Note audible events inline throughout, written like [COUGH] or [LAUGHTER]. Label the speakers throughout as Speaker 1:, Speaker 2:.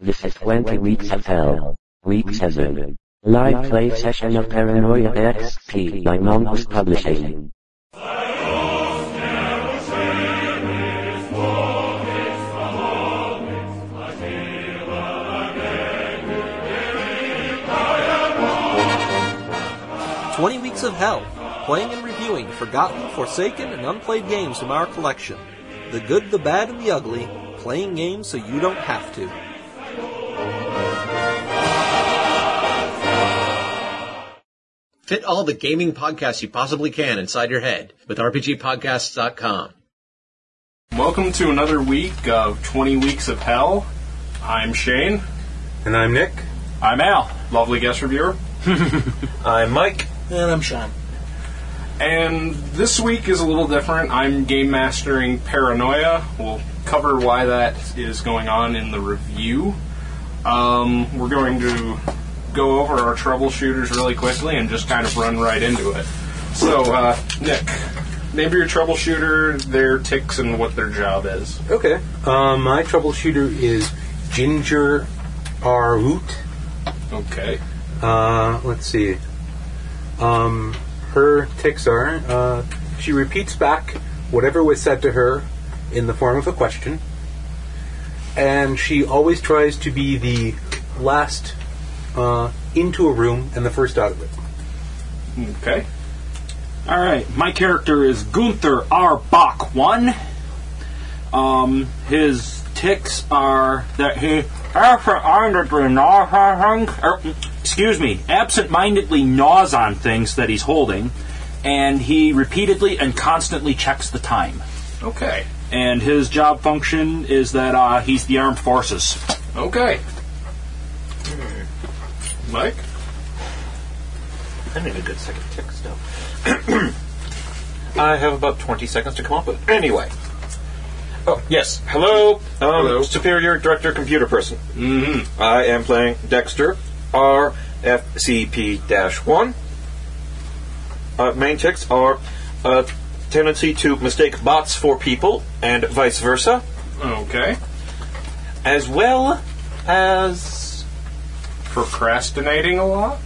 Speaker 1: This is 20 Weeks of Hell. Week 7. Live play session of Paranoia XP by Mongoose Publishing.
Speaker 2: Twenty Weeks of Hell, playing and reviewing forgotten, forsaken, and unplayed games from our collection. The good, the bad, and the ugly, playing games so you don't have to.
Speaker 3: Fit all the gaming podcasts you possibly can inside your head with RPGpodcasts.com.
Speaker 4: Welcome to another week of 20 Weeks of Hell. I'm Shane.
Speaker 5: And I'm Nick.
Speaker 4: I'm Al, lovely guest reviewer.
Speaker 5: [LAUGHS] I'm Mike.
Speaker 6: And I'm Sean.
Speaker 4: And this week is a little different. I'm game mastering Paranoia. We'll cover why that is going on in the review. Um, we're going to go over our troubleshooters really quickly and just kind of run right into it. So, uh, Nick, name your troubleshooter, their ticks, and what their job is.
Speaker 5: Okay. Um, my troubleshooter is Ginger R. Root.
Speaker 4: Okay.
Speaker 5: Uh, let's see. Um, her ticks are uh, she repeats back whatever was said to her in the form of a question, and she always tries to be the last uh, into a room and the first out of it.
Speaker 4: Okay.
Speaker 7: All right, my character is Gunther R. Bach One. Um, his ticks are that he absent-mindedly gnaws on things. er, Excuse me, absent-mindedly gnaws on things that he's holding, and he repeatedly and constantly checks the time.
Speaker 4: Okay.
Speaker 7: And his job function is that uh, he's the armed forces.
Speaker 4: Okay. Mike?
Speaker 8: I need a good second tick still. [CLEARS THROAT] I have about 20 seconds to come up with. it. Anyway. Oh, yes. Hello. Um,
Speaker 4: Hello.
Speaker 8: Superior Director Computer Person. Mm-hmm. I am playing Dexter RFCP 1. Uh, main ticks are uh, tendency to mistake bots for people and vice versa,
Speaker 4: Okay.
Speaker 8: as well as.
Speaker 4: Procrastinating a lot?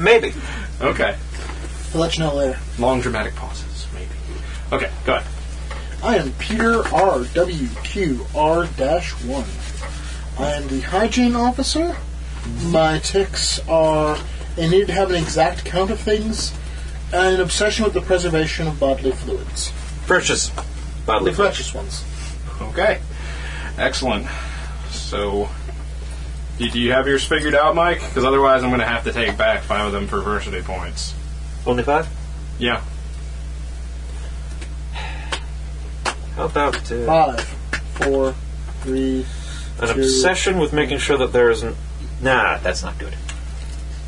Speaker 8: Maybe.
Speaker 4: Okay.
Speaker 6: I'll let you know later.
Speaker 4: Long dramatic pauses, maybe. Okay, go ahead.
Speaker 6: I am Peter RWQR-1. I am the hygiene officer. My ticks are a need to have an exact count of things and an obsession with the preservation of bodily fluids.
Speaker 8: Precious. Bodily
Speaker 6: The precious ones.
Speaker 4: Okay. Excellent. So, y- do you have yours figured out, Mike? Because otherwise, I'm going to have to take back five of them perversity points.
Speaker 8: Only five?
Speaker 4: Yeah.
Speaker 8: How about. Uh,
Speaker 6: Five, four, three,
Speaker 8: An
Speaker 6: Two.
Speaker 8: obsession with making sure that there isn't. Nah, that's not good.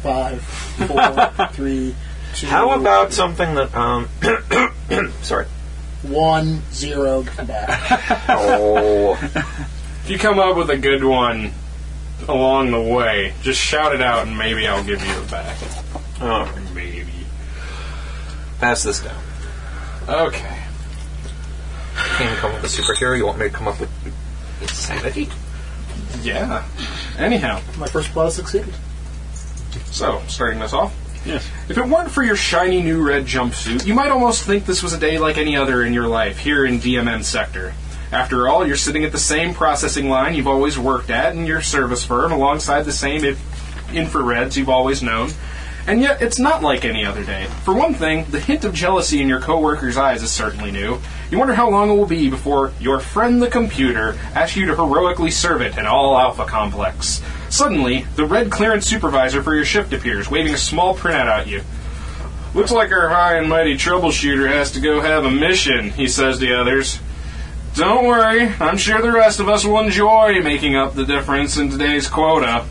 Speaker 6: five, four, three, two,
Speaker 8: How about something that um, [COUGHS] sorry.
Speaker 6: one, zero, come back.
Speaker 8: Oh,
Speaker 4: If you come up with a good one along the way, just shout it out and maybe I'll give you it back.
Speaker 8: oh,
Speaker 4: Maybe.
Speaker 8: pass this down.
Speaker 4: Okay.
Speaker 8: Can't come up with a superhero. You want me to come up with insanity?
Speaker 4: Yeah. Anyhow.
Speaker 6: My first plot succeeded.
Speaker 4: So, starting this off.
Speaker 7: Yes.
Speaker 4: If it weren't for your shiny new red jumpsuit, you might almost think this was a day like any other in your life, here in DMM Sector. After all, you're sitting at the same processing line you've always worked at in your service firm, alongside the same if- infrareds you've always known. And yet, it's not like any other day. For one thing, the hint of jealousy in your coworker's eyes is certainly new. You wonder how long it will be before your friend the computer asks you to heroically serve it an all alpha complex. Suddenly, the red clearance supervisor for your shift appears, waving a small printout at you. Looks like our high and mighty troubleshooter has to go have a mission, he says to the others. Don't worry, I'm sure the rest of us will enjoy making up the difference in today's quota.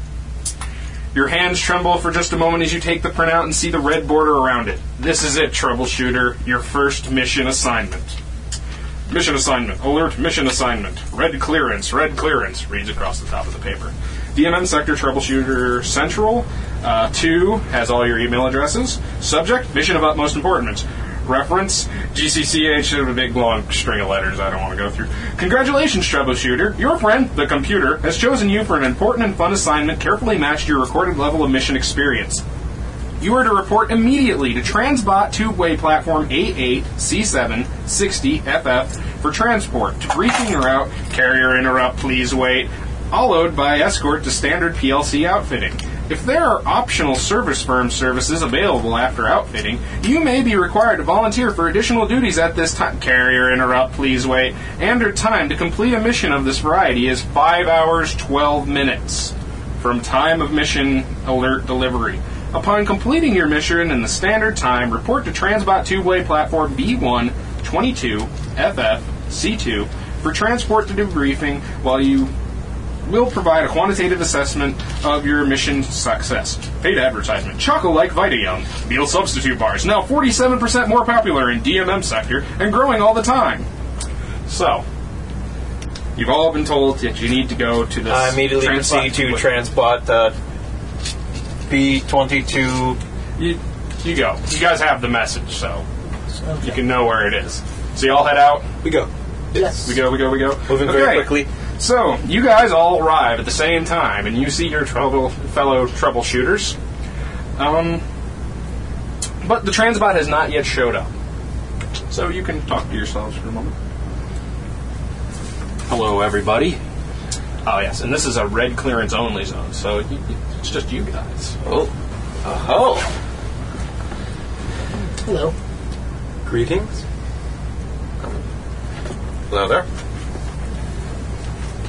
Speaker 4: Your hands tremble for just a moment as you take the printout and see the red border around it. This is it, troubleshooter, your first mission assignment. Mission assignment. Alert mission assignment. Red clearance. Red clearance. Reads across the top of the paper. DMM Sector Troubleshooter Central uh, 2 has all your email addresses. Subject Mission of utmost importance. reference. GCCA should have a big long string of letters I don't want to go through. Congratulations, troubleshooter. Your friend, the computer, has chosen you for an important and fun assignment carefully matched to your recorded level of mission experience. You are to report immediately to Transbot Tubeway Platform 88C760FF for transport to briefing route, carrier interrupt, please wait, followed by escort to standard PLC outfitting. If there are optional service firm services available after outfitting, you may be required to volunteer for additional duties at this time. Carrier interrupt, please wait, and or time to complete a mission of this variety is 5 hours 12 minutes from time of mission alert delivery. Upon completing your mission in the standard time, report to Transbot Two-Way Platform B1 22 FF C2 for transport to debriefing while you will provide a quantitative assessment of your mission success. Paid advertisement. Choco like Vitayoung. Meal substitute bars. Now 47% more popular in DMM sector and growing all the time. So, you've all been told that you need to go to this.
Speaker 8: I immediately
Speaker 4: Transbot
Speaker 8: proceed to
Speaker 4: Two-Way-
Speaker 8: transport uh, B22.
Speaker 4: you, you go. You guys have the message, so you can know where it is. So y'all head out.
Speaker 5: We go.
Speaker 6: Yes.
Speaker 4: We go. We go. We go.
Speaker 8: Moving
Speaker 4: Okay.
Speaker 8: very quickly.
Speaker 4: So you guys all arrive at the same time, and you see your trouble, fellow troubleshooters. Um, but the transbot has not yet showed up. So you can talk to yourselves for a moment.
Speaker 8: Hello, everybody.
Speaker 4: Oh yes, and this is a red clearance only zone, so y- y- it's just you guys.
Speaker 8: Oh. Oh.
Speaker 6: Hello.
Speaker 5: Greetings.
Speaker 8: Hello there.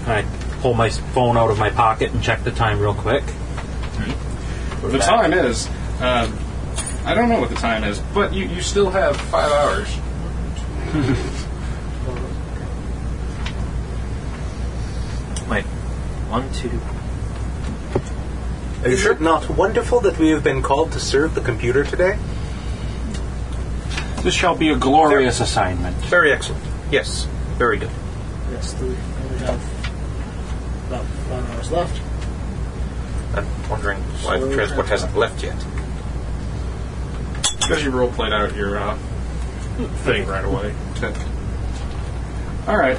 Speaker 9: I pull my s- phone out of my pocket and check the time real quick.
Speaker 4: The time is, uh, I don't know what the time is, but you, you still have five hours.
Speaker 8: Wait. One, two.
Speaker 5: Is it not wonderful that we have been called to serve the computer today?
Speaker 9: This shall be a glorious assignment.
Speaker 8: Very excellent. Yes. Very good.
Speaker 6: Yes, three. And we have about five hours left.
Speaker 8: I'm wondering why
Speaker 6: So-
Speaker 8: the transport hasn't left yet.
Speaker 4: Because you role played out your uh, thing right away. [LAUGHS] All right.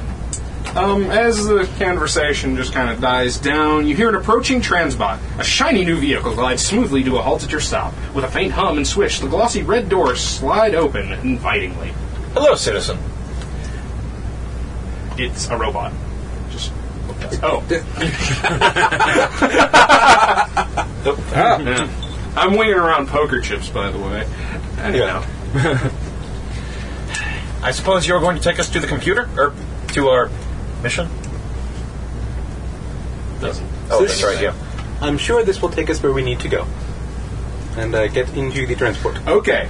Speaker 4: Um, as the conversation just kind of dies down, you hear an approaching transbot. A shiny new vehicle glides smoothly to a halt at your stop. With a faint hum and swish, the glossy red doors slide open invitingly.
Speaker 8: Hello, citizen.
Speaker 4: It's a robot. Just [LAUGHS]
Speaker 8: [LAUGHS]
Speaker 4: oh,
Speaker 8: Oh.
Speaker 4: Yeah. I'm winging around poker chips, by the way. Anyhow,
Speaker 8: I suppose you're going to take us to the computer? Or to our mission?
Speaker 4: doesn't.
Speaker 8: Oh, that's right, yeah.
Speaker 5: I'm sure this will take us where we need to go. And uh, get into the transport.
Speaker 4: Okay.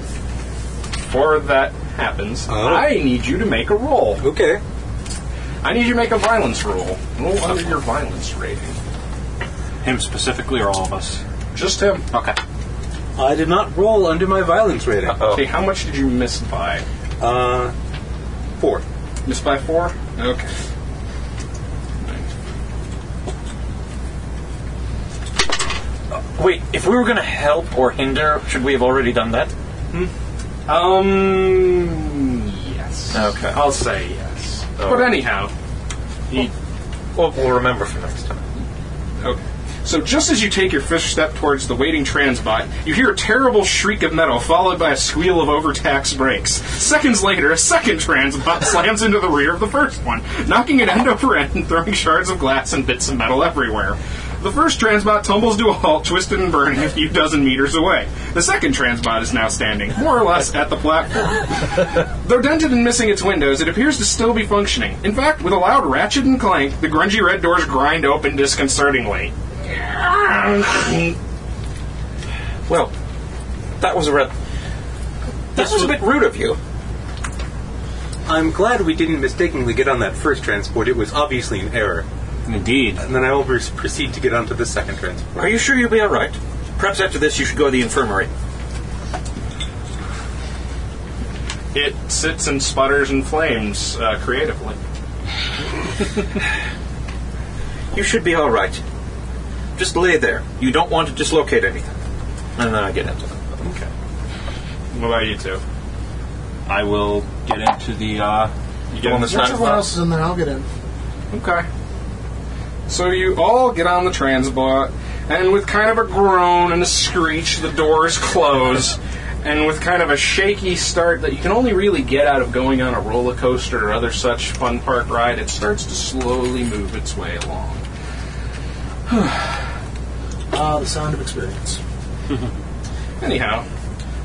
Speaker 4: Before that happens,
Speaker 5: Oh.
Speaker 4: I need you to make a roll.
Speaker 5: Okay.
Speaker 4: I need you to make a violence roll. Roll under your violence rating.
Speaker 9: Him specifically or all of us?
Speaker 4: Just him.
Speaker 9: Okay.
Speaker 5: I did not roll under my violence rating.
Speaker 8: Oh.
Speaker 4: Okay, how much did you miss by?
Speaker 5: Uh, four.
Speaker 4: Miss by four? Okay.
Speaker 8: Wait, if we were going to help or hinder, should we have already done that?
Speaker 4: Um. Yes.
Speaker 8: Okay.
Speaker 4: I'll say yes.
Speaker 8: All
Speaker 4: but
Speaker 8: right.
Speaker 4: anyhow, he
Speaker 8: Well, we'll remember for next time.
Speaker 4: Okay. So just as you take your first step towards the waiting transbot, you hear a terrible shriek of metal followed by a squeal of overtaxed brakes. Seconds later, a second transbot [LAUGHS] slams into the rear of the first one, knocking it end over end and throwing shards of glass and bits of metal everywhere. The first transbot tumbles to a halt, twisted and burning a few dozen meters away. The second transbot is now standing, more or less, at the platform. Though dented and missing its windows, it appears to still be functioning. In fact, with a loud ratchet and clank, the grungy red doors grind open disconcertingly.
Speaker 8: Well, that was a red. That was a bit rude of you.
Speaker 5: I'm glad we didn't mistakenly get on that first transport. It was obviously an error.
Speaker 9: Indeed.
Speaker 5: And then I will pres- proceed to get onto the second transport.
Speaker 8: Are you sure you'll be all right? Perhaps after this, you should go to the infirmary.
Speaker 4: It sits and sputters and flames uh, creatively.
Speaker 8: You should be all right. Just lay there. You don't want to dislocate anything. And then I get into it.
Speaker 4: What about you two?
Speaker 7: I will get into the. Uh,
Speaker 8: You get on this
Speaker 6: Once
Speaker 8: side.
Speaker 6: everyone else is in there, I'll get in.
Speaker 4: Okay. So you all get on the transbot, and with kind of a groan and a screech, the doors close, and with kind of a shaky start that you can only really get out of going on a roller coaster or other such fun park ride, it starts to slowly move its way along.
Speaker 6: Ah, the sound of experience.
Speaker 4: Anyhow,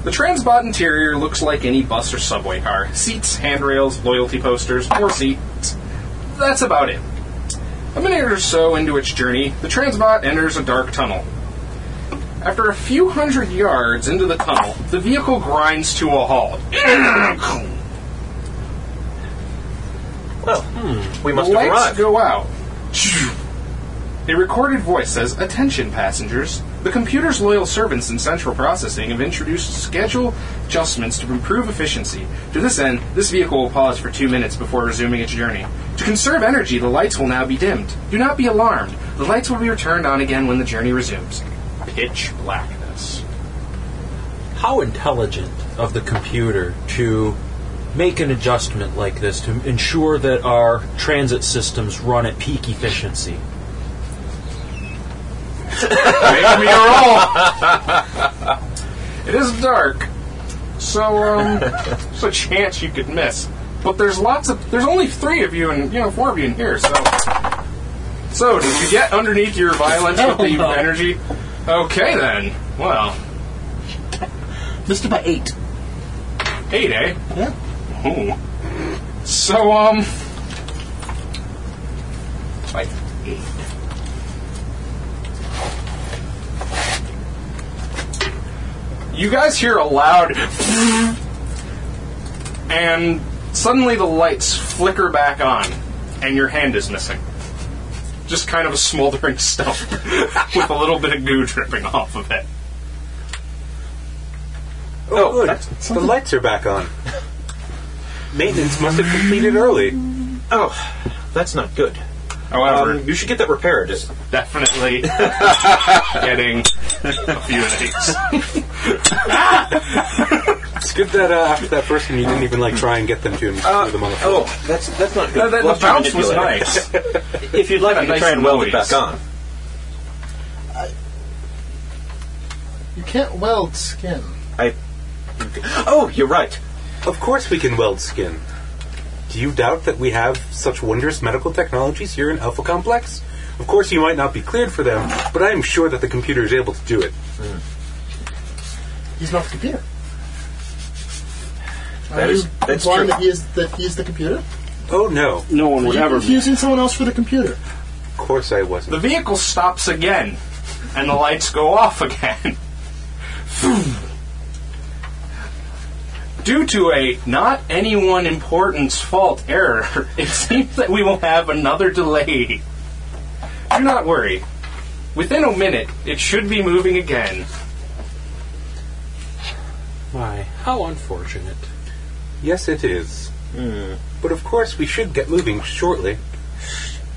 Speaker 4: the Transbot interior looks like any bus or subway car seats, handrails, loyalty posters, more seats. That's about it. A minute or so into its journey, the Transbot enters a dark tunnel. After a few hundred yards into the tunnel, the vehicle grinds to a halt.
Speaker 8: Well, hmm, we must
Speaker 4: the
Speaker 8: have
Speaker 4: lights
Speaker 8: arrived.
Speaker 4: go out. A recorded voice says, "Attention, passengers. The computer's loyal servants in central processing have introduced schedule adjustments to improve efficiency. To this end, this vehicle will pause for two minutes before resuming its journey. To conserve energy, the lights will now be dimmed. Do not be alarmed. The lights will be returned on again when the journey resumes. Pitch blackness.
Speaker 9: How intelligent of the computer to make an adjustment like this to ensure that our transit systems run at peak efficiency?
Speaker 4: Make me roll. [LAUGHS] it is dark, so [LAUGHS] um, there's a chance you could miss. But there's lots of there's only three of you and you know four of you in here, so so did you get underneath your violence with the energy? Okay then. Well,
Speaker 6: Missed it by eight.
Speaker 4: eight, eh?
Speaker 6: Yeah.
Speaker 4: Ooh. So um, like eight. You guys hear a loud, [LAUGHS] and suddenly the lights flicker back on, and your hand is missing. Just kind of a smoldering [LAUGHS] stump with a little bit of goo dripping off of it.
Speaker 5: Oh, good. The lights are back on. Maintenance must have completed early.
Speaker 8: Oh, that's not good.
Speaker 4: However,
Speaker 8: Um, you should get that repaired. [LAUGHS]
Speaker 4: definitely getting a few of these.
Speaker 5: It's good that uh, after that first one, you didn't even like try and get them to him. through the motherfucker.
Speaker 8: Oh, that's that's not good.
Speaker 4: The, the
Speaker 8: Lost your
Speaker 4: bounce was
Speaker 8: manipulator.
Speaker 4: nice.
Speaker 8: [LAUGHS] If you'd like,
Speaker 4: Had a
Speaker 8: I can
Speaker 4: nice
Speaker 8: try and weld it
Speaker 4: noise.
Speaker 8: back on.
Speaker 6: You can't weld skin.
Speaker 8: I. Oh, you're right.
Speaker 5: Of course we can weld skin. Do you doubt that we have such wondrous medical technologies here in Alpha Complex? Of course you might not be cleared for them, but I am sure that the computer is able to do it.
Speaker 6: He's not the computer.
Speaker 8: That
Speaker 6: Are
Speaker 8: is-
Speaker 6: you
Speaker 8: that's
Speaker 6: implying
Speaker 8: true.
Speaker 6: That he is that he is the computer.
Speaker 5: Oh no,
Speaker 7: No one would
Speaker 6: You're
Speaker 7: ever.
Speaker 6: confusing someone else for the computer.
Speaker 5: of course I
Speaker 4: The
Speaker 5: wasn't.
Speaker 4: vehicle stops again, and the lights go off again. [LAUGHS] Due to a not anyone important's fault error, [LAUGHS] it seems that we will have another delay. Do not worry. Within a minute, it should be moving again.
Speaker 9: My, how unfortunate.
Speaker 5: Yes it is. But of course we should get moving shortly.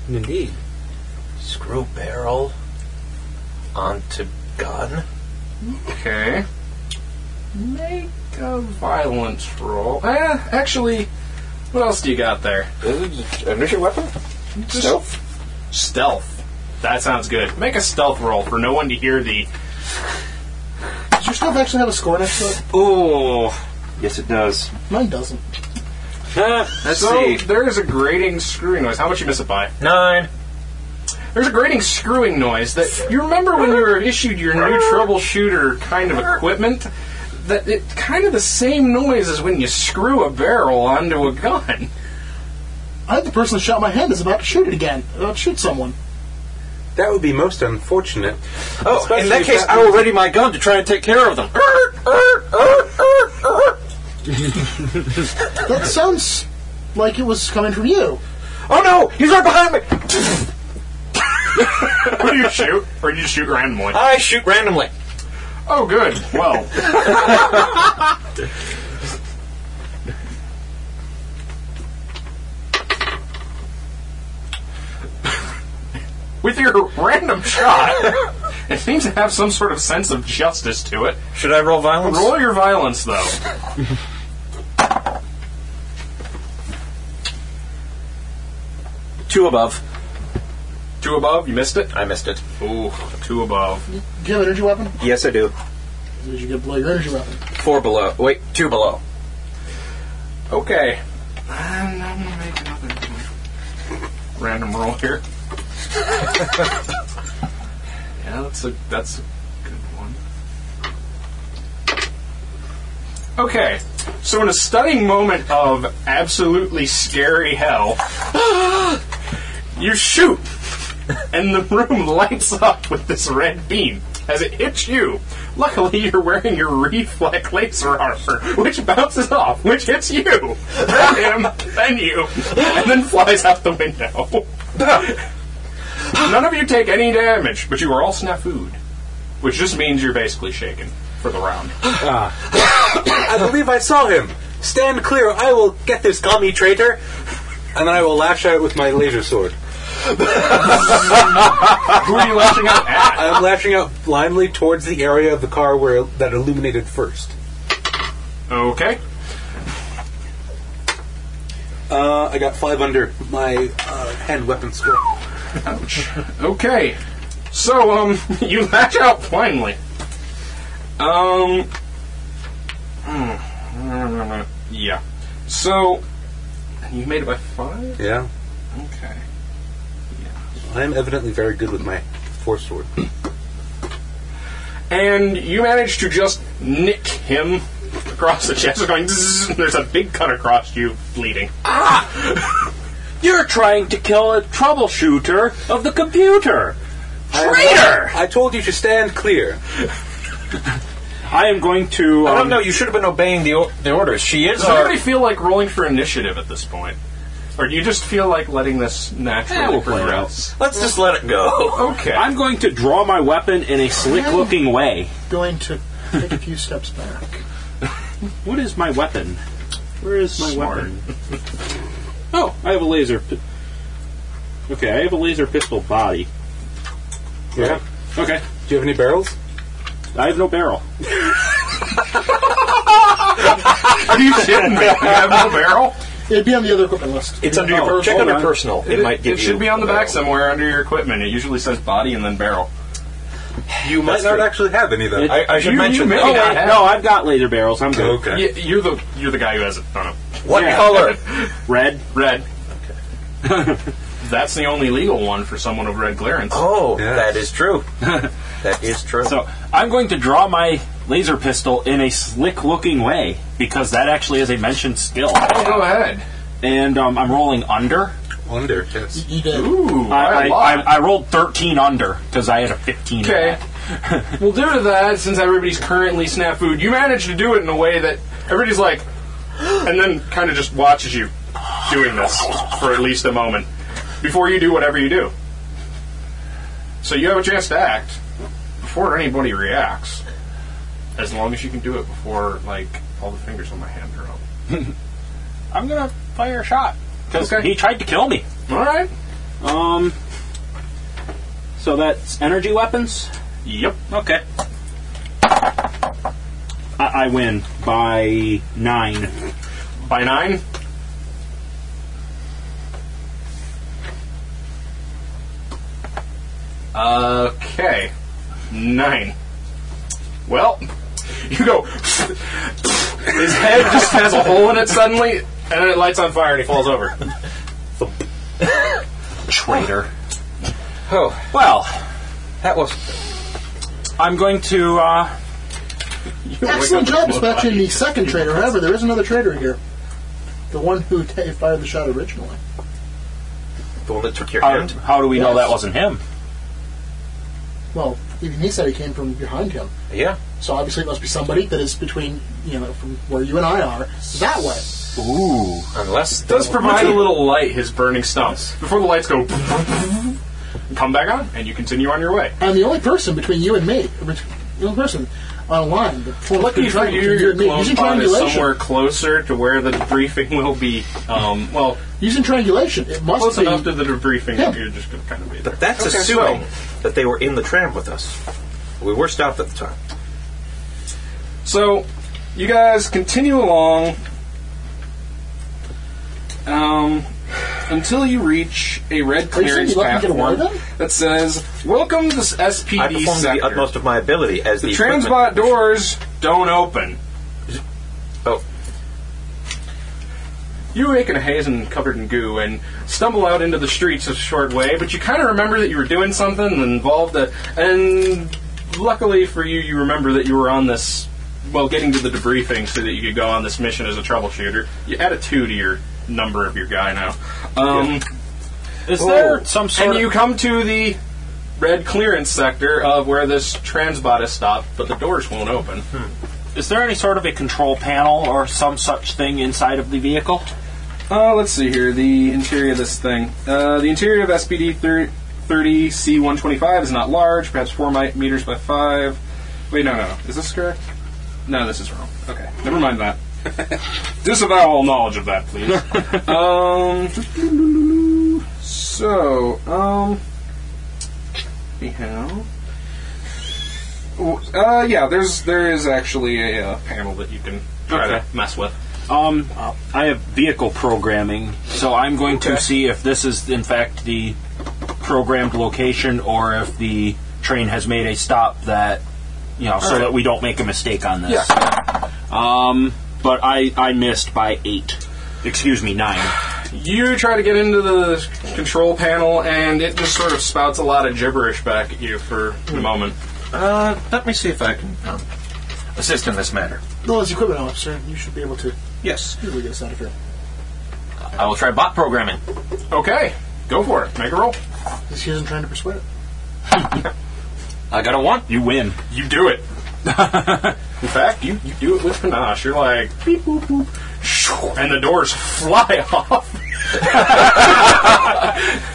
Speaker 9: Indeed.
Speaker 8: Screw barrel onto gun.
Speaker 4: Okay. Make a violence roll. Eh, actually, what else do you got there?
Speaker 8: Initial weapon?
Speaker 4: Stealth? Stealth. That sounds good. Make a stealth roll for no one to hear the.
Speaker 6: Does your stuff actually have a score next to it?
Speaker 8: Ooh. Yes, it does.
Speaker 6: Mine doesn't.
Speaker 8: Let's
Speaker 4: so
Speaker 8: see.
Speaker 4: there is a grating screwing noise. How much you miss it by?
Speaker 8: Nine.
Speaker 4: There's a grating screwing noise that you remember when you were issued your new troubleshooter kind of equipment. That it kind of the same noise as when you screw a barrel onto a gun.
Speaker 6: I had the person that shot my hand is about to shoot it again. About to shoot someone.
Speaker 5: That would be most unfortunate.
Speaker 8: Oh,
Speaker 5: Especially
Speaker 8: in that
Speaker 5: if
Speaker 8: case,
Speaker 5: that
Speaker 8: I will ready my gun to try and take care of them. Err, err, err, err, err.
Speaker 6: That sounds like it was coming from you.
Speaker 8: Oh no, he's right behind me.
Speaker 4: What do you shoot? Or do you shoot randomly?
Speaker 8: I shoot randomly.
Speaker 4: Oh, good. Well, with your random shot, it seems to have some sort of sense of justice to it.
Speaker 8: Should I roll violence?
Speaker 4: Roll your violence, though.
Speaker 8: Two above.
Speaker 4: Two above, you missed it?
Speaker 8: I missed it.
Speaker 4: Ooh, two above.
Speaker 6: Do you have an energy weapon?
Speaker 8: Yes, I do.
Speaker 6: Did you get below your energy weapon?
Speaker 8: Four below. Wait, two below.
Speaker 4: Okay. I'm I'm gonna make another random roll here. [LAUGHS] yeah, that's a that's a good one. Okay. So in a stunning moment of absolutely scary hell, [GASPS] you shoot and the room [LAUGHS] lights up with this red beam as it hits you. Luckily, you're wearing your reflect laser armor, which bounces off, which hits you, then him, then you, and then flies out the window. [LAUGHS] None of you take any damage, but you are all snafu'd, which just means you're basically shaken for the round.
Speaker 5: I believe I saw him. Stand clear. I will get this commie traitor. And I will lash out with my laser sword.
Speaker 4: Who are you lashing out
Speaker 5: [LAUGHS]
Speaker 4: at?
Speaker 5: I'm lashing out blindly towards the area of the car where that illuminated first.
Speaker 4: Okay.
Speaker 5: Uh, I got five under my uh, hand weapon score.
Speaker 4: Okay. So, um, [LAUGHS] you lash out blindly. Um. mm, Yeah. So. You made it by five?
Speaker 5: Yeah,
Speaker 4: Okay.
Speaker 5: I am evidently very good with my force sword.
Speaker 4: And you manage to just nick him across the chest, going, "Zzz," and there's a big cut across you, bleeding. Ah! [LAUGHS]
Speaker 7: You're trying to kill a troubleshooter of the computer.
Speaker 5: Traitor! I told you to stand clear.
Speaker 7: I am going to. Um,
Speaker 8: I don't know. Oh, You should have been obeying the o- the orders. She is.
Speaker 4: Does
Speaker 8: Our,
Speaker 4: anybody feel like rolling for initiative at this point? Or do you just feel like letting this naturally
Speaker 7: Eh, we'll play it
Speaker 4: progress? Oh,
Speaker 8: let's just let it go.
Speaker 4: Okay.
Speaker 7: I'm going to draw my weapon in a slick-looking way.
Speaker 6: Going to take a few steps back.
Speaker 7: What is my weapon? Where is my
Speaker 4: Smart.
Speaker 7: weapon? Oh, I have a laser. Pi- okay, I have a laser pistol body.
Speaker 5: Yeah.
Speaker 7: Okay,
Speaker 5: Do you have any barrels?
Speaker 7: I have no barrel.
Speaker 4: Are you kidding me? You have no barrel?
Speaker 6: It'd be on the other equipment list.
Speaker 8: It's under
Speaker 7: Oh,
Speaker 8: your per- check
Speaker 7: hold
Speaker 8: under
Speaker 7: on.
Speaker 8: personal. It, might give
Speaker 4: it
Speaker 8: you.
Speaker 4: should be on the
Speaker 8: a
Speaker 4: back
Speaker 8: barrel.
Speaker 4: somewhere under your equipment. It usually says body and then barrel.
Speaker 5: You might not actually have any though.
Speaker 8: I, I should
Speaker 4: You- you
Speaker 8: mention. that.
Speaker 4: may
Speaker 7: Oh,
Speaker 4: not
Speaker 7: wait,
Speaker 4: have-
Speaker 7: no, I've got laser barrels. I'm good.
Speaker 5: okay.
Speaker 4: Y- You're the you're the guy who has it. I don't know.
Speaker 8: What
Speaker 7: Yeah.
Speaker 8: color?
Speaker 7: Red.
Speaker 4: [LAUGHS] Red.
Speaker 7: [LAUGHS]
Speaker 4: That's the only legal one for someone of red clearance.
Speaker 8: Oh,
Speaker 5: Yes.
Speaker 8: that is true. that is true.
Speaker 7: So I'm going to draw my laser pistol in a slick-looking way because that actually is a mentioned skill,
Speaker 4: Go ahead.
Speaker 7: and um, I'm rolling under.
Speaker 5: Wonder. Yes.
Speaker 6: You did.
Speaker 4: Ooh,
Speaker 7: I, I,
Speaker 4: I lied.
Speaker 7: I, I rolled 13 under because I had a 15. in
Speaker 4: Okay.
Speaker 7: that.
Speaker 4: [LAUGHS] well, due to that, since everybody's currently snafu'd, you manage to do it in a way that everybody's like, [GASPS] and then kind of just watches you doing this for at least a moment before you do whatever you do. So you have a chance to act before anybody reacts, as long as you can do it before like all the fingers on my hand are up.
Speaker 7: [LAUGHS] I'm gonna fire a shot because
Speaker 4: Okay.
Speaker 7: he tried to kill me.
Speaker 4: All right.
Speaker 7: Um. So that's energy weapons.
Speaker 4: Yep.
Speaker 7: Okay. I, I win by nine.
Speaker 4: By nine. Okay. Nine. Well, you go. His head just has a hole in it suddenly, and then it lights on fire and he falls over.
Speaker 7: Traitor.
Speaker 8: oh,
Speaker 7: Well,
Speaker 8: that was.
Speaker 7: I'm going to. Uh,
Speaker 6: Excellent job dispatching the second traitor. However, there is another traitor here. The one who ta fired the shot originally.
Speaker 8: The one that took your
Speaker 7: how,
Speaker 8: hand.
Speaker 7: how do we know that wasn't him?
Speaker 6: Well, even he said he came from behind him.
Speaker 8: Yeah.
Speaker 6: So obviously it must be somebody that is between, you know, from where you and I are, that way.
Speaker 7: Ooh.
Speaker 8: Unless
Speaker 4: Does provide a little light, his burning stumps. Before the lights go. Come back on, and you continue on your way.
Speaker 6: I'm the only person between you and me. bet- The only person online. Before
Speaker 4: Lucky for you,
Speaker 6: you
Speaker 4: your
Speaker 6: and me.
Speaker 4: clone
Speaker 6: Using
Speaker 4: pod is
Speaker 6: triangulation.
Speaker 4: somewhere closer to where the debriefing will be. Um, well,
Speaker 6: Using triangulation. It must
Speaker 4: close
Speaker 6: be.
Speaker 4: enough to the debriefing
Speaker 6: Yeah.
Speaker 4: that you're just going to kind of be there.
Speaker 8: That's
Speaker 4: Okay,
Speaker 8: assuming
Speaker 4: so-
Speaker 8: that they were in the tram with us. We were stopped at the time.
Speaker 4: So, you guys continue along. Um, until you reach a red
Speaker 6: Are you sure
Speaker 4: clearance
Speaker 6: you let me get away
Speaker 4: platform
Speaker 6: then?
Speaker 4: that says, Welcome to this
Speaker 8: I
Speaker 4: SPD
Speaker 8: performed
Speaker 4: sector.
Speaker 8: the utmost of my ability as the,
Speaker 4: the
Speaker 8: equipment-
Speaker 4: transbot doors don't open.
Speaker 8: Oh,
Speaker 4: You awaken a haze and covered in goo and stumble out into the streets a short way, but you kind of remember that you were doing something and involved a. And luckily for you, you remember that you were on this. Well, getting to the debriefing so that you could go on this mission as a troubleshooter. You add a two to your number of your guy now. Um,
Speaker 7: Is there
Speaker 8: Oh.
Speaker 7: some sort
Speaker 4: And
Speaker 7: of
Speaker 4: you come to the red clearance sector of where this transbot is stopped, but the doors won't open.
Speaker 7: is there any sort of a control panel or some such thing inside of the vehicle?
Speaker 4: Uh, let's see here. The interior of this thing. Uh, the interior of SPD 30, 30C125 is not large, perhaps 4 mi- meters by 5. Wait, no, no, no. Is this correct? No, this is wrong. Okay, never mind that. Disavow all knowledge of that, please. um, so, um, anyhow. Uh, yeah, there's there is actually a uh, panel that you can try
Speaker 7: Okay.
Speaker 4: to mess with.
Speaker 7: Um, I have vehicle programming, so I'm going to
Speaker 4: Okay.
Speaker 7: see if this is in fact the programmed location or if the train has made a stop that you know, so
Speaker 4: right.
Speaker 7: that we don't make a mistake on this.
Speaker 4: Yeah.
Speaker 7: Um, but I I missed by eight. Excuse me, nine.
Speaker 4: You try to get into the control panel, and it just sort of spouts a lot of gibberish back at you for the moment.
Speaker 8: uh, let me see if I can um, assist in this matter.
Speaker 6: Well, as equipment officer, you should be able to
Speaker 8: Yes,
Speaker 6: usually get us out of here.
Speaker 8: I will try bot programming.
Speaker 4: Okay, go for it. Make a roll.
Speaker 6: Because he isn't trying to persuade it.
Speaker 8: I got a one.
Speaker 7: You win.
Speaker 4: You do it. In fact, you, you do it with panache. You're like, beep, boop, boop, shoo, and the doors fly [LAUGHS] off.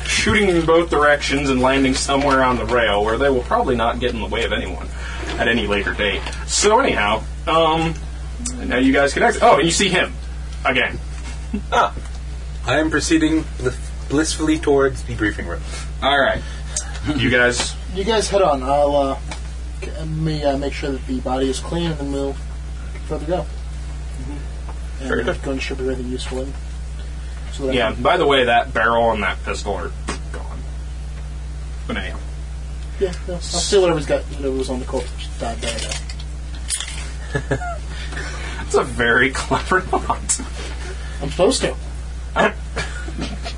Speaker 4: Shooting in both directions and landing somewhere on the rail where they will probably not get in the way of anyone at any later date. So, anyhow, um, now you guys can exit. Oh, and you see him again.
Speaker 5: I am proceeding blif- blissfully towards the briefing room.
Speaker 4: All right. You guys.
Speaker 6: You guys head on. I'll uh, c- uh, me, uh, make sure that the body is clean, and then we'll further go. Mm-hmm. And
Speaker 4: Very good.
Speaker 6: Going to ship everything useful in. So that I
Speaker 4: Yeah,
Speaker 6: can-
Speaker 4: by the way, that barrel and that pistol are gone. But anyhow.
Speaker 6: yeah. No, I'll steal whatever's got whatever's on the corpse. Just died there. now.
Speaker 4: That's a very [LAUGHS] clever thought.
Speaker 6: I'm supposed to.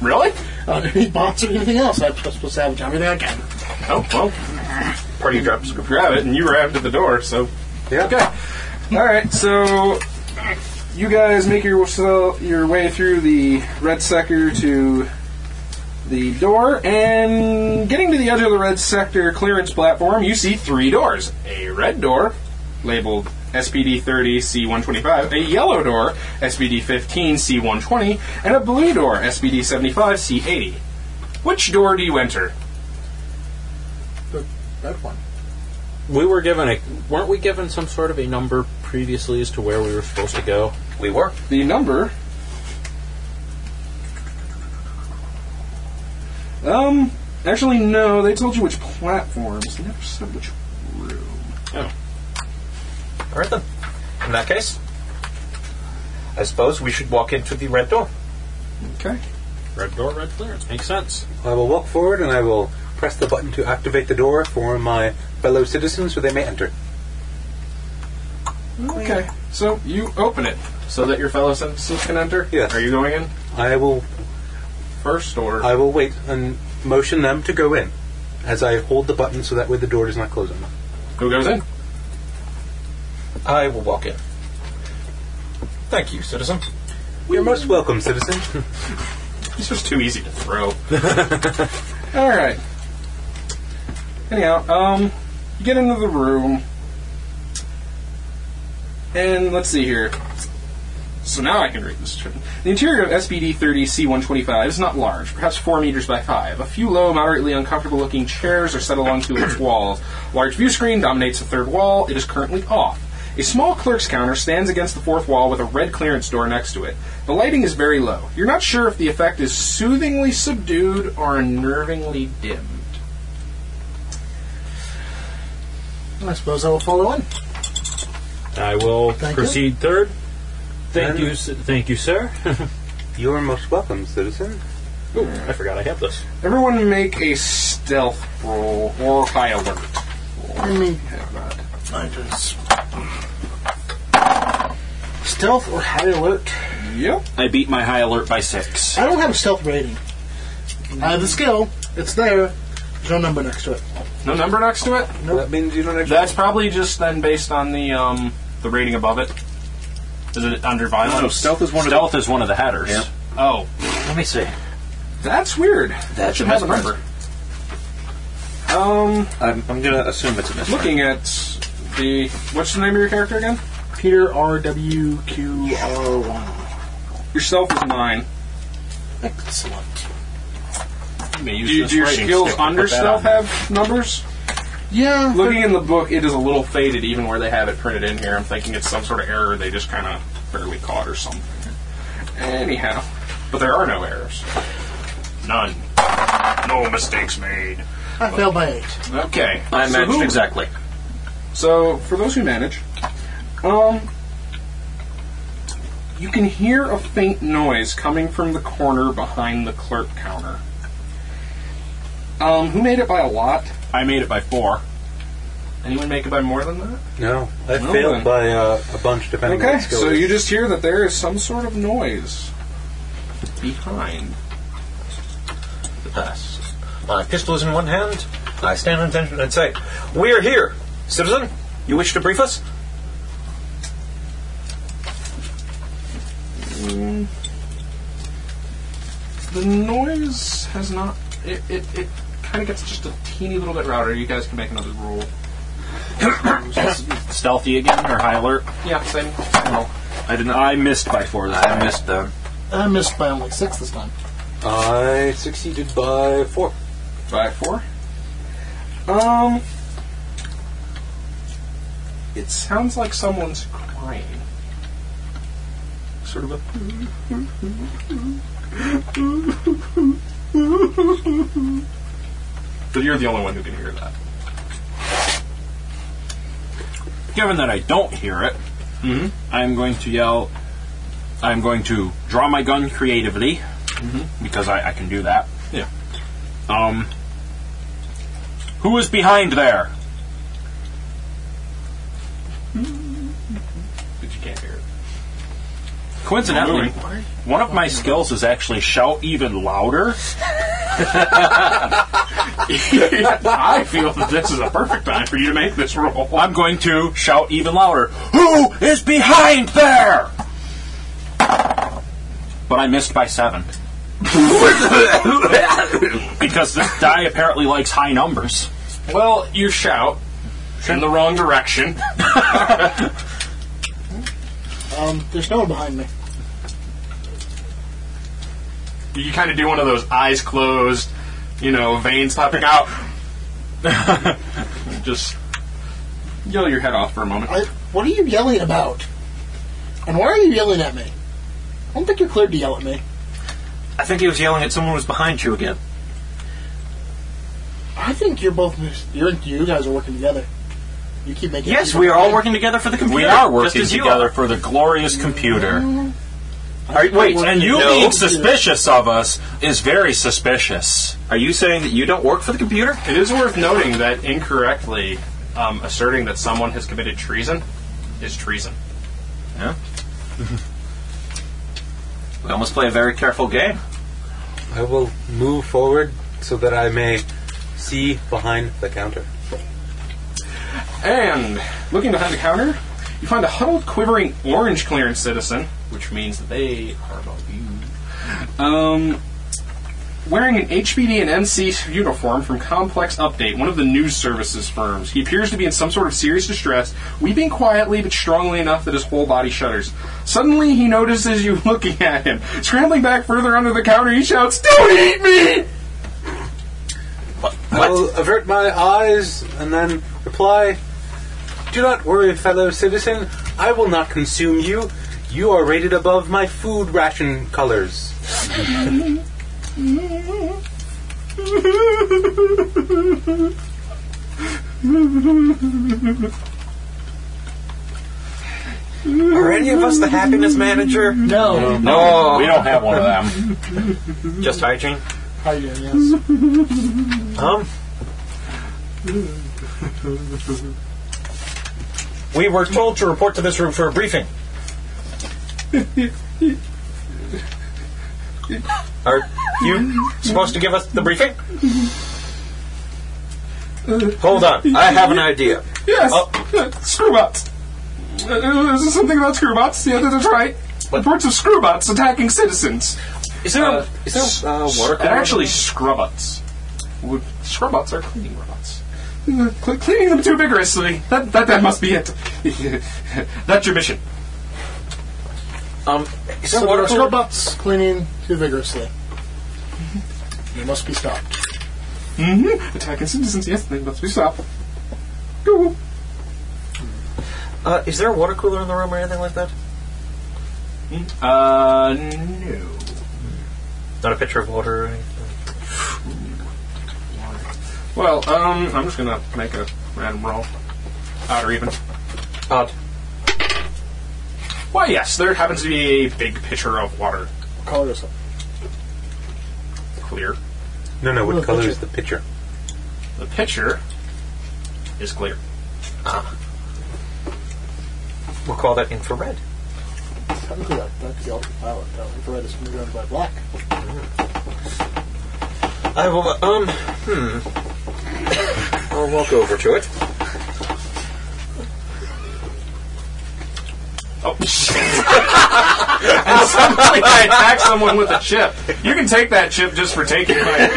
Speaker 4: Really?
Speaker 6: [LAUGHS] I don't need bots or anything else. I'm supposed to salvage everything I can.
Speaker 4: Oh, well. Party drops grab it, and you grabbed at the door, so.
Speaker 5: Yeah.
Speaker 4: Okay. Alright, so. You guys make your, so- your way through the red sector to the door, and getting to the edge of the red sector clearance platform, you see three doors. A red door, labeled SPD 30 C125, a yellow door, SPD 15 C120, and a blue door, SPD 75 C80. Which door do you enter?
Speaker 6: The red one.
Speaker 9: We were given a. Weren't we given some sort of a number previously as to where we were supposed to go?
Speaker 8: We were.
Speaker 4: The number. Um, actually, no. They told you which platforms. They never said which room.
Speaker 8: All right then. In that case, I suppose we should walk into the red door.
Speaker 4: Okay.
Speaker 9: Red door, red clearance. Makes sense.
Speaker 5: I will walk forward and I will press the button to activate the door for my fellow citizens so they may enter.
Speaker 4: Okay. So you open it so that your fellow citizens can enter.
Speaker 5: Yes.
Speaker 4: Are you going in
Speaker 5: I will
Speaker 4: first or?
Speaker 5: I will wait and motion them to go in as I hold the button so that way the door does not close on them.
Speaker 4: Who goes in?
Speaker 8: I will walk in. Thank you, citizen.
Speaker 5: You're most welcome, citizen.
Speaker 4: [LAUGHS] This was too easy to throw. [LAUGHS] All right. Anyhow, um, you get into the room, and let's see here. So now I can read this. Term. The interior of SPD 30 C125 is not large, perhaps 4 meters by 5. A few low, moderately uncomfortable looking chairs are set along two of
Speaker 6: [CLEARS THROAT]
Speaker 4: its walls. Large view screen dominates the third wall. It is currently off. A small clerk's counter stands against the fourth wall with a red clearance door next to it. The lighting is very low. You're not sure if the effect is soothingly subdued or unnervingly dimmed.
Speaker 6: I suppose I will follow in.
Speaker 9: I will
Speaker 6: Thank you.
Speaker 9: proceed third. Thank
Speaker 5: And-
Speaker 9: you, si- thank you, sir. [LAUGHS]
Speaker 5: You're most welcome, citizen.
Speaker 8: Ooh, I forgot I have this.
Speaker 4: Everyone make a stealth roll or high alert.
Speaker 6: I mean, I just. Stealth or high alert?
Speaker 4: Yep.
Speaker 7: I beat my high alert by six.
Speaker 6: I don't have a stealth rating. I have the skill. It's there. There's no number next to it.
Speaker 4: No number next to it?
Speaker 5: That means you don't actually.
Speaker 4: That's probably just then based on the um the rating above it. Is it under violence?
Speaker 7: is one. Stealth is one of the hatters.
Speaker 4: Oh,
Speaker 7: Let me see.
Speaker 4: that's weird. That should have a number. Um,
Speaker 8: I'm, I'm gonna assume it's a mystery.
Speaker 4: looking at the what's the name of your character again?
Speaker 6: Peter R W Q R Y.
Speaker 4: Yourself is mine.
Speaker 6: Excellent.
Speaker 4: Do, you- do your skills under stealth have numbers?
Speaker 6: Yeah.
Speaker 4: Looking in the book, it is a little faded, even where they have it printed in here. I'm thinking it's some sort of error they just kind of barely caught or something. Anyhow, but there are no errors. None. No mistakes made.
Speaker 6: I failed by eight.
Speaker 4: Okay.
Speaker 8: I
Speaker 4: so
Speaker 8: matched
Speaker 4: who-
Speaker 8: exactly.
Speaker 4: So, for those who manage, um, you can hear a faint noise coming from the corner behind the clerk counter. Um, who made it by a lot?
Speaker 7: I made it by four.
Speaker 4: Anyone make it by more than that?
Speaker 5: No, I
Speaker 4: No,
Speaker 5: failed
Speaker 4: then.
Speaker 5: by uh, a bunch, depending on
Speaker 4: Okay,
Speaker 5: what skill.
Speaker 4: so
Speaker 5: it is.
Speaker 4: you just hear that there is some sort of noise behind.
Speaker 8: The pass. My pistol is in one hand. I stand on attention and say, "We are here, citizen. You wish to brief us?"
Speaker 4: The noise has not. It, it, it kind of gets just a teeny little bit louder. You guys can make another roll.
Speaker 7: Stealthy again or high alert?
Speaker 4: yeah, same. same roll.
Speaker 7: I didn't. I missed by four. That I missed them.
Speaker 6: I missed by only six this time.
Speaker 5: I succeeded by four.
Speaker 4: By four. Um. It sounds like someone's crying. Sort of a. but you're the only one who can hear that.
Speaker 7: Given that I don't hear it, I'm going to yell. I'm going to draw my gun creatively because I, I can do that.
Speaker 4: Yeah.
Speaker 7: Um. Who is behind there?
Speaker 4: But you can't hear it.
Speaker 7: Coincidentally, one of my skills is actually shout even louder.
Speaker 4: [LAUGHS] I feel that this is a perfect time for you to make this roll.
Speaker 7: I'm going to shout even louder. Who is behind there? But I missed by
Speaker 4: [LAUGHS]
Speaker 7: seven. because this die apparently likes high numbers.
Speaker 4: Well, you shout in the wrong direction.
Speaker 6: Um, there's no one behind me.
Speaker 4: You kind of do one of those eyes closed, you know, veins popping out. [LAUGHS] Just yell your head off for a moment.
Speaker 6: I, what are you yelling about? And why are you yelling at me? I don't think you're cleared to yell at me.
Speaker 8: I think he was yelling at someone who was behind you again.
Speaker 6: I think you're both. mis- You're, you guys are working together. You keep making.
Speaker 8: Yes,
Speaker 6: you-
Speaker 8: we are all working together for the computer.
Speaker 7: We are
Speaker 8: just
Speaker 7: working
Speaker 8: as you
Speaker 7: together
Speaker 8: are.
Speaker 7: for the glorious computer.
Speaker 8: Are you- wait,
Speaker 7: And you
Speaker 8: no.
Speaker 7: being suspicious of us is very suspicious.
Speaker 8: Are you saying that you don't work for the computer?
Speaker 4: It is worth noting that incorrectly um, asserting that someone has committed treason is treason.
Speaker 8: We almost play a very careful game.
Speaker 5: I will move forward so that I may see behind the counter.
Speaker 4: And looking behind the counter, you find a huddled, quivering orange clearance citizen, which means that they are about you. Um, wearing an HBD and NC uniform from Complex Update, one of the news services firms. He appears to be in some sort of serious distress, weeping quietly but strongly enough that his whole body shudders. Suddenly, he notices you [LAUGHS] looking at him. Scrambling back further under the counter, he shouts, "Don't eat me!"
Speaker 5: I will avert my eyes and then reply Do not worry, fellow citizen. I will not consume you. You are rated above my food ration colors.
Speaker 8: Are any of us the happiness manager?
Speaker 6: No.
Speaker 8: No.
Speaker 7: we don't have one of them.
Speaker 8: Just hygiene.
Speaker 6: Hygiene, yes.
Speaker 8: Um. We were told to report to this room for a briefing. Are you supposed to give us the briefing? Hold on, I have an idea.
Speaker 4: Yes.
Speaker 8: Oh.
Speaker 4: Uh, screwbots. Uh, uh, is there something about screwbots? Yeah, that's right. Reports of screwbots attacking citizens.
Speaker 8: Is there a, is there a uh, water?
Speaker 4: And actually, scrubbots. Would- Scrubbots are cleaning robots. Uh, cl- Cleaning them too vigorously. That, that, that must be it. [LAUGHS] That's your mission.
Speaker 8: um, is there
Speaker 6: So
Speaker 8: a water?
Speaker 6: the scrub butts cleaning too vigorously. They must be stopped.
Speaker 4: Mm-hmm. Attacking citizens, yes, they must be stopped. Go.
Speaker 8: Uh, is there a water cooler in the room or anything like that?
Speaker 4: Uh, no.
Speaker 8: Not a pitcher of water. Or anything?
Speaker 4: Well, um, I'm just gonna make a random roll. Odd or even.
Speaker 8: Odd.
Speaker 4: Why, yes, there happens to be a big pitcher of water.
Speaker 6: What color is it?
Speaker 4: Clear.
Speaker 5: No, no. What
Speaker 6: Well,
Speaker 5: color
Speaker 6: picture.
Speaker 5: is the picture?
Speaker 4: The pitcher is clear.
Speaker 8: We'll call that infrared.
Speaker 6: Technically, that, that's the ultraviolet. That infrared is moving by black.
Speaker 8: I will. uh, Um. Hmm. I'll walk over to it. [LAUGHS]
Speaker 4: Oh, shit. At some point, I attack someone with a chip. You can take that chip just for taking it.
Speaker 8: [LAUGHS]
Speaker 4: right?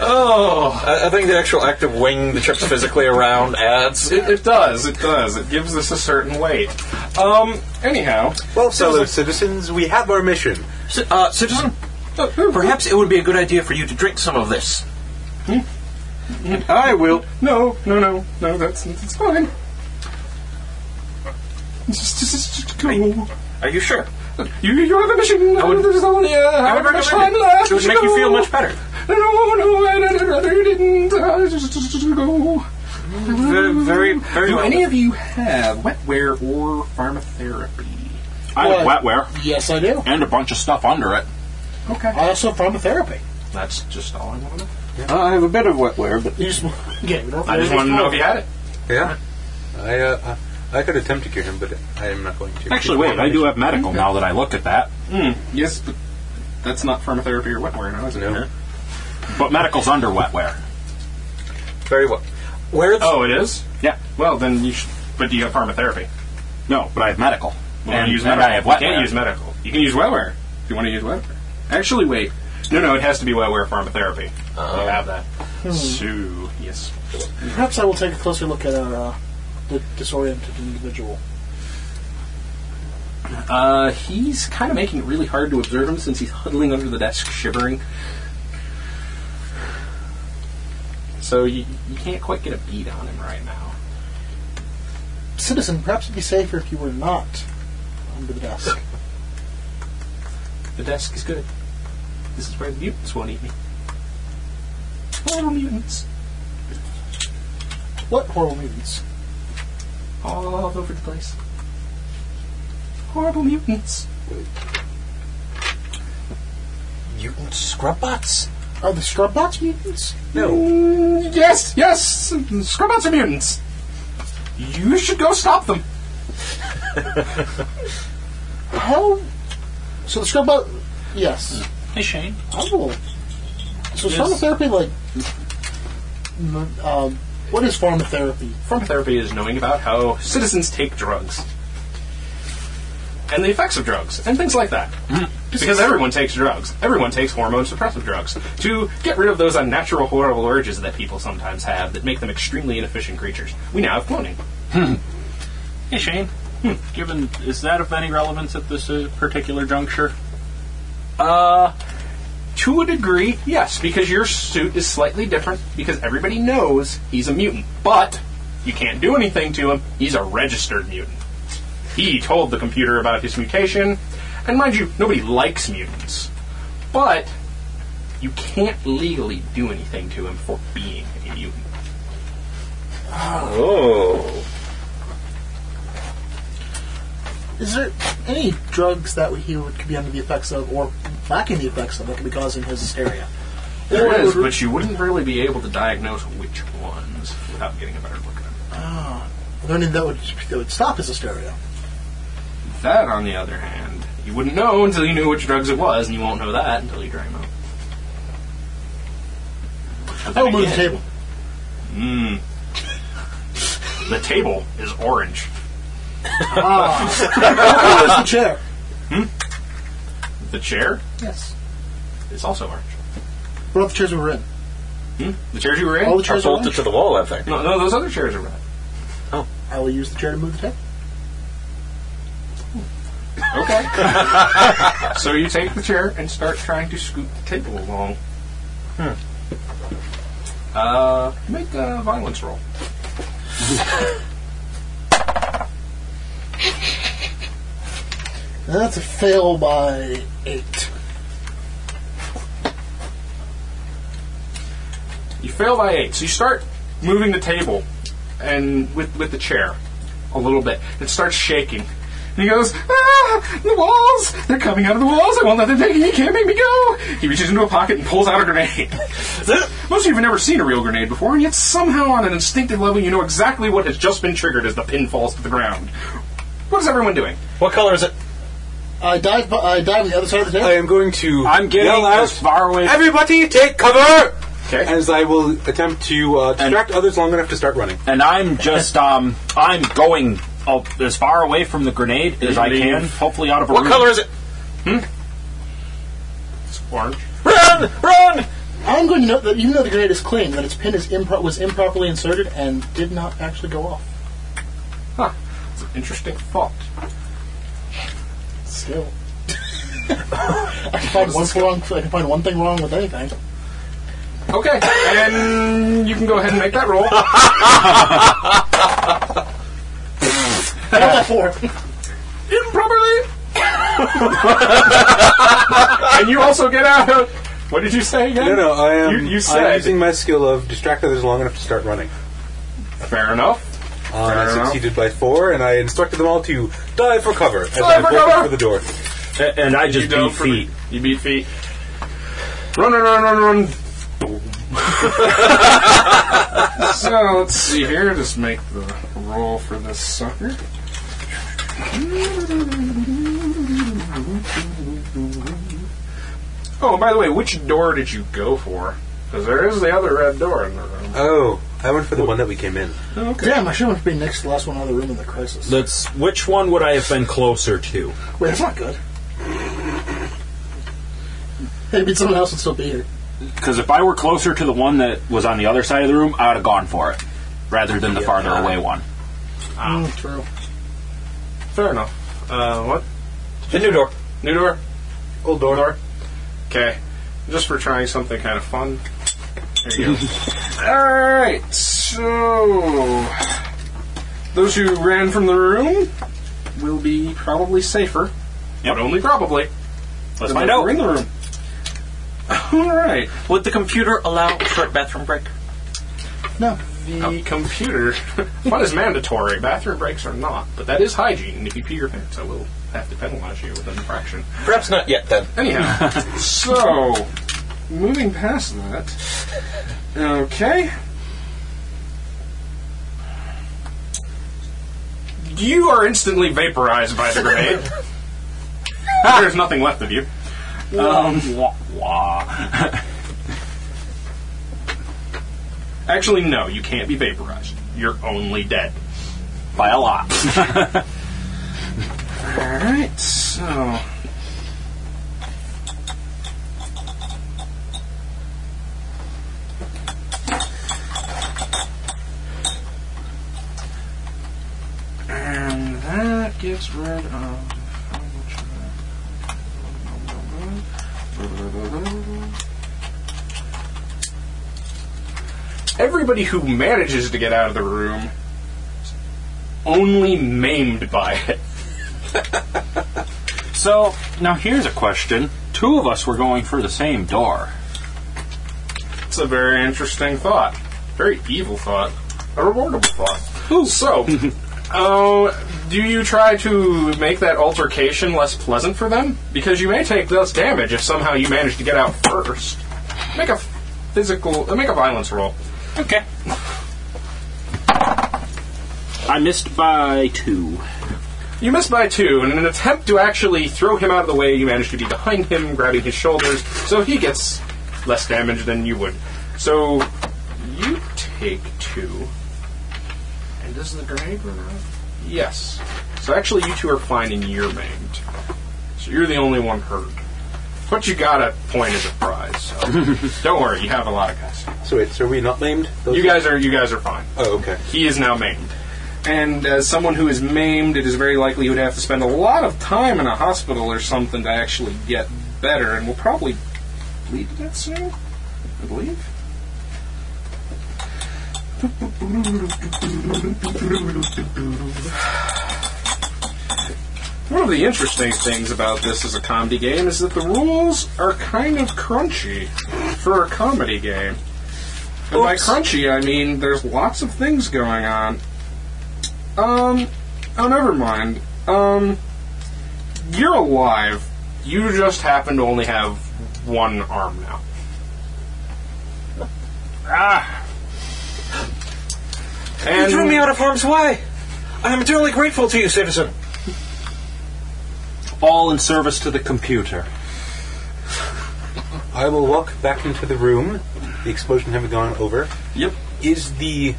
Speaker 4: Oh.
Speaker 8: I, I think the actual act of winging the chips physically around adds.
Speaker 4: It, it does, it does. It gives us a certain weight. Um, anyhow.
Speaker 5: Well, fellow citizens, we have our mission.
Speaker 8: Uh, citizen, perhaps it would be a good idea for you to drink some of this.
Speaker 4: I will. No, no, no, no. That's that's fine. Just, just, just go.
Speaker 8: Are you sure?
Speaker 4: You, you have a mission. I
Speaker 8: would-
Speaker 4: There's only uh,
Speaker 8: I would
Speaker 4: however much time
Speaker 8: recommend it.
Speaker 4: left.
Speaker 8: It would make you feel much better.
Speaker 4: No, no, I'd, I'd rather you didn't. Uh, just, just, just go.
Speaker 8: Very, very, very
Speaker 4: Do
Speaker 8: well.
Speaker 4: any of you have wetware or pharmatherapy?
Speaker 7: I have
Speaker 6: What?
Speaker 7: wetware
Speaker 6: Yes, I do.
Speaker 7: and a bunch of stuff under it.
Speaker 4: Okay,
Speaker 6: I also found a therapy.
Speaker 4: that's just all I want to know.
Speaker 7: I have a bit of wetware, but
Speaker 6: You just, again, we don't
Speaker 4: I just
Speaker 6: really
Speaker 4: want to know if you had it.
Speaker 5: Yeah. I, uh, I I could attempt to cure him, but I am not going to.
Speaker 7: actually, wait, I do have medical now that I look at that.
Speaker 4: Hmm, Yes, but that's not pharmatherapy or wetware, no, is it?
Speaker 5: No.
Speaker 7: But medical's under wetware.
Speaker 8: Very well. Where's
Speaker 4: Oh, it is.
Speaker 7: Yeah.
Speaker 4: Well, then you should. But do you have pharmatherapy?
Speaker 7: No, but I have medical.
Speaker 4: Well,
Speaker 7: and,
Speaker 4: use
Speaker 7: and
Speaker 4: medical.
Speaker 7: I have
Speaker 4: You
Speaker 7: wetware.
Speaker 4: can't use medical. You can use wetware if you want to use wetware. Actually, wait. No, no, it has to be wetware pharmatherapy. You have that. So, yes.
Speaker 6: Perhaps I will take a closer look at our uh, the disoriented individual.
Speaker 4: Uh, he's kind of making it really hard to observe him since he's huddling under the desk, shivering. So you, you can't quite get a beat on him right now.
Speaker 6: Citizen, perhaps it'd be safer if you were not under the desk.
Speaker 4: The desk is good. This is where the mutants won't eat me. Horrible mutants.
Speaker 6: what horrible mutants?
Speaker 4: All over the place. Horrible mutants.
Speaker 8: mutant scrub bots?
Speaker 6: Are the scrub bots mutants? Mm,
Speaker 5: No.
Speaker 4: Yes, yes, scrubouts are mutants. You should go stop
Speaker 8: [LAUGHS]
Speaker 4: them.
Speaker 6: How? So the scrub bot. Yes.
Speaker 7: Hey, Shane.
Speaker 6: Oh. So pharmatherapy, like. m- Um, what is pharmatherapy?
Speaker 4: Pharmatherapy is knowing about how citizens take drugs and the effects of drugs and things like that. Because everyone takes drugs. Everyone takes hormone suppressive drugs to get rid of those unnatural, horrible urges that people sometimes have that make them extremely inefficient creatures. We now have cloning. Hmm.
Speaker 7: Hey, Shane. Given is that of any relevance at this uh, particular juncture?
Speaker 4: To a degree, yes, because your suit is slightly different because everybody knows he's a mutant. But you can't do anything to him. He's a registered mutant. He told the computer about his mutation, and mind you, nobody likes mutants. But you can't legally do anything to him for being a mutant.
Speaker 8: Oh.
Speaker 6: Is there any drugs that he would, could be under the effects of, or lacking the effects of, that could be causing his hysteria? Or
Speaker 4: There is,
Speaker 6: would-
Speaker 4: but you wouldn't really be able to diagnose which ones without getting a better look at them.
Speaker 6: Ah, are there any that would that would stop his hysteria?
Speaker 4: That, on the other hand, you wouldn't know until you knew which drugs it was, and you won't know that until you try them out. But then
Speaker 6: Oh, move the
Speaker 4: again-
Speaker 6: table.
Speaker 4: Mm. the table is orange.
Speaker 6: Ah, Where's the chair?
Speaker 4: The chair
Speaker 6: Yes.
Speaker 4: is also orange.
Speaker 6: What about the chairs we were in?
Speaker 4: Hmm? The chairs you were in?
Speaker 6: All the chairs are
Speaker 8: bolted
Speaker 6: orange.
Speaker 8: to the wall, I think.
Speaker 4: no, no, those other chairs are red.
Speaker 6: I will use the chair to move the table.
Speaker 4: Okay.
Speaker 6: [LAUGHS]
Speaker 4: so you take the chair and start trying to scoot the table along.
Speaker 6: Hmm.
Speaker 4: Uh, make a violence roll.
Speaker 6: That's a fail by eight.
Speaker 4: You fail by eight, so you start moving the table and with with the chair a little bit. It starts shaking. And he goes, ah, the walls! They're coming out of the walls! I won't let them take me! You can't make me go! He reaches into a pocket and pulls out a grenade. [LAUGHS] Most of you have never seen a real grenade before, and yet somehow on an instinctive level you know exactly what has just been triggered as the pin falls to the ground. What is everyone doing?
Speaker 8: What color is it?
Speaker 6: I dive. bu- I dive on the other side
Speaker 4: Uh,
Speaker 6: of the
Speaker 5: I
Speaker 6: table.
Speaker 5: am going to.
Speaker 7: I'm getting
Speaker 5: yell out,
Speaker 7: as far away.
Speaker 5: Everybody, take cover!
Speaker 4: Okay.
Speaker 5: As I will attempt to uh, distract others long enough to start running.
Speaker 7: and I'm just um I'm going uh, as far away from the grenade as I can, hopefully out of a
Speaker 8: What
Speaker 7: room.
Speaker 8: color is it?
Speaker 4: It's orange.
Speaker 8: Run! Run!
Speaker 6: I'm going to note that even though the grenade is clean, that its pin is impro- was improperly inserted and did not actually go off.
Speaker 4: Huh. It's an interesting thought.
Speaker 6: Still. [LAUGHS] I can find one thing wrong. I can find one thing wrong with anything.
Speaker 4: Okay, and you can go ahead and make that roll.
Speaker 6: I got that four.
Speaker 4: improperly. [LAUGHS] and you also get out. What did you say again?
Speaker 5: No, no, I am.
Speaker 4: You, you
Speaker 5: I'm
Speaker 4: said.
Speaker 5: using my skill of distract others long enough to start running.
Speaker 4: Fair enough.
Speaker 5: Uh, and
Speaker 4: Fair
Speaker 5: I
Speaker 4: enough.
Speaker 5: succeeded by four, and I instructed them all to dive for cover as
Speaker 4: Dive
Speaker 5: I
Speaker 4: for
Speaker 5: bolted
Speaker 4: cover!
Speaker 5: for the door.
Speaker 7: A- and I just
Speaker 4: dove
Speaker 7: beat
Speaker 4: for-
Speaker 7: feet.
Speaker 4: You beat feet. Run, run, run, run, run. Boom. so let's see here. Just make the roll for this sucker. Oh, and by the way, which door did you go for? Because there is the other red door in the room.
Speaker 5: Oh, I went for the one that we came in.
Speaker 6: Damn, I should have been next to the last one out of the room in the crisis.
Speaker 9: That's which one would I have been closer to?
Speaker 6: Wait, that's not good. Hey, but someone else would still be here.
Speaker 7: Because if I were closer to the one that was on the other side of the room, I would have gone for it rather than the farther away one.
Speaker 6: Mm, true.
Speaker 4: Fair enough. Uh, what?
Speaker 8: The new door.
Speaker 4: New door?
Speaker 5: Old door.
Speaker 4: Okay. Just for trying something kind of fun. There you go. Alright, so. Those who ran from the room will be probably safer.
Speaker 7: Yep.
Speaker 4: But only probably.
Speaker 7: Let's
Speaker 4: than
Speaker 7: find
Speaker 4: those who
Speaker 7: out.
Speaker 4: were in the room. Alright.
Speaker 8: Would the computer allow a short bathroom break? Oh.
Speaker 6: No.
Speaker 4: The
Speaker 8: [LAUGHS]
Speaker 4: computer. fun is mandatory. Bathroom breaks are not. But that is hygiene. And if you pee your pants, I will have to penalize you with an infraction.
Speaker 8: Perhaps not yet, then.
Speaker 4: Anyhow,
Speaker 8: [LAUGHS]
Speaker 4: so moving past that, okay. You are instantly vaporized by
Speaker 7: [LAUGHS]
Speaker 4: the grenade. There's nothing left of you.
Speaker 7: Um, wah, wah.
Speaker 4: Actually, no, you can't be vaporized. You're only dead.
Speaker 7: By a
Speaker 4: [LAUGHS]
Speaker 7: lot.
Speaker 4: Alright, so. And that gets rid of. Everybody who manages to get out of the room is only maimed by it. [LAUGHS]
Speaker 7: so now here's a question: Two of us were going for the same door.
Speaker 4: It's a very interesting thought. Very evil thought. A rewardable thought. So, Oh, do you try to make that altercation less pleasant for them? Because you may take less damage if somehow you manage to get out first. Make a physical, uh, make a violence roll.
Speaker 7: Okay. I missed by two.
Speaker 4: You miss by two, and in an attempt to actually throw him out of the way, you manage to be behind him, grabbing his shoulders, so he gets less damage than you would. So you take two.
Speaker 6: And this is the grenade or not?
Speaker 4: Yes. So actually, you two are fine, and you're maimed. So you're the only one hurt. But you got a point as a prize. So
Speaker 6: [LAUGHS]
Speaker 4: don't worry, you have a lot of guys.
Speaker 5: So wait, so are we not named? Those
Speaker 4: You guys are you guys are fine.
Speaker 5: Oh, okay.
Speaker 4: He is now maimed. And as someone who is maimed, it is very likely you would have to spend a lot of time in a hospital or something to actually get better, and will probably bleed to death soon, I believe. One of the interesting things about this as a comedy game is that the rules are kind of crunchy for a comedy game. And by crunchy, I mean there's lots of things going on. Um, oh, never mind. Um, you're alive. You just happen to only have one arm now. Ah. And
Speaker 8: You threw me out of harm's way. I am eternally grateful to you, citizen.
Speaker 9: All in service to the computer.
Speaker 5: I will walk back into the room. The explosion having gone over.
Speaker 4: Yep.
Speaker 5: Is the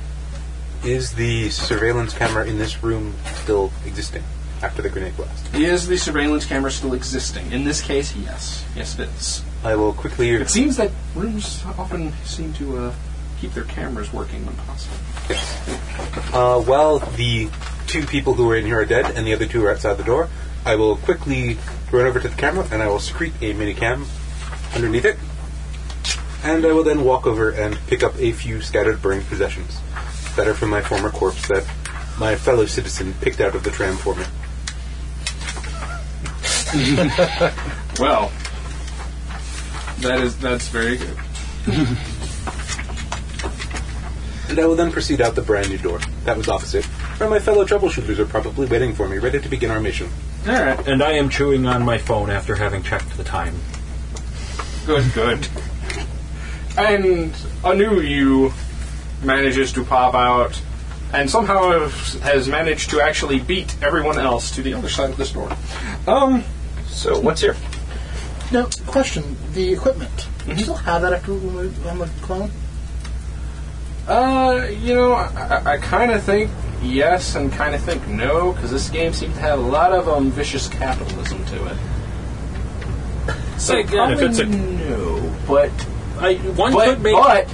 Speaker 5: is the surveillance camera in this room still existing after the grenade blast?
Speaker 4: Is the surveillance camera still existing? In this case, yes. Yes, it is.
Speaker 5: I will quickly.
Speaker 4: It seems that rooms often seem to uh, keep their cameras working when possible.
Speaker 5: Uh, while the two people who were in here are dead and the other two are outside the door, I will quickly run over to the camera and I will secrete a minicam underneath it. And I will then walk over and pick up a few scattered burned possessions that are from my former corpse that my fellow citizen picked out of the tram for me.
Speaker 4: Well, that is that's very good.
Speaker 5: And I will then proceed out the brand new door that was opposite, where my fellow troubleshooters are probably waiting for me, ready to begin our mission.
Speaker 4: All right.
Speaker 9: And I am chewing on my phone after having checked the time.
Speaker 4: Good, good. And a new you manages to pop out and somehow has managed to actually beat everyone else to the other side of this door. Um,
Speaker 8: So what's here?
Speaker 6: Now, question: the equipment. Do you still have that after we remove I'm a clone?
Speaker 4: uh, you know, I, I kind of think yes and kind of think no, because this game seemed to have a lot of um, vicious capitalism to it. So
Speaker 9: again, if
Speaker 4: probably
Speaker 9: it's a-
Speaker 4: no, but
Speaker 9: I, one
Speaker 4: but,
Speaker 9: could make.
Speaker 4: but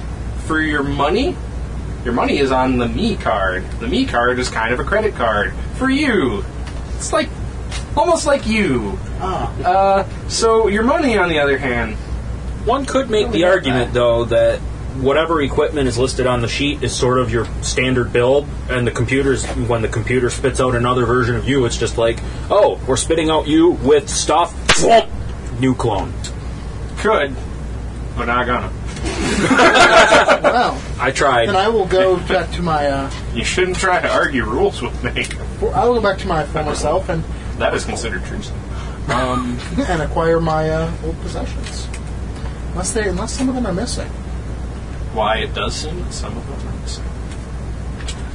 Speaker 4: for your money, your money is on the me card. The me card is kind of a credit card for you. It's like almost like you.
Speaker 6: Ah,
Speaker 4: Uh, so your money, on the other hand,
Speaker 9: One could make the argument, though, that whatever equipment is listed on the sheet is sort of your standard build, and the computer's when the computer spits out another version of you, it's just like, oh, we're spitting out you with stuff. [LAUGHS] New clone.
Speaker 4: could, but not gonna.
Speaker 6: well,
Speaker 9: I tried.
Speaker 6: then I will go back to my. Uh,
Speaker 4: You shouldn't try to argue rules with me. [LAUGHS]
Speaker 6: for- I will go back to my former self and
Speaker 4: That is considered treason.
Speaker 6: and acquire my uh, old possessions. Unless they, unless some of them are missing.
Speaker 4: Why it does seem that some of them are missing.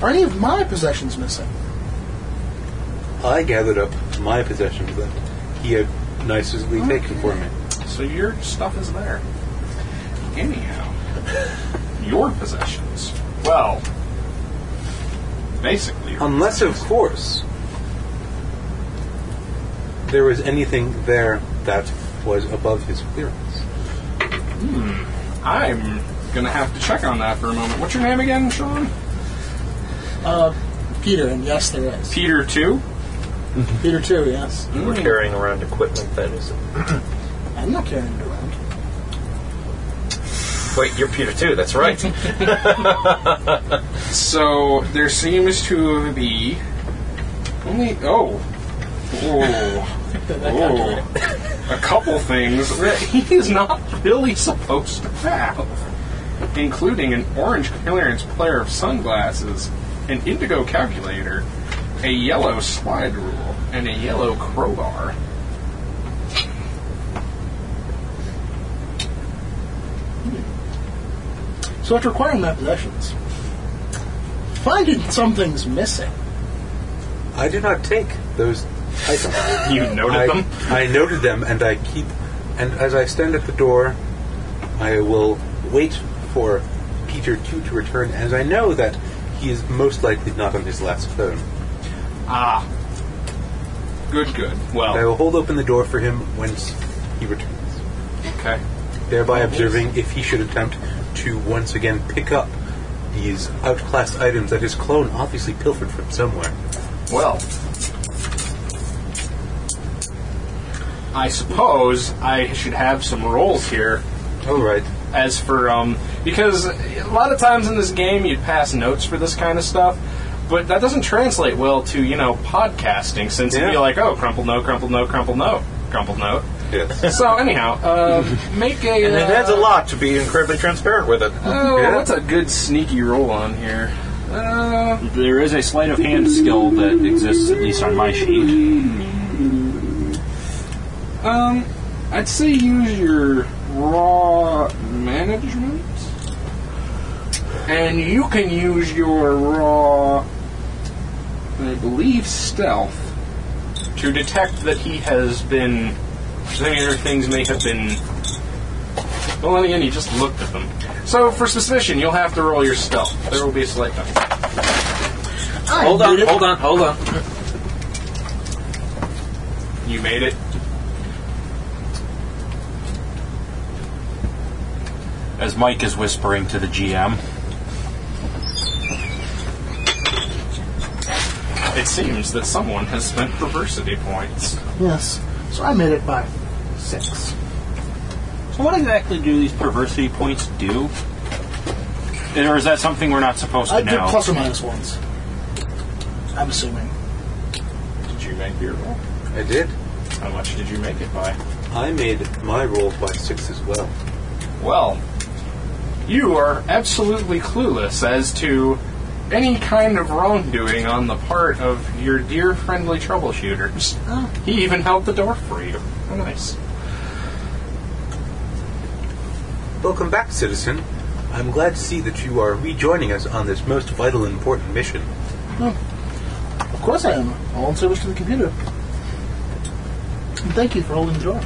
Speaker 6: Are any of my possessions missing?
Speaker 5: I gathered up my possessions that he had nicely taken for me.
Speaker 4: So your stuff is there. Anyhow, your possessions. Well, basically, your
Speaker 5: Unless, of course, there was anything there that was above his clearance.
Speaker 4: I'm gonna have to check on that for a moment. What's your name again, Sean?
Speaker 6: Peter, and yes, there is.
Speaker 4: Peter Two.
Speaker 6: Peter too, yes.
Speaker 8: We're carrying around equipment that
Speaker 6: [CLEARS THROAT]
Speaker 8: is.
Speaker 6: I'm not carrying it around.
Speaker 8: Wait, you're Peter too. That's right.
Speaker 4: So there seems to be only oh oh oh a couple things that he is not really supposed to have, including an orange clearance pair of sunglasses, an indigo calculator, a yellow slide rule and a yellow crowbar.
Speaker 6: So after acquiring my possessions, finding something's missing.
Speaker 5: I did not take those items.
Speaker 4: You noted
Speaker 5: I,
Speaker 4: them?
Speaker 5: I noted them, and I keep. And as I stand at the door, I will wait for Peter Q to return, as I know that he is most likely not on his last phone.
Speaker 4: Ah. Good, good.
Speaker 5: I
Speaker 4: Well,
Speaker 5: will hold open the door for him whence he returns,
Speaker 4: okay.
Speaker 5: thereby observing if he should attempt to once again pick up these outclassed items that his clone obviously pilfered from somewhere.
Speaker 4: Well, I suppose I should have some rolls here
Speaker 5: All right.
Speaker 4: as for um because a lot of times in this game you'd pass notes for this kind of stuff but that doesn't translate well to you know podcasting since it'd be
Speaker 5: Yeah.
Speaker 4: like oh crumpled note crumpled note crumpled note crumpled note
Speaker 5: Yes.
Speaker 4: so anyhow uh, make a
Speaker 8: And it
Speaker 4: uh,
Speaker 8: adds a lot to be incredibly transparent with it.
Speaker 4: oh,
Speaker 5: yeah.
Speaker 4: what's a good sneaky roll on here uh,
Speaker 7: There is a sleight of hand skill that exists, at least on my sheet.
Speaker 4: um i'd say use your raw management and you can use your raw I believe stealth to detect that he has been. Similar things may have been. Well, then again, he just looked at them. So for suspicion, you'll have to roll your stealth. There will be a slight benefit.
Speaker 7: Hold on, hold on, hold on.
Speaker 4: You made it.
Speaker 7: As Mike is whispering to the GM,
Speaker 4: It seems that someone has spent perversity points.
Speaker 6: Yes. So I made it by six.
Speaker 7: so what exactly do these perversity points do? Or is that something we're not supposed to
Speaker 6: I did
Speaker 7: know?
Speaker 6: plus or minus ones. I'm assuming.
Speaker 4: Did you make your roll?
Speaker 5: [LAUGHS] I did.
Speaker 4: How much did you make it by?
Speaker 5: I made my roll by six as well.
Speaker 4: Well, you are absolutely clueless as to any kind of wrongdoing on the part of your dear friendly troubleshooters. He even held the door for you. How nice.
Speaker 5: Welcome back, citizen. I'm glad to see that you are rejoining us on this most vital and important mission.
Speaker 6: Of course I am. All in service to the computer. And thank you for holding the door.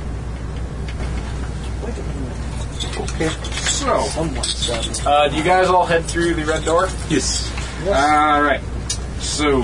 Speaker 4: So,
Speaker 6: Someone said it.
Speaker 4: uh, do you guys all head through the red door?
Speaker 5: Yes.
Speaker 4: All right. So.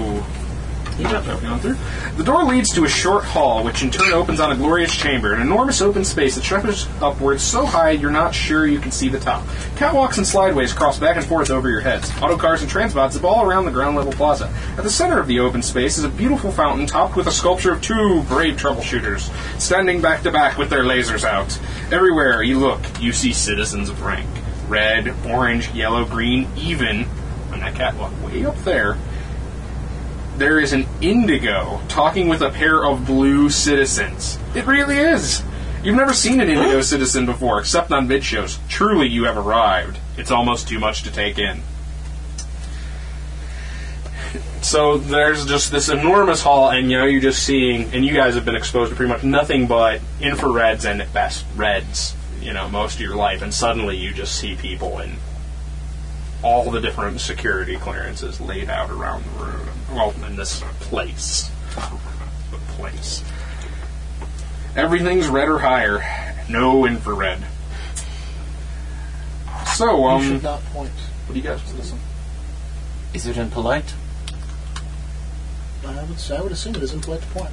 Speaker 4: Going through. The door leads to a short hall, which in turn opens on a glorious chamber, an enormous open space that stretches upwards so high you're not sure you can see the top. Catwalks and slideways cross back and forth over your heads. Auto cars and transbots zip all around the ground level plaza. At the center of the open space is a beautiful fountain topped with a sculpture of two brave troubleshooters, standing back to back with their lasers out. Everywhere you look, you see citizens of rank red, orange, yellow, green, even on that catwalk way up there there is an indigo talking with a pair of blue citizens. It really is. You've never seen an indigo citizen before, except on vid shows. Truly, you have arrived. It's almost too much to take in. So there's just this enormous hall, and you know you're just seeing, and you guys have been exposed to pretty much nothing but infrareds and at best reds, you know, most of your life, and suddenly you just see people in all the different security clearances laid out around the room. Well, in this place. The place. Everything's red or higher. No infrared. So,
Speaker 6: you
Speaker 4: um,
Speaker 6: should not point.
Speaker 4: what do you guys listen?
Speaker 8: Is it impolite?
Speaker 6: I would, I would assume it is impolite to point.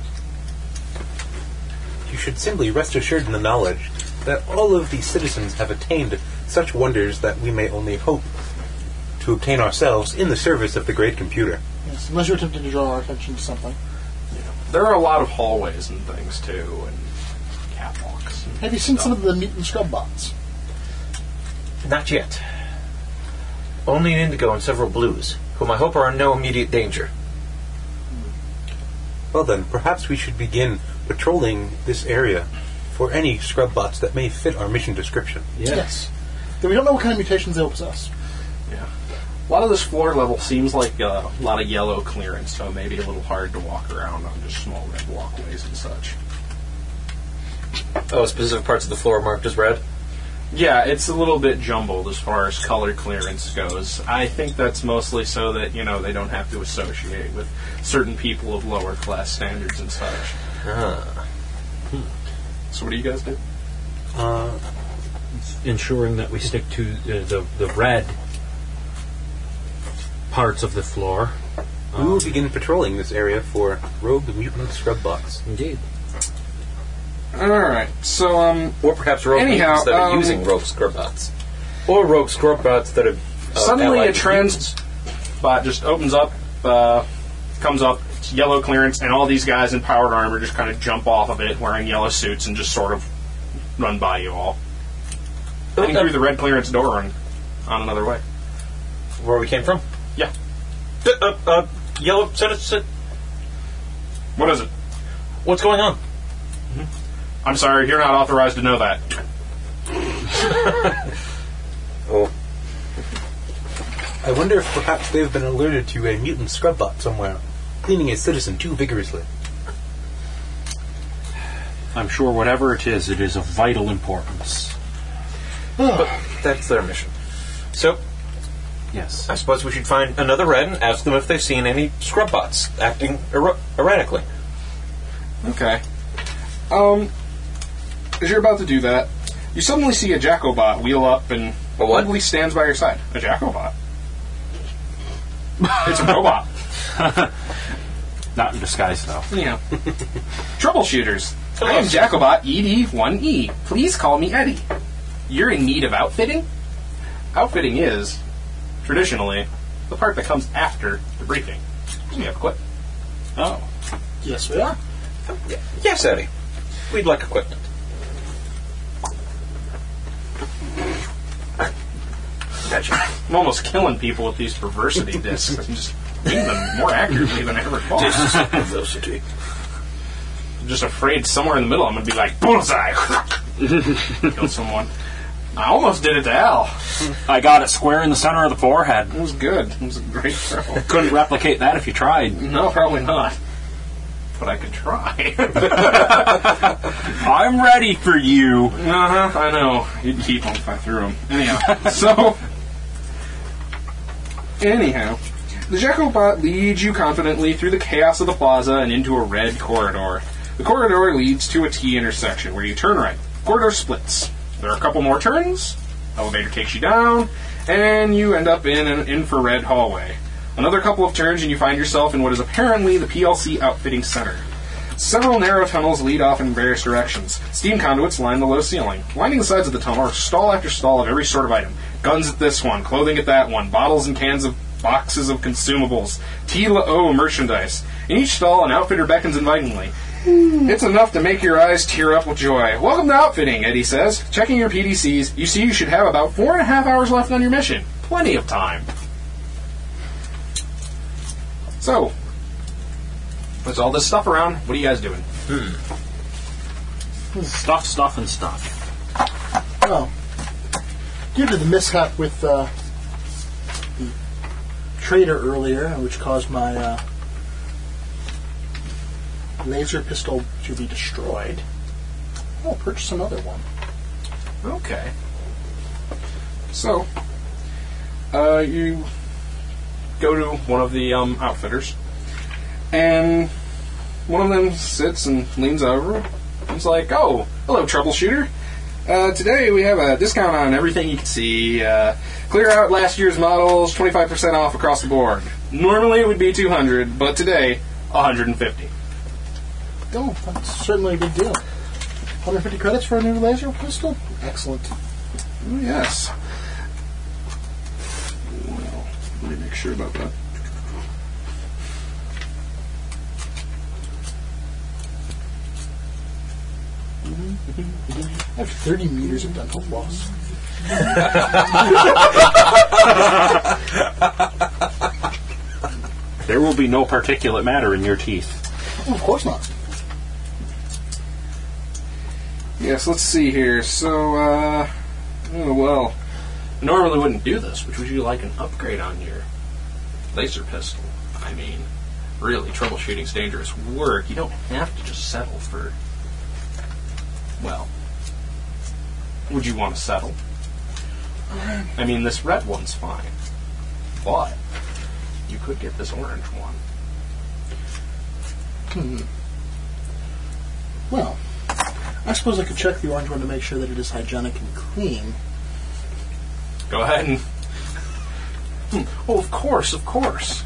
Speaker 5: You should simply rest assured in the knowledge that all of these citizens have attained such wonders that we may only hope to obtain ourselves in the service of the great computer.
Speaker 6: Yes, unless you're attempting to draw our attention to something.
Speaker 4: There are a lot of hallways and things too, and catwalks.
Speaker 6: Have you seen some of the mutant scrub bots?
Speaker 8: Not yet. Only an indigo and several blues, whom I hope are in no immediate danger.
Speaker 5: Well then, perhaps we should begin patrolling this area for any scrub bots that may fit our mission description.
Speaker 6: Yes. Then we don't know what kind of mutations they'll possess.
Speaker 4: A lot of this floor level seems like uh, a lot of yellow clearance, so maybe a little hard to walk around on just small red walkways and such.
Speaker 8: Oh, specific parts of the floor marked as red.
Speaker 4: Yeah, it's a little bit jumbled as far as color clearance goes. I think that's mostly so that, you know, they don't have to associate with certain people of lower class standards and such. Hmm.
Speaker 8: Ah.
Speaker 4: So, what do you guys do?
Speaker 9: Uh, ensuring that we stick to the, the, the red parts of the floor.
Speaker 5: We will begin patrolling this area for rogue mutant scrub bots.
Speaker 9: Indeed.
Speaker 4: Alright, so, um,
Speaker 8: Or perhaps rogue
Speaker 4: Anyhow,
Speaker 8: mutants that are
Speaker 4: um,
Speaker 8: using rogue scrub bots. Or rogue scrub bots that have. Uh,
Speaker 4: suddenly
Speaker 8: allied
Speaker 4: a
Speaker 8: with
Speaker 4: trans bot just opens up, uh, comes up, it's yellow clearance, and all these guys in powered armor just kind of jump off of it wearing yellow suits and just sort of run by you all. Heading through the red clearance door and on another way.
Speaker 8: mutants. Where we came from?
Speaker 4: Yeah.
Speaker 8: D- uh, uh, yellow, send us. uh,
Speaker 4: What is it?
Speaker 8: What's going on?
Speaker 4: I'm sorry, you're not authorized to know that.
Speaker 8: Oh.
Speaker 5: I wonder if perhaps they've been alerted to a mutant scrub bot somewhere, cleaning a citizen too vigorously.
Speaker 7: I'm sure whatever it is, it is of vital importance.
Speaker 8: That's their mission. So,
Speaker 7: Yes.
Speaker 8: I suppose we should find another red and ask them if they've seen any scrub bots acting er- erratically.
Speaker 4: Okay. Um, as you're about to do that, you suddenly see a Jackobot wheel up and
Speaker 8: A what?
Speaker 4: probably stands by your side. A Jackobot. it's a robot.
Speaker 7: Not in disguise, though.
Speaker 4: [LAUGHS] Yeah. Troubleshooters. I am Jacobot E ED1E. Please call me Eddie. You're in need of outfitting? Outfitting is, traditionally, the part that comes after the briefing. We have a quit.
Speaker 7: Oh.
Speaker 6: Yes, we are.
Speaker 8: Yes, Eddie. We'd like equipment.
Speaker 4: Gotcha. I'm almost killing people with these
Speaker 7: [LAUGHS]
Speaker 4: perversity discs. I'm just reading them more accurately than I ever thought. [LAUGHS]
Speaker 8: Diversity.
Speaker 4: I'm just afraid somewhere in the middle I'm going to be like, bullseye! [LAUGHS] Kill someone. I almost did it to Al.
Speaker 7: I got it square in the center of the forehead.
Speaker 4: It was good. It was a great throw.
Speaker 7: [LAUGHS] Couldn't replicate that if you tried.
Speaker 4: No, probably not. But I could try.
Speaker 7: [LAUGHS] I'm ready for you.
Speaker 4: Uh huh. I know. You'd keep them if I threw them. Anyhow, so anyhow, the Jacobot leads you confidently through the chaos of the plaza and into a red corridor. The corridor leads to a T intersection where you turn right. Corridor splits. There are a couple more turns. Elevator takes you down, and you end up in an infrared hallway. Another couple of turns, and you find yourself in what is apparently the PLC Outfitting Center. Several narrow tunnels lead off in various directions. Steam conduits line the low ceiling. Lining the sides of the tunnel are stall after stall of every sort of item. Guns at this one, clothing at that one, bottles and cans of boxes of consumables, T La O merchandise. In each stall, an outfitter beckons invitingly. It's enough to make your eyes tear up with joy. Welcome to outfitting, Eddie says. Checking your PDCs, you see you should have about four and a half hours left on your mission. Plenty of time. So, there's all this stuff around. What are you guys doing?
Speaker 7: Stuff, stuff, and stuff.
Speaker 6: Well, due to the mishap with uh, the trader earlier, which caused my uh, laser pistol to be destroyed, I'll purchase another one.
Speaker 4: Okay. So, uh, you go to one of the um, outfitters, and one of them sits and leans over. He's like, "Oh, hello, troubleshooter. Uh, today we have a discount on everything you can see. Uh, clear out last year's models, twenty-five percent off across the board. Normally it would be two hundred, but today, one hundred and fifty.
Speaker 6: Oh, that's certainly a big deal. 150 credits for a new laser pistol? Excellent.
Speaker 4: Yes. Well, let me make sure about that.
Speaker 6: I have 30 meters of dental floss.
Speaker 7: There will be no particulate matter in your teeth.
Speaker 6: Oh, of course not.
Speaker 4: Yes, let's see here. So, uh, oh, well, I normally wouldn't do this, but would you like an upgrade on your laser pistol? I mean, really, troubleshooting's dangerous work. You don't have to just settle for. Well, would you want to settle? I mean, this red one's fine, but you could get this orange one.
Speaker 6: Well, I suppose I could check the orange one to make sure that it is hygienic and clean.
Speaker 4: Go ahead and. Hmm, Oh, of course, of course.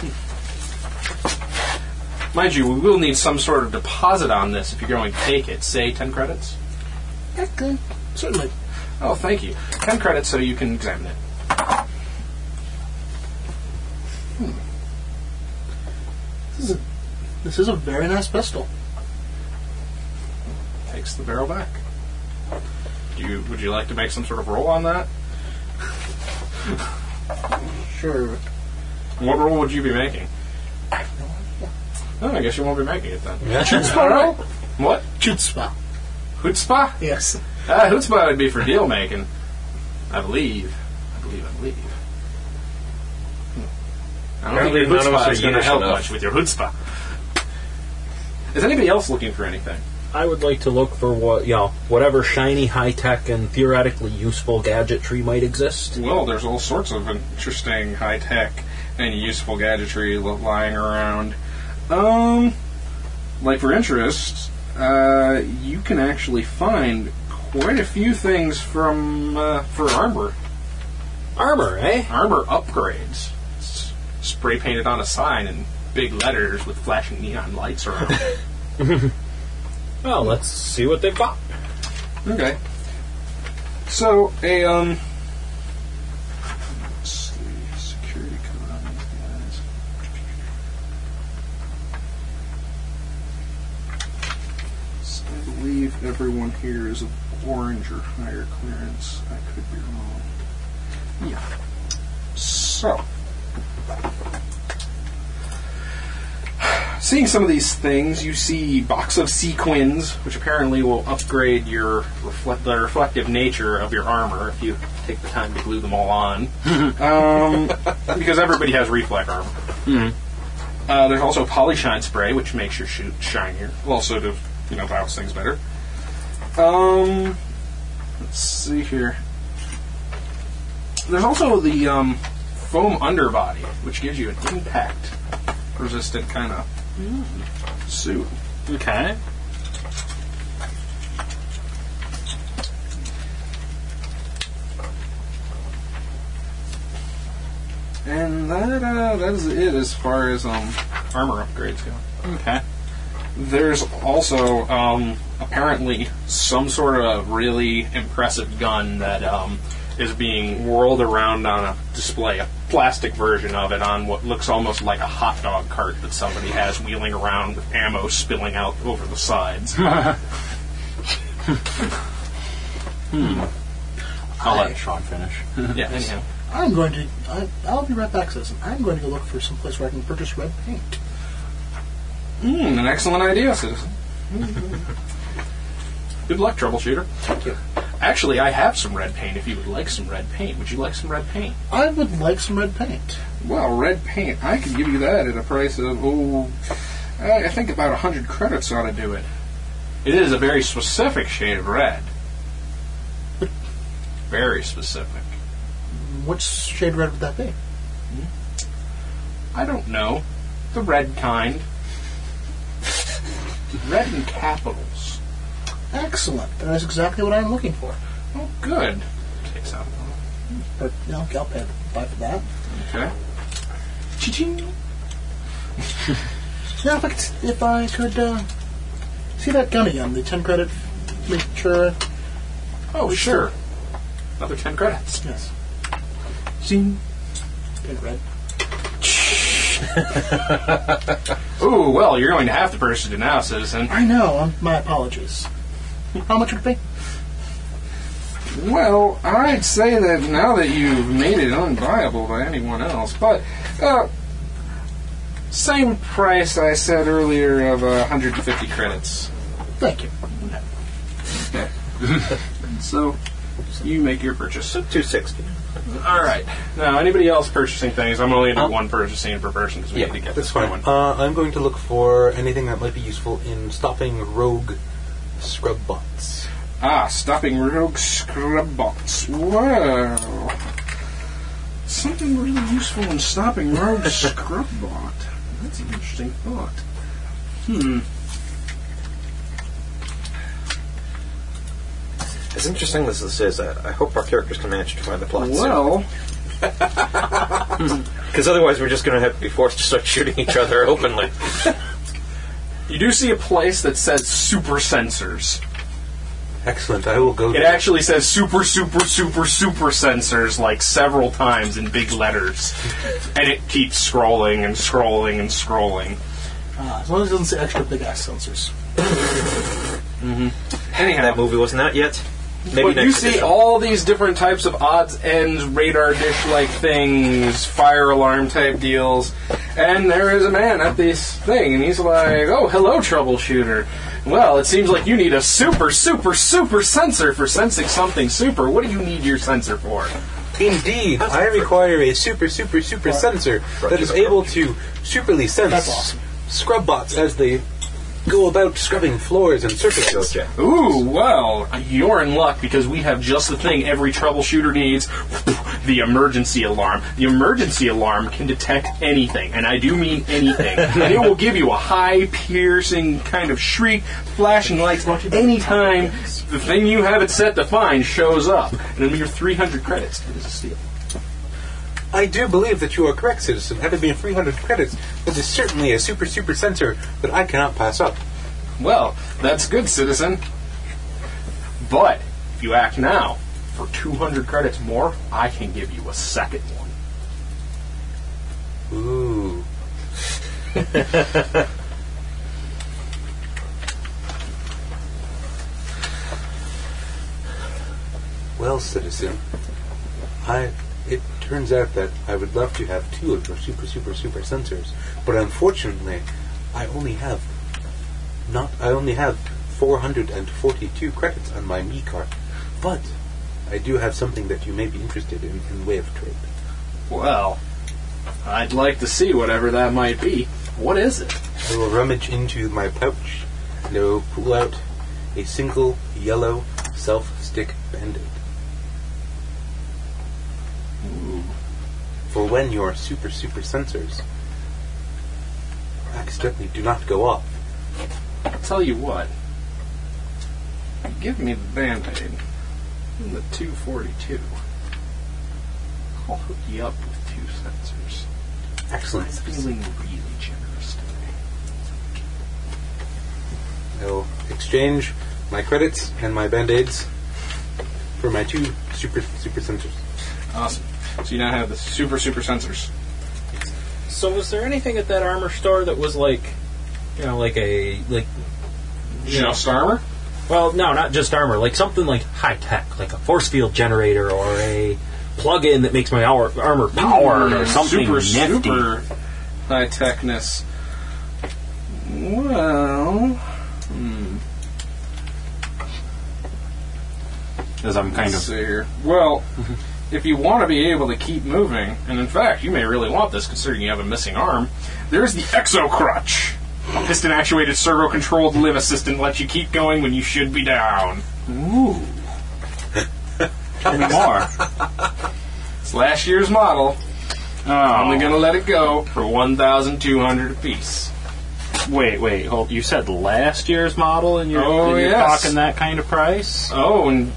Speaker 4: Hmm. Mind you, we will need some sort of deposit on this if you're going to take it. Say 10 credits?
Speaker 6: Okay, certainly.
Speaker 4: Oh, thank you. 10 credits so you can examine it.
Speaker 6: This is a, this is a very nice pistol.
Speaker 4: Takes the barrel back. Do you, would you like to make some sort of roll on that?
Speaker 6: Sure.
Speaker 4: What roll would you be making? No, I guess you won't be making it then.
Speaker 6: Chutzpah roll?
Speaker 4: What?
Speaker 6: Chutzpah.
Speaker 4: Chutzpah?
Speaker 6: Yes.
Speaker 4: Uh, Chutzpah would be for deal making. I believe. I believe, I believe. Hmm. I don't
Speaker 8: Apparently
Speaker 4: think your
Speaker 8: none of us
Speaker 4: chutzpah
Speaker 8: are
Speaker 4: is going to
Speaker 8: Yiddish
Speaker 4: help
Speaker 8: enough.
Speaker 4: much with your chutzpah. Is anybody else looking for anything?
Speaker 9: I would like to look for what you know, whatever shiny, high tech, and theoretically useful gadgetry might exist.
Speaker 4: Well, there's all sorts of interesting high tech and useful gadgetry li- lying around. Um, like for interest, uh, you can actually find quite a few things from uh, for armor
Speaker 9: Armor, eh?
Speaker 4: armor upgrades. S- spray painted on a sign in big letters with flashing neon lights around.
Speaker 9: [LAUGHS] Well, let's see what they've got.
Speaker 4: Okay. So a um. let's see, Security code on these guys. So I believe everyone here is of orange or higher clearance. I could be wrong. Yeah. So. seeing some of these things, you see box of sequins, which apparently will upgrade your reflect the reflective nature of your armor if you take the time to glue them all on, um, because everybody has reflect armor. Uh, there's also polyshine spray, which makes your shoot shinier. Well, sort of, you know, bounce things better. Um, let's see here. There's also the um, foam underbody, which gives you an impact resistant kind of suit.
Speaker 7: Okay.
Speaker 4: And that uh, that is it as far as um, armor upgrades go.
Speaker 7: Okay.
Speaker 4: There's also um, apparently some sort of really impressive gun that um, is being whirled around on a display, a plastic version of it on what looks almost like a hot dog cart that somebody has wheeling around with ammo spilling out over
Speaker 7: [LAUGHS]
Speaker 4: the sides.
Speaker 7: I'll let Sean finish.
Speaker 4: Hmm. yeah, anyhow.
Speaker 6: I'm going to. I, I'll be right back, citizen. I'm going to go look for some place where I can purchase red paint.
Speaker 4: Hmm, an excellent idea, citizen. Good luck, troubleshooter. Actually, I have some red paint if you would like some red paint. Would you like some red paint?
Speaker 6: I would like some red paint.
Speaker 4: Well, red paint, I could give you that at a price of, oh, I I think about 100 credits ought to do it. It is a very specific shade of red. Very specific.
Speaker 6: Which shade red would that be?
Speaker 4: I don't know. The red kind. red in capitals.
Speaker 6: Excellent. That is exactly what I'm looking for.
Speaker 4: Oh, good. Takes out one.
Speaker 6: But you know, I'll pay buy for that.
Speaker 4: Okay. Ching.
Speaker 6: Yeah, if I could, if I could uh, see that gun again, the ten credit, make sure.
Speaker 4: Oh, sure. Another 10 credits.
Speaker 6: Yes,
Speaker 4: Zing.
Speaker 6: paint red.
Speaker 4: Ooh, well, you're going to have to purchase it now, citizen.
Speaker 6: I know. Um, my apologies. How much would it be?
Speaker 4: Well, I'd say that now that you've made it unviable by anyone else, but, uh, same price I said earlier of uh, 150 credits.
Speaker 6: Thank you.
Speaker 4: So, You make your purchase.
Speaker 8: Two sixty.
Speaker 4: All right. Now, anybody else purchasing things? I'm only going to do one purchasing per person because we
Speaker 8: Uh, Yeah,
Speaker 4: need to get
Speaker 5: That's
Speaker 4: this
Speaker 5: fine.
Speaker 4: going.
Speaker 5: Uh, I'm going to look for anything that might be useful in stopping rogue scrub bots.
Speaker 4: Ah, stopping rogue scrub bots. Wow. Something really useful in stopping
Speaker 8: [LAUGHS]
Speaker 4: rogue scrub bot. That's an interesting thought. Hmm.
Speaker 8: As interesting as this is, uh, I, I hope our characters can manage to find the plot.
Speaker 4: Well,
Speaker 8: [LAUGHS] because otherwise we're just going to have to be forced to start shooting each other openly.
Speaker 4: [LAUGHS] you do see a place that says super sensors.
Speaker 5: Excellent. I will go
Speaker 4: It
Speaker 5: there.
Speaker 4: actually says super, super, super, super sensors like several times in big letters. And it keeps scrolling and scrolling and scrolling.
Speaker 6: Ah, as long as it doesn't say extra big ass sensors.
Speaker 8: Mm-hmm. that
Speaker 4: Anyhow,
Speaker 8: movie wasn't out yet. Maybe
Speaker 4: but
Speaker 8: next
Speaker 4: you see
Speaker 8: edition.
Speaker 4: all these different types of odds, ends, radar dish like things, fire alarm type deals, and there is a man at this thing, and he's like, Oh, hello, troubleshooter. Well, it seems like you need a super, super, super sensor for sensing something super. What do you need your sensor for?
Speaker 5: Indeed, I require a super, super, super sensor that is able to superly sense
Speaker 6: That's awesome.
Speaker 5: scrub bots as they go about scrubbing floors and
Speaker 8: Go
Speaker 5: surfaces.
Speaker 8: check.
Speaker 4: Ooh, well, you're in luck because we have just the thing every troubleshooter needs [LAUGHS] the emergency alarm. The emergency alarm can detect anything, and I do mean anything. and it will give you a high, piercing kind of shriek, flashing lights, anytime the thing you have it set to find shows up. And a mere 300 credits. It is a steal.
Speaker 5: I do believe that you are correct, citizen. Had it been 300 credits, that is certainly a super, super sensor that I cannot pass up.
Speaker 4: Well, that's good, citizen. But if you act now, for 200 credits more, I can give you a second one.
Speaker 5: Ooh. well, citizen, I. It turns out that I would love to have two of your super, super, super sensors, but unfortunately, I only have not. I only have 442 credits on my me card, but I do have something that you may be interested in in way of trade.
Speaker 4: Well, I'd like to see whatever that might be. What is it?
Speaker 5: I will rummage into my pouch and I will pull out a single yellow self stick band aid. For when your super super sensors accidentally do not go off.
Speaker 4: I'll tell you what. Give me the band aid. And the 242. I'll hook you up with two sensors.
Speaker 5: Excellent.
Speaker 4: I'm feeling really generous today.
Speaker 5: I will exchange my credits and my band aids for my two super super sensors.
Speaker 4: Awesome. So you now have the super, super sensors.
Speaker 9: So was there anything at that armor store that was like, you know, like a like?
Speaker 4: You know, Starmer?
Speaker 9: Well, no, not just armor. Like something like high tech, like a force field generator or a plug-in that makes my hour, armor powered or something
Speaker 4: super,
Speaker 9: nifty.
Speaker 4: super high techness. Well,
Speaker 7: As I'm kind
Speaker 4: Let's
Speaker 7: of. [LAUGHS]
Speaker 4: see here. Well, if you want to be able to keep moving, and in fact, you may really want this considering you have a missing arm, there's the Exocrutch. A piston actuated servo controlled limb assistant lets you keep going when you should be down. Ooh.
Speaker 7: And more.
Speaker 4: It's last year's model. I'm
Speaker 7: Oh.
Speaker 4: only going to let it go for 1200 apiece.
Speaker 7: Wait, wait, hold. You said last year's model, and you're,
Speaker 4: Oh,
Speaker 7: and you're
Speaker 4: yes.
Speaker 7: talking that kind of price.
Speaker 4: Oh, and.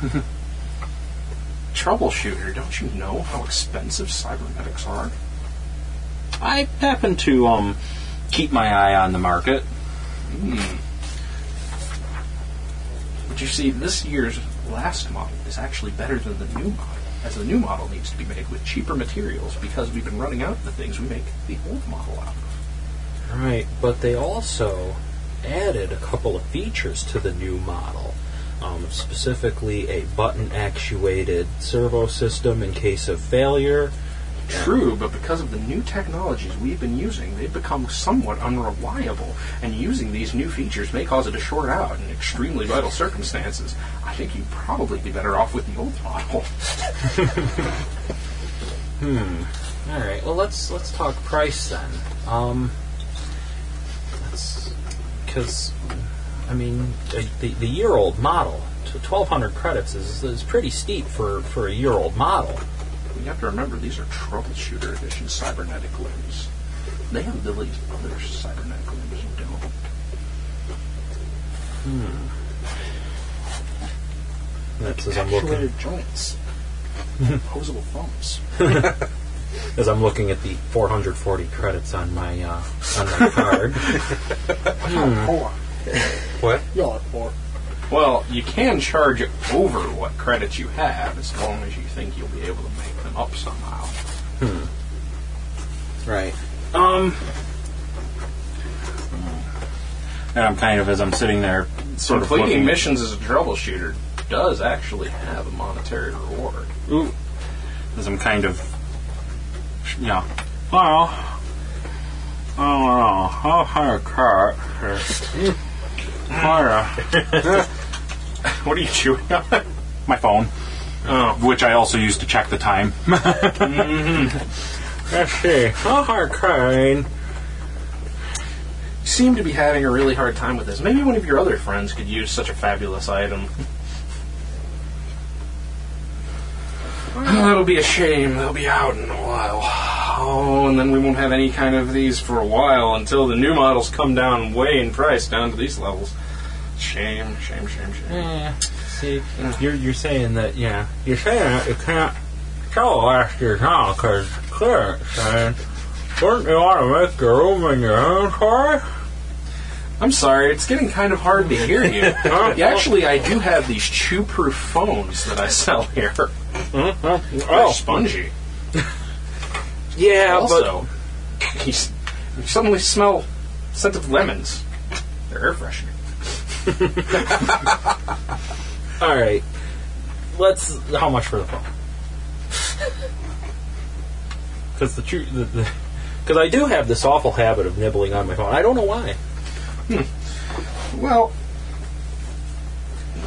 Speaker 4: [LAUGHS] Troubleshooter, don't you know how expensive cybernetics are?
Speaker 7: I happen to um keep my eye on the market.
Speaker 4: Hmm. But you see, this year's last model is actually better than the new model, as the new model needs to be made with cheaper materials because we've been running out of the things we make the old model out of.
Speaker 9: Right, but they also added a couple of features to the new model. Um, specifically, a button actuated servo system in case of failure,
Speaker 4: True, but because of the new technologies we've been using, they've become somewhat unreliable, and using these new features may cause it to short out in extremely vital circumstances. I think you'd probably be better off with the old model. [LAUGHS]
Speaker 10: All right. Well, let's let's talk price then. Um,
Speaker 6: because I mean the, the, the year old model, twelve hundred credits is, is pretty steep for, for a year old model.
Speaker 4: You have to remember these are troubleshooter edition cybernetic limbs. They have abilities other cybernetic limbs don't.
Speaker 6: That's as Hmm. I'm looking
Speaker 11: Actuated
Speaker 6: [LAUGHS]
Speaker 11: joints. Opposable thumbs.
Speaker 6: as I'm looking at the four hundred forty credits on my uh,
Speaker 8: [LAUGHS]
Speaker 6: on my card.
Speaker 11: Poor.
Speaker 5: What?
Speaker 11: Y'all are poor.
Speaker 4: Well, you can charge over what credits you have as long as you think you'll be able to make them up somehow.
Speaker 5: Right.
Speaker 8: Um, and I'm kind of as I'm sitting there, sort of
Speaker 4: Completing
Speaker 8: looking-
Speaker 4: missions as a troubleshooter does actually have a monetary reward.
Speaker 8: Ooh, as I'm kind of, yeah. Well, I don't know. I'll hire a car.
Speaker 4: [LAUGHS]
Speaker 8: what are you chewing on? My phone,
Speaker 4: Oh.
Speaker 8: uh, which I also use to check the time. [LAUGHS]
Speaker 4: Mm-hmm.
Speaker 6: Let's see. How hard crying.
Speaker 4: You seem to be having a really hard time with this. Maybe one of your other friends could use such a fabulous item. That'll be a shame. They'll be out in a while. Oh, and then we won't have any kind of these for a while until the new models come down way in price down to these levels. Shame, shame, shame, shame.
Speaker 6: Yeah. Eh, See, you're you're saying that. Yeah, you're saying that you can't sell last year's now because clearance. And wouldn't you want to make your room in your inventory?
Speaker 4: I'm sorry, it's getting kind of hard to hear
Speaker 6: [LAUGHS]
Speaker 4: you. Yeah, Actually, I do have these chew-proof phones that I sell
Speaker 6: [LAUGHS]
Speaker 4: here. They're
Speaker 6: Oh,
Speaker 4: spongy.
Speaker 6: yeah,
Speaker 4: also, you s- you suddenly smell scent of lemons. They're air freshener.
Speaker 6: but [LAUGHS] all right. Let's. How much for the phone? [LAUGHS] Because the truth, the because I do have this awful habit of nibbling on my phone. I don't know why.
Speaker 4: Well,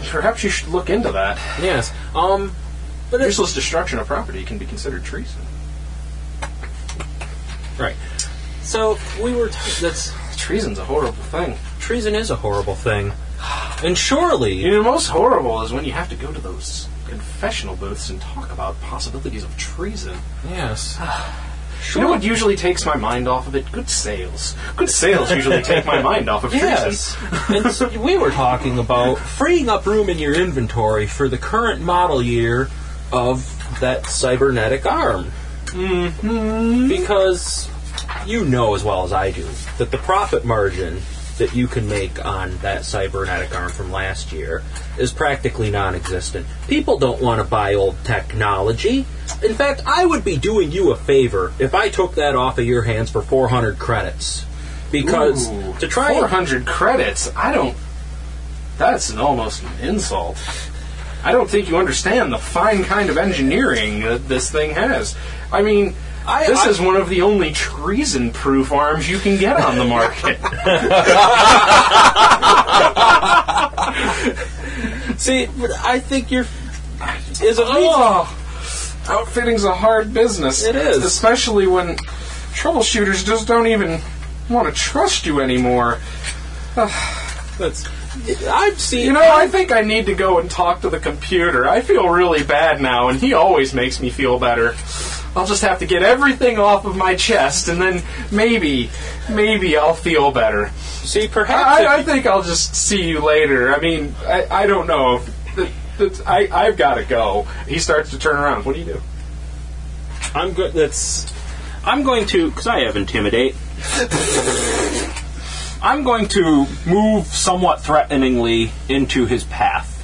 Speaker 4: perhaps you should look into that.
Speaker 6: Yes. Um. But it's
Speaker 4: Useless destruction of property can be considered treason.
Speaker 6: right. So we were. T- that's
Speaker 4: Treason's a horrible thing.
Speaker 6: treason is a horrible thing, and surely
Speaker 4: You know, most horrible is when you have to go to those confessional booths and talk about possibilities of treason.
Speaker 6: yes.
Speaker 4: You know what usually takes my mind off of it? Good sales. Good sales usually take my mind off of treason.
Speaker 6: [LAUGHS] Yes. and so we were talking about freeing up room in your inventory for the current model year of that cybernetic arm. Mm-hmm. Because you know as well as I do that the profit margin that you can make on that cybernetic arm from last year is practically non existent. People don't want to buy old technology. In fact, I would be doing you a favor if I took that off of your hands for 400 credits. Because
Speaker 4: Ooh,
Speaker 6: to try and
Speaker 4: 400 credits, I don't. That's an almost an insult. I don't think you understand the fine kind of engineering that this thing has. I mean,
Speaker 6: I-
Speaker 4: this
Speaker 6: I-
Speaker 4: is one of the only treason proof arms you can get on the market.
Speaker 6: [LAUGHS] See, but I think you're is a
Speaker 4: oh, outfitting's a hard business.
Speaker 6: It is.
Speaker 4: Especially when troubleshooters just don't even want to trust you anymore.
Speaker 6: That's I've seen.
Speaker 4: You know, I think I need to go and talk to the computer. I feel really bad now, and he always makes me feel better. I'll just have to get everything off of my chest, and then maybe, maybe I'll feel better.
Speaker 6: see, perhaps
Speaker 4: I,
Speaker 6: if
Speaker 4: I think I'll just see you later. I mean, I, I don't know. If, it, it's- I, I've got to go. He starts to turn around. What do you do?
Speaker 8: I'm good. That's. I'm going to because I have intimidate. I'm going to move somewhat threateningly into his path.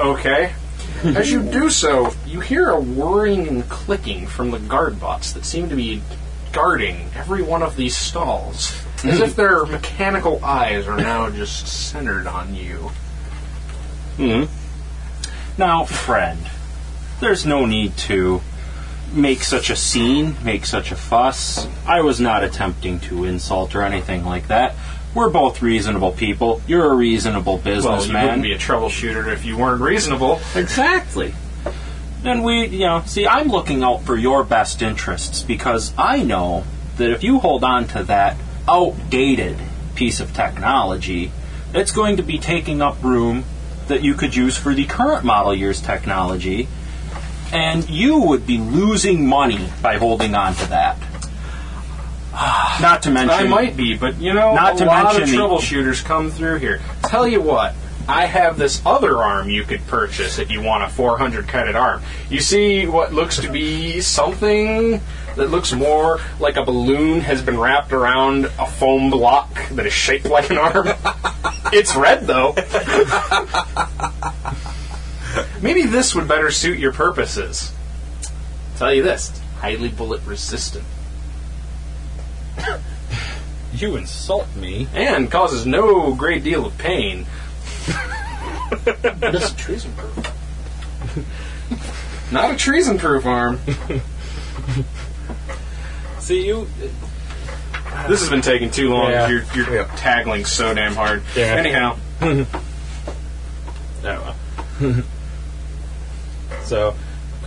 Speaker 4: Okay.
Speaker 8: [LAUGHS]
Speaker 4: As you do so, you hear a whirring and clicking from the guard bots that seem to be guarding every one of these stalls, as if their mechanical eyes are now just centered on you. Mm-hmm.
Speaker 8: Now, friend, there's no need to
Speaker 7: make such a scene, make such a fuss. I was not attempting to insult or anything like that. We're both reasonable people. You're a reasonable
Speaker 4: Well, you
Speaker 7: businessman.
Speaker 4: wouldn't be a troubleshooter if you weren't reasonable.
Speaker 7: Exactly. And we, you know, see, I'm looking out for your best interests because I know that if you hold on to that outdated piece of technology, it's going to be taking up room that you could use for the current model year's technology, and you would be losing money by holding on to that. [SIGHS] Not to mention,
Speaker 4: I might be, but you know,
Speaker 7: Not
Speaker 4: a
Speaker 7: to
Speaker 4: lot
Speaker 7: mention
Speaker 4: of
Speaker 7: the-
Speaker 4: troubleshooters come through here. Tell you what, I have this other arm you could purchase if you want a 400 cutted arm. You see what looks to be something that looks more like a balloon has been wrapped around a foam block that is shaped like an arm. [LAUGHS] it's red though. [LAUGHS] Maybe this would better suit your purposes. Tell you this, it's highly bullet resistant.
Speaker 7: you insult me.
Speaker 4: and causes no great deal
Speaker 9: [LAUGHS]
Speaker 4: of pain.
Speaker 6: That's treason proof.
Speaker 4: [LAUGHS] Not a treason
Speaker 9: [LAUGHS]
Speaker 4: proof arm.
Speaker 7: See, you
Speaker 4: This has been taking too long.
Speaker 9: Yeah.
Speaker 4: You're, you're
Speaker 5: Yeah.
Speaker 4: taggling so damn hard.
Speaker 9: Yeah. [LAUGHS] Oh,
Speaker 4: Anyhow,
Speaker 7: well.
Speaker 9: So,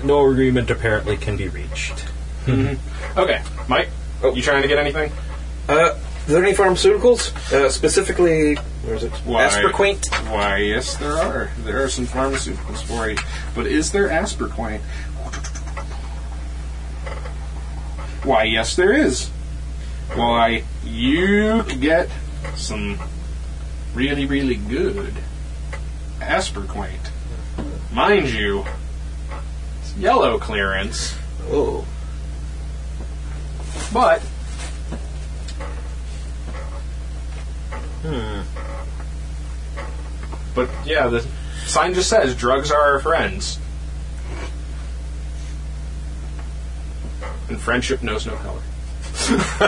Speaker 9: no agreement apparently can be reached.
Speaker 4: Mm-hmm.
Speaker 9: Oh.
Speaker 4: okay, Mike, you trying to get anything?
Speaker 8: Uh, is there any pharmaceuticals? Uh, specifically, where is it?
Speaker 4: Why-
Speaker 8: Asperquaint.
Speaker 4: Why, yes, there are. There are some pharmaceuticals for you. But is there asperquine? Why, yes, there is. Why, you could get some really, really good asperquine. Mind you, it's yellow clearance.
Speaker 8: Oh.
Speaker 4: But. Hmm. But yeah, the sign just says drugs are our friends. And friendship knows no color.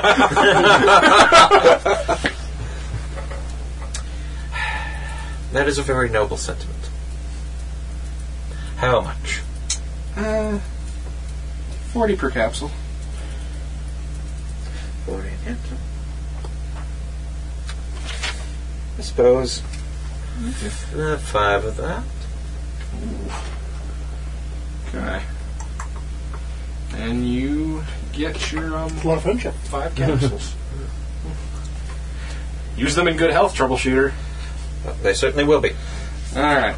Speaker 8: That is a very noble sentiment. How much?
Speaker 4: Uh, 40 per capsule.
Speaker 8: Forty and I suppose if, uh, five of that.
Speaker 4: Okay. And you get your um,
Speaker 6: A lot of friendship.
Speaker 4: five capsules. Use them in good health, troubleshooter.
Speaker 8: They certainly will be.
Speaker 4: All right.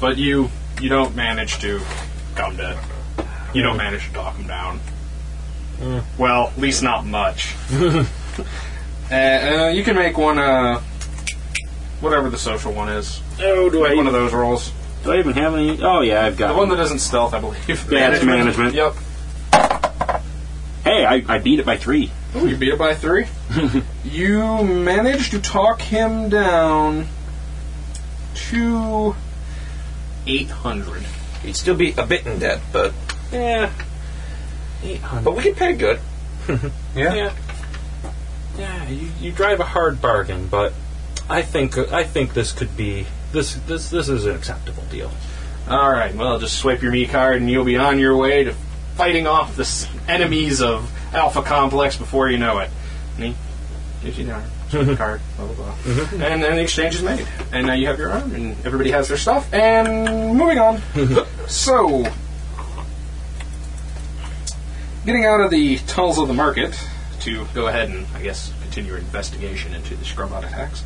Speaker 4: But you you don't manage to come to you don't manage to talk him down. Hmm. Well, at least not much. [LAUGHS] uh, uh, you can make one uh whatever the social one is.
Speaker 7: Oh, do
Speaker 4: Make one
Speaker 7: I,
Speaker 4: of those rolls.
Speaker 7: do I even have any? Oh, yeah, I've
Speaker 4: The
Speaker 7: got
Speaker 4: one that isn't stealth, I believe.
Speaker 7: Yeah, it's management.
Speaker 4: Yep.
Speaker 7: Hey, I, I beat it by three.
Speaker 4: Ooh, you beat it by
Speaker 8: [LAUGHS]
Speaker 4: three. you managed to talk him down to eight hundred.
Speaker 8: He'd still be a bit in debt, but
Speaker 7: Yeah.
Speaker 8: but we get paid good.
Speaker 9: Yeah. Yeah, Eh, you, you drive a hard bargain, but I think I think this could be this this this is an acceptable deal.
Speaker 4: All right. Well, just swipe your me card, and you'll be on your way to fighting off the s- enemies of Alpha Complex before you know it. And he gives you the arm, swipe the card, blah blah blah, and then the exchange is made. And now you have your arm, and everybody has their stuff. And moving on. [LAUGHS] so, getting out of the tunnels of the market to go ahead and, I guess, continue your investigation into the Scrubbot attacks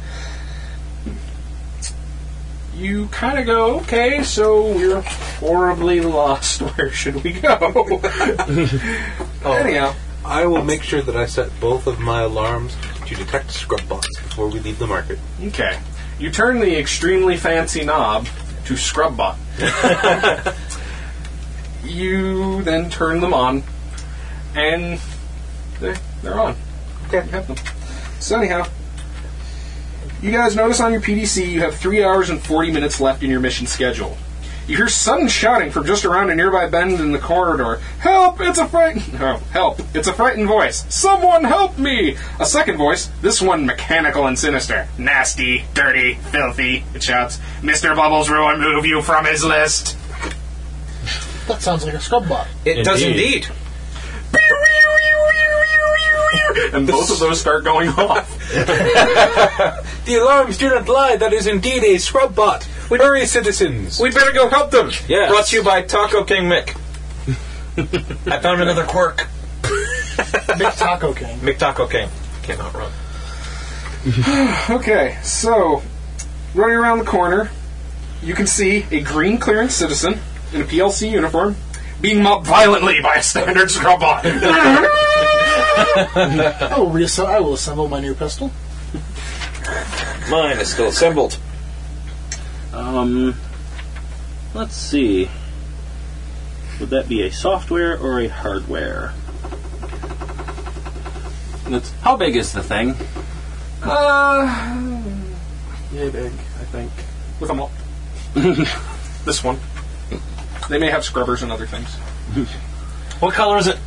Speaker 4: you kind of go, okay, so we're horribly lost. [LAUGHS] Where should we go? Anyhow,
Speaker 5: I will make sure that I set both of my alarms to detect scrub bots before we leave the market.
Speaker 4: okay. You turn the extremely fancy knob to scrub bot. you then turn them on, and they're, they're on. Okay. You have them. So, anyhow, you guys notice on your PDC you have 3 hours and 40 minutes left in your mission schedule. You hear sudden shouting from just around a nearby bend in the corridor. Help! It's a [LAUGHS] frightened. Oh, help! It's a frightened voice. Someone help me! A second voice, this one mechanical and sinister. Nasty, dirty, filthy, it shouts. Mr. Bubbles will remove you from his list.
Speaker 6: That sounds like a scrub bot.
Speaker 8: It does
Speaker 7: Indeed.
Speaker 8: indeed.
Speaker 4: And both of those start going [LAUGHS] off.
Speaker 5: The alarms do not lie. That is indeed a scrub bot. Hurry, citizens.
Speaker 8: We'd better go help them.
Speaker 9: Yes.
Speaker 8: Brought to you by Taco King Mick. I found another quirk.
Speaker 6: Big Taco King.
Speaker 8: Mick Taco King. Cannot run.
Speaker 4: Okay, so running around the corner, you can see a green clearance citizen in a PLC uniform being mobbed violently by a standard scrub bot.
Speaker 6: I will reassemble. I will assemble my new pistol.
Speaker 8: Mine is still assembled.
Speaker 7: Um, let's see. Would that be a software or a hardware? That's, how big is the thing?
Speaker 4: Yay big, I think. With them all. [LAUGHS] this one. They may have scrubbers and other things. Hmm?
Speaker 8: What color is it?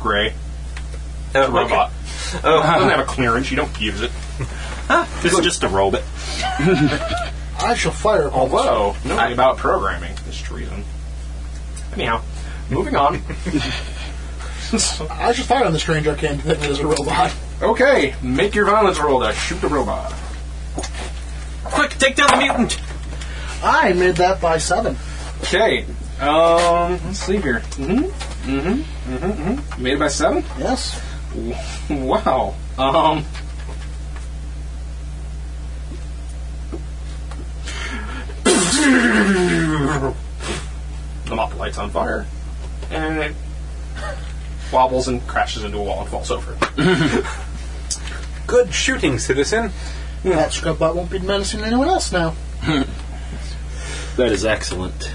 Speaker 4: Gray.
Speaker 8: Uh, okay. Oh.
Speaker 4: Robot. Doesn't have a clearance. You don't use it.
Speaker 7: This is just a robot.
Speaker 6: I shall fire.
Speaker 7: Oh,
Speaker 8: Oh,
Speaker 6: upon this
Speaker 4: Although, knowing about programming is treason. Anyhow, moving on. [LAUGHS]
Speaker 6: I should fire on the strange arcane thing that is a robot.
Speaker 4: okay, make your violence roll to shoot the robot.
Speaker 8: Quick, take down the mutant.
Speaker 6: I made that by seven.
Speaker 4: Okay, um, let's see here. Mm-hmm, mm-hmm, mm-hmm, mm-hmm. Made it by seven? [LAUGHS]
Speaker 6: Yes.
Speaker 4: wow. Um. [COUGHS] the mop lights on fire, and it wobbles and crashes into a wall and falls over.
Speaker 5: [LAUGHS] Good shooting, citizen.
Speaker 7: Hmm.
Speaker 6: That scrub bot won't be menacing anyone else now.
Speaker 7: [LAUGHS] That is excellent.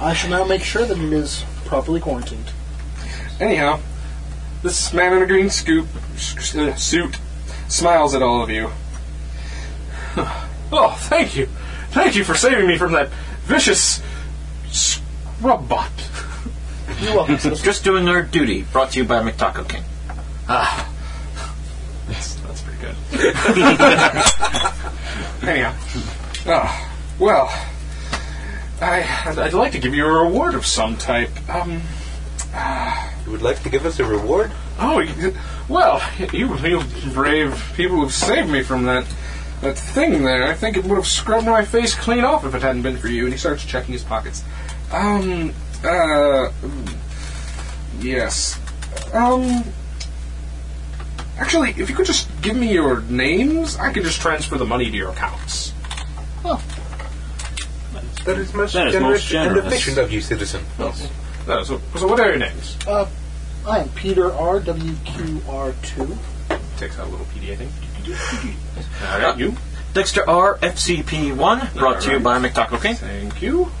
Speaker 6: I shall now make sure that it is properly quarantined.
Speaker 4: Anyhow, this man in a green scoop s- uh, suit smiles at all of you. [SIGHS] oh, thank you, thank you for saving me from that vicious scrub bot.
Speaker 6: [LAUGHS] You're welcome, citizen.
Speaker 8: Just doing our duty. Brought to you by McTaco King.
Speaker 4: Ah. That's, that's pretty good. [LAUGHS] Anyhow, oh, well, I I'd, I'd like to give you a reward of some type. Um,
Speaker 5: You would like to give us a reward?
Speaker 4: oh, you- well, you, you brave people who've saved me from that that thing there. I think it would have scrubbed my face clean off if it hadn't been for you. And he starts checking his pockets. Um, uh, yes. Um, actually, if you could just give me your names, I could just transfer the money to your accounts.
Speaker 5: That is most,
Speaker 7: That is
Speaker 5: generous,
Speaker 7: most generous.
Speaker 5: and efficient of you, citizen.
Speaker 4: No, Uh, so, so what are your names?
Speaker 6: Uh, I am Peter R W Q R two.
Speaker 4: Takes out a little PD, I think. All right, you.
Speaker 8: Dexter R FCP1. Brought to you by McTaco King.
Speaker 4: Thank you.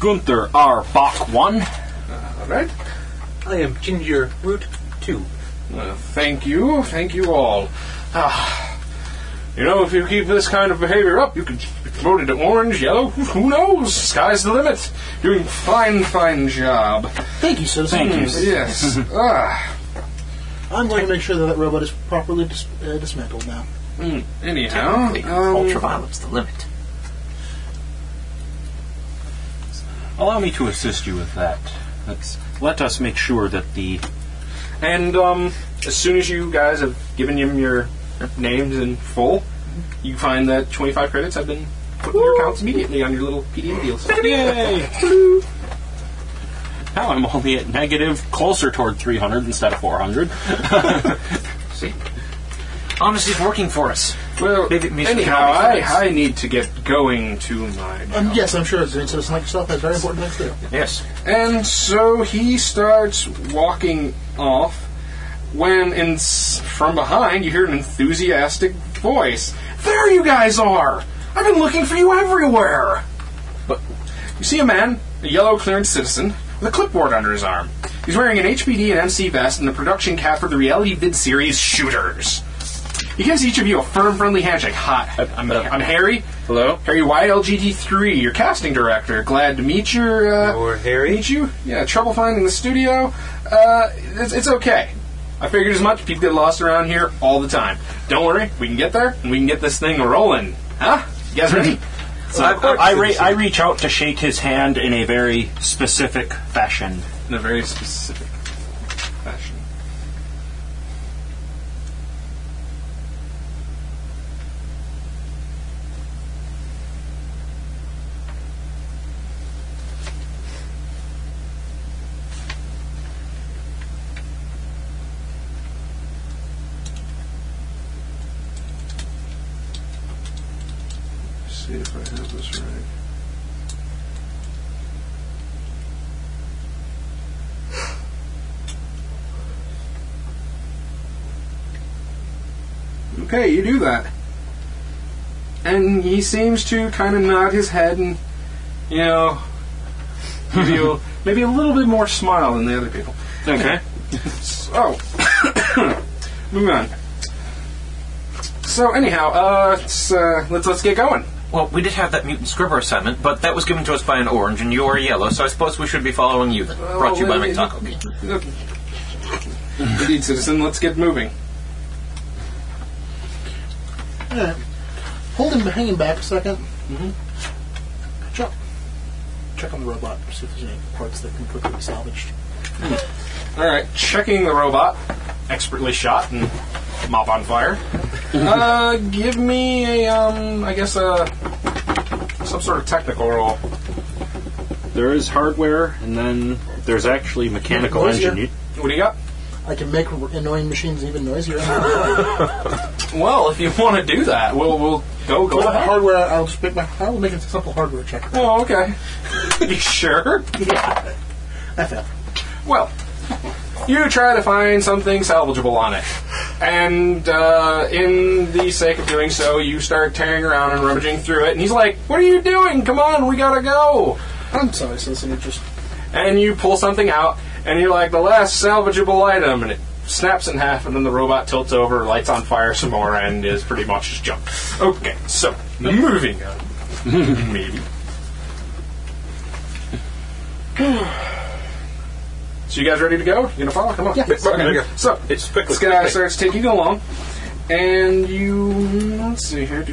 Speaker 7: Gunther R. Bach 1.
Speaker 4: All right.
Speaker 5: I am Ginger Root 2.
Speaker 4: Well, Uh, thank you, thank you all. Ah, you know, if you keep this kind of behavior up, you could be promoted to orange, yellow, who knows? Sky's the limit. Doing fine, fine job. Mm,
Speaker 6: Thank you, citizen. [LAUGHS]
Speaker 4: Yes. ah,
Speaker 6: I'm going to make sure that that robot is properly dis- uh, dismantled now.
Speaker 4: anyhow, um,
Speaker 8: Ultraviolet's the limit.
Speaker 7: Allow me to assist you with that. Let's, let us make sure that the.
Speaker 4: and um, as soon as you guys have given him your names in full, you find that 25 credits have been put in your accounts immediately on your little PDF deal. So-
Speaker 7: Yay! now I'm only at negative, closer toward 300 instead of
Speaker 8: [LAUGHS]
Speaker 7: 400.
Speaker 8: Honesty's working for us.
Speaker 4: Well,
Speaker 8: Maybe it means
Speaker 4: anyhow,
Speaker 8: we can
Speaker 4: I,
Speaker 8: have
Speaker 4: I need to get going to my.
Speaker 6: Um, yes, I'm sure it's doing citizen like yourself has very important things to do.
Speaker 8: Yes.
Speaker 4: And so he starts walking off when in, s- from behind you hear an enthusiastic voice. There you guys are! I've been looking for you everywhere! But you see a man, a yellow clearance citizen, with a clipboard under his arm. He's wearing an HPD and MC vest and the production cap for the reality vid series Shooters. He gives each of you a firm, friendly handshake. Hi, I'm, I'm Harry.
Speaker 8: Hello?
Speaker 4: Harry White, LGD3, your casting director. Glad to meet your. Uh,
Speaker 5: Or Harry.
Speaker 4: meet you. Yeah, trouble finding the studio. Uh, it's, it's okay. I figured as much. People get lost around here all the time. Don't worry, we can get there and we can get this thing rolling. Huh? You guys ready?
Speaker 7: So I, I, re- I reach out to shake his hand in a very specific fashion.
Speaker 4: in a very specific fashion. See if I have
Speaker 7: [LAUGHS]
Speaker 4: this right. Okay, you do that. And he seems to kind of nod his head and, you know, give [LAUGHS] you maybe a little bit more smile than the other people.
Speaker 7: Okay.
Speaker 4: So, [COUGHS] moving on. So anyhow, uh, it's, uh, let's let's get going.
Speaker 8: Well, we did have that mutant scribbler assignment, but that was given to us by an orange, and you are yellow, so I suppose we should be following you then. Brought to you by
Speaker 4: well, it-
Speaker 8: McTaco.
Speaker 4: Look. Indeed, citizen. Let's get moving.
Speaker 6: Alright. Hold him, hang him back a 2nd Mm-hmm. Check. Check on the robot, see if there's any parts that can quickly be salvaged.
Speaker 4: All right, checking the robot, expertly shot and mop on fire. uh, give me a um, I guess a some sort of technical roll.
Speaker 7: There is hardware, and then there's actually mechanical
Speaker 6: Where's your-
Speaker 7: engineering.
Speaker 4: What do you got?
Speaker 6: I can make r- annoying machines even [LAUGHS] noisier.
Speaker 4: Well, if you want to do that, we'll we'll go go
Speaker 6: Well, the
Speaker 4: ahead.
Speaker 6: hardware, I'll just make my, I will make a simple hardware check.
Speaker 4: Oh, okay. [LAUGHS] you sure?
Speaker 6: Yeah. I failed.
Speaker 4: Well, you try to find something salvageable on it. And uh, in the sake of doing so, you start tearing around and rummaging through it. And he's like, What are you doing? Come on, we gotta go.
Speaker 6: I'm sorry, citizen. It just
Speaker 4: And you pull something out, and you're like, The last salvageable item. And it snaps in half, and then the robot tilts over, lights on fire some more, and is pretty much just junk. Okay, so moving on. Maybe. [SIGHS] So you guys ready to go? You gonna follow? Come on.
Speaker 6: Yeah.
Speaker 4: Okay. So
Speaker 8: It's quick,
Speaker 4: This
Speaker 8: quick,
Speaker 4: guy
Speaker 8: quick.
Speaker 4: starts taking you along, and you let's see here.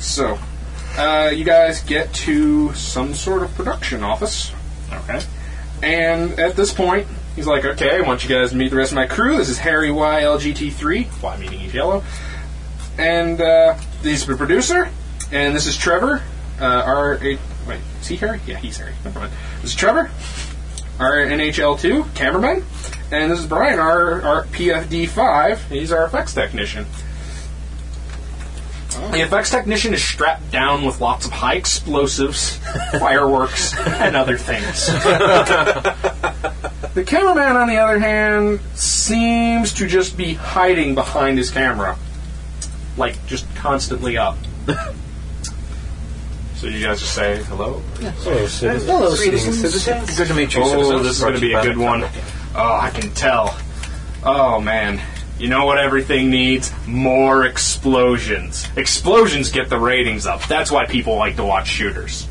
Speaker 4: So uh, you guys get to some sort of production office. Okay. And at this point, he's like, "Okay, I want you guys to meet the rest of my crew. This is Harry Y LGT3. Y meaning he's yellow. And uh, he's the producer. And this is Trevor. Uh, R A. Wait, is he Harry? Yeah, he's Harry. Never mind. This is Trevor. Our NHL2 cameraman, and this is Brian, our, our PFD5. He's our effects technician. The effects technician is strapped down with lots of high explosives, [LAUGHS] fireworks, and other things. the cameraman, on the other hand, seems to just be hiding behind his camera. Like, just constantly up. [LAUGHS] so you guys just say hello?
Speaker 6: hello, citizens.
Speaker 8: Good to meet you,
Speaker 4: Oh,
Speaker 8: citizens.
Speaker 4: this is going to
Speaker 8: Brought
Speaker 4: be
Speaker 8: you
Speaker 4: a
Speaker 8: by
Speaker 4: good
Speaker 8: Mc
Speaker 4: one.
Speaker 8: Taco.
Speaker 4: Oh, I can tell. Oh, man. You know what everything needs? More explosions. Explosions get the ratings up. That's why people like to watch shooters.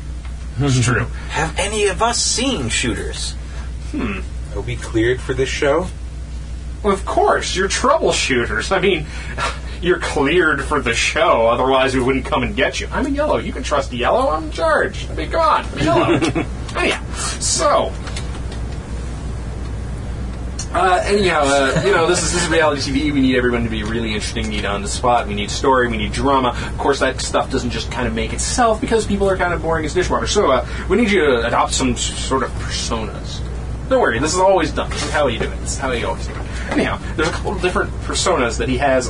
Speaker 4: It's true.
Speaker 12: Have any of us seen shooters?
Speaker 5: Are we cleared for this show?
Speaker 4: Well, of course, you're troubleshooters. I mean, [LAUGHS] you're cleared for the show, otherwise we wouldn't come and get you. I'm a yellow. You can trust yellow. I'm in charge. I mean, come on, I'm yellow. anyhow, so. Uh, anyhow, uh, you know, this is, this is reality TV. We need everyone to be really interesting, neat on the spot. We need story, we need drama. Of course, that stuff doesn't just kind of make itself because people are kind of boring as dishwater. So, uh, we need you to adopt some s- sort of personas. Don't worry, this is always done. This is how you do it. This is how you always do it. Anyhow, there's a couple of different personas that he has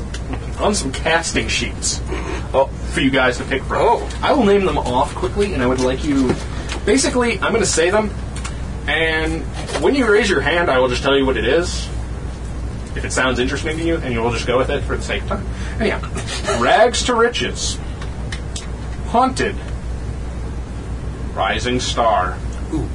Speaker 4: on some casting sheets uh, for you guys to pick from.
Speaker 8: Oh.
Speaker 4: I will name them off quickly, and I would like you. Basically, I'm going to say them, and when you raise your hand, I will just tell you what it is. If it sounds interesting to you, and you will just go with it for the sake of time. Anyhow, Rags to Riches, Haunted, Rising Star. Ooh.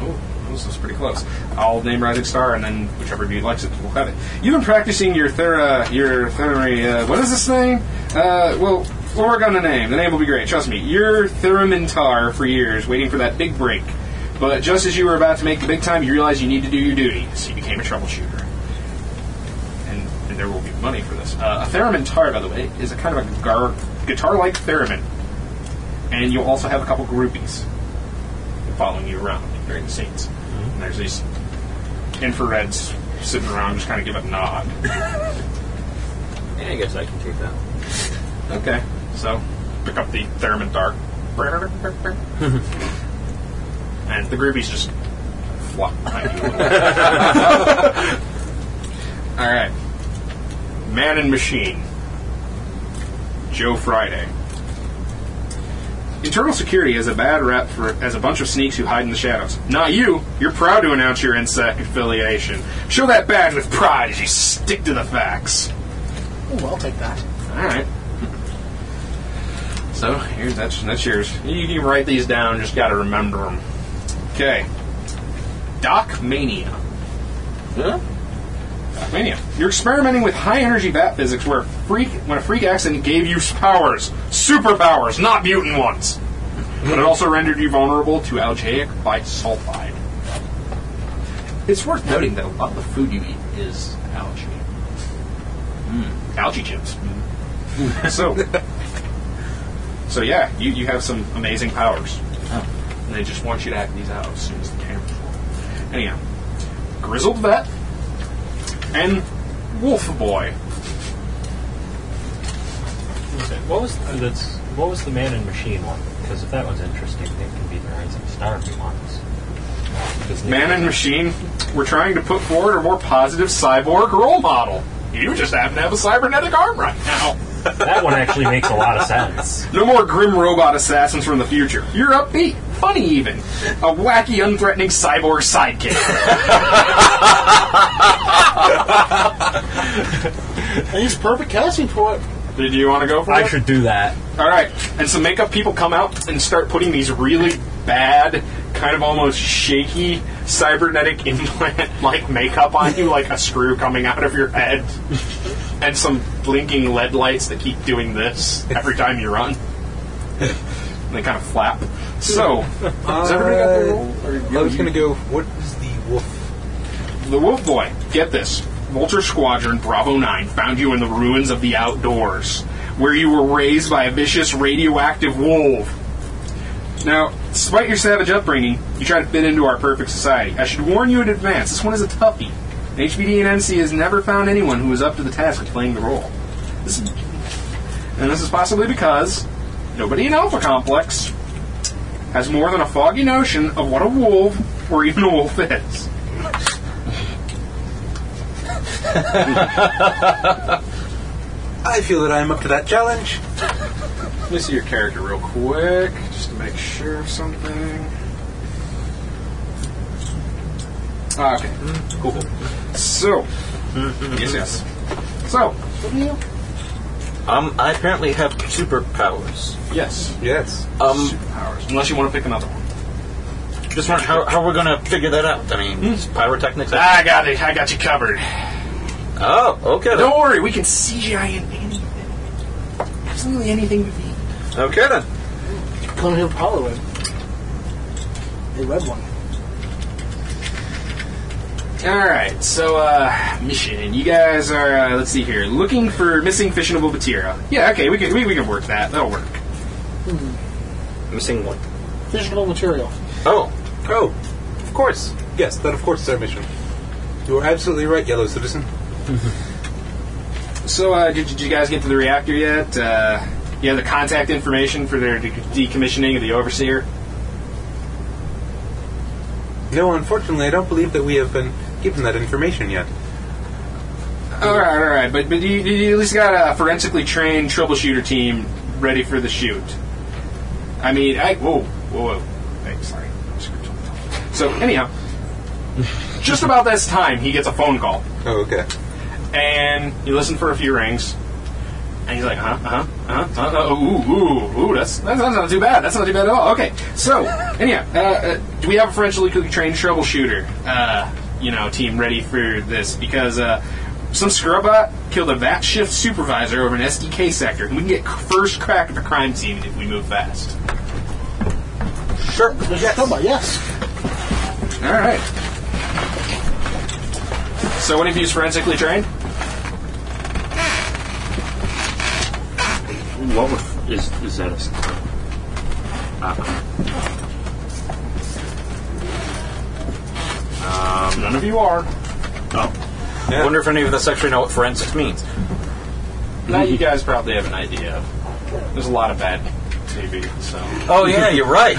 Speaker 4: Oh, this is pretty close. I'll name Rising Star, and then whichever of you likes it, we'll have it. You've been practicing your thera, your thera, uh, what is this name? Uh, well, we'll work on the name. The name will be great, trust me. You're Theramintar for years, waiting for that big break. But just as you were about to make the big time, you realized you need to do your duty, so you became a troubleshooter and, and there will be money for this. Uh, a theremin tar, by the way, is a kind of a gar- guitar-like theremin. and you'll also have a couple groupies following you around during the scenes. And there's these infrareds sitting around, just kind of give a nod.
Speaker 9: Yeah, I guess I can take that.
Speaker 4: Okay, so pick up the theremin dark, and the groupies just flop
Speaker 9: [LAUGHS]
Speaker 4: behind you. All right, man and machine, Joe Friday. Internal security has a bad rep for as a bunch of sneaks who hide in the shadows. Not you. You're proud to announce your insect affiliation. Show that badge with pride as you stick to the facts.
Speaker 6: Ooh, oh, I'll take that.
Speaker 4: All right. So here's that's that's yours. You can write these down. Just got to remember them. Okay. Doc mania. Huh? Doc mania. You're experimenting with high energy bat physics where a freak when a freak accident gave you powers, superpowers, not mutant ones. But it also rendered you vulnerable to algaic bisulfide. It's worth noting that a lot of the food you eat is algae. Hmm. Algae chips. [LAUGHS] so, so yeah, you, you have some amazing powers.
Speaker 13: Oh.
Speaker 4: And they just want you to act these out as soon as the camera's on. Anyhow, grizzled vet and wolf boy.
Speaker 13: What was that's what was the man and machine one? Because if that one's interesting, it can be the rising star if he wants.
Speaker 4: Man and machine, we're trying to put forward a more positive cyborg role model. You just happen to have a cybernetic arm right now.
Speaker 13: [LAUGHS] That one actually makes a lot of sense.
Speaker 4: No more grim robot assassins from the future. You're upbeat, funny even. A wacky, unthreatening cyborg
Speaker 13: [LAUGHS]
Speaker 4: sidekick.
Speaker 6: And he's perfect casting for it.
Speaker 4: Did you want to go for
Speaker 13: I
Speaker 4: it?
Speaker 13: should do that.
Speaker 4: All right, and some makeup people come out and start putting these really bad, kind of almost shaky cybernetic [LAUGHS] implant-like makeup on you, like a screw coming out of your head, and some blinking LED lights that keep doing this every time you run. and they kind of flap. So, has everybody got their role?
Speaker 5: Uh, I was going to go. What is the wolf?
Speaker 4: The Wolf Boy, get this. Vulture Squadron Bravo 9 found you in the ruins of the outdoors, where you were raised by a vicious radioactive wolf. Now, despite your savage upbringing, you try to fit into our perfect society. I should warn you in advance, this one is a toughie. And HBD and NC has never found anyone who is up to the task of playing the role. This is, and this is possibly because nobody in Alpha Complex has more than a foggy notion of what a wolf or even a wolf is.
Speaker 5: I feel that I am up to that challenge.
Speaker 4: Let me see your character real quick, just to make sure of something. Ah, okay, cool. cool. So, yes, yes. So,
Speaker 8: Um, I apparently have superpowers.
Speaker 4: yes,
Speaker 5: Yes.
Speaker 8: Um,
Speaker 4: superpowers. Unless you want to pick another one.
Speaker 8: just wondering how, how we're going to figure that out. I mean,
Speaker 13: Hmm.
Speaker 8: it's pyrotechnics.
Speaker 4: Ah, I got it. I got you covered.
Speaker 8: Oh, okay. Then.
Speaker 4: Don't worry, we can CGI in anything. Absolutely anything we need.
Speaker 8: Okay then.
Speaker 6: Come here, power win. A red one.
Speaker 4: All right, so uh, mission. You guys are uh, let's see here, looking for missing fissionable material. Yeah, okay, we can we, we can work that. That'll work.
Speaker 9: Missing one.
Speaker 6: Fissionable material.
Speaker 8: Oh,
Speaker 5: Oh, of course. Yes, that of course is our mission. You are absolutely right, Yellow Citizen.
Speaker 4: So, uh, did, did you guys get to the reactor yet? Uh, you have the contact information for their de- decommissioning of the Overseer?
Speaker 5: No, unfortunately, I don't believe that we have been given that information yet.
Speaker 4: All right, all right. But, but you, you at least got a forensically trained troubleshooter team ready for the shoot. I mean, I. Whoa, whoa, whoa. Hey, sorry. I screwed something up. So, anyhow, [LAUGHS] just about this time, he gets a phone call.
Speaker 5: Oh, okay.
Speaker 4: and you listen for a few rings. And he's like, huh, Uh-huh? huh, huh, huh, huh, Oh, ooh, ooh, ooh, that's, that's, that's not too bad. That's not too bad at all. Okay,
Speaker 6: [LAUGHS]
Speaker 4: so, anyhow, uh, uh, do we have a Frenchly trained troubleshooter, uh, you know, team ready for this? Because, uh, some scrubbot killed a VAT shift supervisor over an SDK sector, and we can get c- first crack at the crime scene if we move fast.
Speaker 8: sure.
Speaker 6: Yes. Come on, yes.
Speaker 4: All right. So, one of you is forensically trained?
Speaker 13: What would, is is that a
Speaker 8: uh, Um,
Speaker 4: None of you are.
Speaker 8: Oh. I wonder if any of us actually know what forensics means.
Speaker 4: Now you guys probably have an idea. There's a lot of bad TV, so.
Speaker 8: Oh, yeah, you're [LAUGHS] right.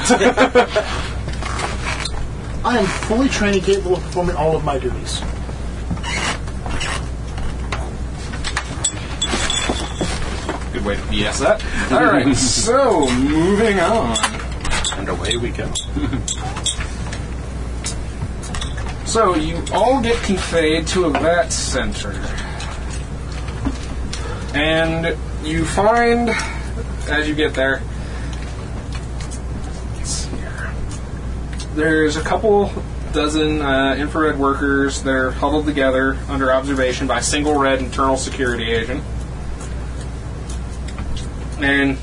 Speaker 6: I am fully trained and capable of performing all of my duties.
Speaker 4: Good way to BS that. [LAUGHS] Alright, so moving on. And away we go. [LAUGHS] so you all get conveyed to a vet center. And you find, as you get there, let's see here. there's a couple dozen uh, infrared workers. They're huddled together under observation by a single red internal security agent and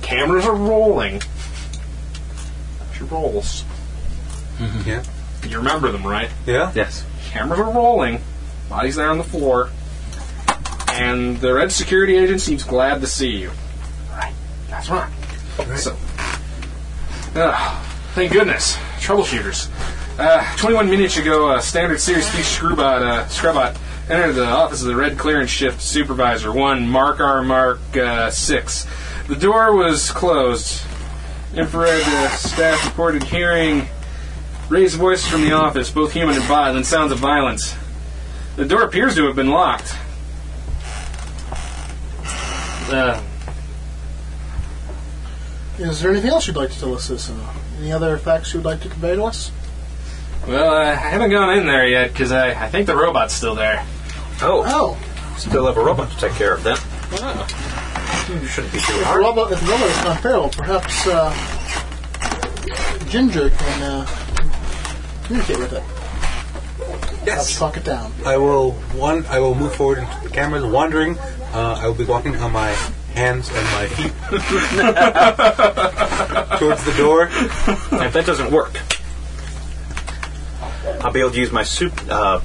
Speaker 4: cameras are rolling. She rolls.
Speaker 8: Mm-hmm.
Speaker 5: Yeah.
Speaker 4: You remember them, right?
Speaker 5: Yeah?
Speaker 4: Yes. Cameras are rolling. Body's there on the floor. And the red security agent seems glad to see you. Right. That's right. So, Ugh, thank goodness. Troubleshooters. Uh, 21 minutes ago, uh, Standard Series 3 Screwbot, uh, Scrubot entered the office of the Red Clearance Shift Supervisor 1, Mark R. Mark uh, 6. The door was closed. Infrared uh, staff reported hearing raised voices from the office, both human and bot, and sounds of violence. The door appears to have been locked. Uh,
Speaker 6: Is there anything else you'd like to tell us, Citizen? Any other facts you'd like to convey to us?
Speaker 4: Well, I I haven't gone in there yet because I, I think the robot's still there.
Speaker 8: Oh. Still have a robot to take care of then. Shouldn't be too
Speaker 6: If
Speaker 8: hard.
Speaker 6: Robert, if Robert is not feral, perhaps uh, Ginger can uh, communicate with it. Perhaps
Speaker 5: Yes.
Speaker 6: talk it down.
Speaker 5: I will one. I will move forward into the cameras, wandering. Uh, I will be walking on my hands and my feet towards the door.
Speaker 8: if that doesn't work, I'll be able to use my sup- uh,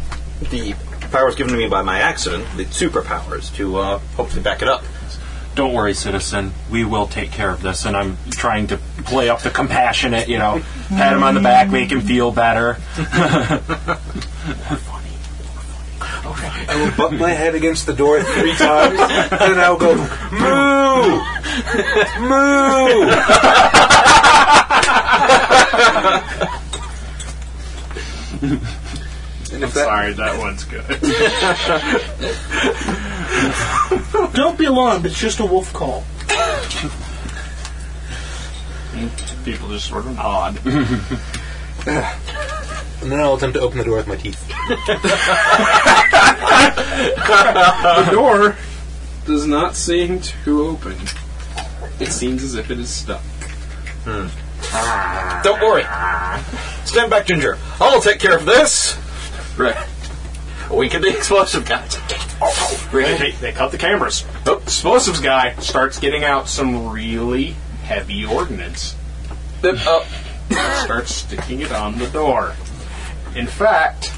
Speaker 8: the powers given to me by my accident, the superpowers, to uh, hopefully back it up.
Speaker 13: Don't worry, citizen. We will take care of this. And I'm trying to play up the compassionate, you know, pat him on the back, make him feel better.
Speaker 5: I will butt my head against the door three times, and I will go moo, moo.
Speaker 4: I'm sorry, that one's good.
Speaker 6: Don't be alarmed, it's just a wolf call.
Speaker 4: People just sort of nod.
Speaker 5: And then I'll attempt to open the door with my teeth.
Speaker 4: The door does not seem to open. It seems as if it is stuck.
Speaker 8: Hmm. Don't worry. Stand back, Ginger. I'll take care of this.
Speaker 4: Right.
Speaker 8: We can the explosive guys.
Speaker 4: They, they, they cut the cameras. Oh, explosives guy starts getting out some really heavy ordnance. starts sticking it on the door. In fact,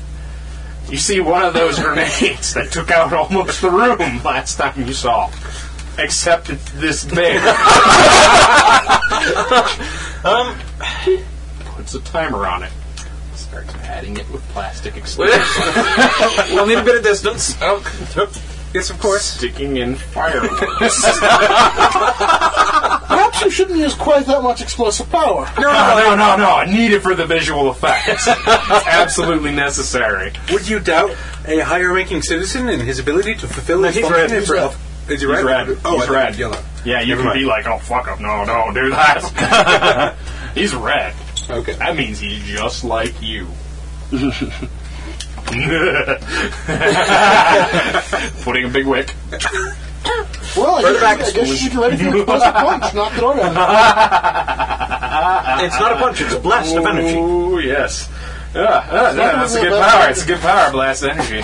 Speaker 4: you see one of those [LAUGHS] grenades that took out almost the room last time you saw. Except it's this big. um, puts a timer on it. Starts padding it with plastic explosives.
Speaker 8: we'll need a bit of distance. Oh, yes, of course.
Speaker 4: sticking in fireworks.
Speaker 6: Perhaps you shouldn't use quite that much explosive power.
Speaker 4: No, no, no, no. [LAUGHS] I need it for the visual effects. [LAUGHS] It's absolutely necessary.
Speaker 5: Would you doubt a higher-ranking citizen in his ability to fulfill his
Speaker 4: he's
Speaker 5: function?
Speaker 4: red.
Speaker 5: if-
Speaker 4: He's red.
Speaker 5: Is
Speaker 4: He's
Speaker 5: he red?
Speaker 4: red.
Speaker 5: Oh,
Speaker 4: He's
Speaker 5: I thought he
Speaker 4: red.
Speaker 5: was Yellow.
Speaker 4: Yeah, you can be like, oh, fuck him. No, no, do that. [LAUGHS] He's red.
Speaker 5: Okay.
Speaker 4: That means he's just like you. Putting a big wick.
Speaker 6: Well, I guess, I guess you should be ready for an
Speaker 8: [LAUGHS]
Speaker 6: explosive punch. Knock the door down.
Speaker 8: It's not a punch, it's a blast of energy.
Speaker 4: Ooh, yes. Yeah, yeah, that's a good power. It's a good power blast energy.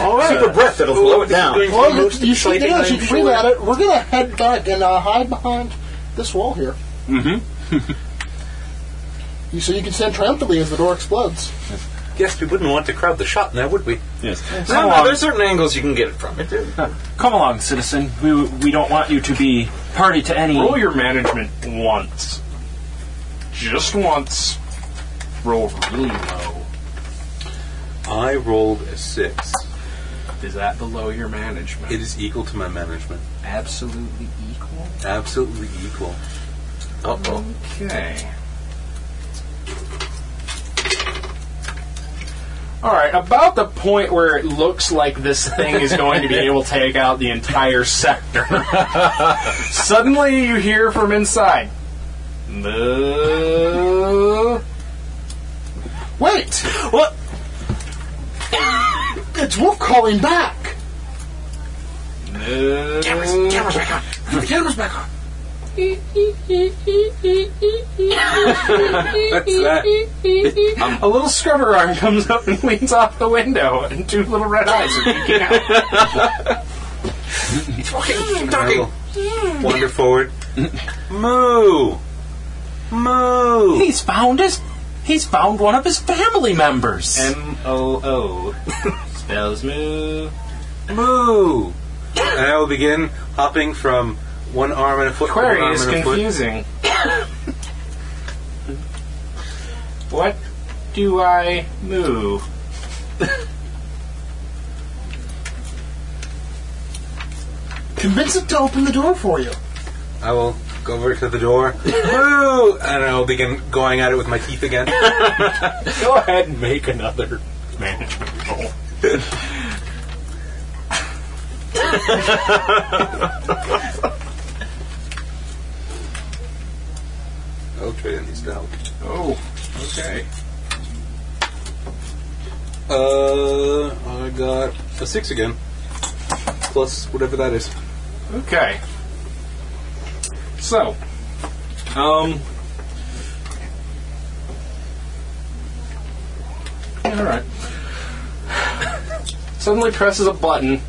Speaker 6: All right.
Speaker 8: Super breath that'll blow it down.
Speaker 6: Well, you, you should get out. You can breathe at it. We're going to head back and uh, hide behind this wall here. [LAUGHS] Mm-hmm. you, so you can stand triumphantly as the door explodes.
Speaker 5: Yes, we wouldn't want to crowd the shot now, would we?
Speaker 13: Yes.
Speaker 8: No, no, there's certain angles you can get it from.
Speaker 13: Come along, citizen. We, we don't want you to be party to any.
Speaker 4: Roll your management once. Just once. Roll really low.
Speaker 5: I rolled a six.
Speaker 4: Is that below your management?
Speaker 5: It is equal to my management.
Speaker 4: absolutely equal.
Speaker 5: Absolutely equal. Uh oh.
Speaker 4: Okay. All right, about the point where it looks like this thing is going to be able to take out the entire sector. Suddenly, you hear from inside. The... Wait,
Speaker 6: What? it's Wolf calling back.
Speaker 4: the-
Speaker 12: Cameras back on.
Speaker 4: What's that? a little scrubber arm [LAUGHS] comes up and leans off the window, and two little red eyes are peeking out.
Speaker 12: It's walking, talking.
Speaker 5: Wander forward. Moo! Moo!
Speaker 13: He's found his. He's found one of his family members.
Speaker 4: M O [LAUGHS] O spells move.
Speaker 5: Moo! and I will begin hopping from one arm and a foot. to one
Speaker 4: Query
Speaker 5: arm
Speaker 4: is
Speaker 5: and a foot.
Speaker 4: confusing. what do I move?
Speaker 6: Convince it to open the door for you.
Speaker 5: I will go over to the
Speaker 6: [LAUGHS]
Speaker 5: door. Moo! And I will begin going at it with my teeth
Speaker 6: [LAUGHS]
Speaker 5: again.
Speaker 13: Go ahead and make another management roll.
Speaker 5: I'll trade in these now.
Speaker 4: Oh, okay.
Speaker 5: Uh, I got a six again. Plus whatever that is.
Speaker 4: Okay. So, um. Alright. Suddenly presses a button,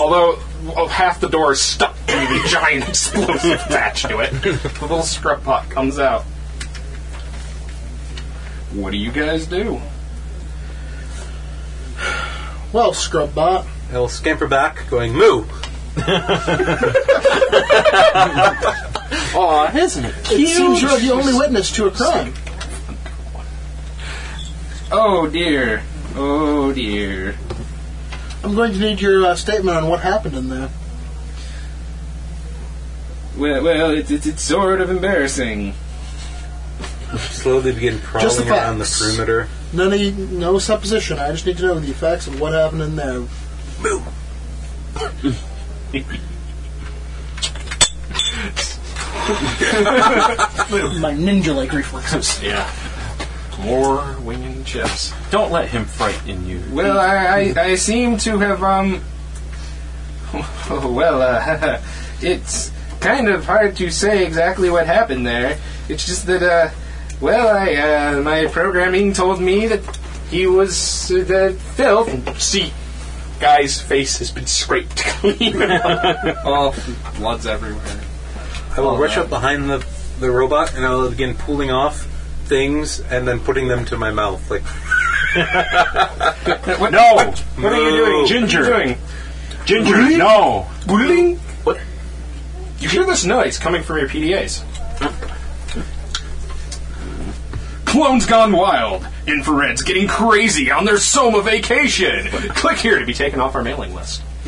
Speaker 4: although oh, half the door is stuck to the [LAUGHS] giant explosive attached to it. The little scrub pot comes out. What do you guys do?
Speaker 6: Well, scrub bot.
Speaker 5: I will scamper back, going moo.
Speaker 13: Aw, isn't it
Speaker 6: It
Speaker 13: cute?
Speaker 6: seems you're the only witness to a crime.
Speaker 4: Oh dear. Oh dear.
Speaker 6: I'm going to need your uh, statement on what happened in there.
Speaker 4: Well, well it, it, it's sort of embarrassing.
Speaker 5: Slowly begin
Speaker 6: Just the
Speaker 5: crawling around the
Speaker 6: facts.
Speaker 5: perimeter.
Speaker 6: None of you- no supposition. I just need to know the facts of what happened in there. My ninja-like reflexes.
Speaker 4: Yeah. More winging chips.
Speaker 13: Don't let him frighten you.
Speaker 4: Well, I, I, I seem to have, um. [LAUGHS] Well, uh, [LAUGHS] it's kind of hard to say exactly what happened there. It's just that, uh, well, I, uh, my programming told me that he was uh, the filth. And See, guy's face has been scraped [LAUGHS] clean. All blood's everywhere.
Speaker 5: I will
Speaker 4: Oh,
Speaker 5: rush
Speaker 4: man.
Speaker 5: up behind the the robot and I will begin pulling off things and then putting them to my mouth. Like
Speaker 4: What,
Speaker 13: No!
Speaker 4: What, what are you doing?
Speaker 13: Ginger.
Speaker 4: What are you doing?
Speaker 13: Ginger,
Speaker 4: Really?
Speaker 13: no!
Speaker 4: Grilling? What? You hear this noise coming from your PDAs. Clones gone wild. Infrared's getting crazy on their Soma vacation. Click here to be taken off our mailing list. [LAUGHS]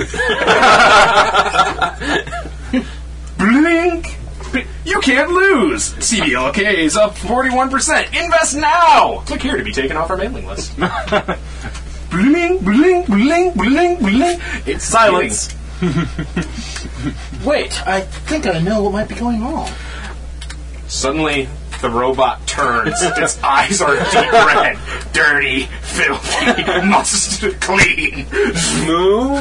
Speaker 4: Blink. You can't lose. CBLK is up 41%. Invest now. Click here to be taken off our mailing list. bling, bling, bling, bling, bling. It's silence.
Speaker 6: [LAUGHS]
Speaker 4: Wait.
Speaker 6: I think I know what might be going on.
Speaker 4: Suddenly, the robot turns. Its
Speaker 6: [LAUGHS]
Speaker 4: eyes are deep red, dirty,
Speaker 6: [LAUGHS]
Speaker 4: filthy, must clean.
Speaker 5: moo.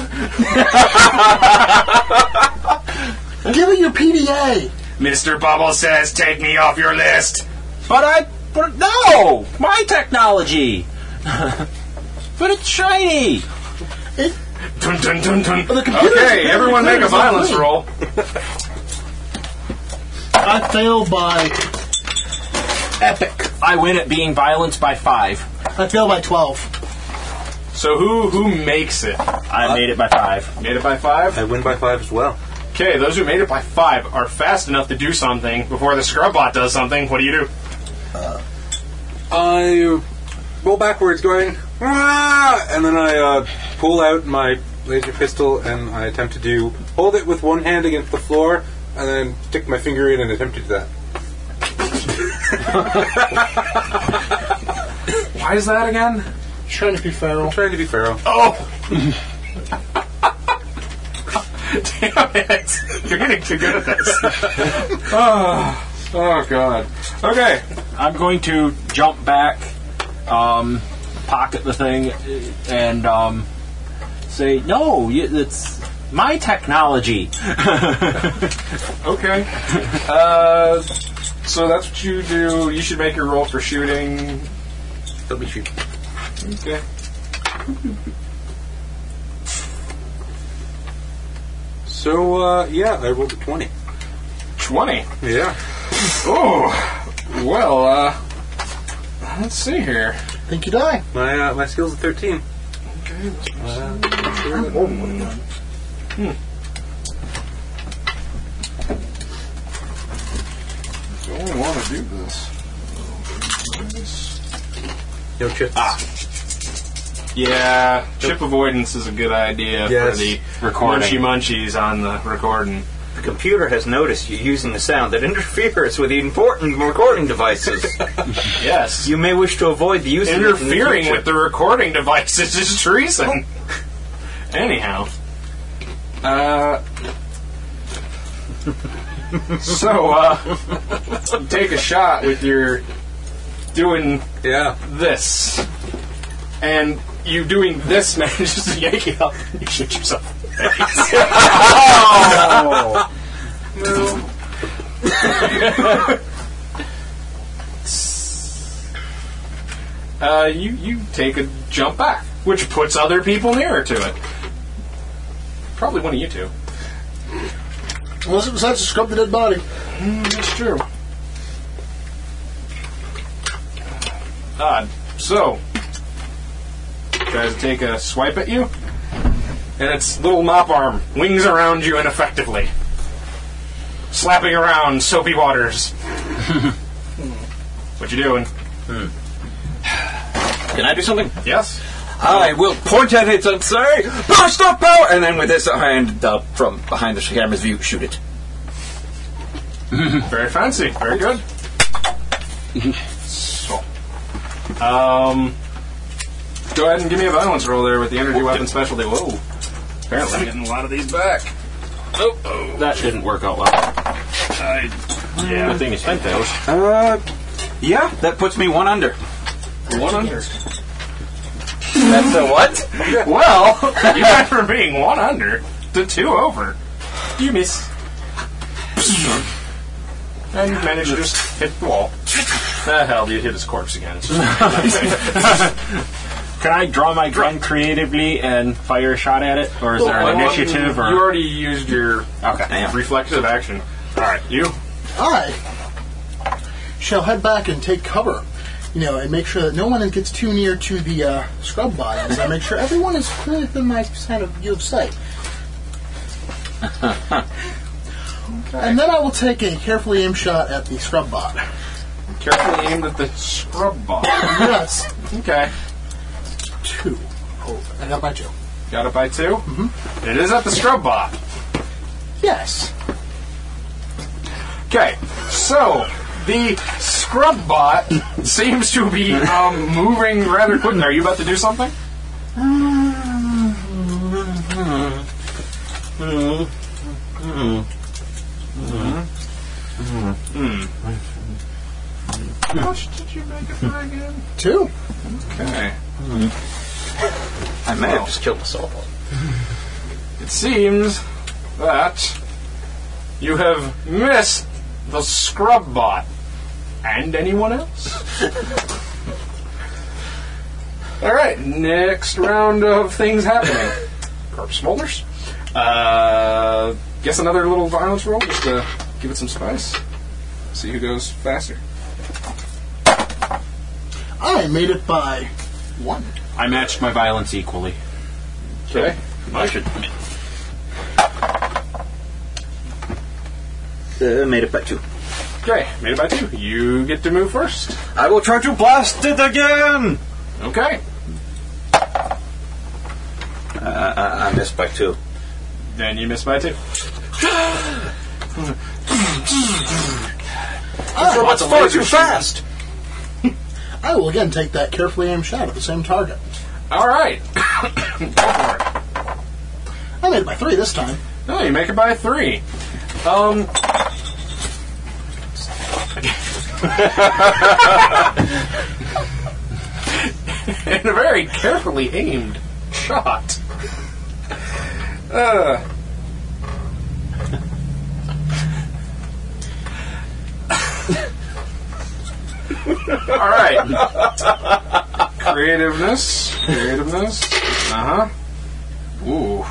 Speaker 6: Give it your PDA.
Speaker 4: Mr. Bubble says, "Take me off your list."
Speaker 9: But I. But no! My
Speaker 4: [LAUGHS]
Speaker 9: technology! but it's shiny!
Speaker 4: Dun, dun, dun, dun.
Speaker 6: Oh, the computer's
Speaker 4: Okay, everyone make a violence
Speaker 6: computer's not
Speaker 4: roll.
Speaker 6: I failed by
Speaker 9: Epic! I win at being violence by five.
Speaker 6: I fail by 12.
Speaker 4: So who who makes it? I made it by five. Made it by five. I
Speaker 5: win by five as well.
Speaker 4: Okay, those who made it by five are fast enough to do something before the scrub bot does something. What do you do?
Speaker 5: I roll backwards, going, "Ah!" and then I uh, pull out my laser pistol and I attempt to do hold it with one hand against the floor, and then stick my finger in and attempt to do that.
Speaker 4: Why is that again?
Speaker 6: Trying to be feral.
Speaker 5: I'm trying to be feral.
Speaker 4: Oh! Damn it! You're getting too good at this.
Speaker 13: [LAUGHS]
Speaker 4: oh, oh god. Okay,
Speaker 13: I'm going to jump back, um, pocket the thing, and um, say, no, y- it's my technology.
Speaker 4: [LAUGHS] Okay. Uh, so that's what you do. You should make your roll for shooting.
Speaker 5: Let me shoot.
Speaker 4: Okay.
Speaker 5: So uh, yeah, I rolled a twenty.
Speaker 4: 20.
Speaker 5: Yeah.
Speaker 4: Oh, well, uh, let's see here.
Speaker 6: Think you die.
Speaker 5: My uh, my skills are thirteen. Uh,
Speaker 6: Okay.
Speaker 4: Hmm. I don't want to do this.
Speaker 5: No chips.
Speaker 4: Ah. Yeah, chip avoidance is a good idea for
Speaker 5: Yes.
Speaker 4: the
Speaker 13: Recording.
Speaker 4: munchy munchies on the recording.
Speaker 8: The computer has noticed you using the sound that [LAUGHS] interferes with the important
Speaker 4: [LAUGHS]
Speaker 8: recording devices.
Speaker 4: Yes.
Speaker 8: you may wish to avoid the use of it in the
Speaker 4: Interfering
Speaker 8: future.
Speaker 4: with the recording devices is treason. [LAUGHS] Anyhow. [LAUGHS] Uh. so, uh. Take a shot with your. doing
Speaker 5: Yeah.
Speaker 4: this. And you doing this [LAUGHS] manages to yank it up and you shoot yourself. in the face. uh, you, you take a jump back, which puts other people nearer to it. Probably one of you two.
Speaker 6: Unless it decides to scrub the dead body.
Speaker 4: That's true. Odd. So, tries to take a swipe at you, and its little mop arm wings around you ineffectively, slapping around soapy waters. what you doing?
Speaker 8: Can I do something?
Speaker 4: Yes.
Speaker 8: I will point at it and say, "Burst of power!" And then with this hand uh, from behind the camera's view, shoot it.
Speaker 4: Very fancy. Very good. so, um, go ahead and give me a violence roll there with the energy weapon specialty. Whoa. Apparently, I'm getting a lot of these back.
Speaker 13: That didn't work out well. yeah, good thing you spent those.
Speaker 5: Uh,
Speaker 8: Yeah, that puts me one under.
Speaker 4: One under.
Speaker 8: That's a what?
Speaker 4: [LAUGHS] Well, you went from being one under to two over. You miss. And you managed to just hit the
Speaker 13: [LAUGHS]
Speaker 4: wall. Ah, hell, you hit his corpse again. [LAUGHS] It's just-
Speaker 13: Can I draw my gun creatively and fire a shot at it, or is there an initiative?
Speaker 4: You
Speaker 13: Or
Speaker 4: already used your
Speaker 13: okay,
Speaker 4: reflexive action. Alright, you.
Speaker 6: I shall head back and take cover, you know, and make sure that no one gets too near to the uh, scrub bodies. I make sure everyone is clear within my side of view of sight. And then I will take a carefully aimed shot at the scrub bot.
Speaker 4: Carefully aimed at the scrub ball.
Speaker 6: yes,
Speaker 4: Okay.
Speaker 6: two. Oh, I got my two.
Speaker 4: Got it by 2 Mm-hmm. It is at the scrub bot.
Speaker 6: Yes.
Speaker 4: Okay, so the scrub bot [LAUGHS] seems to be um, moving rather quickly. Are you about to do something? How much did you make it for again?
Speaker 6: Two.
Speaker 4: Okay.
Speaker 8: I may have just killed myself.
Speaker 4: It seems that you have missed the scrub bot and anyone else. All right, next round of things happening. Corpse smolders. Uh, guess another little violence roll just to give it some spice. See who goes faster.
Speaker 6: I made it by
Speaker 12: One.
Speaker 13: I matched my violence equally.
Speaker 4: Okay.
Speaker 13: I should.
Speaker 14: Uh, made it by two.
Speaker 4: Okay, made it by two. You get to move first.
Speaker 14: I will try to blast it again!
Speaker 4: Okay.
Speaker 14: Uh, I, I missed by two.
Speaker 4: Then you miss by two.
Speaker 14: Oh,
Speaker 4: Ah,
Speaker 6: that's
Speaker 14: far
Speaker 6: laser
Speaker 14: too
Speaker 6: shoot.
Speaker 14: fast!
Speaker 6: I will again take that carefully aimed shot at the same target.
Speaker 4: All right.
Speaker 6: I made it by three this time.
Speaker 4: No, you make it by three. Um. [LAUGHS] and a very carefully aimed shot. Uh. [LAUGHS] All right. Creativeness. Creativeness. Uh huh. Ooh.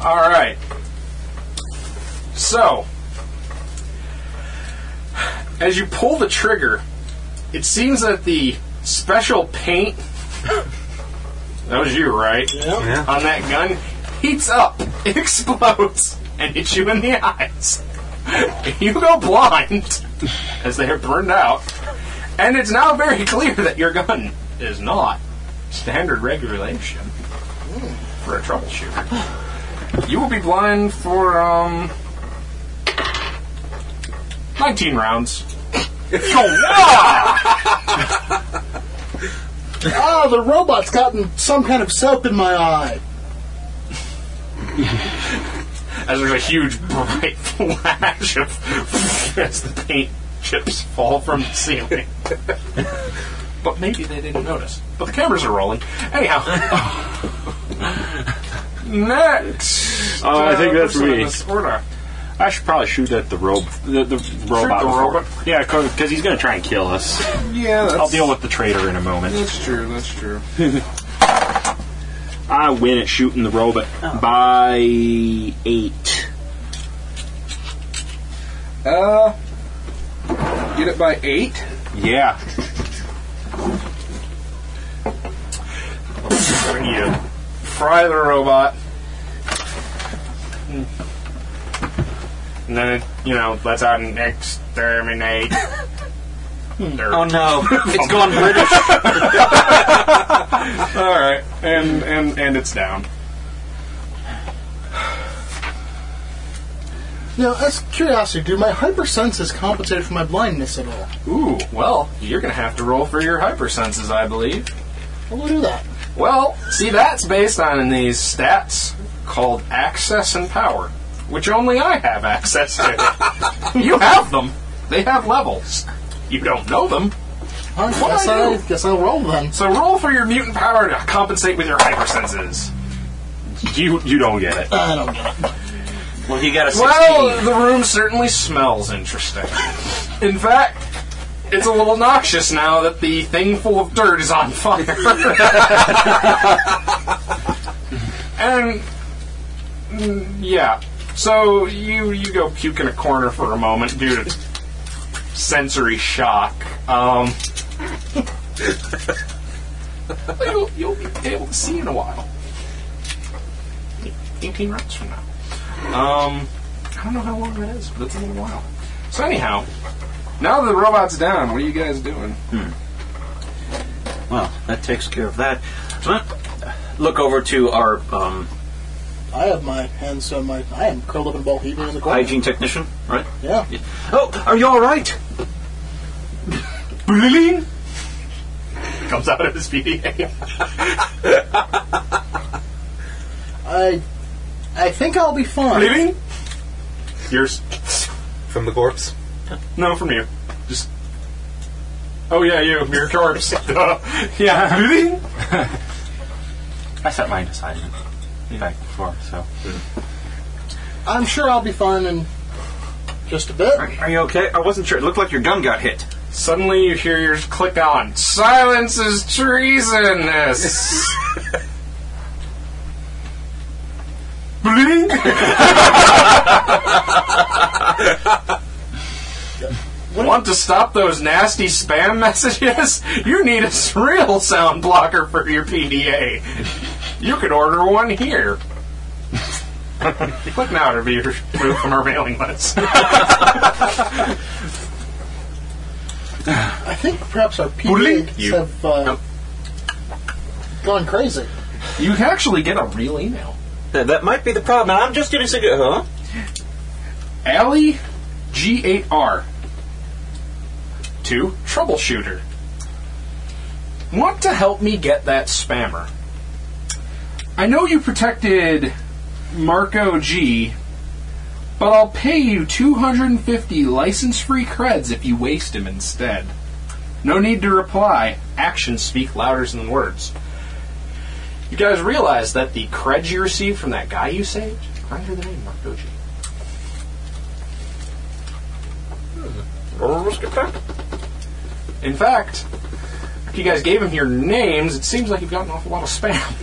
Speaker 4: All right. So, as you pull the trigger, it seems that the special paint [LAUGHS] that was you, right?
Speaker 5: Yeah.
Speaker 4: On that gun heats up, [LAUGHS] it explodes, and hits you in the eyes. [LAUGHS] you go blind [LAUGHS] as they are burned out, and it's now very clear that your gun is not standard regulation for a troubleshooter. You will be blind for um 19 rounds. [LAUGHS]
Speaker 6: ah, the robot's gotten some kind of soap in my eye.
Speaker 4: as there's a huge bright [LAUGHS] flash of [LAUGHS] as the paint chips fall from the ceiling. but maybe they didn't notice. But the cameras are rolling. Anyhow. Next.
Speaker 13: Uh, I think that's
Speaker 4: person in
Speaker 13: me.
Speaker 4: this order.
Speaker 13: I should probably shoot at the robe, the, the robot.
Speaker 4: the
Speaker 13: before-
Speaker 4: robot?
Speaker 13: Yeah, because he's going to try and kill us.
Speaker 4: Yeah, that's-
Speaker 13: I'll deal with the traitor in a moment.
Speaker 4: That's true, that's true.
Speaker 13: I win at shooting the robot
Speaker 4: Oh.
Speaker 13: by eight.
Speaker 4: Uh, get it by eight.
Speaker 13: Yeah. you
Speaker 4: fry the robot. And then it, you know, lets out an exterminate.
Speaker 14: [LAUGHS] Oh no,
Speaker 4: [LAUGHS]
Speaker 14: it's gone British.
Speaker 4: All right, and and and it's down.
Speaker 6: Now, as curiosity, do my hypersenses compensate for my blindness at all?
Speaker 4: Ooh, well, you're gonna have to roll for your hypersenses, I believe.
Speaker 6: Well, we'll do that.
Speaker 4: Well, see, that's based on these stats called access and power, which only I have access to. you have them. They have levels. You don't know them.
Speaker 6: I
Speaker 4: What
Speaker 6: guess,
Speaker 4: do I
Speaker 6: I,
Speaker 4: do?
Speaker 6: guess I'll roll then.
Speaker 4: So roll for your mutant power to compensate with your hypersenses.
Speaker 13: you you don't get it.
Speaker 6: I don't get it.
Speaker 14: well, he got a 16.
Speaker 4: Well, the room certainly smells interesting. In fact, it's a little noxious now that the thing full of dirt is on fire. and mm, yeah, so you you go puke in a corner for a moment due to sensory shock. Um, you'll, you'll be able to see in a while. 18 rounds from now. Um, I don't know how long that is, but it's a little while. So anyhow, now that the robot's down, what are you guys doing?
Speaker 14: Well, that takes care of that. So I look over to our um,
Speaker 6: I have my hands on my. I am curled up in a ball heaving in the corner.
Speaker 14: hygiene technician, right?
Speaker 6: Yeah.
Speaker 14: Oh, are you all right?
Speaker 4: Bling! Comes out of his PDA.
Speaker 6: I. I think I'll be fine.
Speaker 4: Bling! Yours?
Speaker 5: From the corpse.
Speaker 4: No, from you. Just. Oh yeah, you. Your [LAUGHS] corpse. Duh. yeah. Bling!
Speaker 13: I set mine aside back before, so.
Speaker 6: I'm sure I'll be fine in just a bit.
Speaker 14: Are you okay? I wasn't sure. It looked like your gun got hit.
Speaker 4: Suddenly you hear yours click on. Silence is treasonous. Bling! Want to stop those nasty spam messages? You need a real sound blocker for your PDA. You can order one here. Look now to be removed from our mailing list.
Speaker 6: I think perhaps our
Speaker 4: Blink,
Speaker 6: PDAs
Speaker 4: you-
Speaker 6: have uh, gone crazy.
Speaker 4: You can actually get a real email.
Speaker 8: that might be the problem. I'm just uh-huh. getting sick of huh?
Speaker 4: Alley G8R to Troubleshooter. Want to help me get that spammer? I know you protected Marco G, but I'll pay you 250 license free creds if you waste him instead. No need to reply. Actions speak louder than words. You guys realize that the creds you received from that guy you saved are under the name Marco G. In fact, if you guys gave him your names, it seems like you've got an awful lot of spam.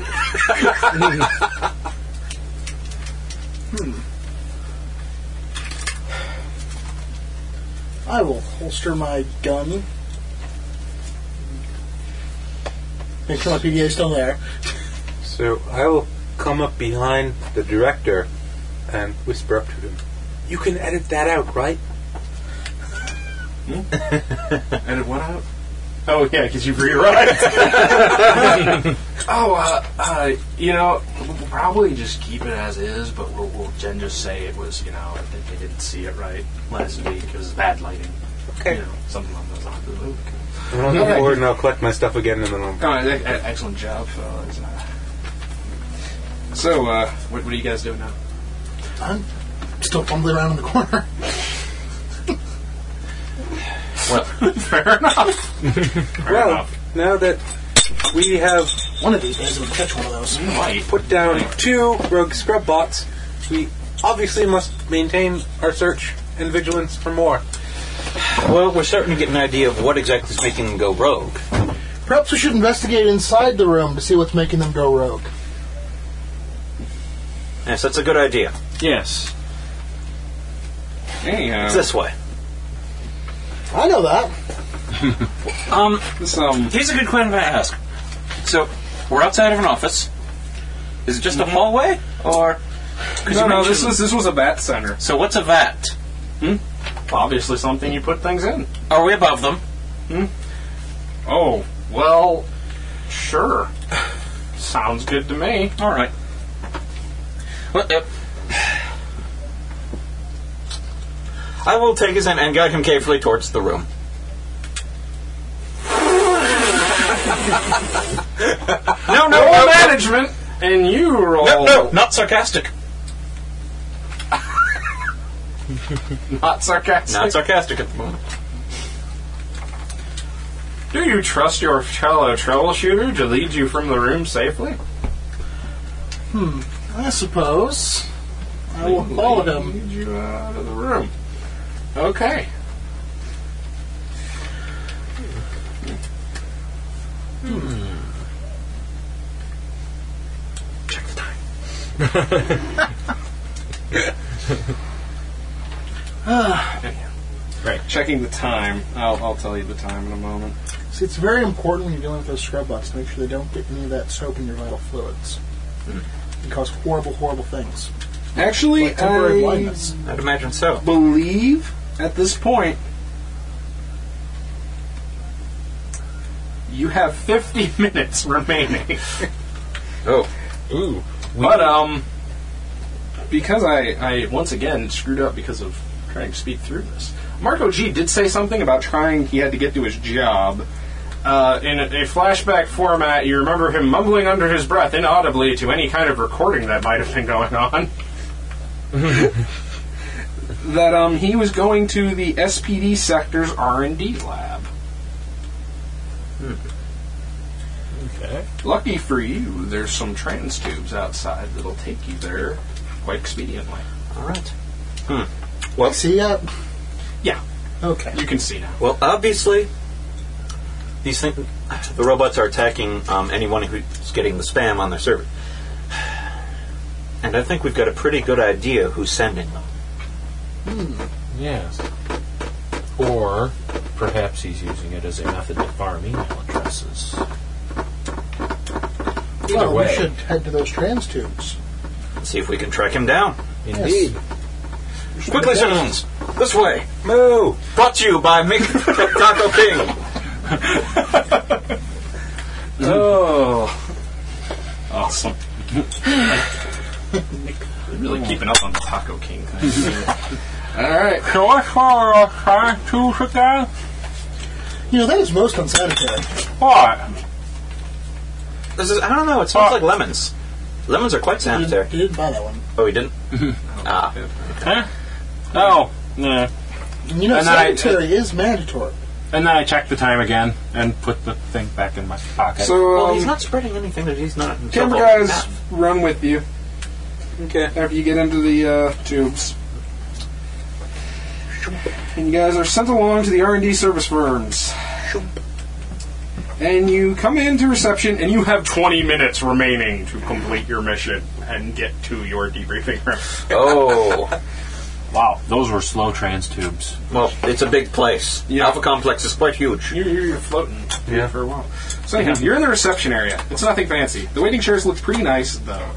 Speaker 6: I will holster my gun. Make sure my PDA is still there.
Speaker 5: So I will come up behind the director and whisper up to him. You can edit that out, right?
Speaker 4: Edit what out? Oh yeah, because you rewrite. [LAUGHS] oh, uh, uh, you know, we'll probably just keep it as is, but we'll, we'll then just say it was, you know, I think they didn't see it right last week. It was bad lighting. Okay. You know, something along those lines. Ooh,
Speaker 5: And I'll go
Speaker 4: Okay.
Speaker 5: forward and I'll collect my stuff again and then I'll.
Speaker 4: All right, e- e- excellent job, fellas. So, uh, what, what are you guys doing now?
Speaker 6: I'm still fumbling around in the corner.
Speaker 4: [LAUGHS] Fair enough.
Speaker 5: well, now that we have
Speaker 6: One of these days, we'll catch one of those.
Speaker 5: put down two rogue scrub bots, we obviously must maintain our search and vigilance for more.
Speaker 8: Well, we're starting to get an idea of what exactly is making them go rogue.
Speaker 6: Perhaps we should investigate inside the room to see what's making them go rogue.
Speaker 8: Yes, that's a good idea.
Speaker 13: Yes.
Speaker 4: Anyhow, uh, Oh.
Speaker 8: It's this way.
Speaker 6: I know that.
Speaker 14: Um,
Speaker 4: this, um,
Speaker 14: here's a good question to ask. So, we're outside of an office. Is it just
Speaker 8: Mm-hmm.
Speaker 14: a hallway, or? 'cause
Speaker 4: no,
Speaker 14: you
Speaker 4: no, this
Speaker 14: mentioned-
Speaker 4: was this was a bat center.
Speaker 14: So what's a vat?
Speaker 4: Obviously, something you put things in.
Speaker 14: Are we above them?
Speaker 4: Oh, well, sure. Sounds good to me.
Speaker 14: All right. Well, uh,
Speaker 8: I will take his hand and guide him carefully towards
Speaker 14: [LAUGHS]
Speaker 8: the room. no, no,
Speaker 4: Roll
Speaker 14: Oh,
Speaker 8: no, no,
Speaker 4: management, and you roll.
Speaker 8: no, no, not sarcastic.
Speaker 4: Not sarcastic.
Speaker 8: Not sarcastic at the moment.
Speaker 4: Do you trust your fellow troubleshooter to lead you from the room safely?
Speaker 6: I suppose. I will follow him.
Speaker 4: Lead you out of the room. Okay. [LAUGHS] Right. Ah, Checking the time. I'll, I'll tell you the time in a moment.
Speaker 6: See, it's very important when you're dealing with those scrub bots to make sure they don't get any of that soap in your vital fluids. Hmm. It cause horrible, horrible things.
Speaker 4: Actually,
Speaker 6: Like temporary
Speaker 4: I
Speaker 6: blindness.
Speaker 8: I'd imagine so.
Speaker 4: believe at this point you have 50 [LAUGHS] minutes remaining.
Speaker 8: [LAUGHS] Oh. Ooh.
Speaker 4: but, um, because I, I once again screwed up because of trying to speak through this, Marco G did say something about trying, he had to get to his job. Uh, in a, a flashback format, you remember him mumbling under his breath inaudibly to any kind of recording that might have been going on. that um, he was going to the SPD sector's R and D lab.
Speaker 9: Okay.
Speaker 4: Lucky for you, there's some trans tubes outside that'll take you there quite expediently.
Speaker 8: All right.
Speaker 6: See ya.
Speaker 4: Yeah,
Speaker 6: Okay.
Speaker 4: you can see now.
Speaker 8: Well, obviously, these things, the robots are attacking um, anyone who's getting the spam on their server. And I think we've got a pretty good idea who's sending them.
Speaker 9: Yes.
Speaker 15: Or perhaps he's using it as a method to farm email addresses. Either
Speaker 6: well,
Speaker 15: way.
Speaker 6: we should head to those trans tubes.
Speaker 8: See if we can track him down.
Speaker 6: Indeed.
Speaker 8: Quickly, citizens! This way! Moo! Brought to you by Mick Taco [LAUGHS] King.
Speaker 13: Oh. Awesome. really keeping up on the Taco King thing. Alright. So what's for uh, trying to sit down?
Speaker 6: You know, that is most unsanitary.
Speaker 13: What?
Speaker 8: This is, I don't know, it smells like lemons. Lemons are quite sanitary.
Speaker 6: You didn't buy that one.
Speaker 8: Oh, he
Speaker 6: [LAUGHS]
Speaker 8: didn't? ah.
Speaker 13: Huh? Oh. Yeah.
Speaker 6: You know,
Speaker 13: And I-
Speaker 6: sanitary is mandatory.
Speaker 13: And then I checked the time again and put the thing back in my pocket.
Speaker 4: So, Well, he's um,
Speaker 8: not spreading anything that he's not.
Speaker 4: Timber guys run with you. Okay. After you get into the uh, tubes. And you guys are sent along to the R&D service firms. And you come into reception, and you have 20 minutes remaining to complete your mission and get to your debriefing room.
Speaker 8: Oh.
Speaker 13: wow, those were slow trans tubes.
Speaker 8: Well, it's a big place. Alpha Complex is quite huge.
Speaker 4: You're, you're floating yeah. for a while. So anyhow, you're in the reception area. It's nothing fancy. The waiting chairs look pretty nice, though.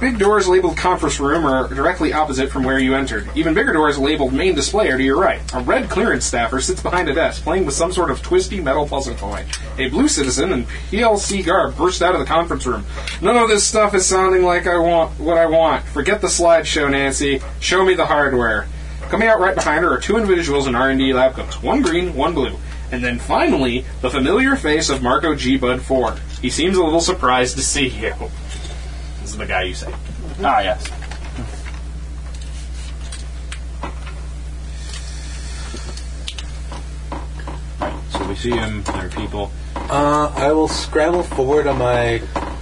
Speaker 4: Big doors labeled conference room are directly opposite from where you entered. Even bigger doors labeled main display are to your right. A red clearance staffer sits behind a desk playing with some sort of twisty metal puzzle toy. A blue citizen in PLC garb bursts out of the conference room. None of this stuff is sounding like I want what I want. Forget the slideshow, Nancy. Show me the hardware. Coming out right behind her are two individuals in R&D lab coats, one green, one blue. And then finally, the familiar face of Marco G. Bud 4. He seems a little surprised to see you. This is the guy you say.
Speaker 13: Ah, yes.
Speaker 15: So we see him, there are people.
Speaker 5: Uh, I will scramble forward on my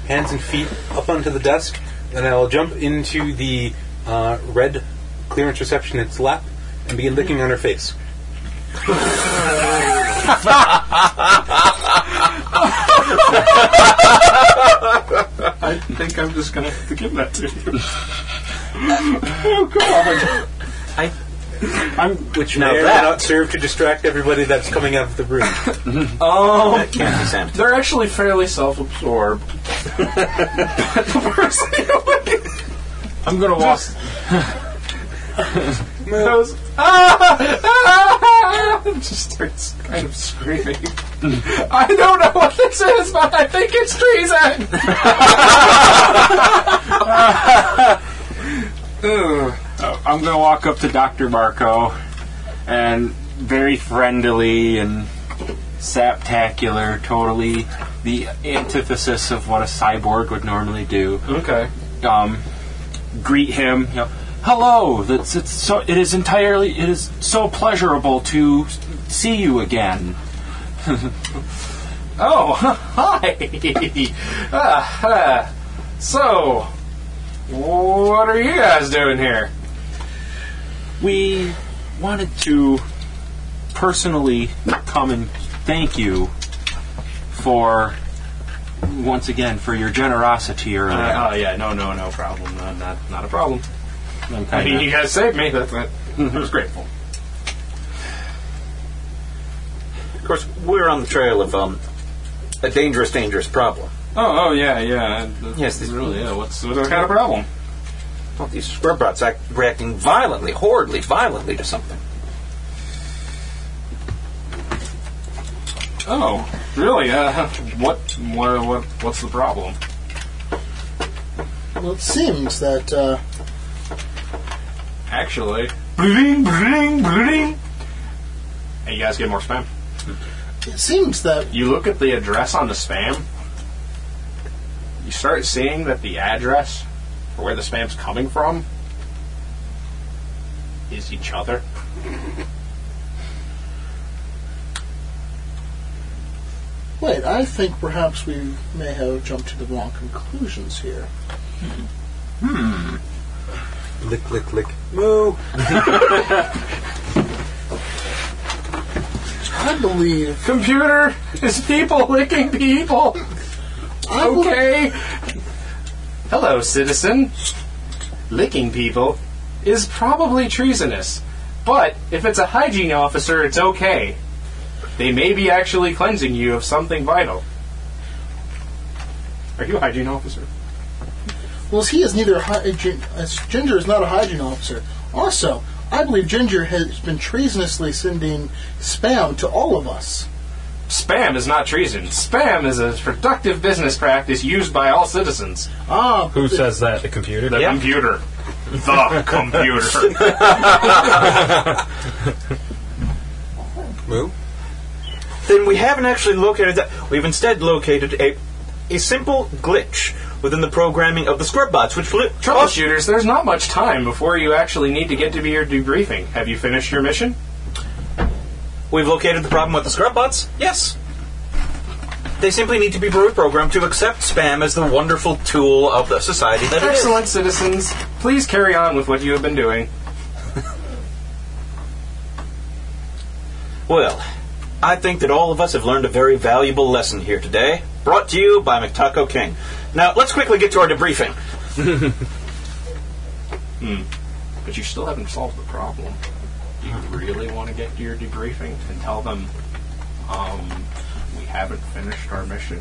Speaker 5: hands and feet up onto the desk, and I will jump into the uh, red clearance receptionist's lap and begin licking on her face.
Speaker 4: I think I'm just gonna have to give that to you. oh god!
Speaker 8: I,
Speaker 4: I'm
Speaker 5: which
Speaker 4: Now
Speaker 5: may or may
Speaker 4: that-
Speaker 5: not serve to distract everybody that's coming out of
Speaker 15: [LAUGHS]
Speaker 5: the room.
Speaker 4: Oh,
Speaker 5: That can't be sanitary.
Speaker 4: they're actually fairly self-absorbed.
Speaker 13: I'm gonna walk.
Speaker 4: Those, ah, ah, just starts kind of screaming. I don't know what this is, but I think it's treason.
Speaker 13: Uh, I'm gonna walk up to Dr. Marco and very friendly and saptacular, totally the antithesis of what a cyborg would normally do.
Speaker 4: Okay.
Speaker 13: Um, greet him. You know, Hello. That's it's so. It is entirely. It is so pleasurable to s- see you again. [LAUGHS] [LAUGHS]
Speaker 4: Oh, hi. Ah, ah. So, what are you guys doing here?
Speaker 13: We wanted to personally come and thank you for once again for your generosity earlier.
Speaker 4: Uh, oh yeah, no, no, no problem. No, not, not a problem.
Speaker 13: I'm kinda-
Speaker 4: I mean, you guys saved me. That's that. I was grateful.
Speaker 8: Of course, we're on the trail of um, a dangerous, dangerous problem.
Speaker 4: Oh, oh yeah, yeah. Yes, this really. Yeah, what's what kind of problem?
Speaker 8: Well, these scrubbots act, reacting violently, horridly, violently to something.
Speaker 4: Oh, really? Uh, what, what, what, what's the problem?
Speaker 6: Well, it seems that uh,
Speaker 4: Actually, bling, bling, bling. And you guys get more spam.
Speaker 6: it seems that
Speaker 4: You look at the address on the spam. You start seeing that the address for where the spam's coming from is each other.
Speaker 6: wait, I think perhaps we may have jumped to the wrong conclusions here.
Speaker 5: Hmm. Lick, lick, lick. Moo.
Speaker 6: I believe.
Speaker 4: Computer is people [LAUGHS] licking people. Okay. Hello, citizen. Licking people is probably treasonous. But if it's a hygiene officer, it's okay. They may be actually cleansing you of something vital. Are you a hygiene officer?
Speaker 6: Well, he is neither a hygiene. uh, Ginger is not a hygiene officer. Also, I believe Ginger has been treasonously sending spam to all of us.
Speaker 4: Spam is not treason. Spam is a productive business practice used by all citizens.
Speaker 6: Ah,
Speaker 15: Who says that? The computer?
Speaker 4: The computer. The [LAUGHS] computer.
Speaker 5: Moo?
Speaker 8: Then we haven't actually located that. We've instead located a a simple glitch within the programming of the square bots, which fli-
Speaker 4: Troubleshooters, there's not much time before you actually need to get to be your debriefing. Have you finished your mission?
Speaker 8: We've located the problem with the scrub bots? Yes. They simply need to be reprogrammed to accept spam as the wonderful tool of the society that it is.
Speaker 4: Excellent citizens, please carry on with what you have been doing.
Speaker 8: Well, I think that all of us have learned a very valuable lesson here today, brought to you by McTucko King. Now, let's quickly get to our debriefing.
Speaker 4: Hmm. But you still haven't solved the problem. Do you really want to get to your debriefing and tell them, um, we haven't finished our mission?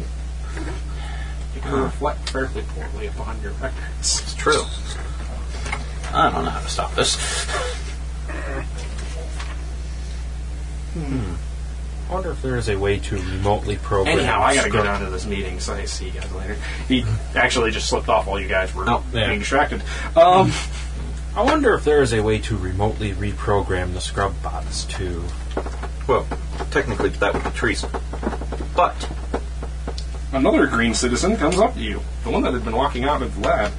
Speaker 4: You can reflect fairly poorly upon your records.
Speaker 8: It's true. I don't know how to stop this.
Speaker 15: I wonder if there is a way to remotely program.
Speaker 4: Anyhow, I gotta go
Speaker 15: scrub-
Speaker 4: down to this meeting, so I see you guys later. He actually just slipped off while you guys were
Speaker 15: Oh, yeah.
Speaker 4: being distracted. Um,
Speaker 15: I wonder if there is a way to remotely reprogram the scrub bots to.
Speaker 8: Well, technically that would be treason. But
Speaker 4: another green citizen comes up to you, the one that had been walking out of the lab.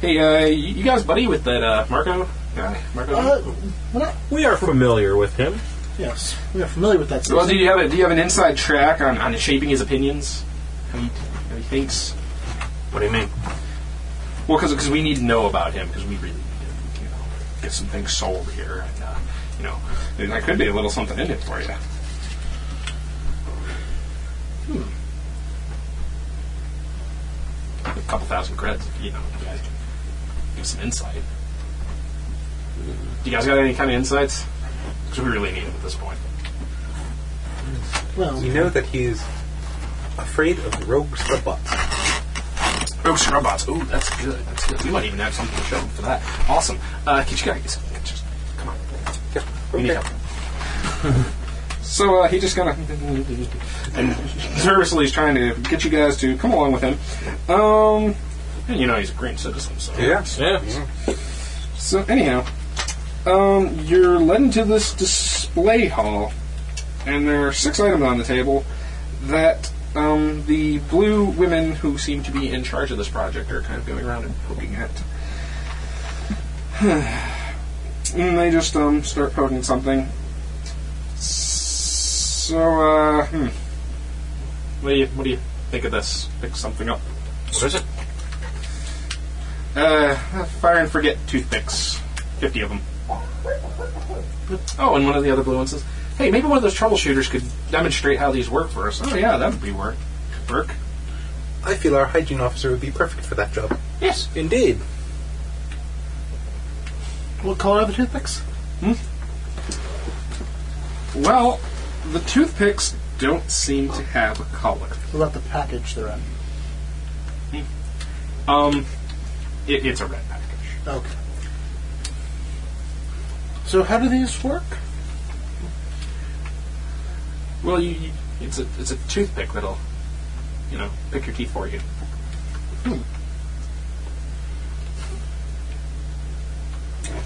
Speaker 4: Hey, uh, you you guys buddy with that uh, Marco guy? Marco?
Speaker 6: Uh, we're not,
Speaker 15: We are familiar with him.
Speaker 6: yes, we are familiar with that.
Speaker 4: well, do
Speaker 6: system.
Speaker 4: you have a, do you have an inside track on, on shaping his opinions? How he, how he thinks?
Speaker 8: What do you mean?
Speaker 4: Well, because we need to know about him because we really need to you know, get some things sold here, and uh, you know, there there could be a little something in it for you. Hmm. A couple thousand creds, if, you know. You guys can give some insight. Do you guys got any kind of insights? Because we really need them at this point.
Speaker 5: You know that he's afraid of rogue scrub bots.
Speaker 4: Rogue Scrub Bots. Ooh, that's good. That's good. We might even have something to show them for that. Awesome. Uh, could you guys just come on? We need help. [LAUGHS] So uh, he just kind of and nervously is trying to get you guys to come along with him. Um, and you know he's a green citizen, so
Speaker 15: Yeah.
Speaker 4: So anyhow, um, you're led into this display hall, and there are six items on the table that um, the blue women who seem to be in charge of this project are kind of going around and poking at. [SIGHS] and they just um, start poking something. So, uh, hmm. What do you what do you think of this? Pick something up.
Speaker 8: What is it?
Speaker 4: Uh, fire and forget toothpicks. Fifty of them. Oh, and one of the other blue ones says, "Hey, maybe one of those troubleshooters could demonstrate how these work for us." Oh yeah, that would be work. Work.
Speaker 5: I feel our hygiene officer would be perfect for that job.
Speaker 4: Yes.
Speaker 9: Indeed.
Speaker 6: What color are the toothpicks?
Speaker 4: Hmm? Well, the toothpicks don't seem to have a color.
Speaker 6: What about the package they're in?
Speaker 4: Um, it, it's a red package.
Speaker 6: Okay. So how do these work?
Speaker 4: Well, you, you it's a it's a toothpick that'll, you know, pick your teeth for you.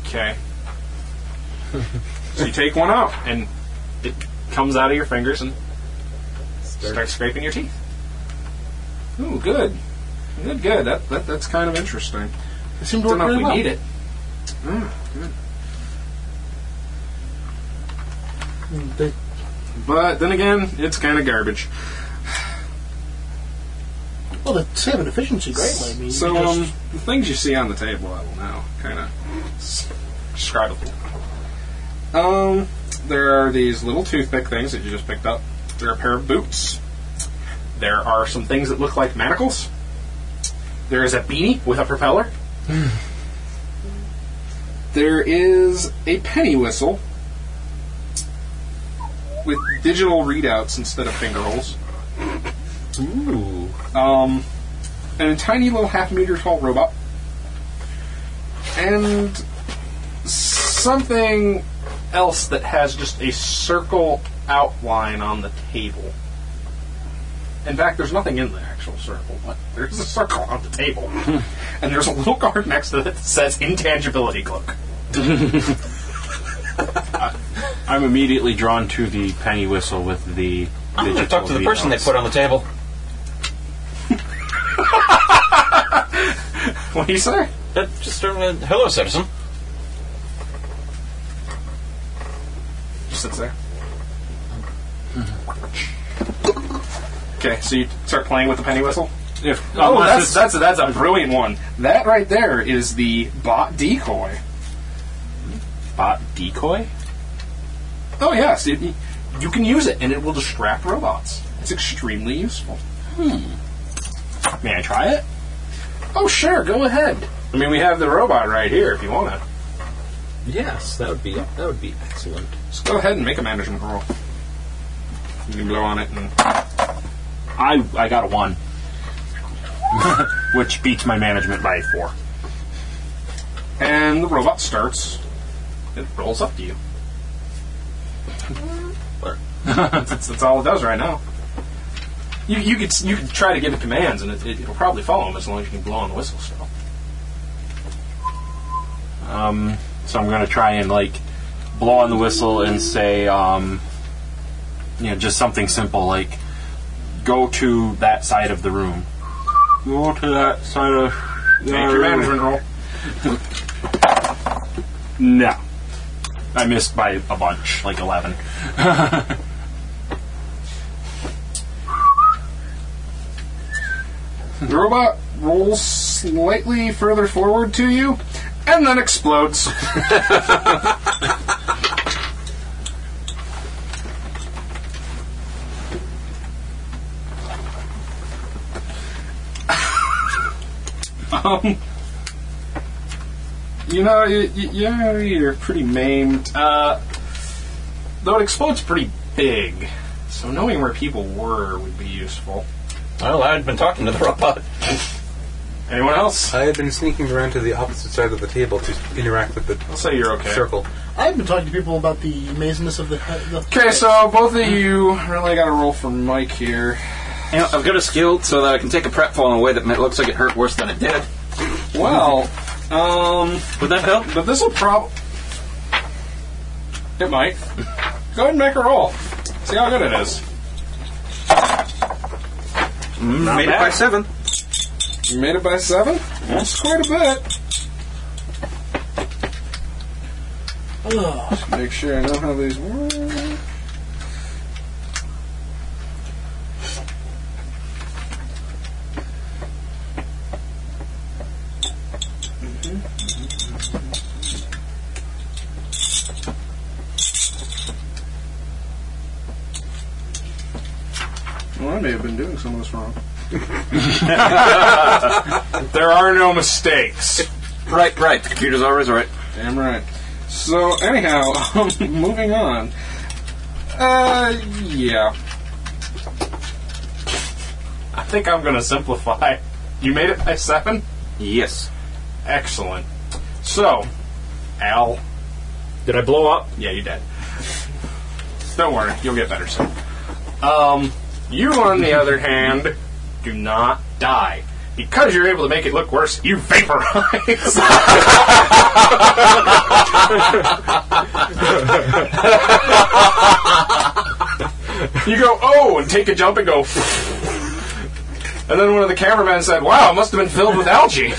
Speaker 4: Okay. so you take one out, and it comes out of your fingers and starts scraping your teeth. Ooh, good, good, good. That, that that's kind of interesting.
Speaker 6: They seem to
Speaker 4: Don't
Speaker 6: work
Speaker 4: know if
Speaker 6: really
Speaker 4: we
Speaker 6: well.
Speaker 4: need it. Mm, good.
Speaker 6: Mm, They,
Speaker 4: But then again, it's kind of garbage.
Speaker 6: well, they save an efficiency greatly. I mean,
Speaker 4: So,
Speaker 6: you
Speaker 4: um,
Speaker 6: just-
Speaker 4: the things you see on the table, I will now kind of describe a little. Um, there are these little toothpick things that you just picked up. There are a pair of boots. There are some things that look like manacles. There is a beanie with a [SIGHS] propeller. there is a penny whistle with digital readouts instead of finger holes. Ooh. Um, and a tiny little half meter tall robot. And something else that has just a circle outline on the table. In fact, there's nothing in the actual circle, but there's a circle on
Speaker 13: [LAUGHS]
Speaker 4: the table. and there's a little card next to it that says
Speaker 13: [LAUGHS]
Speaker 4: intangibility cloak.
Speaker 13: I'm immediately drawn to the penny whistle with the.
Speaker 14: I'm going to talk to the person they put on the table.
Speaker 4: [LAUGHS] what do you say?
Speaker 14: That just started with, hello, citizen.
Speaker 4: Just sits there. Okay, so you start playing with the penny whistle.
Speaker 13: If,
Speaker 4: oh,
Speaker 13: unless
Speaker 4: that's,
Speaker 13: it's-
Speaker 4: that's that's a brilliant one. That right there is the bot decoy.
Speaker 13: Bot decoy?
Speaker 4: Oh yes, it, you can use it, and it will distract robots. It's extremely useful. Hmm. May I try it? Oh sure, go ahead. I mean, we have the robot right here if you want to.
Speaker 15: Yes, that would be that would be excellent.
Speaker 4: Just go ahead and make a management roll. You can blow on it, and I I got a one. [LAUGHS]
Speaker 13: Which beats my management by four.
Speaker 4: And the robot starts. It rolls up to you. [LAUGHS] that's, that's all it does right now. You, you could s- you could try to give it commands and it, it, it'll probably follow him as long as you can blow on the whistle still.
Speaker 13: Um, so I'm going to try and like blow on the whistle and say, um, you know, just something simple like, go to that side of the room. Go to that side of.
Speaker 4: Make your management roll.
Speaker 13: No, I missed by a bunch, like eleven.
Speaker 4: The robot rolls slightly further forward to you and then explodes. um, you know, you, you, you're, you're pretty maimed. Uh, though it explodes pretty big, so knowing where people were would be useful.
Speaker 14: Well, I'd been talking to the robot.
Speaker 4: Anyone else?
Speaker 5: I had been sneaking around to the opposite side of the table to interact with the
Speaker 4: I'll say you're okay.
Speaker 5: circle.
Speaker 4: um,
Speaker 6: I've been talking to people about the amazingness of the. the
Speaker 4: Okay, so both of you really got to roll for Mike here.
Speaker 14: You know, I've got a skill so that I can take a prep fall in a way that ma- looks like it hurt worse than it did.
Speaker 4: Well, um,
Speaker 14: would that help?
Speaker 4: But this will probably it might. Go ahead and make a roll. See how good it is. Not
Speaker 14: Mm, made it
Speaker 4: bad.
Speaker 14: by seven.
Speaker 4: You made it by seven. That's quite a bit. Just make sure I know how these work. Well, I may have been doing some of this wrong. there are no mistakes.
Speaker 14: Right, right. The computer's always right.
Speaker 4: Damn right. So anyhow, [LAUGHS] um, moving on. Uh, yeah. I think I'm gonna simplify. You made it by seven.
Speaker 14: Yes.
Speaker 4: Excellent. So, Al.
Speaker 9: Did I blow up?
Speaker 4: Yeah, you did. Don't worry, you'll get better soon. Um, you, on the other hand, do not die. Because you're able to make it look worse, you [LAUGHS] vaporize. you go, oh, and take a jump and go. And then one of the cameramen said, wow, it must have been filled with algae.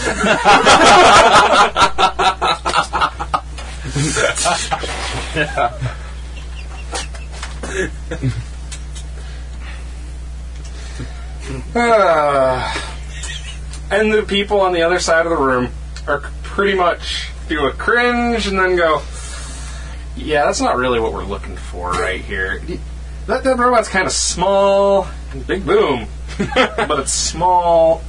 Speaker 4: Ah. and the people on the other side of the room are c- pretty much do a cringe and then go, "Yeah, that's not really what we're looking for right here." That, that robot's kind of small. Big [LAUGHS] boom, but it's small.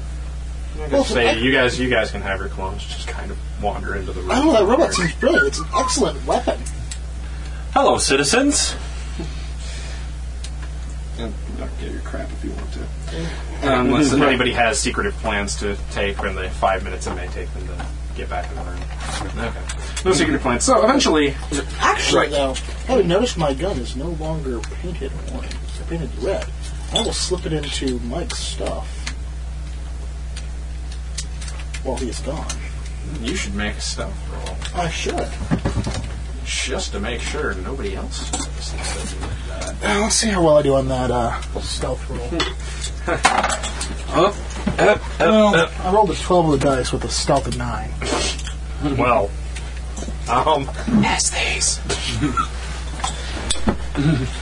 Speaker 4: I
Speaker 6: Well,
Speaker 4: just say you guys, you guys can have your clones just kind of wander into the room.
Speaker 6: I don't know, that robot seems brilliant. It's an excellent weapon.
Speaker 13: Hello, citizens. and not get your crap if you want to. [LAUGHS]
Speaker 4: Unless Um, anybody has secretive plans to take when the five minutes it may take them to get back in the room. Okay. No secretive plans. So eventually,
Speaker 6: Actually, though, having noticed my gun is no longer painted orange, it's painted red. I will slip it into Mike's stuff while he is gone.
Speaker 13: You should make a stuff roll
Speaker 6: I should.
Speaker 13: just to make sure nobody else. does something like that.
Speaker 6: Now, let's see how well I do on that uh, stealth
Speaker 13: [LAUGHS]
Speaker 6: roll.
Speaker 13: Up, up, up,
Speaker 6: Well, I rolled a 12 of the dice with a stealth of 9.
Speaker 4: well, um,
Speaker 14: Pass these.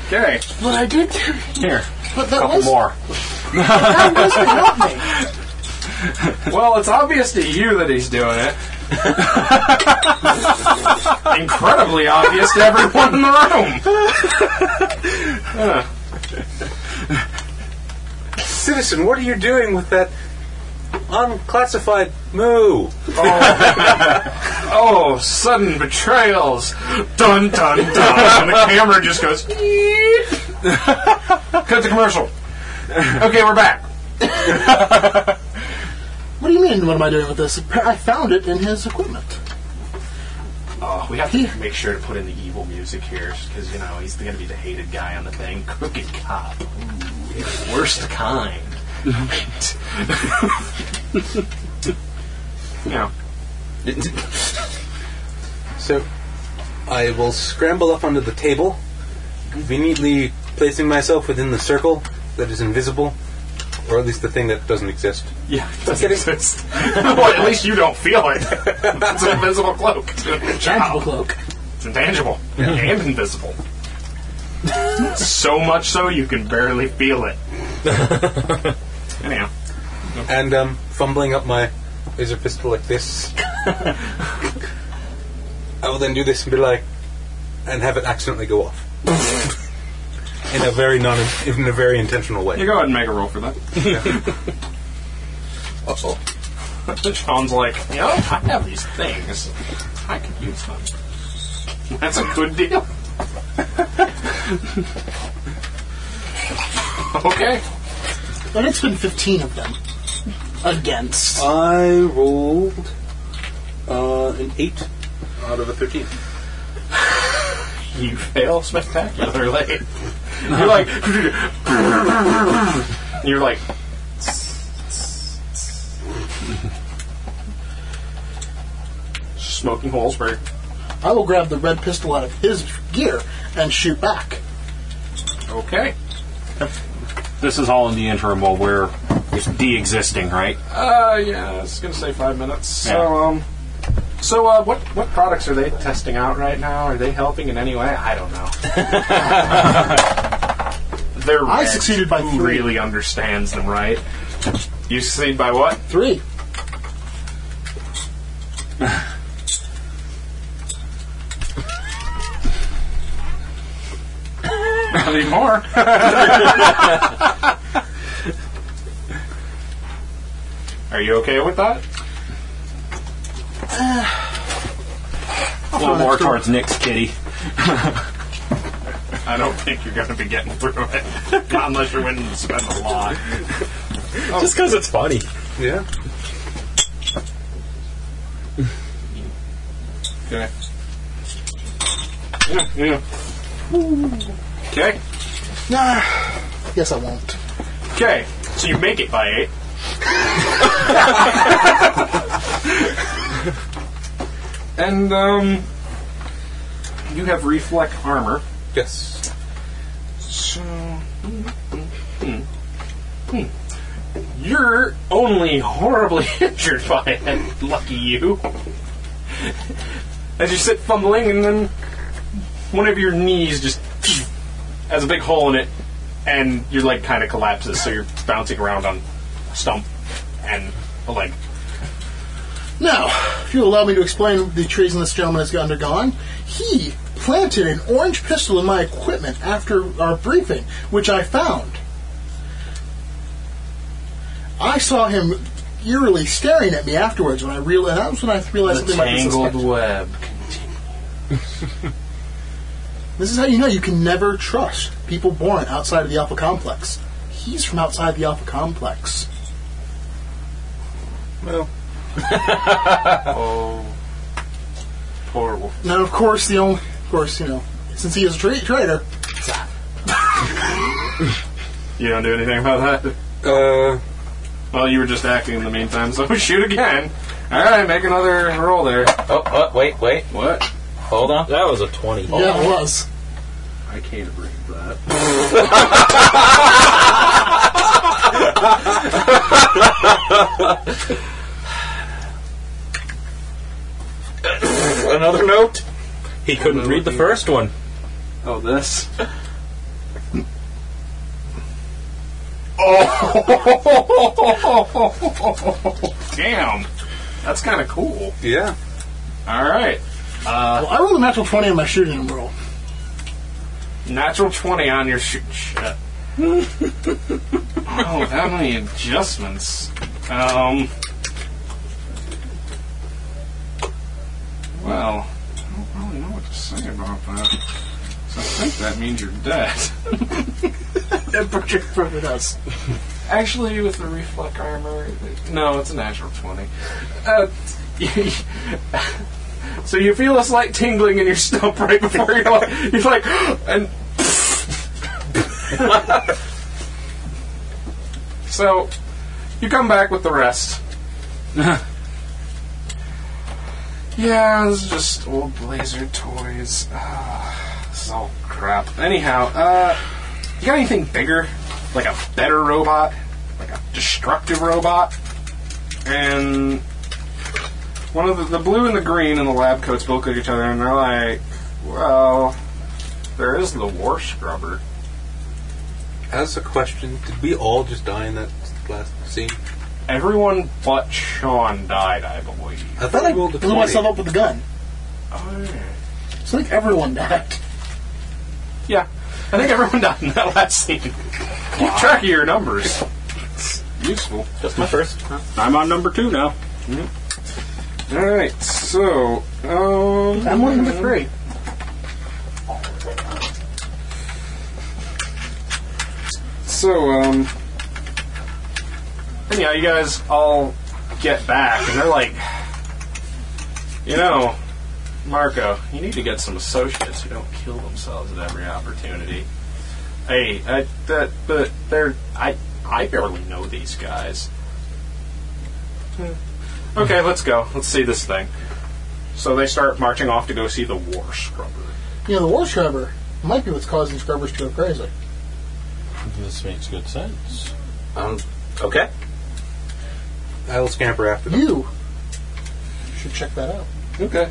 Speaker 4: okay,
Speaker 6: But I did.
Speaker 4: here,
Speaker 6: But
Speaker 4: a
Speaker 6: that
Speaker 4: couple
Speaker 6: was.
Speaker 4: more.
Speaker 6: That was to help me.
Speaker 4: Well, it's obvious to you that he's doing it. Incredibly obvious to everyone in the room.
Speaker 5: Citizen, what are you doing with that unclassified moo?
Speaker 4: Oh, sudden betrayals. Dun, dun, dun. and the camera just goes. Cut the commercial. Okay, we're back.
Speaker 6: What do you mean, what am I doing with this? Appa- I found it in his equipment.
Speaker 13: Oh, we have to make sure to put in the evil music here because you know he's going to be the hated guy on the thing, crooked cop, Ooh, worst kind.
Speaker 4: Yeah.
Speaker 5: So I will scramble up onto the table, conveniently placing myself within the circle that is invisible, or at least the thing that doesn't exist.
Speaker 13: Yeah, it doesn't [LAUGHS] exist. well, at least you don't feel it. [LAUGHS] That's an invisible cloak. Tangible
Speaker 6: cloak.
Speaker 13: It's intangible and [LAUGHS] invisible. so much so you can barely feel it. [LAUGHS] Anyhow,
Speaker 5: And um, fumbling up my laser pistol like this, I will then do this and be like, and have it accidentally go off. In a very non, in a very intentional
Speaker 4: You
Speaker 5: way.
Speaker 4: go ahead and make a roll for that.
Speaker 5: Uh-oh.
Speaker 13: [LAUGHS]
Speaker 4: Sean's like,
Speaker 13: you know, I have these things. I could use them.
Speaker 4: that's a good
Speaker 13: [LAUGHS]
Speaker 4: deal. okay.
Speaker 6: But it's been 15 of them. Against.
Speaker 5: I rolled uh, an eight out of a thirteen.
Speaker 13: You fail spectacularly. [LAUGHS] You're like, [LAUGHS] you're like, [LAUGHS] smoking holes where
Speaker 6: I will grab the red pistol out of his gear and shoot back.
Speaker 4: Okay.
Speaker 13: This is all in the interim while we're de-existing, right?
Speaker 4: Uh, yeah, it's gonna say five minutes. So,
Speaker 13: Yeah.
Speaker 4: um, so uh, what what products are they testing out right now? Are they helping in any way? I don't
Speaker 6: [LAUGHS]
Speaker 4: know. They're
Speaker 6: I
Speaker 4: red.
Speaker 6: succeeded by
Speaker 4: Who
Speaker 6: three.
Speaker 4: really understands them, right? You succeed by what?
Speaker 6: Three.
Speaker 4: I need more. Are you okay with that?
Speaker 15: Uh,
Speaker 13: A little more towards Nick's kitty.
Speaker 4: [LAUGHS] I don't think you're going to be getting through it unless you're willing to spend a lot.
Speaker 13: Oh.
Speaker 15: Just because it's funny.
Speaker 5: Yeah.
Speaker 4: Okay. Yeah, yeah. Okay.
Speaker 6: Nah. Yes, I won't.
Speaker 4: Okay, so you make it by eight. [LAUGHS] and um, you have reflect armor.
Speaker 5: Yes.
Speaker 4: So, hmm, hmm. you're only horribly [LAUGHS] injured by it. Lucky you. As you sit fumbling, and then one of your knees just has a big hole in it, and your leg kind of collapses, so you're bouncing around on a stump and a leg.
Speaker 6: Now, if you'll allow me to explain the treason this gentleman has undergone, he planted an orange pistol in my equipment after our briefing, which I found. I saw him eerily staring at me afterwards when I realized that was when I realized something might be suspect.
Speaker 13: web.
Speaker 6: This is how you know you can never trust people born outside of the Alpha Complex. He's from outside the Alpha Complex.
Speaker 5: Well.
Speaker 13: oh, poor wolf.
Speaker 6: Now, of course, the only, of course, you know, since he is a tra- traitor,
Speaker 4: You don't do anything about that?
Speaker 5: Uh.
Speaker 4: Well, you were just acting in the meantime, so [LAUGHS] shoot again. Alright, make another roll there.
Speaker 14: Oh, oh, wait, wait.
Speaker 4: What?
Speaker 14: Hold on.
Speaker 9: That was a 20.
Speaker 5: Oh.
Speaker 6: yeah, it was.
Speaker 4: I can't believe that.
Speaker 8: Another note. He couldn't read the first one.
Speaker 4: Oh, this. Damn. That's kind of cool.
Speaker 5: Yeah.
Speaker 4: Alright.
Speaker 5: Uh.
Speaker 6: well, I rolled a natural 20 on my shooting [LAUGHS] roll.
Speaker 4: Natural 20 on your shoot. Shit. oh, how many adjustments? Um. Well, I don't really know what to say about that. So I think that means you're dead. [LAUGHS]
Speaker 6: That picture probably does.
Speaker 4: Actually, with the reflect armor, no, it's a natural twenty. Uh, [LAUGHS] so you feel a slight tingling in your stump right before you're like, you're like, [GASPS] and [LAUGHS] so you come back with the rest. yeah, this is just old Blazer toys. Ah, this is all crap. Anyhow, uh. You got anything bigger? Like a better robot? Like a destructive robot? And one of the, the blue and the green in the lab coats both look at each other and they're like, well, there is the war scrubber.
Speaker 5: As a question, did we all just die in that last scene?
Speaker 4: Everyone but Sean died, I believe.
Speaker 5: I thought I rolled a
Speaker 6: Blew
Speaker 5: 20.
Speaker 6: myself up with a gun.
Speaker 4: Oh, yeah.
Speaker 6: So I think everyone died.
Speaker 4: Yeah. I think everyone died in that last scene. Keep track of your numbers. It's useful.
Speaker 8: That's my first.
Speaker 13: I'm on number two now.
Speaker 4: Alright, Mm-hmm. so, um.
Speaker 6: I'm one number three.
Speaker 4: So, um. Anyhow, you guys all get back, and they're like, you know, Marco, you need to get some associates who don't kill themselves at every opportunity. Hey, I, that, but they're, I, I barely know these guys. Hmm. Okay, let's go. Let's see this thing. So they start marching off to go see the war scrubber.
Speaker 6: You know, the war scrubber might be what's causing scrubbers to go crazy.
Speaker 15: This makes good sense.
Speaker 8: Um, okay.
Speaker 5: I'll scamper after them.
Speaker 6: You should check that out.
Speaker 4: Okay.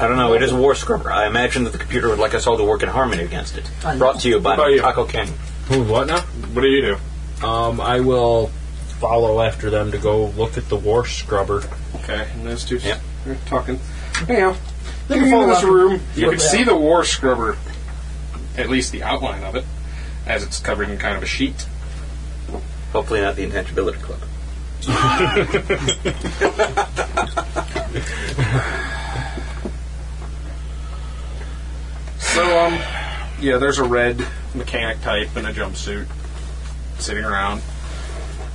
Speaker 8: I don't know. It is a war scrubber. I imagine that the computer would like us all to work in harmony against it.
Speaker 6: I know.
Speaker 8: Brought to you by
Speaker 4: By you.
Speaker 8: Taco King.
Speaker 9: Who, what now?
Speaker 4: What do you do?
Speaker 9: Um, I will follow after them to go look at the war scrubber.
Speaker 4: Okay, and those two s-
Speaker 8: Yep.
Speaker 4: are talking. Anyhow,
Speaker 6: They
Speaker 4: you can
Speaker 6: can follow
Speaker 4: in this
Speaker 6: up.
Speaker 4: room. You
Speaker 6: Look
Speaker 4: can
Speaker 6: at
Speaker 4: see
Speaker 6: that.
Speaker 4: the war scrubber, at least the outline of it, as it's covered in kind of a sheet.
Speaker 8: Hopefully not the Intangibility Club.
Speaker 4: [LAUGHS] So, um, yeah, there's a red mechanic type in a jumpsuit sitting around,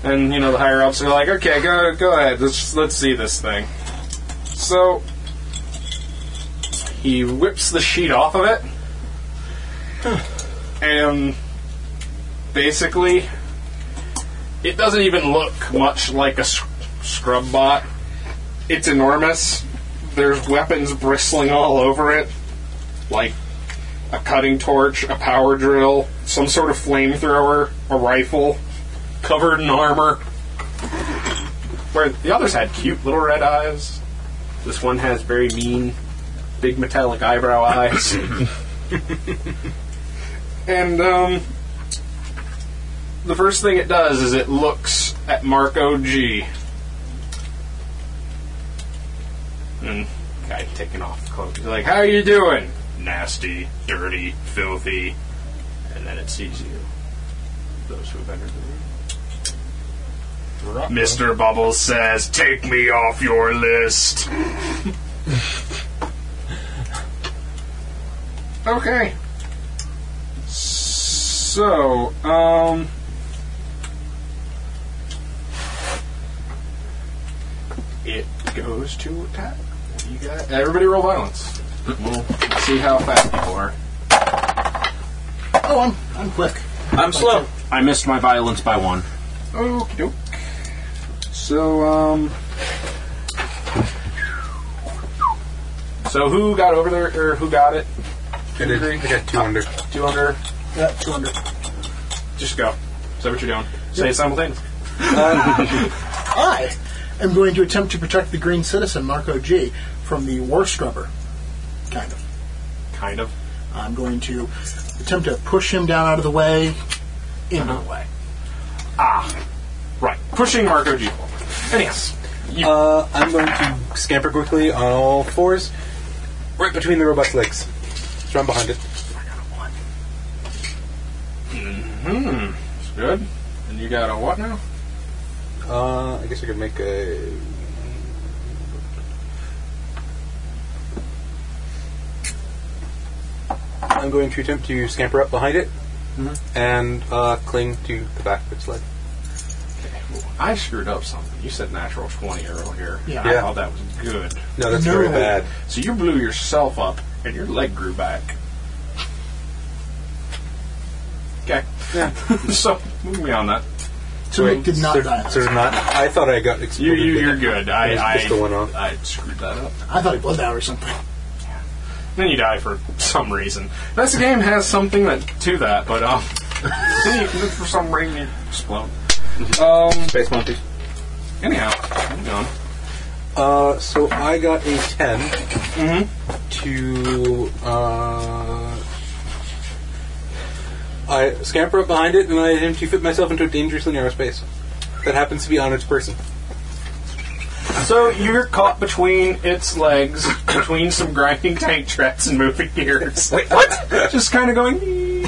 Speaker 4: and you know the higher ups are like, "Okay, go go ahead, let's let's see this thing." So he whips the sheet off of it, and basically, it doesn't even look much like a s- scrub bot. It's enormous. There's weapons bristling all over it, like a cutting torch, a power drill, some sort of flamethrower, a rifle, covered in armor. Where the others had cute little red eyes. This one has very mean, big metallic eyebrow eyes. and um, the first thing it does is it looks at Marco G. And guy taking off the cloak. He's like, "How you doing? Nasty, dirty, filthy." And then it sees you. Those who have entered the room. Mr. Bubbles says, "Take me off your list." [LAUGHS] Okay. So, um. It goes to attack. What do You got everybody roll violence. We'll see how fast people are.
Speaker 6: Oh, I'm I'm quick.
Speaker 4: I'm slow.
Speaker 13: I missed my violence by one.
Speaker 4: Okie doke. So, um. So, who got over there, or who got it?
Speaker 5: I did. I got two under.
Speaker 4: Two under.
Speaker 6: Yeah, two under.
Speaker 4: Just go. Is that what you're doing? Say it simultaneously.
Speaker 6: I am going to attempt to protect the green citizen, Marco G, from the war scrubber. Kind of.
Speaker 4: Kind of.
Speaker 6: I'm going to attempt to push him down out of the way, into the way.
Speaker 4: Ah. Right. Pushing Marco G. Anyhow. Oh.
Speaker 5: Uh, I'm going to scamper quickly on all fours, right between the robot's legs. Just run behind it.
Speaker 4: Hmm. It's good. And you got a what now?
Speaker 5: Uh, I guess I could make a. I'm going to attempt to scamper up behind it
Speaker 6: Mm-hmm.
Speaker 5: and uh, cling to the back of its leg.
Speaker 4: I screwed up something. You said natural 20 earlier.
Speaker 5: Yeah.
Speaker 4: I
Speaker 5: Yeah.
Speaker 4: thought that was good.
Speaker 5: No, that's very bad.
Speaker 4: So you blew yourself up and your leg grew back. Okay. Yeah. [LAUGHS] so, move me on that.
Speaker 6: So it did not
Speaker 5: so,
Speaker 6: die.
Speaker 5: So did not. I thought I got
Speaker 4: You,
Speaker 5: exploded.
Speaker 4: you,
Speaker 5: with
Speaker 4: you're
Speaker 5: it.
Speaker 4: good.
Speaker 5: It was
Speaker 4: I,
Speaker 5: just the one
Speaker 4: I,
Speaker 5: off.
Speaker 4: I screwed that up.
Speaker 6: I thought he bled out or something.
Speaker 4: Then you die for some reason. This game has something that to that, but um, [LAUGHS] then you, for some reason you explode. Um,
Speaker 5: Mm-hmm. Space monkeys.
Speaker 4: Anyhow, I'm done.
Speaker 5: Uh, so I got a 10 to. Uh, I scamper up behind it and I attempt to fit myself into a dangerously narrow space that happens to be on its person.
Speaker 4: So you're caught between its legs, [COUGHS] between some grinding tank tracks and moving gears. Wait, what? Just kind of going.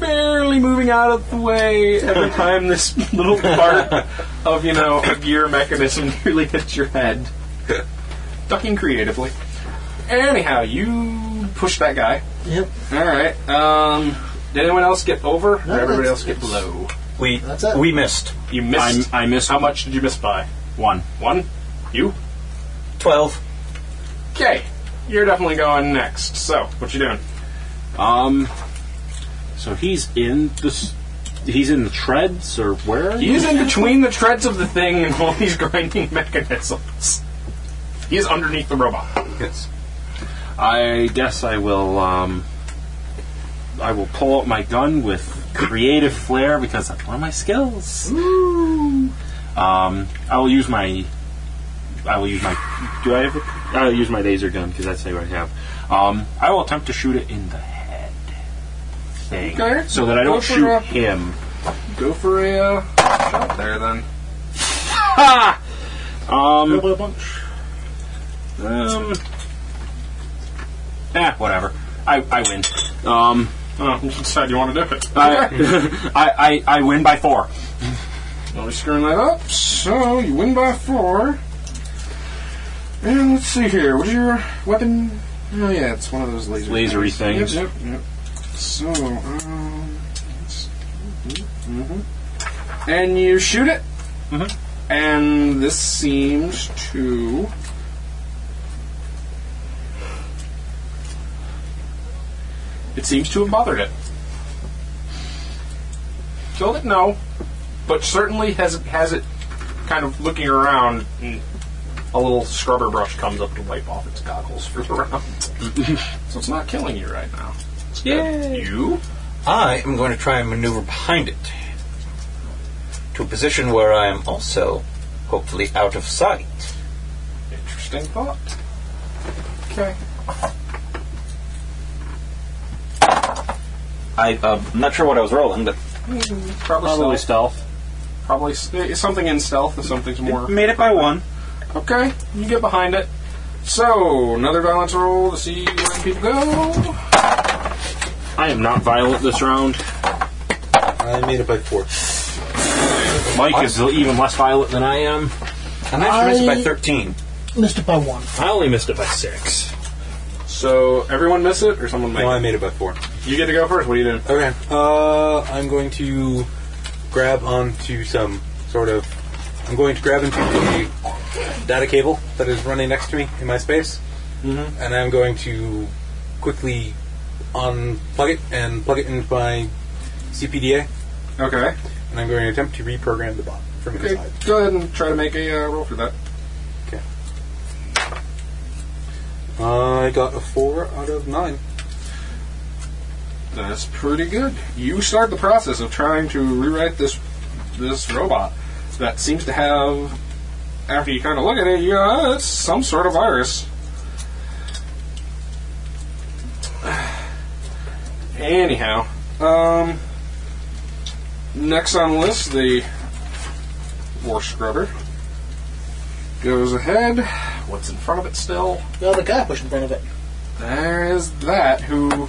Speaker 4: Barely moving out of the way every time this little part of, you know, a gear mechanism [LAUGHS] nearly hits your head. Ducking creatively. Anyhow, you push that guy.
Speaker 6: Yep.
Speaker 4: Alright. Um, did anyone else get over?
Speaker 6: No,
Speaker 4: or everybody
Speaker 6: that's-
Speaker 4: else get below?
Speaker 8: We
Speaker 6: That's it.
Speaker 8: we missed
Speaker 4: You missed.
Speaker 13: I missed
Speaker 4: How much did you miss by?
Speaker 13: one.
Speaker 4: One? You?
Speaker 8: twelve.
Speaker 4: Okay, you're definitely going next. So, what you doing?
Speaker 13: Um, so he's in the s- he's in the treads or where?
Speaker 4: He's in between the treads of the thing and all these grinding [LAUGHS] mechanisms. He's underneath the robot.
Speaker 5: Yes.
Speaker 13: I guess I will. Um, I will pull out my gun with creative flair because that's one of my skills. Um, I will use my. I will use my. Do I have? A, I will use my laser gun because that's what I have. Um, I will attempt to shoot it in the head. Thing,
Speaker 4: Okay.
Speaker 13: So that I
Speaker 4: Go
Speaker 13: don't
Speaker 4: for
Speaker 13: shoot
Speaker 4: a-
Speaker 13: him.
Speaker 4: Go for a uh, shot there then.
Speaker 13: Um.
Speaker 6: Double a bunch.
Speaker 13: Um. Eh, whatever. I, I win. Um,
Speaker 4: Oh, you decide you want to do it.
Speaker 13: I, [LAUGHS] I, I, I win by four.
Speaker 4: I'll be screwing that up. So you win by four. And let's see here. What's your weapon? Oh yeah, it's one of those laser
Speaker 13: Lasery things.
Speaker 4: Yep, yep, yep. So, um, hmm and you shoot it,
Speaker 13: Mm-hmm.
Speaker 4: and this seems to. It seems to have bothered it. Killed it, no, but certainly has has it kind of looking around, and a little scrubber brush comes up to wipe off its goggles for the
Speaker 8: [LAUGHS]
Speaker 4: round. so it's not killing you right now. Yeah. You?
Speaker 8: I am going to try and maneuver behind it to a position where I am also hopefully out of sight.
Speaker 4: Interesting thought. Okay.
Speaker 8: I, uh, I'm not sure what I was rolling, but
Speaker 4: Probably,
Speaker 13: Probably
Speaker 4: stealth.
Speaker 13: stealth.
Speaker 4: Probably s- eh, something in stealth if something's more.
Speaker 8: made it by one.
Speaker 4: Okay, you get behind it. So, another violence roll to see where people go.
Speaker 13: I am not violent this round.
Speaker 5: I made it by four.
Speaker 13: Mike is even less violent than I am.
Speaker 8: I managed to miss it by
Speaker 6: I-
Speaker 8: 13.
Speaker 6: Missed it by one.
Speaker 9: I only missed it by six.
Speaker 4: So everyone miss it, or someone make
Speaker 5: No,
Speaker 4: it?
Speaker 5: I made it by four.
Speaker 4: You get to go first. What are you doing?
Speaker 5: Okay. Uh, I'm going to grab onto some sort of. I'm going to grab into the data cable that is running next to me in my space,
Speaker 13: Mhm.
Speaker 5: and I'm going to quickly unplug it and plug it into my CPDA.
Speaker 4: Okay.
Speaker 5: And I'm going to attempt to reprogram the bot from
Speaker 4: Okay,
Speaker 5: inside.
Speaker 4: go ahead and try to make a uh, roll for that.
Speaker 5: I got a four out of nine.
Speaker 4: That's pretty good. You start the process of trying to rewrite this this robot that seems to have. After you kind of look at it, you go, "Oh, it's some sort of virus. Anyhow, um, next on the list, the war scrubber goes ahead. What's in front of it still?
Speaker 6: The other guy pushed in front of it.
Speaker 4: There is that who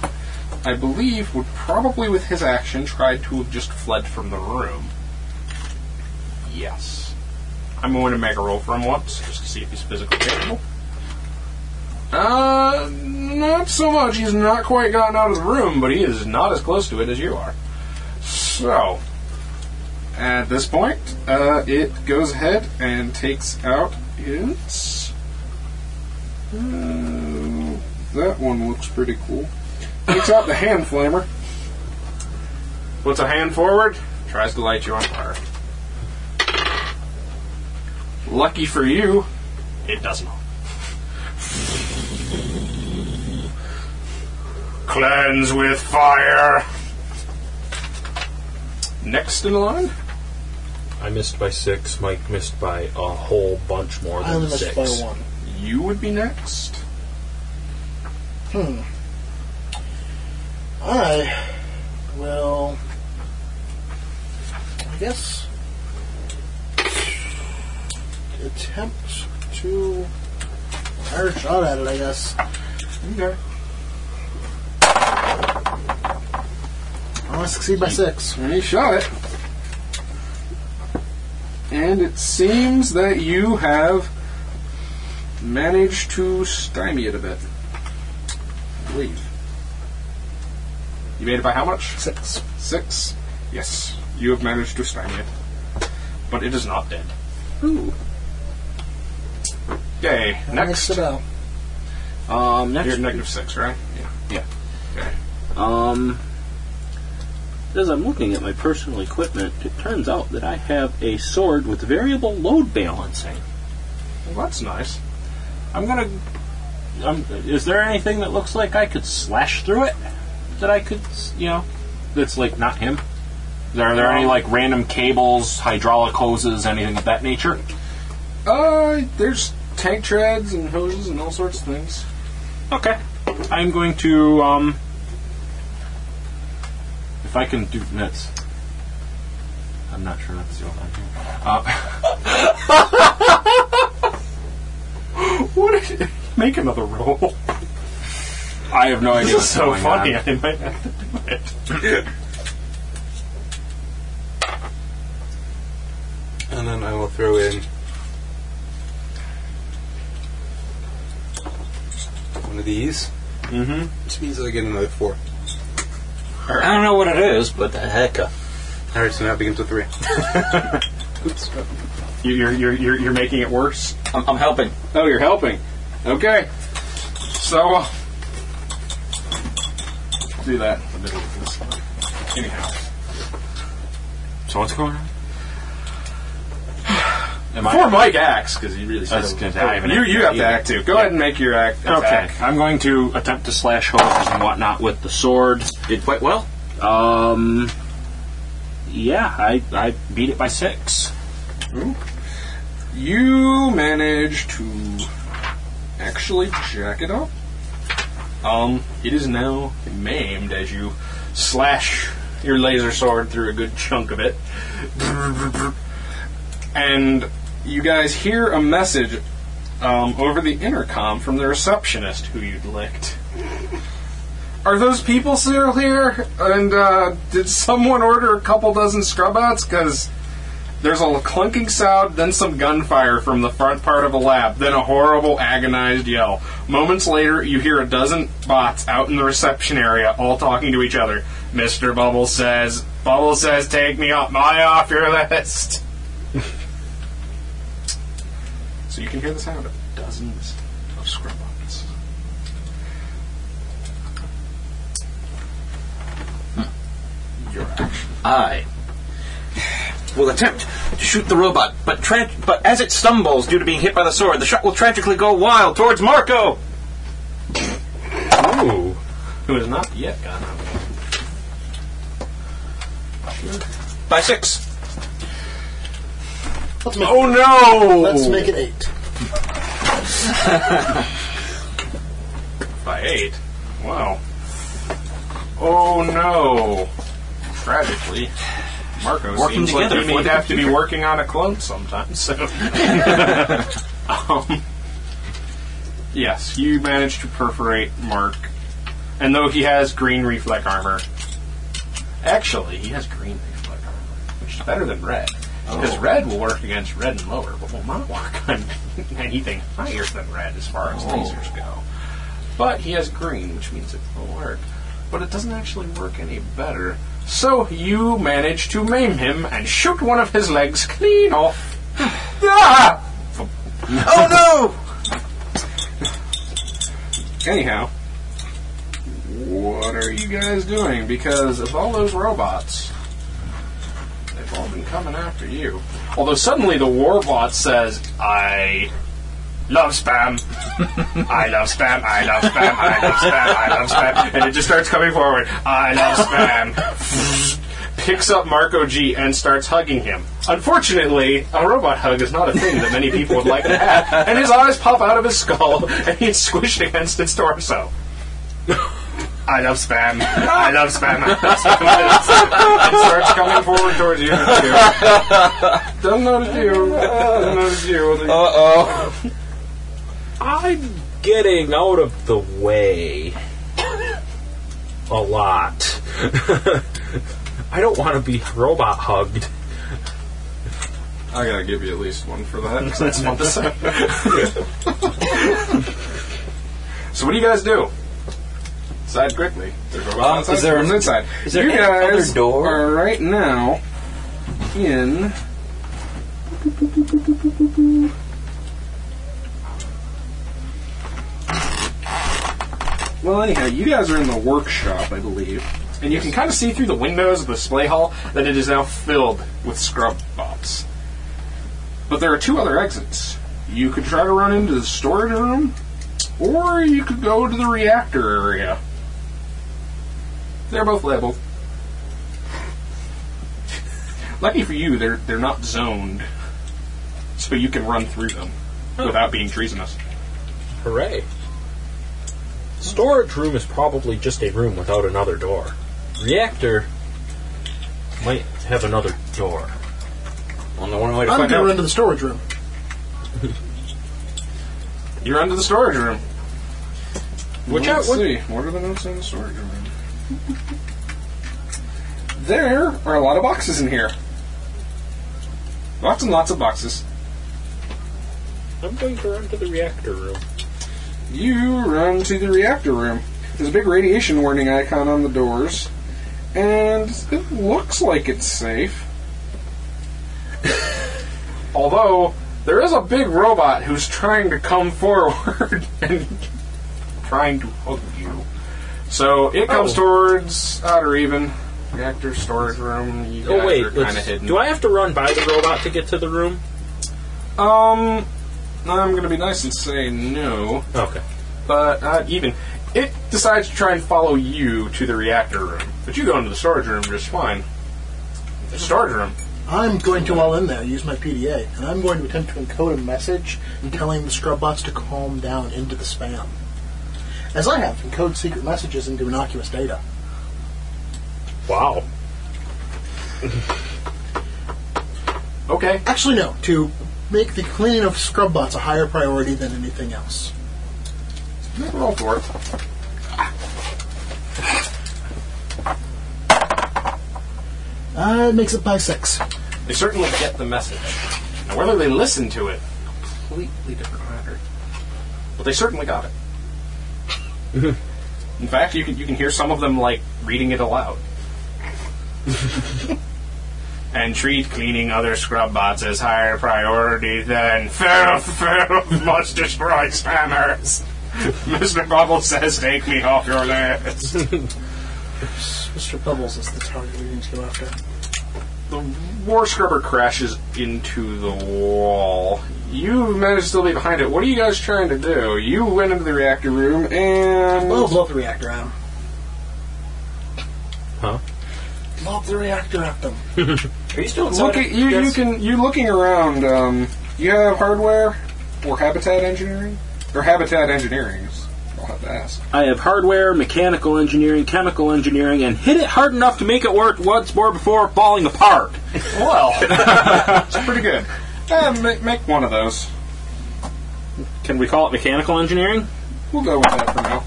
Speaker 4: I believe would probably, with his action, tried to have just fled from the room. Yes. I'm going to make a roll for him once, just to see if he's physically capable. Uh, not so much. He's not quite gotten out of the room, but he is not as close to it as you are. So, at this point, uh, it goes ahead and takes out its. Uh, that one looks pretty cool. Takes out the hand flamer. Puts a hand forward, tries to light you on fire. Lucky for you, it doesn't. Cleanse with fire. Next in line?
Speaker 15: I missed by six. Mike missed by a whole bunch more
Speaker 6: I
Speaker 15: than
Speaker 6: only missed
Speaker 15: six.
Speaker 6: by one.
Speaker 4: You would be next.
Speaker 6: Hmm. I will. I guess. Attempt to. Fire a shot at it, I guess.
Speaker 4: Okay.
Speaker 6: I want to succeed by six.
Speaker 4: And he shot it. And it seems that you have managed to stymie it a bit. I believe. You made it by how much?
Speaker 6: Six.
Speaker 4: Six? Yes. You have managed to stymie it. But it is not dead.
Speaker 6: Ooh.
Speaker 4: Okay, next.
Speaker 6: Next
Speaker 14: Um, next
Speaker 4: You're at negative six, right? Yeah.
Speaker 14: Yeah.
Speaker 4: Okay.
Speaker 14: Um, as I'm looking at my personal equipment, it turns out that I have a sword with variable load balancing.
Speaker 4: Well, that's nice.
Speaker 14: I'm gonna. Um, is there anything that looks like I could slash through it? That I could, s- you know, that's like not him.
Speaker 13: Are there
Speaker 14: Um,
Speaker 13: any like random cables, hydraulic hoses, anything of that nature?
Speaker 4: Uh, there's tank treads and hoses and all sorts of things.
Speaker 13: Okay. I'm going to um if I can do that's I'm not sure that's the old idea. Uh,
Speaker 4: [LAUGHS] what is make another roll.
Speaker 13: I have no idea. what's
Speaker 4: This is so
Speaker 13: going
Speaker 4: funny.
Speaker 13: on.
Speaker 4: I might have to do [LAUGHS] it.
Speaker 5: And then I will throw in. One of these.
Speaker 13: Mm-hmm.
Speaker 5: Which means that I get another four.
Speaker 14: I don't know what it is, but the heck. uh,
Speaker 5: Alright, so now it begins with three.
Speaker 4: Oops. You're, you're, you're, you're making it worse?
Speaker 14: I'm, I'm helping.
Speaker 4: Oh, you're helping. Okay. So, uh, do that in the middle of this. Anyhow.
Speaker 13: So what's going on? Am
Speaker 4: Before Mike acts, because he really
Speaker 13: I was
Speaker 4: said
Speaker 13: gonna say, I haven't
Speaker 4: You, you have
Speaker 13: acted
Speaker 4: to
Speaker 13: yet.
Speaker 4: act too. Go ahead and make your act.
Speaker 13: Okay,
Speaker 4: attack.
Speaker 13: I'm going to attempt to slash hoses and whatnot with the sword. Did quite well. Um, yeah, I, I beat it by six.
Speaker 4: You manage to actually jack it up. Um, it is now maimed as you slash your laser sword through a good chunk of it. And you guys hear a message um, over the intercom from the receptionist who you'd licked. Are those people still here? And uh, did someone order a couple dozen scrub outs? Because There's a clunking sound, then some gunfire from the front part of a lab, then a horrible, agonized yell. Moments later, you hear a dozen bots out in the reception area, all talking to each other. Mr. Bubble says, Bubble says, take me off my off your list. [LAUGHS] so you can hear the sound of dozens of scrub bots.
Speaker 8: I will attempt to shoot the robot, but tra- but as it stumbles due to being hit by the sword, the shot will tragically go wild towards Marco.
Speaker 13: Ooh. Who has not yet gone out.
Speaker 8: By six.
Speaker 6: Let's make
Speaker 4: oh no!
Speaker 6: Let's make it eight.
Speaker 4: By eight? Wow. Oh no! Tragically, Marco
Speaker 13: Working
Speaker 4: seems like
Speaker 13: together
Speaker 4: he
Speaker 13: for
Speaker 4: may
Speaker 13: the
Speaker 4: have to be
Speaker 13: computer.
Speaker 4: working on a clone sometime.
Speaker 13: [LAUGHS]
Speaker 4: So, um, yes, you managed to perforate Mark, and though he has green reflect armor, actually he has green reflect armor, which is better than red because
Speaker 13: Oh.
Speaker 4: red will work against red and lower, but will not work on [LAUGHS] anything higher than red as far as
Speaker 13: Oh.
Speaker 4: lasers go. But he has green, which means it will work. But it doesn't actually work any better. So you manage to maim him and shoot one of his legs clean off. [SIGHS] ah!
Speaker 8: Oh
Speaker 4: [LAUGHS] Anyhow, what are you guys doing? Because of all those robots, they've all been coming after you. Although suddenly the warbot says, I love spam. I love spam. I love spam. I love spam. I love spam. And it just starts coming forward. I love spam. Picks up Marco G and starts hugging him. Unfortunately, a robot hug is not a thing that many people would like to have, and his eyes pop out of his skull, and he is squished against its torso. I love spam. I love spam. I love spam. I love spam. It starts coming forward towards you. Doesn't notice you. Doesn't notice you. Uh
Speaker 9: oh. I'm getting out of the way.
Speaker 13: [LAUGHS]
Speaker 9: A lot. I don't want to be robot hugged.
Speaker 4: I gotta give you at least one for that because that's not the same. [LAUGHS] so what do you guys do? Side quickly. There's a
Speaker 13: Uh,
Speaker 4: lot
Speaker 13: is there
Speaker 4: an
Speaker 13: an-
Speaker 4: inside?
Speaker 13: is there
Speaker 4: you
Speaker 13: any
Speaker 4: guys
Speaker 13: other door?
Speaker 4: are right now in. Well, anyhow, you guys are in the workshop, I believe, and you can kind of see through the windows of the display hall that it is now filled with scrub bots. But there are two other exits. You could try to run into the storage room, or you could go to the reactor area. They're both labeled. Lucky for you, they're they're not zoned, so you can run through them without being treasonous.
Speaker 9: Hooray. Storage room is probably just a room without another door. Reactor might have another door. Only one way
Speaker 6: I'm going to run to the storage room.
Speaker 4: You run to the storage room.
Speaker 6: Which
Speaker 4: Let's
Speaker 6: I would-
Speaker 4: see. What are the notes on the storage room? There are a lot of boxes in here. Lots and lots of boxes.
Speaker 9: I'm going to run to the reactor room.
Speaker 4: You run to the reactor room. There's a big radiation warning icon on the doors, and it looks like it's safe. Although, there is a big robot who's trying to come forward [LAUGHS] and trying to hug you. So it comes
Speaker 9: Oh.
Speaker 4: towards outer even. Reactor storage room. You guys
Speaker 9: oh wait,
Speaker 4: are kind of
Speaker 9: let's-
Speaker 4: hidden.
Speaker 9: do I have to run by the robot to get to the room?
Speaker 4: Um, I'm going to be nice and say no.
Speaker 9: Okay.
Speaker 4: But not even. It decides to try and follow you to the reactor room. But you go into the storage room just fine. The storage room.
Speaker 6: I'm going to, while in there, use my PDA, and I'm going to attempt to encode a message telling the scrub bots to calm down into the spam. As I have, encode secret messages into innocuous data.
Speaker 9: Wow.
Speaker 4: Okay.
Speaker 6: Actually, no, to make the cleaning of scrub bots a higher priority than anything else.
Speaker 4: Roll for it.
Speaker 6: Uh, it makes it by six.
Speaker 4: They certainly get the message. Now, whether they listen to it, completely different matter. But they certainly got it. In fact, you can you can hear some of them like reading it aloud. and treat cleaning other scrub bots as higher priority than filth, filth must destroy spammers. Mr. Bubble says, "Take me off your list."
Speaker 6: Mr. Bubbles is the target we need to go after.
Speaker 4: the war scrubber crashes into the wall. You managed to still be behind it. What are you guys trying to do? You went into the reactor room and
Speaker 6: Well, blow up the reactor at 'em.
Speaker 4: Huh?
Speaker 6: Blow up the reactor at them.
Speaker 4: Are
Speaker 6: you still
Speaker 4: Look
Speaker 6: inside
Speaker 4: at
Speaker 6: it?
Speaker 4: you. You
Speaker 6: Yes.
Speaker 4: can. You looking around. Um, you have hardware or habitat engineering or habitat engineering. I'll have to ask.
Speaker 7: I have hardware, mechanical engineering, chemical engineering, and hit it hard enough to make it work once more before falling apart.
Speaker 4: Well, [LAUGHS] it's pretty good. Uh, make, make one of those.
Speaker 7: Can we call it mechanical engineering?
Speaker 4: We'll go with that for now.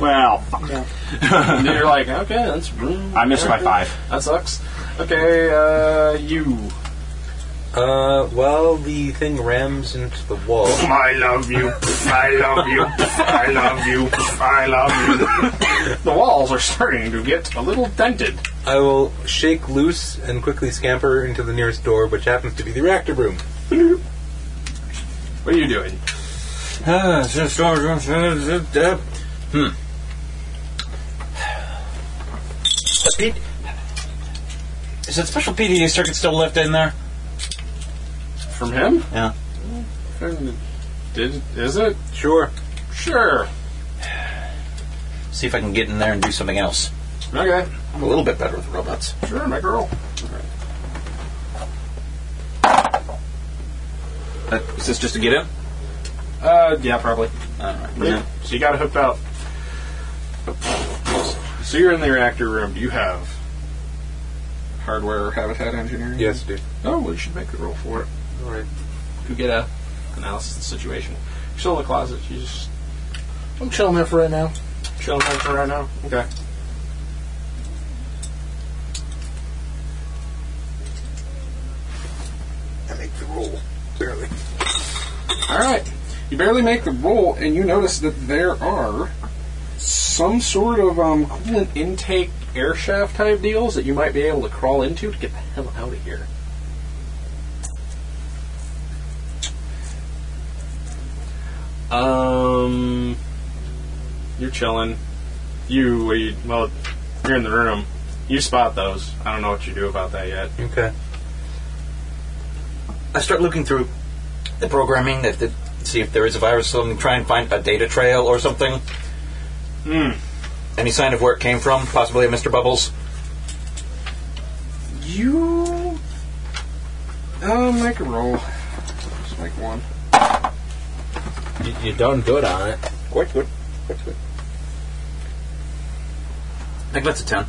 Speaker 7: Well, fuck.
Speaker 4: [LAUGHS] You're like, okay, that's.
Speaker 7: I missed my five.
Speaker 4: That sucks. Okay, uh, you.
Speaker 5: Uh, well, the thing rams into the wall.
Speaker 4: I love you. I love you. I love you. I love you. [LAUGHS] the walls are starting to get a little dented.
Speaker 5: I will shake loose and quickly scamper into the nearest door, which happens to be the reactor room.
Speaker 4: What are you doing?
Speaker 8: Ah, hmm. Pete, is that special PDA circuit still left in there?
Speaker 4: From him?
Speaker 8: Yeah.
Speaker 4: Did is it?
Speaker 5: Sure.
Speaker 4: Sure.
Speaker 8: See if I can get in there and do something else.
Speaker 4: Okay.
Speaker 8: I'm a little bit better with robots.
Speaker 4: Sure, my girl.
Speaker 8: Uh, is this just to get in?
Speaker 4: Uh, yeah, probably.
Speaker 8: All right.
Speaker 4: Yeah. So you got it hooked up. So you're in the reactor room. Do you have hardware or habitat engineering?
Speaker 5: Yes, dude.
Speaker 4: Oh, well, you should make a roll for it.
Speaker 5: All right.
Speaker 4: You get a analysis of the situation. You're still in the closet. You just
Speaker 6: I'm chilling there for right now.
Speaker 4: chilling out for right now. Okay.
Speaker 5: I make the roll. Barely.
Speaker 4: All right. You barely make the roll, and you notice that there are some sort of um, coolant intake air shaft type deals that you might be able to crawl into to get the hell out of here. Um, you're chilling. You, wait- well, you're in the room. You spot those. I don't know what you do about that yet.
Speaker 5: Okay.
Speaker 8: I start looking through the programming that, that see if there is a virus. So I'm try and find a data trail or something.
Speaker 4: Hmm.
Speaker 8: Any sign of where it came from? Possibly a Mr. Bubbles.
Speaker 4: You. Uh, make a roll. Just make one.
Speaker 15: You, you done good on it.
Speaker 8: Quite good. Quite good. I think that's a ten.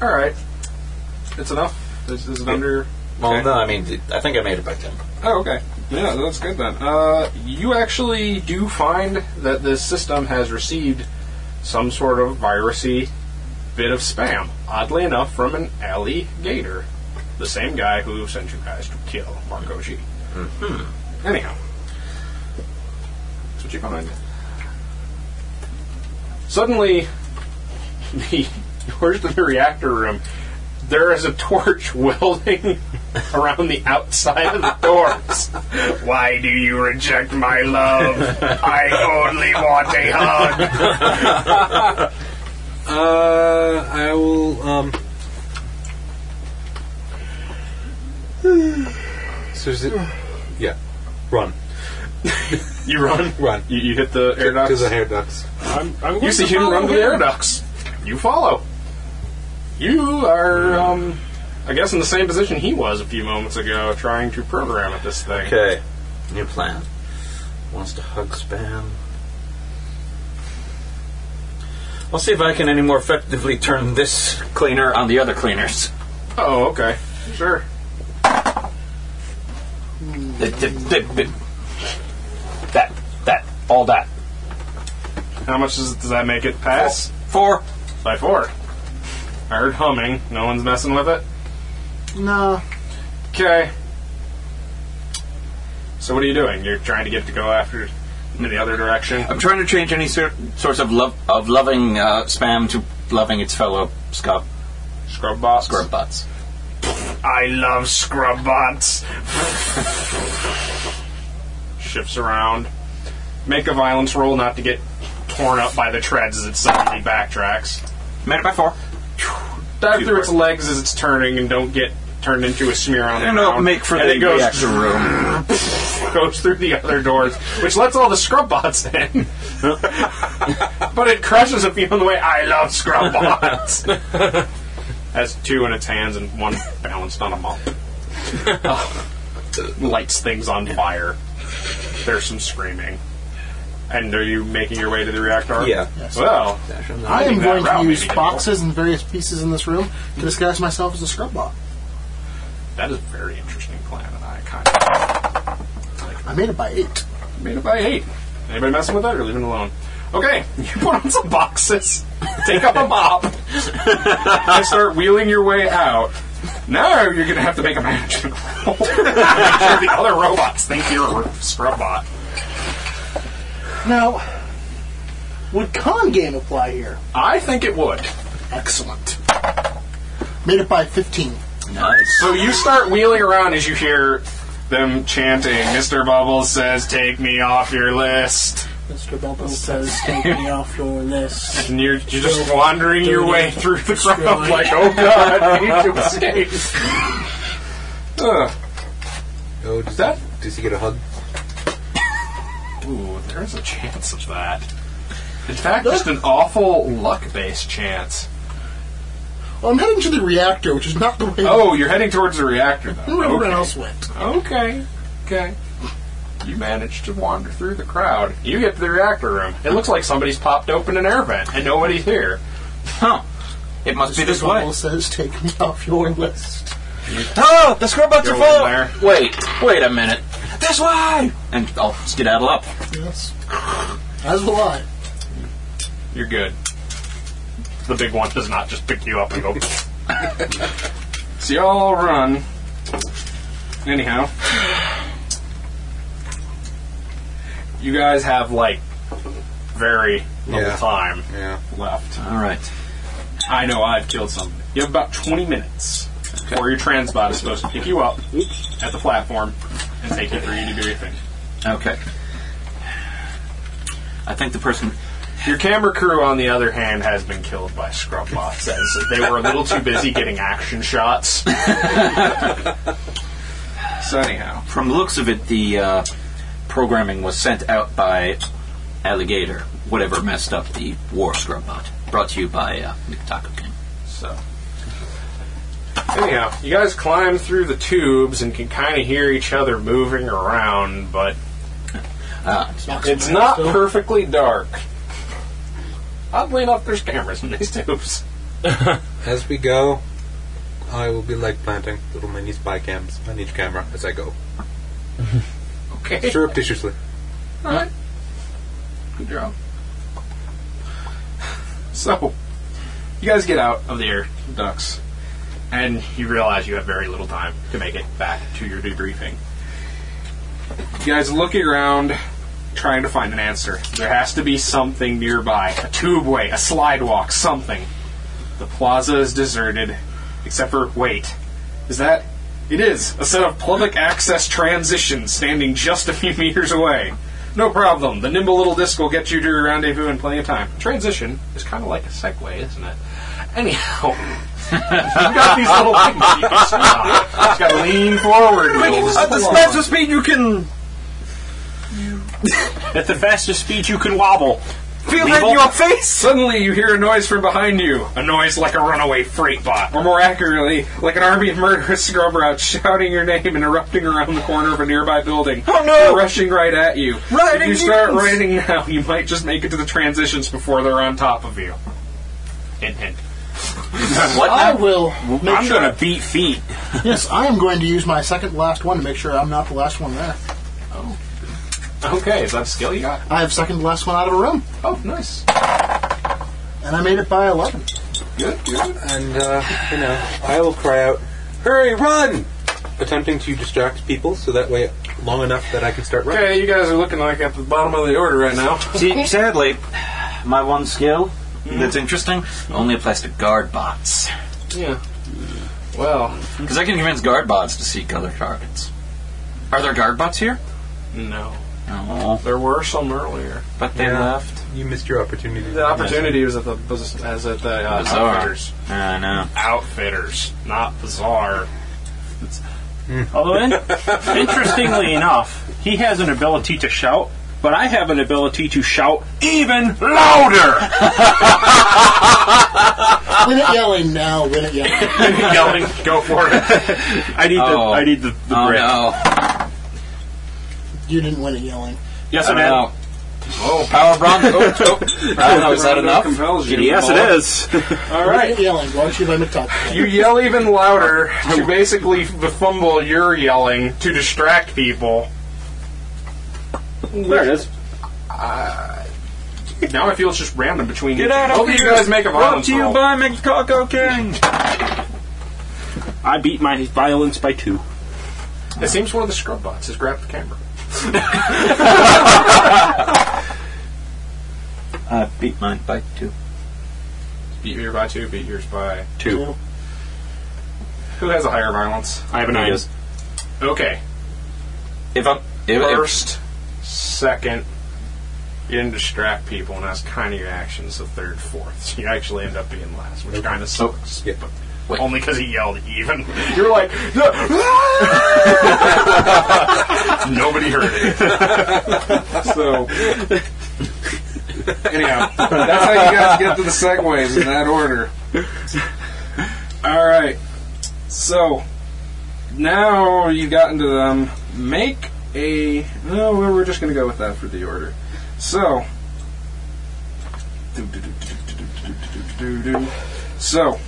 Speaker 4: All right, it's enough. This is an
Speaker 8: Yeah.
Speaker 4: under.
Speaker 8: Well,
Speaker 4: Okay.
Speaker 8: no, I mean, I think I made it by ten.
Speaker 4: Oh, okay. Yeah, that's good then. Uh, you actually do find that this system has received some sort of virusy bit of spam. Oddly enough, from an alligator, the same guy who sent you guys to kill Marco G. Hmm. Anyhow, that's what you find. Suddenly, the [LAUGHS] doors to the reactor room. There is a torch [LAUGHS] welding around the outside of the doors. Why do you reject my love? I only want a hug.
Speaker 5: Uh, I will, um. So is it. Yeah. Run.
Speaker 4: You run.
Speaker 5: Run.
Speaker 4: You, you hit the air
Speaker 5: To
Speaker 4: ducts.
Speaker 5: the hair ducts.
Speaker 15: I'm, I'm
Speaker 4: You see him run to the air ducts. You follow. You are, um, I guess, in the same position he was a few moments ago, trying to program at this thing.
Speaker 8: Okay. New plan. Wants to hug spam. I'll see if I can any more effectively turn this cleaner on the other cleaners.
Speaker 4: Oh, okay. Sure.
Speaker 8: Dip, dip, dip, dip. That, that, all that.
Speaker 4: How much does, does that make it pass?
Speaker 8: Four.
Speaker 4: By four. I heard humming. No one's messing with it.
Speaker 6: No.
Speaker 4: Okay. So what are you doing? You're trying to get to go after in the other direction.
Speaker 8: I'm trying to change any sor- source of love of loving uh, spam to loving its fellow scub
Speaker 4: scrub bots.
Speaker 8: Scrub bots.
Speaker 4: I love scrub bots. Shifts around. Make a violence roll not to get torn up by the treads as it suddenly backtracks.
Speaker 8: Made it by four.
Speaker 4: Dive through its legs as it's turning and don't get turned into a smear on the
Speaker 8: And
Speaker 4: ground.
Speaker 8: it'll make for
Speaker 4: and
Speaker 8: the
Speaker 4: it goes,
Speaker 8: reaction
Speaker 4: [LAUGHS]
Speaker 8: room.
Speaker 4: goes through the other doors, which lets all the scrub bots in. [LAUGHS] but it crushes a few on the way. I love scrub bots. Has two in its hands and one balanced on a mop. Uh, lights things on fire. There's some screaming. And are you making your way to the reactor?
Speaker 5: Yeah.
Speaker 4: Well,
Speaker 6: I am
Speaker 4: leading that
Speaker 6: going to
Speaker 4: route may
Speaker 6: use
Speaker 4: be
Speaker 6: boxes and various pieces in this room to disguise myself as a scrub bot.
Speaker 4: difficult. That is a very interesting plan, and I kind of
Speaker 6: I made it by eight.
Speaker 4: made it by eight. Anybody messing with that or leaving it alone? Okay, [LAUGHS] you put on some boxes, take up a mop, [LAUGHS] and start wheeling your way out. Now you're going to have to make a management roll. [LAUGHS] Make sure the other robots think you're a scrub bot.
Speaker 6: Now, would con game apply here?
Speaker 4: I think it would.
Speaker 6: Excellent. Made it by 15.
Speaker 8: Nice.
Speaker 4: So you start wheeling around as you hear them chanting, Mr. Bubbles says, take me off your list.
Speaker 6: Mr. Bubbles says, take me off your list.
Speaker 4: And you're, you're just wandering your way through the crowd like, oh god, I
Speaker 6: [LAUGHS]
Speaker 4: need to escape. Ugh.
Speaker 5: Oh, does,
Speaker 4: that?
Speaker 5: does he get a hug?
Speaker 4: Ooh, there's a chance of that. In fact, just an awful luck-based chance.
Speaker 6: Well, I'm heading to the reactor, which is not the way.
Speaker 4: Oh, you're heading towards the reactor,
Speaker 6: the way
Speaker 4: though.
Speaker 6: everyone
Speaker 4: Okay.
Speaker 6: else went.
Speaker 4: Okay. Okay. You manage to wander through the crowd. You get to the reactor room. It looks like somebody's popped open an air vent and nobody's here.
Speaker 8: Huh. It must be this
Speaker 6: Mr.
Speaker 8: way.
Speaker 6: Bubbles says, take me off your list.
Speaker 8: Oh, the scrub bots
Speaker 4: Go
Speaker 8: are
Speaker 4: in
Speaker 8: full.
Speaker 4: there.
Speaker 8: Wait, wait a minute. This way. And I'll skedaddle up.
Speaker 6: Yes. As will I.
Speaker 4: You're good. The big one does not just pick you up and go. [LAUGHS] so y'all run. Anyhow, you guys have like very little
Speaker 5: Yeah.
Speaker 4: time
Speaker 5: Yeah.
Speaker 4: left.
Speaker 8: All right.
Speaker 4: I know I've killed somebody. You have about 20 minutes before your transbot is supposed to pick you up at the platform and take you through you to do your thing.
Speaker 8: Okay. I think the person.
Speaker 4: Your camera crew, on the other hand, has been killed by scrub bots as they were a little too busy getting action shots. so anyhow,
Speaker 8: From the looks of it, the uh, programming was sent out by Alligator, whatever messed up the war scrub bot. Brought to you by uh, Nick Taco King.
Speaker 4: so anyhow, you guys climb through the tubes and can kind of hear each other moving around, but
Speaker 8: Ah,
Speaker 4: it's not perfectly dark. Oddly enough, there's cameras in these tubes. [LAUGHS]
Speaker 5: As we go, I will be like planting little mini spy cams on each camera as I go,
Speaker 4: Okay,
Speaker 5: surreptitiously.
Speaker 4: all right, good job. So, you guys get out of the air ducts, and you realize you have very little time to make it back to your debriefing. You guys looking around, trying to find an answer. There has to be something nearby a tubeway, a slidewalk, something. The plaza is deserted, except for wait. Is that? It is a set of public access transitions standing just a few [LAUGHS] meters away. No problem. The nimble little disc will get you to your rendezvous in plenty of time. Transition is kind of like a segue, isn't it? Anyhow, you've got these little things that you can speed on. You just got to lean forward.
Speaker 8: At the fastest speed you can.
Speaker 7: At the fastest speed you can wobble.
Speaker 8: Feel that in your face!
Speaker 4: Suddenly, you hear a noise from behind you. A noise like a runaway freight bot. Or more accurately, like an army of murderous scrub routes shouting your name and erupting around the corner of a nearby building.
Speaker 8: Oh, no!
Speaker 4: They're rushing right at you.
Speaker 8: Riding
Speaker 4: if you start
Speaker 8: mutants!
Speaker 4: riding now, you might just make it to the transitions before they're on top of you. Hint, [LAUGHS] hint.
Speaker 8: What
Speaker 6: I
Speaker 8: now?
Speaker 6: will make
Speaker 7: I'm
Speaker 6: sure.
Speaker 7: gonna beat feet.
Speaker 6: [LAUGHS] Yes, I am going to use my second last one to make sure I'm not the last one there.
Speaker 4: Okay, is that a skill you got?
Speaker 6: I have second to last one out of a room,
Speaker 4: Oh, nice.
Speaker 6: and I made it by 11.
Speaker 4: Good, good.
Speaker 5: And, uh, you know, I will cry out, Hurry, run! Attempting to distract people so that way long enough that I can start running.
Speaker 4: Okay, you guys are looking like at the bottom of the order right now.
Speaker 8: See, sadly, my one skill that's interesting only applies to guard bots.
Speaker 4: Yeah. Well,
Speaker 7: Hmm.
Speaker 8: Because I can convince guard bots to seek other targets. Are there guard bots here?
Speaker 4: no.
Speaker 8: No.
Speaker 4: There were some earlier.
Speaker 8: But they
Speaker 5: Yeah.
Speaker 8: left.
Speaker 5: You missed your opportunity.
Speaker 4: The opportunity was at the was as at the uh,
Speaker 8: Bizarre.
Speaker 4: outfitters.
Speaker 8: I know.
Speaker 4: Outfitters, not bizarre.
Speaker 14: Although, in- interestingly enough, he has an ability to shout, but I have an ability to shout even louder.
Speaker 6: We're not yelling now. We're not yelling.
Speaker 14: Yelling, go for it. I need the I need the, the
Speaker 8: oh,
Speaker 14: brick.
Speaker 8: no.
Speaker 6: You didn't win at yelling.
Speaker 14: Yes, I
Speaker 8: Oh, no.
Speaker 14: did.
Speaker 4: Oh,
Speaker 8: Power bronze. Oh, oh. I don't know, is that enough?
Speaker 14: Yes, it is.
Speaker 4: All
Speaker 6: We're
Speaker 4: right.
Speaker 6: not yelling. Brought to you by McTop.
Speaker 4: You yell even louder
Speaker 14: [LAUGHS]
Speaker 4: to basically f- fumble your yelling to distract people.
Speaker 14: There it is.
Speaker 4: Uh, Now I feel it's just random between you.
Speaker 15: Get
Speaker 4: two.
Speaker 15: out of
Speaker 4: Both of
Speaker 15: here.
Speaker 4: you guys make a
Speaker 15: Brought
Speaker 4: violence
Speaker 15: to you
Speaker 4: roll.
Speaker 15: by McCoco King.
Speaker 14: I beat my violence by two.
Speaker 4: It seems one of the scrub bots has grabbed the camera.
Speaker 8: I beat mine by two.
Speaker 4: Beat yours by two, beat yours by.
Speaker 14: Two.
Speaker 4: Who has a higher violence?
Speaker 14: I have an nine.
Speaker 4: Okay.
Speaker 8: If I'm. If, if,
Speaker 4: First, second, you didn't distract people, and that's kind of your actions. The third, fourth, so you actually end up being last, which
Speaker 8: Oh,
Speaker 4: kind of sucks.
Speaker 5: Yeah.
Speaker 4: But only because he yelled even. [LAUGHS] You're like, "No." [LAUGHS] nobody heard it. [LAUGHS] so, anyhow, that's how you guys get to the segues in that order. All right. So now you've gotten to them. um, Make a. No, we- we're just going to go with that for the order. So. So.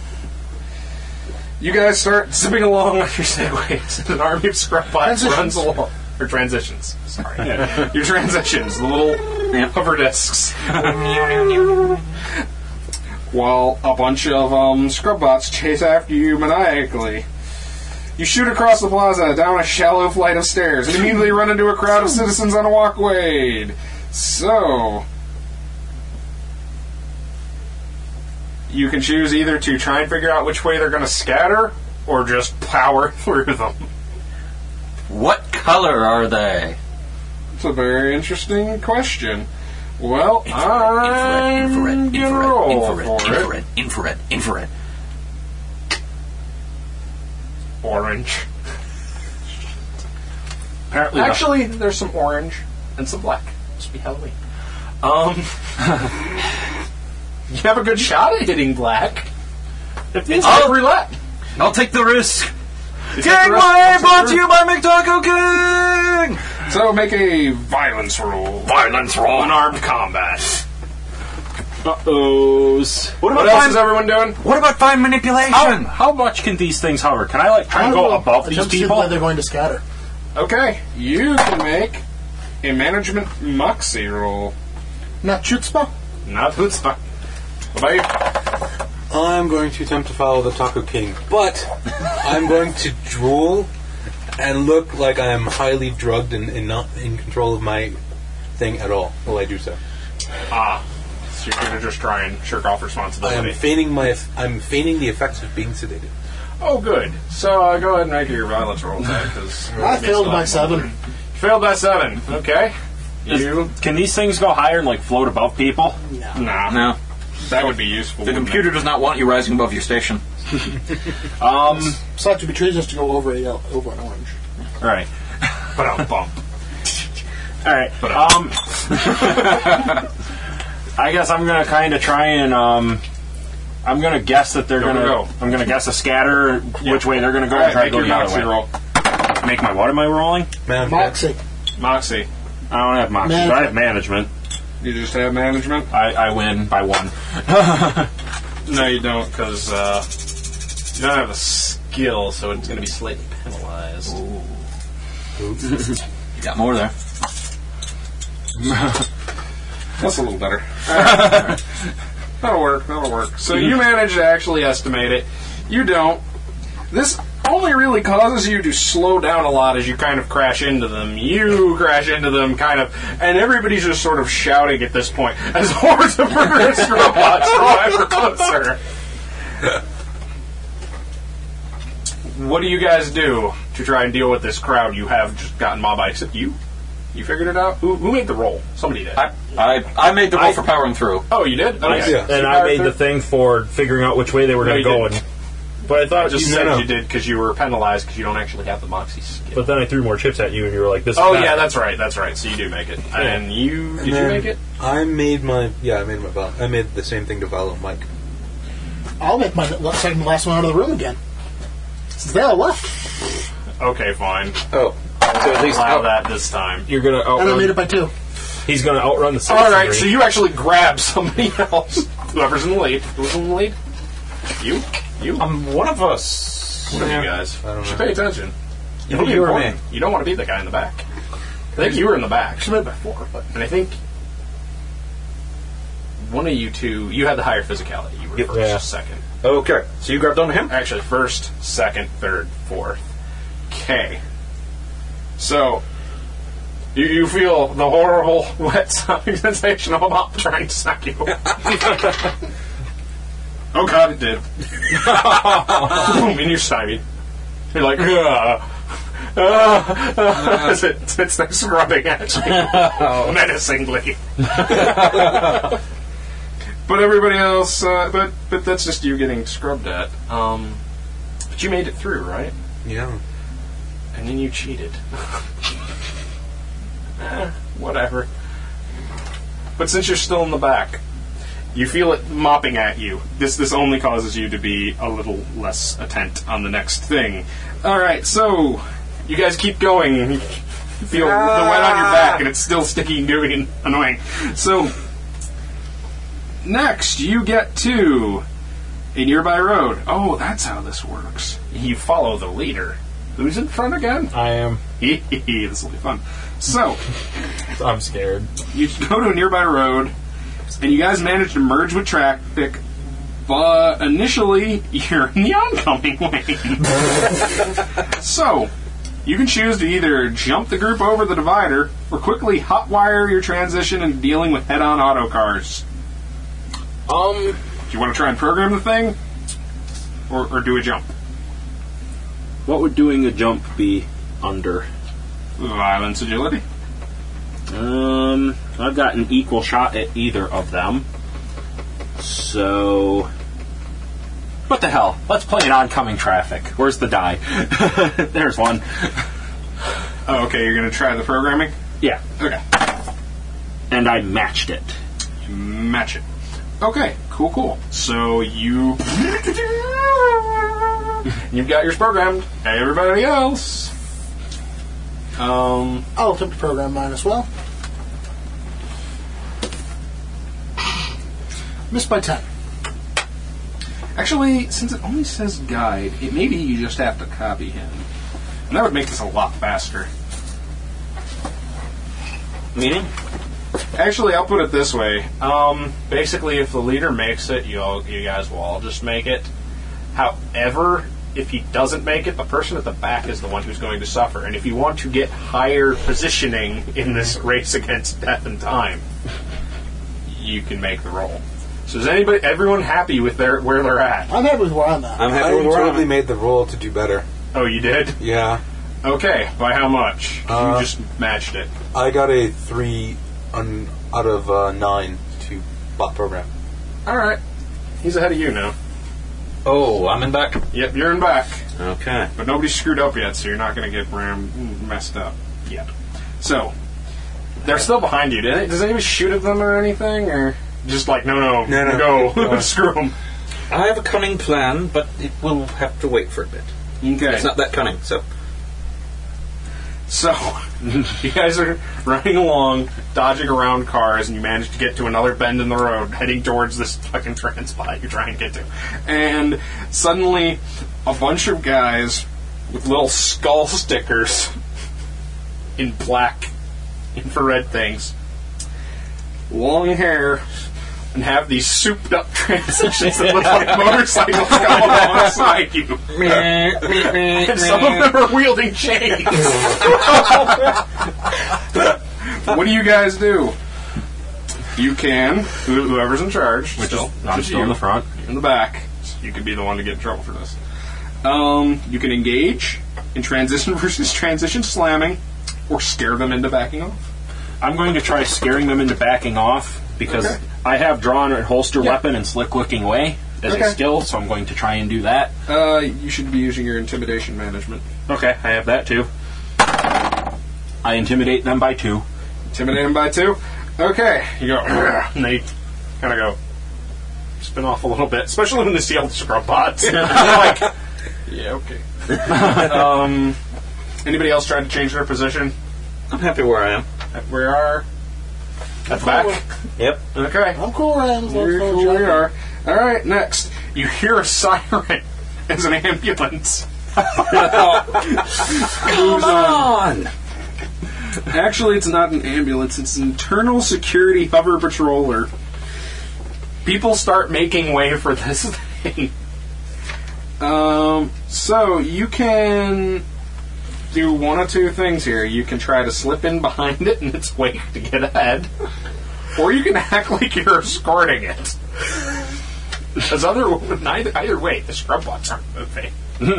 Speaker 4: You guys start [LAUGHS] zipping along on your segways. An army of scrub bots runs along. Or transitions. Sorry. your transitions, the little hover discs. While a bunch of um, scrub bots chase after you maniacally. You shoot across the plaza, down a shallow flight of stairs, and immediately run into a crowd of citizens on a walkway. So. You can choose either to try and figure out which way they're going to scatter, or just power [LAUGHS] through them.
Speaker 8: what color are they?
Speaker 4: It's a very interesting question. Well, I'm gonna roll for it.
Speaker 8: infrared, infrared, infrared.
Speaker 4: Orange.
Speaker 14: Apparently, not.
Speaker 4: Actually, there's some orange and some black. Must be Halloween.
Speaker 14: [LAUGHS]
Speaker 8: Um,
Speaker 4: You have a good shot at hitting black. It feels
Speaker 8: Oh.
Speaker 4: like roulette.
Speaker 8: I'll take the risk.
Speaker 4: Take
Speaker 8: Gateway brought to you by McDucko King!
Speaker 4: So make a violence roll. Violence roll. Unarmed combat.
Speaker 14: Uh-ohs.
Speaker 4: What,
Speaker 8: about
Speaker 4: else
Speaker 8: time-
Speaker 4: is everyone doing?
Speaker 8: What about fine manipulation?
Speaker 14: How, how much can these things hover? Can I like try and
Speaker 6: I don't
Speaker 14: go
Speaker 6: know.
Speaker 14: above these
Speaker 6: Attempt to see
Speaker 14: people?
Speaker 6: where they're going to scatter.
Speaker 4: Okay, you can make a management moxie roll.
Speaker 6: Not chutzpah.
Speaker 4: Not chutzpah. What about
Speaker 5: I'm going to attempt to follow the Taco King, but I'm going to drool and look like I am highly drugged and, and not in control of my thing at all while I do so.
Speaker 4: you? ah, So you're gonna just try and shirk off
Speaker 5: I am
Speaker 4: responsibility.
Speaker 5: feigning my eff- I'm feigning the effects of being sedated.
Speaker 4: Oh, good. So uh, go ahead and make your violence roll attack. Cause
Speaker 6: [LAUGHS] I failed by seven.
Speaker 4: Failed by seven. Okay.
Speaker 14: Is-
Speaker 4: You?
Speaker 14: Can these things go higher and like float above people?
Speaker 4: Nah.
Speaker 8: No,
Speaker 4: That would be useful.
Speaker 8: the
Speaker 4: wouldn't
Speaker 8: computer does not want you rising above your station.
Speaker 14: Um,
Speaker 6: So it would be treasonous to go over a yellow, over an orange.
Speaker 14: all right,
Speaker 4: it? But I'll bump.
Speaker 14: all right. Um, [LAUGHS] I guess I'm gonna kind of try and um, I'm gonna guess that they're
Speaker 4: Go,
Speaker 14: gonna.
Speaker 4: go, go.
Speaker 14: I'm gonna guess a scatter which way they're gonna go
Speaker 4: All
Speaker 14: and try
Speaker 4: right,
Speaker 14: to go
Speaker 4: make your
Speaker 14: the
Speaker 4: moxie
Speaker 14: other way.
Speaker 4: roll.
Speaker 14: Make my what am I rolling?
Speaker 5: Man,
Speaker 6: Moxie.
Speaker 4: Moxie.
Speaker 14: I don't have moxie. but I have management.
Speaker 4: You just have management?
Speaker 14: I, I win by one.
Speaker 4: [LAUGHS] No, you don't, because uh, you don't have a skill, so it's going to be slightly penalized.
Speaker 8: You got more there.
Speaker 4: That's a little [LAUGHS] better. That'll work. That'll work. So you manage to actually estimate it. You don't. This only really causes you to slow down a lot as you kind of crash into them. You crash into them, kind of, and everybody's just sort of shouting at this point [LAUGHS] as hordes of murderous [LAUGHS] robots roll ever closer. What do you guys do to try and deal with this crowd you have just gotten mob ice at you? You figured it out? Who, who made the roll? Somebody did. I,
Speaker 13: I, I made the roll for powering through.
Speaker 4: Oh, you did? Okay.
Speaker 9: And I made the thing for figuring out which way they were
Speaker 4: No,
Speaker 9: going
Speaker 4: you
Speaker 9: to go.
Speaker 4: didn't.
Speaker 9: And, but I thought
Speaker 4: I just
Speaker 9: you,
Speaker 4: said
Speaker 9: no, no.
Speaker 4: you did because you were penalized because you don't actually have the moxie skill.
Speaker 9: But then I threw more chips at you, and you were like, "This."
Speaker 4: oh
Speaker 9: is bad.
Speaker 4: yeah, that's right, that's right. So you do make it, and you did you
Speaker 5: then
Speaker 4: make it?
Speaker 5: I made my yeah. I made my val- I made the same thing to Valo Mike.
Speaker 6: I'll make my left second last one out of the room again. Since they all left,
Speaker 4: Okay, fine.
Speaker 5: Oh,
Speaker 4: so at least allow that this time.
Speaker 9: You're gonna
Speaker 6: and I made it
Speaker 9: outrun.
Speaker 6: by two.
Speaker 9: He's gonna outrun the.
Speaker 4: All right,
Speaker 9: citizenry.
Speaker 4: so you actually grab [LAUGHS] somebody else. Whoever's in the lead. Who's in the lead? You? You?
Speaker 13: I'm one of us.
Speaker 4: What are you guys?
Speaker 5: I don't
Speaker 4: should
Speaker 5: know.
Speaker 4: pay attention.
Speaker 13: You
Speaker 4: It'll be
Speaker 13: you were
Speaker 4: important.
Speaker 13: me.
Speaker 4: You don't want to be the guy in the back. I think you were in the back. Should have been by four, but and I think one of you two you had the higher physicality. You were first,
Speaker 9: Yeah.
Speaker 4: second.
Speaker 13: Okay, so you grabbed onto him.
Speaker 4: Actually, first, second, third, fourth. Okay. So, you, you feel the horrible [LAUGHS] wet sucking sensation of a mop trying to suck [LAUGHS] you. oh god, it did. [LAUGHS] Boom, and you're stymied. You're like, [LAUGHS] ah, ah, ah, as it sits there scrubbing [LAUGHS] at you, menacingly. But everybody else, uh, but but that's just you getting scrubbed at. Um, but you made it through, right?
Speaker 5: Yeah.
Speaker 4: And then you cheated. [LAUGHS] Eh, Whatever. But since you're still in the back, you feel it mopping at you. This this only causes you to be a little less attent on the next thing. All right, so you guys keep going. You feel the wet on your back, and it's still sticky and gooey and annoying. So next, you get to a nearby road. Oh, that's how this works. You follow the leader. Who's in front again?
Speaker 9: I am.
Speaker 4: this will be fun. So,
Speaker 9: I'm scared.
Speaker 4: you go to a nearby road, and you guys manage to merge with traffic, but initially, [LAUGHS] you're in the oncoming lane. so, you can choose to either jump the group over the divider, or quickly hotwire your transition into dealing with head on auto cars.
Speaker 9: Um.
Speaker 4: Do you want to try and program the thing? Or, or do a jump?
Speaker 14: What would doing a jump be under?
Speaker 4: Violence agility.
Speaker 14: Um, I've got an equal shot at either of them. So. What the hell? Let's play an oncoming traffic. Where's the die? [LAUGHS] There's one.
Speaker 4: Oh, okay, you're going to try the programming?
Speaker 14: Yeah.
Speaker 4: Okay.
Speaker 14: And I matched it.
Speaker 4: match it. Okay, cool, cool.
Speaker 14: [LAUGHS]
Speaker 4: So you. You've got yours programmed. Everybody else. Um,
Speaker 6: I'll attempt to Oh, program mine as well. Missed by ten.
Speaker 4: actually, since it only says guide, it maybe you just have to copy him, and that would make this a lot faster.
Speaker 14: Meaning?
Speaker 4: Actually, I'll put it this way. Um, basically, if the leader makes it, you all, you guys will all just make it. However, if he doesn't make it, the person at the back is the one who's going to suffer. And if you want to get higher positioning in this race against death and time, you can make the roll. So is anybody, everyone happy with their where they're at?
Speaker 6: I'm happy with where I'm at.
Speaker 13: I'm
Speaker 5: I
Speaker 13: happy with where I'm
Speaker 5: totally
Speaker 13: at.
Speaker 5: made the roll to do better.
Speaker 4: Oh, you did.
Speaker 5: Yeah,
Speaker 4: Okay, by how much?
Speaker 5: Uh,
Speaker 4: you just matched it.
Speaker 5: I got a three on, out of uh, nine to bot program.
Speaker 4: All right, he's ahead of you now.
Speaker 13: Oh, I'm in back.
Speaker 4: Yep, you're in back.
Speaker 13: Okay.
Speaker 4: But nobody's screwed up yet, so you're not going to get ram messed up yet. So they're still behind you. Did it? Does anybody shoot at them or anything, or just like no, no,
Speaker 5: No, no.
Speaker 4: go [LAUGHS]
Speaker 5: Uh,
Speaker 4: screw them?
Speaker 13: I have a cunning plan, but it will have to wait for a bit.
Speaker 4: Okay.
Speaker 13: It's not that cunning, so.
Speaker 4: So [LAUGHS] you guys are running along, dodging around cars, and you manage to get to another bend in the road, [LAUGHS] heading towards this fucking trans spot you're trying to get to. And suddenly, a bunch of guys with little skull stickers [LAUGHS] in black infrared things, long hair, and have these souped up [LAUGHS] transitions that look like motorcycles coming alongside you. [LAUGHS] and some of them are wielding chains. [LAUGHS] what do you guys do? You can, who- whoever's in charge,
Speaker 13: Which is-
Speaker 4: still,
Speaker 13: I'm
Speaker 4: it's
Speaker 13: still in
Speaker 4: you,
Speaker 13: the front.
Speaker 4: in the back. You could be the one to get in trouble for this. Um, you can engage in transition [LAUGHS] versus transition slamming, or scare them into backing off.
Speaker 14: I'm going to try scaring them into backing off because
Speaker 4: Okay.
Speaker 14: I have drawn a holster weapon and slick looking away as
Speaker 4: Okay.
Speaker 14: a skill, so I'm going to try and do that.
Speaker 4: Uh, you should be using your intimidation management.
Speaker 14: Okay, I have that too. I intimidate them by two.
Speaker 4: Intimidate them by two. Okay, you go. And they kind of go spin off a little bit, especially when they see all the scrub bots. like, yeah, okay. um, anybody else trying to change their position?
Speaker 8: I'm happy where I am.
Speaker 4: We are at the back.
Speaker 8: Yep.
Speaker 4: Okay.
Speaker 6: I'm cool where I am. as long
Speaker 4: We're
Speaker 6: as I'm
Speaker 4: cool, we
Speaker 6: joking.
Speaker 4: are. All right, next. You hear a siren [LAUGHS] as an ambulance. Come on! Actually, it's not an ambulance, it's an internal security hover patroller. People start making way for this [LAUGHS] thing. Um, so you can do one of two things here. You can try to slip in behind it in its wake to get ahead, or you can act like you're escorting it. Because other, neither, either way, the scrub bots aren't moving. [LAUGHS]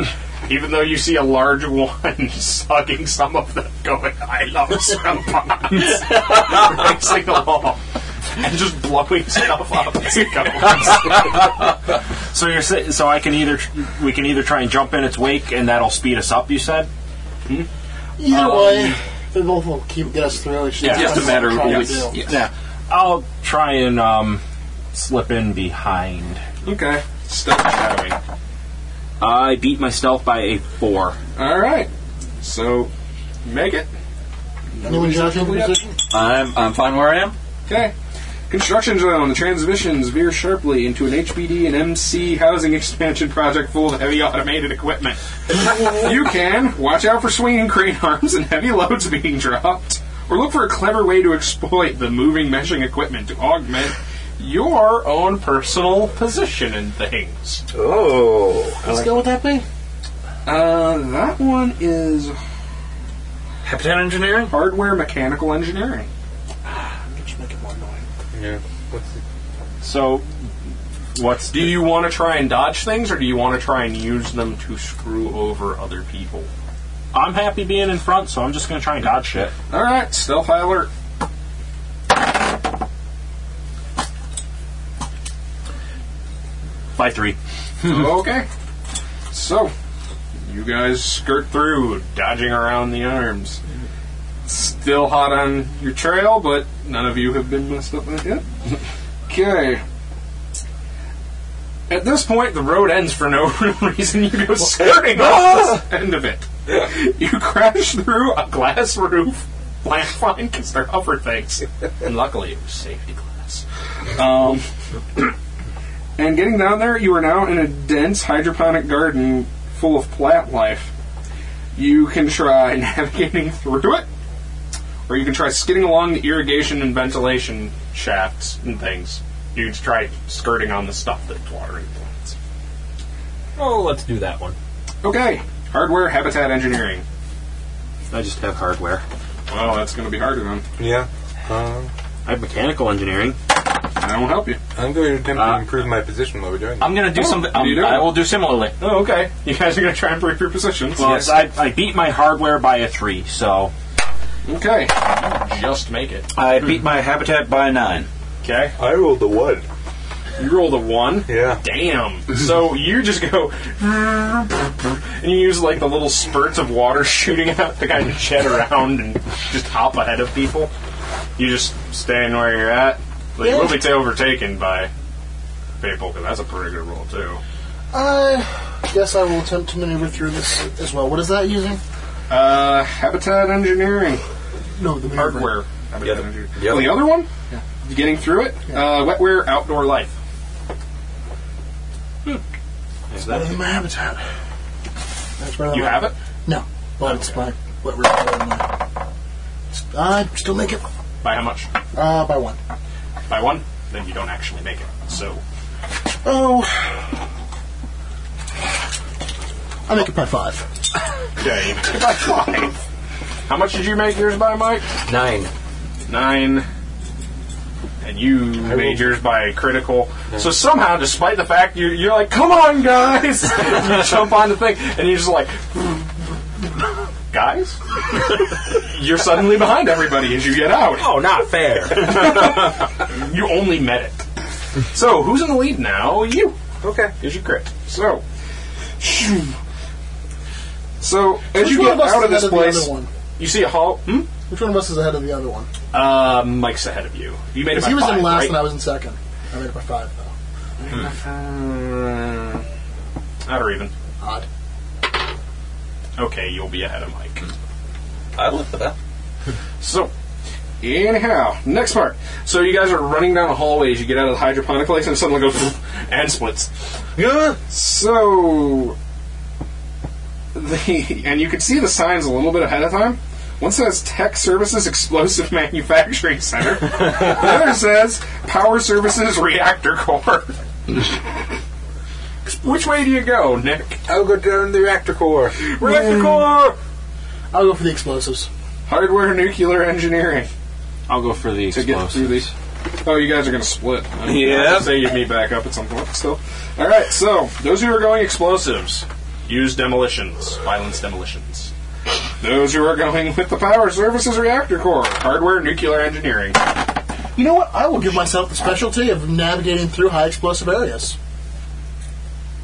Speaker 4: Even though you see a large one [LAUGHS] sucking some of them, going, "I love scrub bots," [LAUGHS] racing along and just blowing stuff up as it goes.
Speaker 14: [LAUGHS] So you're sa- so I can either we can either try and jump in its wake and that'll speed us up. You said.
Speaker 6: Either
Speaker 4: Um,
Speaker 6: way, they both will keep get us through. It's
Speaker 14: Yeah, just a matter of
Speaker 6: trying to
Speaker 14: yes,
Speaker 6: do.
Speaker 14: yes. Yeah. I'll try and um, slip in behind.
Speaker 4: okay, stealth shadowing.
Speaker 14: I beat my stealth by a four.
Speaker 4: All right, so make it.
Speaker 6: Anyone judging the
Speaker 4: Yep.
Speaker 6: position?
Speaker 8: I'm I'm fine where I am.
Speaker 4: Okay. Construction zone. The transmissions veer sharply into an HBD and MC housing expansion project full of heavy automated equipment. you can watch out for swinging crane arms and heavy loads being dropped, or look for a clever way to exploit the moving meshing equipment to augment your own personal position in things.
Speaker 5: Oh.
Speaker 6: Let's go with that thing.
Speaker 4: Uh, that one is
Speaker 8: Habitat engineering.
Speaker 4: hardware mechanical engineering.
Speaker 6: Just make it more annoying.
Speaker 5: Yeah. What's the,
Speaker 4: So, what's do you want to try and dodge things, or do you want to try and use them to screw over other people?
Speaker 14: I'm happy being in front, so I'm just going to try and dodge shit.
Speaker 4: All right, stealth high alert.
Speaker 14: By three.
Speaker 4: okay, so you guys skirt through, dodging around the arms. Still hot on your trail, but none of you have been messed up with yet. [LAUGHS] Okay. At this point, the road ends for no [LAUGHS] real reason. You go skirting off the end of it. You crash through a glass roof. Land fine because they're hover things. And luckily, it was safety glass. Um, and getting down there, you are now in a dense hydroponic garden full of plant life. You can try [LAUGHS] navigating through it, or you can try skidding along the irrigation and ventilation shafts and things. You can try skirting on the stuff that's watering plants.
Speaker 15: Oh, let's do that one.
Speaker 4: Okay, hardware habitat engineering.
Speaker 14: I just have hardware.
Speaker 4: Well, that's going to be harder then.
Speaker 5: yeah. Um,
Speaker 14: I have mechanical engineering.
Speaker 4: I won't help you.
Speaker 5: I'm going to attempt
Speaker 14: Uh,
Speaker 5: to improve my position while we're doing
Speaker 14: I'm going to do
Speaker 4: Oh,
Speaker 14: something.
Speaker 4: what do you
Speaker 14: um,
Speaker 4: do?
Speaker 14: I will do similarly.
Speaker 4: Oh, okay. You guys are going to try and break your positions.
Speaker 14: Well, I, I beat my hardware by a three, so
Speaker 4: Okay. Just make it.
Speaker 8: I beat my habitat by nine.
Speaker 4: Okay.
Speaker 5: I rolled a one.
Speaker 4: You rolled a one.
Speaker 5: Yeah.
Speaker 4: Damn. So you just go, and you use like the little spurts of water [LAUGHS] shooting out to kind of jet around and just hop ahead of people. You just stand where you're at. But you will be overtaken by people because that's a pretty good roll too.
Speaker 6: I guess I will attempt to maneuver through this as well. What is that using?
Speaker 4: Uh, habitat engineering,
Speaker 6: No, the maneuver.
Speaker 4: hardware. Habitat engineering.
Speaker 8: Yep.
Speaker 4: Oh, the other one. Getting through it. Uh, wetware, outdoor life. Hmm.
Speaker 6: Better than my Uh, habitat. That's better than
Speaker 4: You
Speaker 6: my-
Speaker 4: have it.
Speaker 6: No, but it's my what we're doing. I still make it
Speaker 4: By how much?
Speaker 6: uh, by one.
Speaker 4: By one. then you don't actually make it. So
Speaker 6: Oh. I make it by five.
Speaker 4: [LAUGHS] Okay. By five. How much did you make yours by, Mike?
Speaker 15: Nine.
Speaker 4: Nine. And you made yours by critical. So somehow, despite the fact you're, you're like, come
Speaker 16: [LAUGHS]
Speaker 4: on, guys! you jump on the thing, and you're just like,
Speaker 16: [LAUGHS]
Speaker 4: guys? you're suddenly behind everybody as you get out.
Speaker 16: Oh, not fair.
Speaker 4: [LAUGHS] you only met it. So, who's in the lead now? You.
Speaker 5: Okay.
Speaker 4: Here's your crit. So. So, as
Speaker 6: Which
Speaker 4: you
Speaker 6: one
Speaker 4: get
Speaker 6: of us
Speaker 4: out of
Speaker 6: is
Speaker 4: this
Speaker 6: ahead of the
Speaker 4: place,
Speaker 6: other one?
Speaker 4: you see a hall. Hmm?
Speaker 6: Which one of us is ahead of the other one?
Speaker 4: Uh, Mike's ahead of you. You made it
Speaker 6: Because
Speaker 4: by
Speaker 6: he was
Speaker 4: five,
Speaker 6: in last
Speaker 4: right?
Speaker 6: and I was in second. I made it by five, though.
Speaker 4: Hmm. Not or even.
Speaker 6: Odd.
Speaker 4: Okay, you'll be ahead of Mike.
Speaker 17: Hmm. I'd live for that.
Speaker 4: [LAUGHS] So, anyhow, next part. So you guys are running down a hallway as you get out of the hydroponic place, and someone goes [LAUGHS] and splits. Yeah. So, the and you can see the signs a little bit ahead of time. One says Tech Services Explosive [LAUGHS] Manufacturing Center. the other says Power Services Reactor Core. [LAUGHS] Which way do you go, Nick?
Speaker 5: I'll go down the reactor core.
Speaker 4: Reactor Core.
Speaker 6: I'll go for the explosives.
Speaker 4: Hardware nuclear engineering.
Speaker 8: I'll go for the
Speaker 4: to get
Speaker 8: explosive.
Speaker 4: through these. Oh, you guys are going to split. I mean,
Speaker 17: Yeah.
Speaker 4: I'll Say you meet back up at some point. Still. All right. So those who are going explosives, use demolitions, violence demolitions. Those who are going with the power services reactor core, hardware nuclear engineering.
Speaker 6: You know what? I will give myself the specialty of navigating through high explosive areas.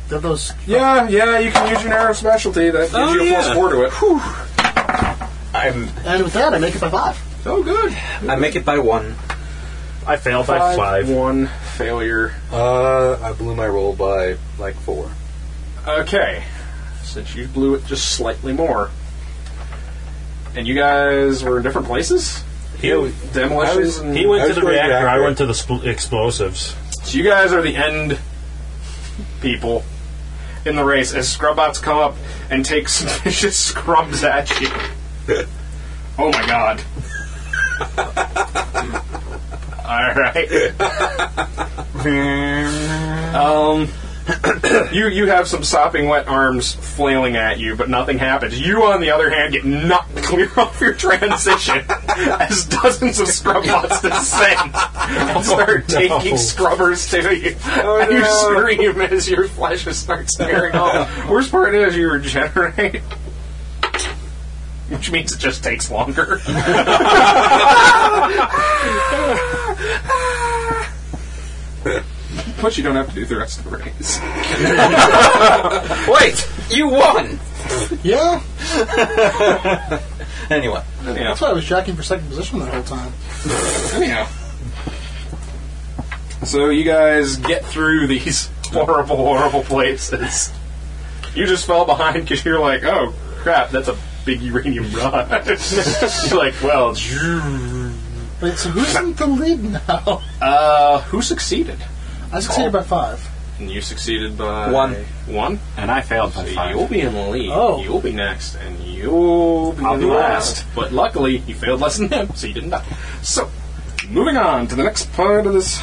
Speaker 6: There goes.
Speaker 4: Yeah, yeah. You can use your narrow specialty. That gives
Speaker 17: Oh,
Speaker 4: you a
Speaker 17: yeah.
Speaker 4: plus four to it.
Speaker 15: I'm.
Speaker 6: And with that, I make it by five.
Speaker 4: Oh, good.
Speaker 15: I make it by one.
Speaker 16: I failed by five.
Speaker 4: One failure.
Speaker 5: Uh, I blew my roll by like four.
Speaker 4: Okay. Since you blew it just slightly more. And you guys were in different places?
Speaker 5: Yeah, we-
Speaker 4: Demolitions
Speaker 5: I was-
Speaker 4: and-
Speaker 16: He went
Speaker 5: I
Speaker 16: to
Speaker 5: was
Speaker 16: the
Speaker 5: going
Speaker 16: reactor.
Speaker 5: reactor.
Speaker 16: I went to the spl- explosives.
Speaker 4: So you guys are the end people in the race as scrubbots come up and take [LAUGHS] some vicious scrubs at you. Oh my god. [LAUGHS] Alright. um [CLEARS THROAT] you you have some sopping wet arms flailing at you, but nothing happens. You on the other hand get knocked [LAUGHS] clear off your transition [LAUGHS] as dozens of scrubbots descend and start taking scrubbers to you. and you scream as your flesh starts tearing off. [LAUGHS] Worst part is you regenerate. Which means it just takes longer. [LAUGHS] But you don't have to do the rest of the [LAUGHS] race.
Speaker 17: Wait, you won.
Speaker 4: [LAUGHS]
Speaker 6: Yeah,
Speaker 17: Anyway,
Speaker 4: Anyhow.
Speaker 6: that's why I was jacking for second position that whole time.
Speaker 4: Anyhow. So you guys get through these [LAUGHS] horrible, horrible places. You just fell behind because you're like, oh crap, that's a big uranium rod. [LAUGHS] you're like, well, [LAUGHS]
Speaker 6: Wait, so who's in the lead now?
Speaker 4: uh, who succeeded?
Speaker 6: I succeeded by five.
Speaker 4: And you succeeded by
Speaker 17: One.
Speaker 4: One.
Speaker 8: And I failed by
Speaker 4: So
Speaker 8: five.
Speaker 4: you'll be in the lead.
Speaker 6: Oh.
Speaker 4: You'll be next, and you'll be
Speaker 8: I'll be
Speaker 4: last. But luckily, you failed less than him, so you didn't die. So, moving on to the next part of this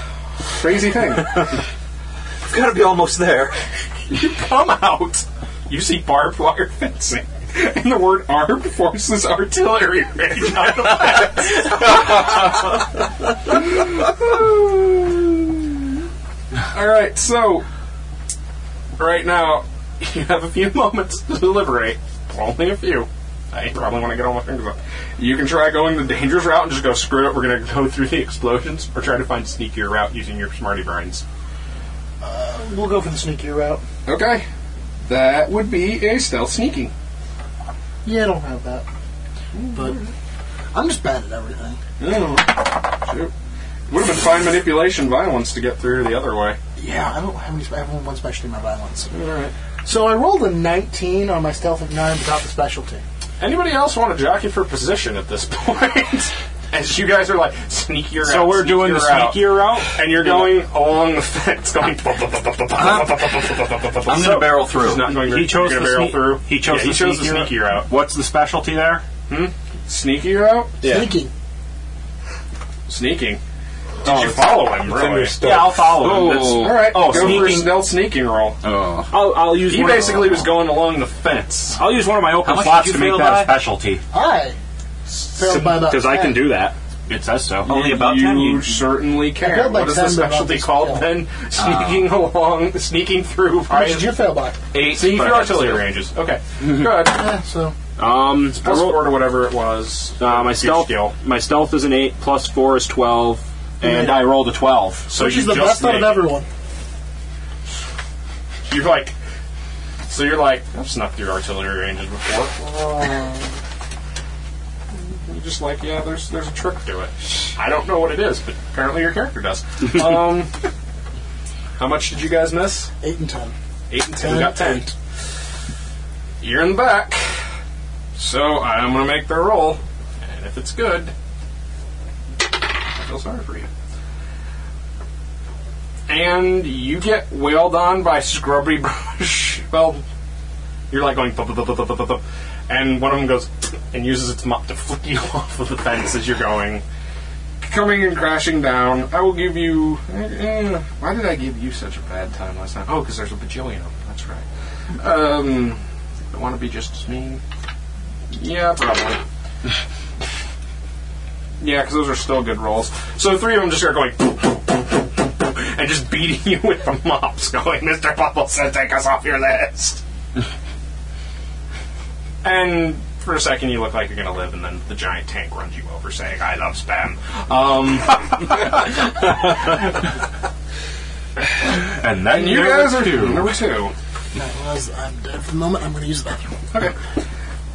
Speaker 17: [LAUGHS]
Speaker 4: crazy thing.
Speaker 17: I've got to be almost there.
Speaker 4: [LAUGHS] you come out, you see barbed wire fencing. And the word armed forces artillery [LAUGHS] range on the fence. Alright, so right now [LAUGHS] you have a few [LAUGHS] moments to deliberate. Only a few. I probably want to get all my fingers up. You can try going the dangerous route and just go screw it, we're gonna go through the explosions, or try to find a sneakier route using your smarty brains.
Speaker 6: We'll go for the sneaky route.
Speaker 4: Okay. That would be a stealth sneaking.
Speaker 6: Yeah, I don't have that. But I'm just bad at everything.
Speaker 4: No. Shoot. Would have been fine manipulation violence to get through the other way.
Speaker 6: Yeah, I don't have any. I have one specialty in my violence. All right. So I rolled a 19 on my stealth of nine without the specialty.
Speaker 4: Anybody else want to jockey for position at this [LAUGHS] point? As you guys are like sneakier
Speaker 8: So
Speaker 4: out,
Speaker 8: we're doing the
Speaker 4: out.
Speaker 8: sneakier route?
Speaker 4: and you're going along the fence, [LAUGHS] going. Uh-huh. I'm
Speaker 17: I'm gonna barrel through.
Speaker 4: He's not going.
Speaker 8: He chose
Speaker 4: you're
Speaker 8: the
Speaker 4: gonna barrel through.
Speaker 8: sne- he chose
Speaker 4: Yeah,
Speaker 8: the
Speaker 4: he chose
Speaker 8: sneakier-
Speaker 4: the sneakier route.
Speaker 8: What's the specialty there?
Speaker 4: Sneaky route.
Speaker 6: Sneaking.
Speaker 4: Sneaking. Did you follow him? Really?
Speaker 8: Yeah, I'll follow him. That's-
Speaker 4: all right.
Speaker 8: Oh,
Speaker 4: go for a
Speaker 8: sneaking.
Speaker 4: stealth sneaking roll. Oh.
Speaker 8: I'll, I'll use.
Speaker 4: He
Speaker 8: one of-
Speaker 4: basically was going along the fence.
Speaker 8: I'll use one of my
Speaker 4: How
Speaker 8: open
Speaker 4: much
Speaker 8: slots
Speaker 4: did
Speaker 8: to
Speaker 4: you
Speaker 8: make
Speaker 4: fail
Speaker 8: that
Speaker 4: by?
Speaker 8: a specialty.
Speaker 6: I failed by about
Speaker 8: Because I can
Speaker 6: 10.
Speaker 8: do that. It says so.
Speaker 4: Only about
Speaker 8: you
Speaker 4: 10, you-
Speaker 8: certainly
Speaker 4: I
Speaker 6: failed
Speaker 4: can.
Speaker 6: by
Speaker 4: What is the
Speaker 6: 10, but not
Speaker 4: specialty
Speaker 6: the
Speaker 4: called
Speaker 6: skill.
Speaker 4: then? Sneaking [LAUGHS] along, sneaking through.
Speaker 6: Uh. How much did you fail by?
Speaker 4: Eight. Sneaking
Speaker 6: but
Speaker 4: through
Speaker 6: I had to
Speaker 4: artillery
Speaker 6: steal.
Speaker 4: ranges. [LAUGHS] Okay. Good.
Speaker 6: Yeah, so
Speaker 8: Um, I
Speaker 4: Plus
Speaker 8: rolled-
Speaker 4: four to whatever it was.
Speaker 8: uh, my stealth. My stealth is an eight. Plus four is twelve, and
Speaker 4: Yeah.
Speaker 8: I rolled a twelve. So
Speaker 6: which
Speaker 8: you
Speaker 6: is the
Speaker 8: just
Speaker 6: best out of
Speaker 8: made it.
Speaker 6: everyone.
Speaker 4: You're like, so you're like, I've snuck through artillery ranges before.
Speaker 6: Um,
Speaker 4: You're just like, yeah, there's there's a trick to it. I don't know what it is, but apparently your character
Speaker 8: [LAUGHS]
Speaker 4: does. um, how much did you guys miss?
Speaker 6: Eight and ten.
Speaker 4: Eight and ten. We got ten. You're in the back, so I'm gonna make the roll, and if it's good, I feel sorry for you. And you get wailed on by Scrubby [LAUGHS] Brush. Well, you're like going, thup, thup, thup, thup, thup, thup, thup, and one of them goes and uses its mop to flick you [LAUGHS] off of the fence as you're going, coming and crashing down. I will give you. eh, eh, why did I give you such a bad time last time? Oh, because there's a bajillion of them. That's right. Um, I want to be just as mean. Yeah, probably. [LAUGHS] yeah, because those are still good rolls. So three of them just start going. [LAUGHS] And just beating you with the mops, [LAUGHS] going, Mr. Bubble said, take us off your list. And for a second, you look like you're going to live, and then the giant tank runs you over, saying, "I love spam." Um, [LAUGHS] and then you
Speaker 6: Number
Speaker 4: guys are
Speaker 6: two.
Speaker 4: number two.
Speaker 6: That was I'm dead for the moment. I'm going to use the bathroom.
Speaker 4: Okay.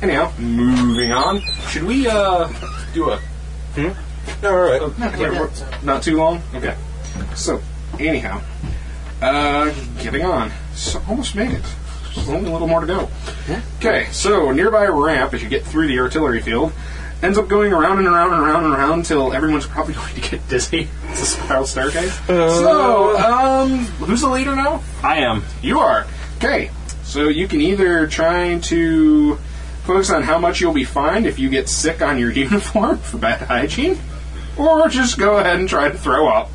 Speaker 4: Anyhow, moving on. Should we uh do a?
Speaker 5: No, all right.
Speaker 4: Not too long. Okay. So, anyhow, uh, getting on. So almost made it. Just only a little more to go. Okay, so a nearby ramp, as you get through the artillery field, ends up going around and around and around and around till everyone's probably [LAUGHS] going to get dizzy. It's a spiral staircase. so, um, who's the leader now?
Speaker 8: I am.
Speaker 4: You are. Okay. So you can either try to focus on how much you'll be fined if you get sick on your [LAUGHS] uniform for bad hygiene, or just go ahead and try to throw up.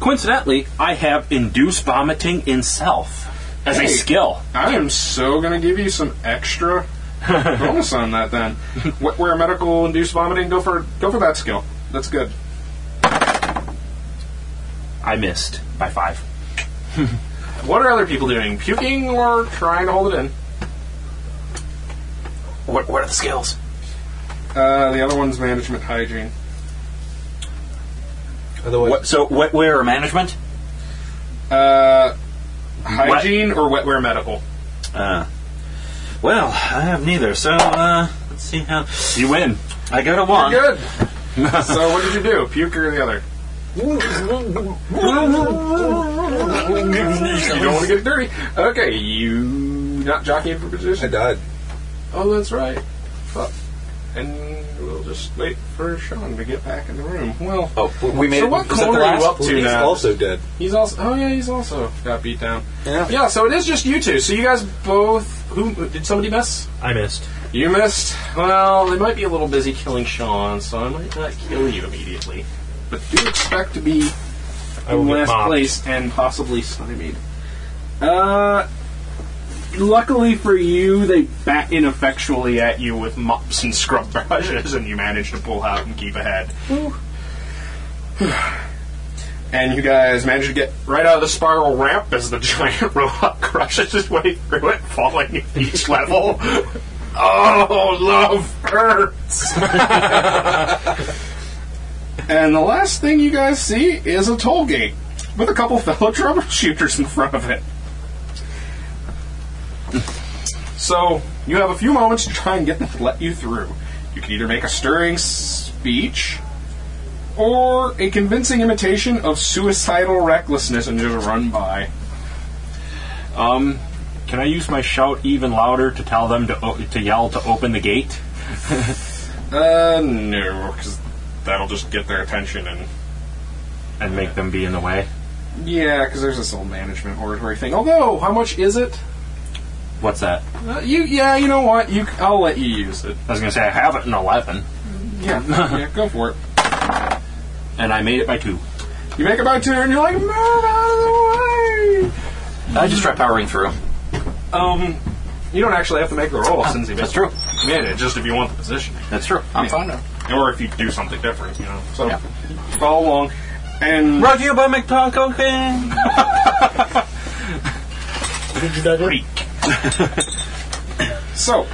Speaker 8: Coincidentally, I have induced vomiting in self as
Speaker 4: Hey.
Speaker 8: a skill.
Speaker 4: I am so going to give you some [LAUGHS] extra bonus on that then. Wh- Where medical induced vomiting, go for go for that skill. That's good.
Speaker 8: I missed by five.
Speaker 4: What are other people doing? Puking or trying to hold it in?
Speaker 18: What, what are the skills?
Speaker 4: Uh, the other one's management hygiene.
Speaker 5: Otherwise,
Speaker 18: What, so wetware or management?
Speaker 4: Uh, hygiene or wetware medical?
Speaker 18: Uh, well, I have neither. So uh, let's see how you win. I got a one.
Speaker 4: Good. [LAUGHS] so what did you do? Puke or the other? [LAUGHS] you don't want to get dirty. Okay, you not jockeying for
Speaker 5: I
Speaker 4: position.
Speaker 5: died.
Speaker 4: Oh, that's right. Fuck. And we'll just wait for Sean to get back in the room. Well,
Speaker 5: Oh, w- we made
Speaker 4: so
Speaker 5: it.
Speaker 4: what
Speaker 5: was that
Speaker 4: corner
Speaker 5: the
Speaker 4: are you
Speaker 5: last
Speaker 4: up to
Speaker 5: police
Speaker 4: now?
Speaker 5: also dead.
Speaker 4: He's also. Oh yeah, he's also got beat down.
Speaker 5: Yeah.
Speaker 4: Yeah. So it is just you two. So you guys both. Who did somebody miss?
Speaker 19: I missed.
Speaker 4: You missed. Well, they might be a little busy killing Sean, so I might not kill you immediately. But do expect to be
Speaker 19: I will
Speaker 4: in
Speaker 19: get
Speaker 4: last
Speaker 19: mopped.
Speaker 4: place and possibly stymied. Uh, luckily for you, they bat ineffectually at you with mops and scrub [LAUGHS] brushes, and you manage to pull out and keep ahead. And you guys manage to get right out of the spiral ramp as the [LAUGHS] giant robot crushes his way through it, falling at each level. oh, love hurts. and the last thing you guys see is a toll gate with a couple fellow troubleshooters in front of it. So you have a few moments to try and get them to let you through. You can either make a stirring speech or a convincing imitation of suicidal recklessness and just run by.
Speaker 8: Um, can I use my shout even louder to tell them to o- to yell to open the gate?
Speaker 4: [LAUGHS] Uh, no, because that'll just get their attention and.
Speaker 8: and make them be in the way.
Speaker 4: Yeah, because there's this whole management oratory thing. Although, how much is it?
Speaker 8: What's that?
Speaker 4: Uh, you, yeah, you know what? You, I'll let you use it.
Speaker 8: I was gonna say I have it in eleven,
Speaker 4: Yeah, yeah, go for it.
Speaker 8: and and I made it by two.
Speaker 4: [LAUGHS] You make it by two, and you're like, move out of the way!
Speaker 8: I just try powering through.
Speaker 4: Um, you don't actually have to make the roll since you
Speaker 8: That's true.
Speaker 4: Man, it just if you want the position.
Speaker 8: That's true.
Speaker 4: I mean, Or if you do something different, you know. So follow along. And
Speaker 8: Brought to you by McTalkokin.
Speaker 6: Did you die there?
Speaker 4: so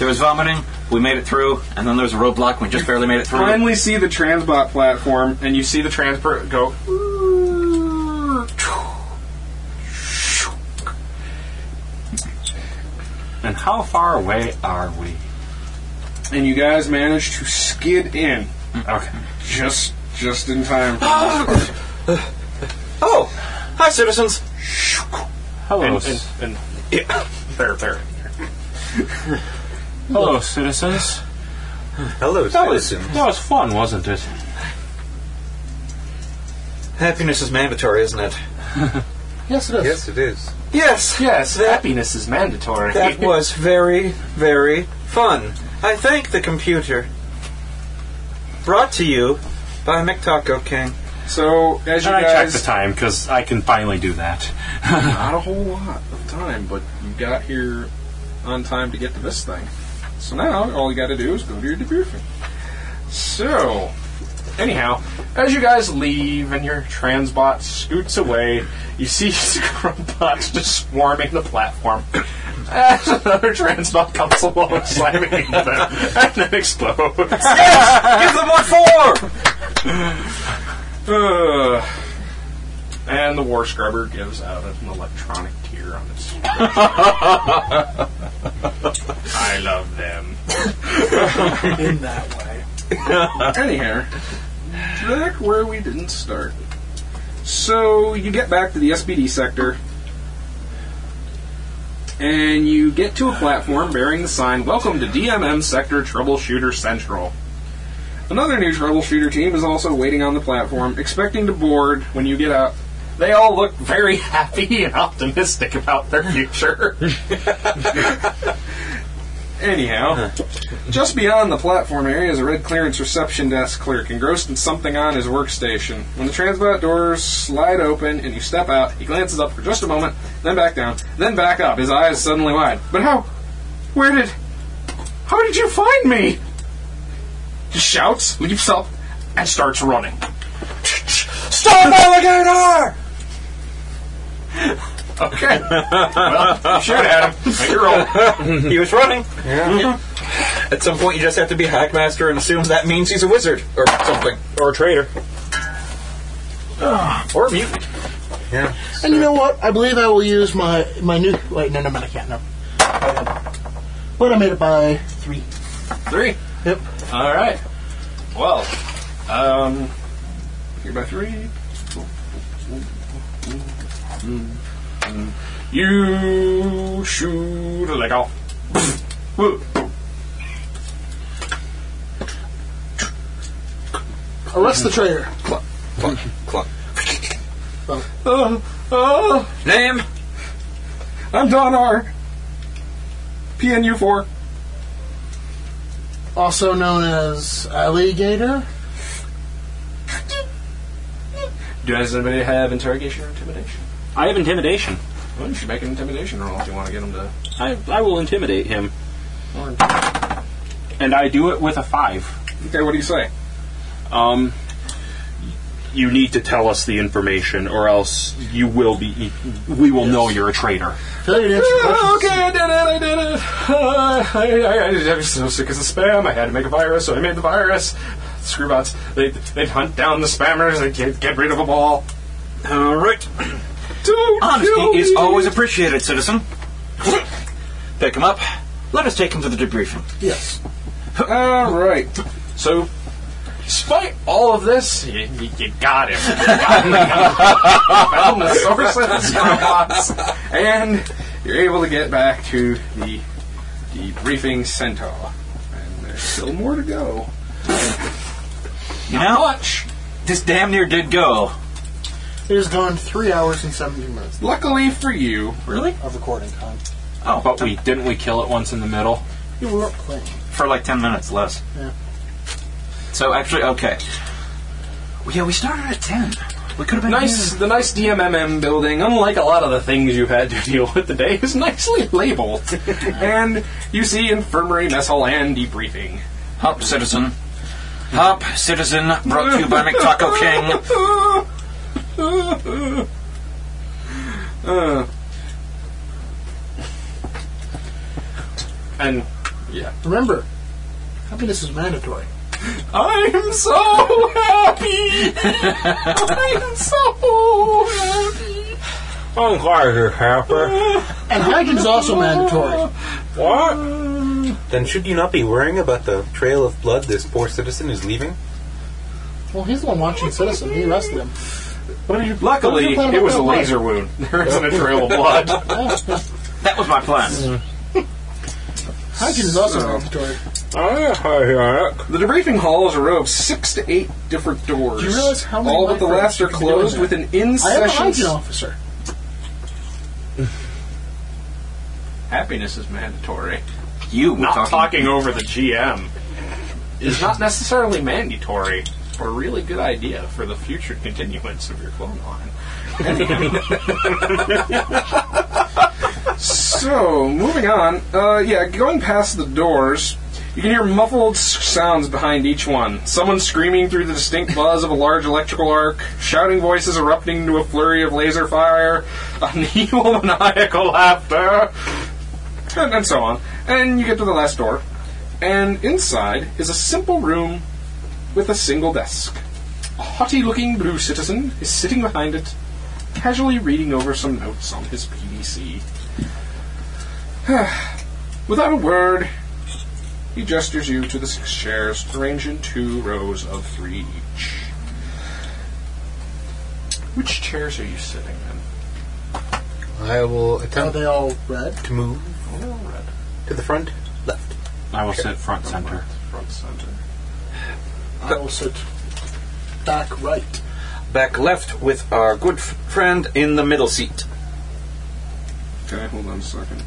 Speaker 8: there was vomiting. We made it through, and then there was a roadblock. and We just barely made it through.
Speaker 4: finally see the transbot platform, and you see the transport go.
Speaker 8: And how far away are we?
Speaker 4: And you guys manage to skid in
Speaker 8: Okay.
Speaker 4: just just in time.
Speaker 5: Ah! Oh, hi, citizens.
Speaker 8: Hello,
Speaker 4: And, and,
Speaker 8: s-
Speaker 4: and there, there.
Speaker 8: hello, citizens.
Speaker 20: Hello,
Speaker 8: That was
Speaker 20: citizens.
Speaker 8: that was fun, wasn't it?
Speaker 5: Happiness is mandatory, isn't it?
Speaker 6: Yes, it is.
Speaker 20: Yes, it is.
Speaker 5: Yes.
Speaker 4: Yes,
Speaker 5: That-
Speaker 4: happiness is mandatory.
Speaker 5: That was very, very fun. I thank the computer. Brought to you by McTaco King.
Speaker 4: so as you
Speaker 8: And I checked
Speaker 4: guys
Speaker 8: the time because I can finally do that.
Speaker 4: not a whole lot of time, but you got here on time to get to this thing. So now all you got to do is go to your debriefing. So, anyhow, as you guys leave and your transbot scoots away, you see [LAUGHS] scrumbots just swarming the platform. As another transbot comes along, [LAUGHS] slamming into them, and then explodes.
Speaker 5: Give them what for?
Speaker 4: [SIGHS] Ugh. and the war scrubber gives out an electronic tear on [LAUGHS] its. I love them.
Speaker 6: In that way.
Speaker 4: Anyhow, back where we didn't start. So you get back to the SPD sector, and you get to a platform bearing the sign "Welcome to DMM Sector Troubleshooter Central." Another new troubleshooter team is also waiting on the platform, expecting to board when you get up. They all look very [LAUGHS] happy and optimistic about their future. Anyhow, just beyond the platform area is a red clearance reception desk clerk engrossed in something on his workstation. When the transbot doors slide open and you step out, he glances up for just a moment, then back down, then back up, his eyes suddenly wide. But how? Where did. How did you find me? He shouts, leaps up, and starts running.
Speaker 5: Stop alligator!
Speaker 4: Okay. well, you shoot at him. Make your roll.
Speaker 5: [LAUGHS] he was running. At some point, you just have to be a hackmaster and assume that means he's a wizard or something, or a traitor, or a mutant.
Speaker 20: Yeah.
Speaker 6: And you know what? I believe I will use my my new. Wait, no, no, no, I can't. No. But I made it by three.
Speaker 4: Three.
Speaker 6: Yep.
Speaker 4: All right. Well, um, here by three. You shoot a leg off.
Speaker 6: Arrest the traitor.
Speaker 5: Clunk, clunk.
Speaker 4: Uh, uh,
Speaker 5: Name?
Speaker 4: I'm Don R. PNU4.
Speaker 6: Also known as alligator.
Speaker 4: Does anybody have interrogation or intimidation?
Speaker 21: I have intimidation.
Speaker 4: Well, you should make an intimidation roll if you want to get him to.
Speaker 21: I, I will intimidate him.
Speaker 8: And I do it with a five.
Speaker 4: Okay, what do you say?
Speaker 8: Um, you need to tell us the information, or else you will be. We will know you're a traitor.
Speaker 6: Failure to answer
Speaker 4: Yeah,
Speaker 22: Ah!
Speaker 6: questions.
Speaker 4: okay, I did it, I did
Speaker 8: [LAUGHS]
Speaker 4: it. Uh, I, I, I, I was so sick of the spam. I had to make a virus, so I made the virus. Screwbots, they, they'd hunt down the spammers, they'd get, get rid of them all.
Speaker 5: All right.
Speaker 4: Don't kill
Speaker 5: Honesty is
Speaker 4: me.
Speaker 5: always appreciated, citizen. Pick him up. Let us take him to the debriefing.
Speaker 6: Yes.
Speaker 4: All right. So, despite all of this, you, you, you got him. You got him. found the source of the screwbots, and you're able to get back to the debriefing center. And there's still more to go.
Speaker 5: You know,
Speaker 4: Much.
Speaker 5: this damn near did go.
Speaker 6: It has gone three hours and 17 minutes
Speaker 4: Luckily for you,
Speaker 5: Really?
Speaker 6: of recording time.
Speaker 8: Oh, but we didn't we kill it once in the middle
Speaker 6: You weren't playing.
Speaker 5: For like 10 minutes less.
Speaker 6: Yeah.
Speaker 5: So actually, okay.
Speaker 8: Yeah, we started at 10. We could have been
Speaker 4: Nice, the nice DMMM building, unlike a lot of the things you've had to [LAUGHS] deal with today, is nicely labeled. and you see infirmary, mess hall, and debriefing.
Speaker 8: Hop, citizen. Hop, citizen, brought to you by McTaco King.
Speaker 4: [LAUGHS] Uh. And yeah,
Speaker 6: Remember, happiness is mandatory.
Speaker 4: I'm so
Speaker 8: [LAUGHS]
Speaker 4: happy. I'm so happy. Oh,
Speaker 23: I'm glad you're happy.
Speaker 6: And hydrogen's also mandatory.
Speaker 23: What?
Speaker 5: Then should you not be worrying about the trail of blood this poor citizen is leaving?
Speaker 6: Well, he's the one watching Citizen. He arrested him.
Speaker 4: Luckily,
Speaker 6: What did you plan
Speaker 4: it was a
Speaker 6: about that?
Speaker 4: laser wound. [LAUGHS] There isn't a trail of blood.
Speaker 6: Ah.
Speaker 22: That was my plan.
Speaker 6: Hydrogen is also mandatory.
Speaker 4: The debriefing hall is a row of six to eight different doors.
Speaker 6: Do you realize how many
Speaker 4: All but the
Speaker 6: white
Speaker 4: last are
Speaker 6: folks could be doing
Speaker 4: closed
Speaker 6: that?
Speaker 4: with an in
Speaker 6: I am a hygiene
Speaker 4: session.
Speaker 6: officer.
Speaker 4: Happiness is mandatory.
Speaker 22: You were
Speaker 4: Not
Speaker 22: talking.
Speaker 4: talking over the GM is not necessarily mandatory, but a really good idea for the future continuance of your clone line. [LAUGHS] so, moving on. Uh, yeah, going past the doors, you can hear muffled s- sounds behind each one. Someone screaming through the distinct buzz of a large electrical arc, shouting voices erupting into a flurry of laser fire, [LAUGHS] unequal maniacal laughter, and, and so on. And you get to the last door, and inside is a simple room with a single desk. A haughty looking blue citizen is sitting behind it, casually reading over some notes on his PDC. [SIGHS] Without a word, he gestures you to the six chairs, arranged in two rows of three each. Which chairs are you sitting in?
Speaker 5: I will
Speaker 6: Are
Speaker 5: attempt
Speaker 6: they all red?
Speaker 5: to move
Speaker 4: All red,
Speaker 5: to the front, left.
Speaker 22: I will sit front center.
Speaker 4: front center.
Speaker 6: I will sit back right.
Speaker 8: Back left with our good f- friend in the middle seat.
Speaker 4: Okay, hold on a second.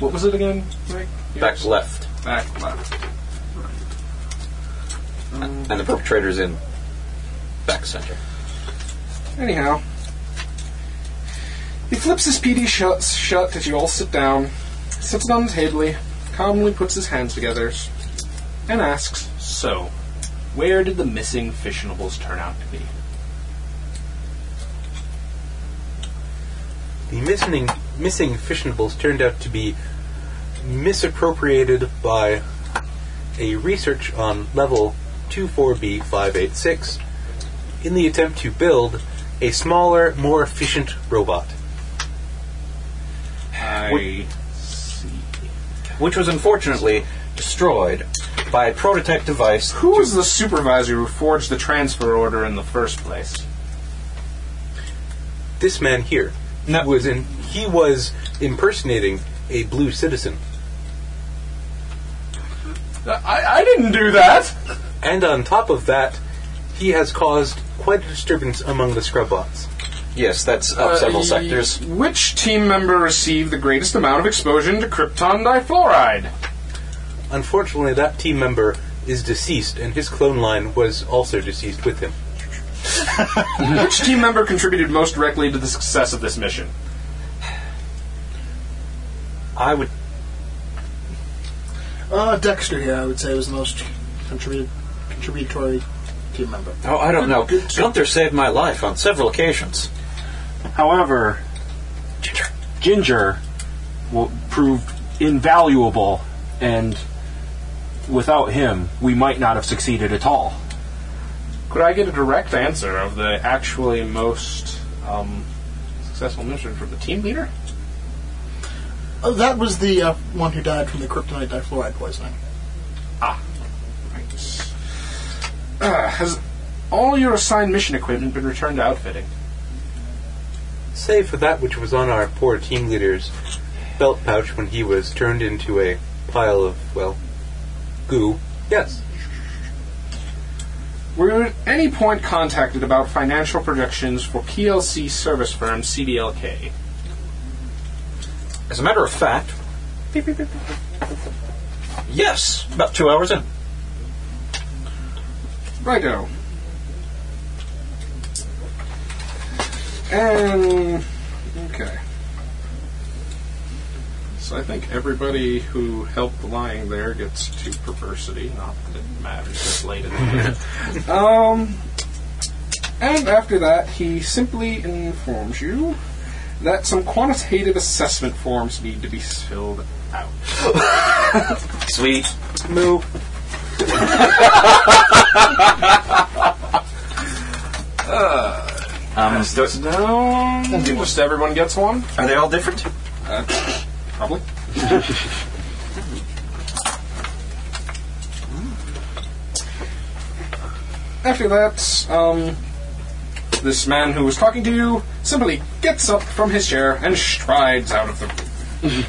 Speaker 4: What was it again, Mike?
Speaker 8: Back left.
Speaker 4: Back left.
Speaker 8: And the perpetrator's in back center.
Speaker 4: Anyhow, he flips his PD shut, shut as you all sit down, sits down tably, calmly puts his hands together, and asks, So, where did the missing fissionables turn out to be?
Speaker 5: The missing missing fissionables turned out to be misappropriated by a research on level 24B586 in the attempt to build a smaller, more efficient robot.
Speaker 4: I see.
Speaker 8: Which was unfortunately destroyed by a prototype device.
Speaker 4: Who was the supervisor who forged the transfer order in the first place?
Speaker 5: This man here
Speaker 8: No.
Speaker 5: was in he was impersonating a blue citizen.
Speaker 4: I, I didn't do that.
Speaker 5: And on top of that, he has caused quite a disturbance among the scrubbots.
Speaker 8: Yes, that's up several
Speaker 4: Uh,
Speaker 8: sectors.
Speaker 4: Which team member received the greatest amount of exposure to krypton
Speaker 22: [LAUGHS]
Speaker 4: difluoride?
Speaker 5: Unfortunately, that team member is deceased, and his clone line was also deceased with him.
Speaker 4: Which team member contributed most directly to the success of this mission?
Speaker 8: I would
Speaker 6: Uh, Dexter here, I would say, was the most contribu- contributory team member.
Speaker 8: Oh, I don't know. Gunther saved my life on several occasions.
Speaker 22: However, Ginger will, proved invaluable, and without him, we might not have succeeded at all.
Speaker 4: Could I get a direct answer of the actually most um, successful mission from the team leader?
Speaker 6: Uh, that was the uh, one who died from the kryptonite difluoride poisoning.
Speaker 4: Right. Uh, Ah. has all your assigned mission equipment been returned to outfitting?
Speaker 5: Save for that which was on our poor team leader's belt pouch when he was turned into a pile of, well, goo. Yes.
Speaker 4: Were you at any point contacted about financial projections for PLC service firm CDLK?
Speaker 8: As a matter of fact,
Speaker 3: Beep, beep, beep, beep.
Speaker 8: Yes, about two hours in.
Speaker 4: Righto. And okay. So I think everybody who helped lying there gets to perversity. Not that it matters this late in the game. um, and after that, he simply informs you that some quantitative assessment forms need to be filled out.
Speaker 8: Sweet.
Speaker 4: Moo. uh,
Speaker 8: Um, do it.
Speaker 4: no. Just everyone gets one.
Speaker 8: Are they all different?
Speaker 4: Uh, probably. [LAUGHS] Hmm. After that, um, this man who was talking to you simply gets up from his chair and strides out of the room.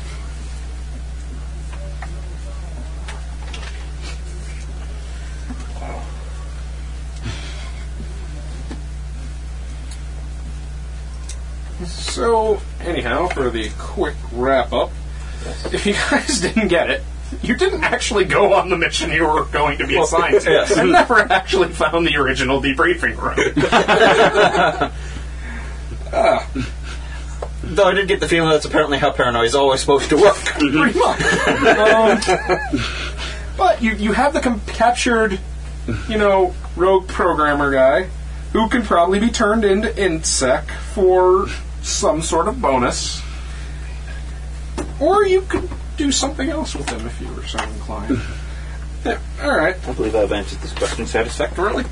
Speaker 4: So, anyhow, for the quick wrap up, if you [LAUGHS] guys didn't get it, you didn't actually go on the mission you were going to be assigned to,
Speaker 14: yes.
Speaker 4: and never actually found the original debriefing room.
Speaker 8: Though I did get the feeling that's apparently how paranoia is always supposed to work. [LAUGHS]
Speaker 4: Pretty much. Um, but you, you have the com- captured, you know, rogue programmer guy who can probably be turned into INSEC for some sort of bonus. Or you could do something else with him if you were so inclined. Yeah, all right.
Speaker 8: I believe I've answered this question satisfactorily.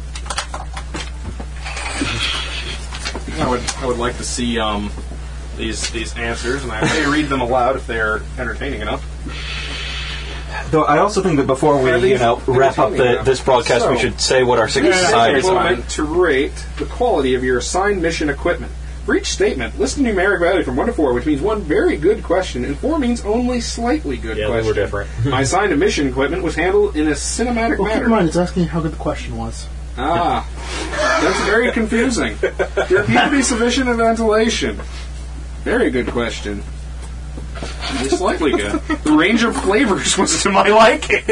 Speaker 4: I would I would like to see um, these these answers, and I may read them aloud if they're entertaining enough.
Speaker 8: Though I also think that before
Speaker 4: Are
Speaker 8: we
Speaker 4: these
Speaker 8: you know, wrap up
Speaker 4: entertaining
Speaker 8: the,
Speaker 4: enough?
Speaker 8: this broadcast, we
Speaker 4: So-
Speaker 8: should say what our six
Speaker 4: Yeah,
Speaker 8: societies
Speaker 4: we'll
Speaker 8: are.
Speaker 4: make to rate the quality of your assigned mission equipment. For each statement, list a numeric value from 1 to 4, which means one very good question and 4 means only slightly good
Speaker 9: Yeah, they
Speaker 4: question.
Speaker 9: were different.
Speaker 4: My assigned mission equipment was handled in a cinematic
Speaker 6: Well, keep
Speaker 4: manner.
Speaker 6: in mind, it's asking how good the question was.
Speaker 4: Ah, that's very confusing. There appeared to be sufficient ventilation. Very good question. Slightly good. The range of flavors was to my liking.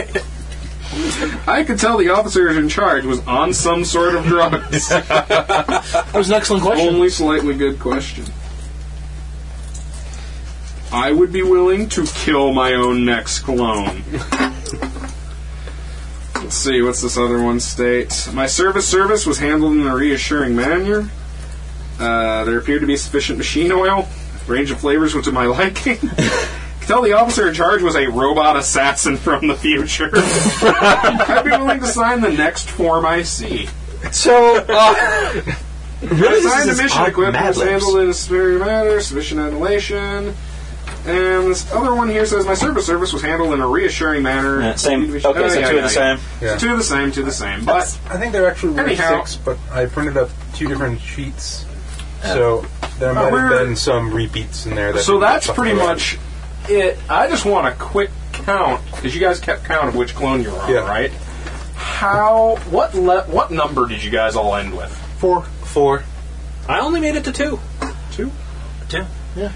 Speaker 4: I could tell the officer in charge was on some sort of drugs.
Speaker 6: That was an excellent question.
Speaker 4: Only slightly good question. I would be willing to kill my own next clone. Let's see, what's this other one state? My service service was handled in a reassuring manner. Uh, there appeared to be sufficient machine oil. Range of flavors was to my [LAUGHS]
Speaker 8: [LAUGHS]
Speaker 4: liking. Could Tell the officer in charge was a robot assassin from the future. [LAUGHS] I'd be willing to sign the next form I see.
Speaker 8: So, uh,
Speaker 4: [LAUGHS]
Speaker 8: really,
Speaker 4: Assigned
Speaker 8: this
Speaker 4: to
Speaker 8: is
Speaker 4: mission
Speaker 8: odd
Speaker 4: equipment
Speaker 8: Mad
Speaker 4: was
Speaker 8: Libs.
Speaker 4: handled in a superior manner, sufficient ventilation. And this other one here says my service service was handled in a reassuring manner.
Speaker 8: Yeah, same.
Speaker 4: Oh,
Speaker 8: Okay, so two
Speaker 4: yeah,
Speaker 8: of
Speaker 4: yeah,
Speaker 8: the same.
Speaker 4: yeah. So two of the same, two of the same. But
Speaker 5: I think there actually were
Speaker 4: Anyhow.
Speaker 5: six, but I printed up two different sheets, so there might have
Speaker 4: we're-
Speaker 5: been some repeats in there. That
Speaker 4: so
Speaker 5: we
Speaker 4: that's
Speaker 5: left
Speaker 4: pretty
Speaker 5: out.
Speaker 4: much it. I just want a quick count because you guys kept count of which clone you were on,
Speaker 5: Yeah.
Speaker 4: right? How? What? Le- what number did you guys all end with?
Speaker 6: Four.
Speaker 5: four.
Speaker 9: I only made it to two.
Speaker 4: Two.
Speaker 9: Two.
Speaker 6: Yeah.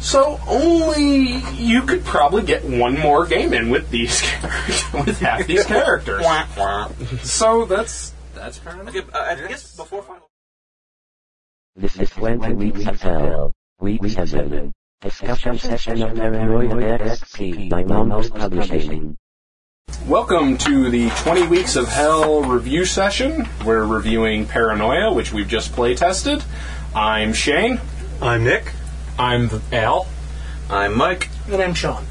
Speaker 4: So only you could probably get one more game in with these [LAUGHS] characters, with half these characters. so that's that's kind of
Speaker 8: Okay, uh, I guess before final.
Speaker 1: This is 20 weeks of hell. Week 7. Discussion session of Paranoia XP by Monos Publishing.
Speaker 4: Welcome to the 20 Weeks of Hell review session. We're reviewing Paranoia, which we've just play tested. I'm Shane.
Speaker 5: I'm Nick.
Speaker 13: I'm the Al.
Speaker 8: I'm Mike.
Speaker 6: And I'm Sean.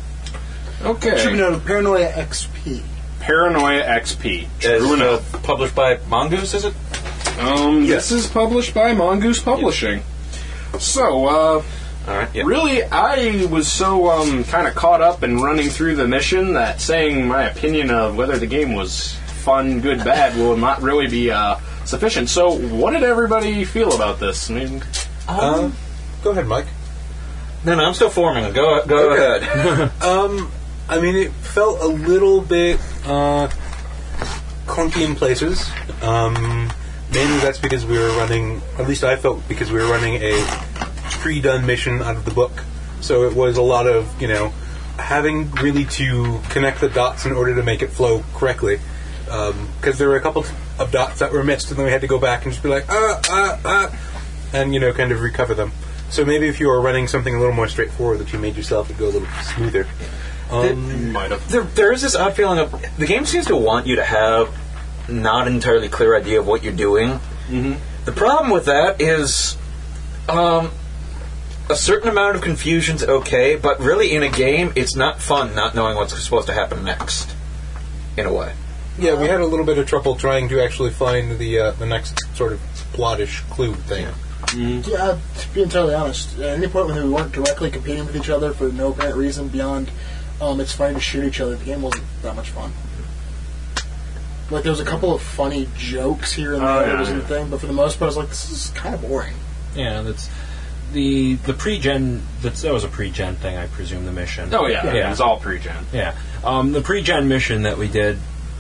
Speaker 6: It should be
Speaker 4: Okay.
Speaker 6: known as Paranoia XP.
Speaker 4: Paranoia XP.
Speaker 8: Is,
Speaker 4: True enough.
Speaker 8: uh, published by Mongoose, is it?
Speaker 4: Um, This is published by Mongoose Publishing. So, uh,
Speaker 8: All right. Yeah.
Speaker 4: Really, I was so um, kind of caught up in running through the mission that saying my opinion of whether the game was fun, good, bad will not really be uh, sufficient. So, what did everybody feel about this? I mean,
Speaker 5: Um, go ahead, Mike.
Speaker 8: No, no, I'm still forming. Go, go ahead.
Speaker 5: Um, I mean, it felt a little bit uh, clunky in places. Um, mainly that's because we were running, at least I felt because we were running a pre done mission out of the book. So it was a lot of, you know, having really to connect the dots in order to make it flow correctly. Because there were a couple of dots that were missed, and then we had to go back and just be like, ah, ah, ah, and you know, kind of recover them. So maybe if you were running something a little more straightforward, that you made yourself, it'd go a little smoother. Um,
Speaker 8: might have. There, there is this odd feeling of the game seems to want you to have not entirely clear idea of what you're doing. Mm-hmm. The problem with that is um, a certain amount of confusion's okay, but really in a game, it's not fun not knowing what's supposed to happen next. In a way,
Speaker 5: yeah, we had a little bit of trouble trying to actually find the uh, the next sort of plotish clue thing.
Speaker 6: Yeah, to be entirely honest, at any point when we weren't directly competing with each other for no apparent reason beyond um, it's funny to shoot each other, the game wasn't that much fun. Like, there was a couple of funny jokes here and there,
Speaker 24: Oh,
Speaker 6: that
Speaker 24: yeah,
Speaker 6: was the
Speaker 24: yeah.
Speaker 6: thing, but for the most part, I was like, this is kind of boring.
Speaker 24: Yeah, that's the the pre-gen. That's, that was a pre-gen thing, I presume. The mission.
Speaker 25: Oh, yeah, it was all pre-gen.
Speaker 24: Yeah, um, the pre-gen mission that we did.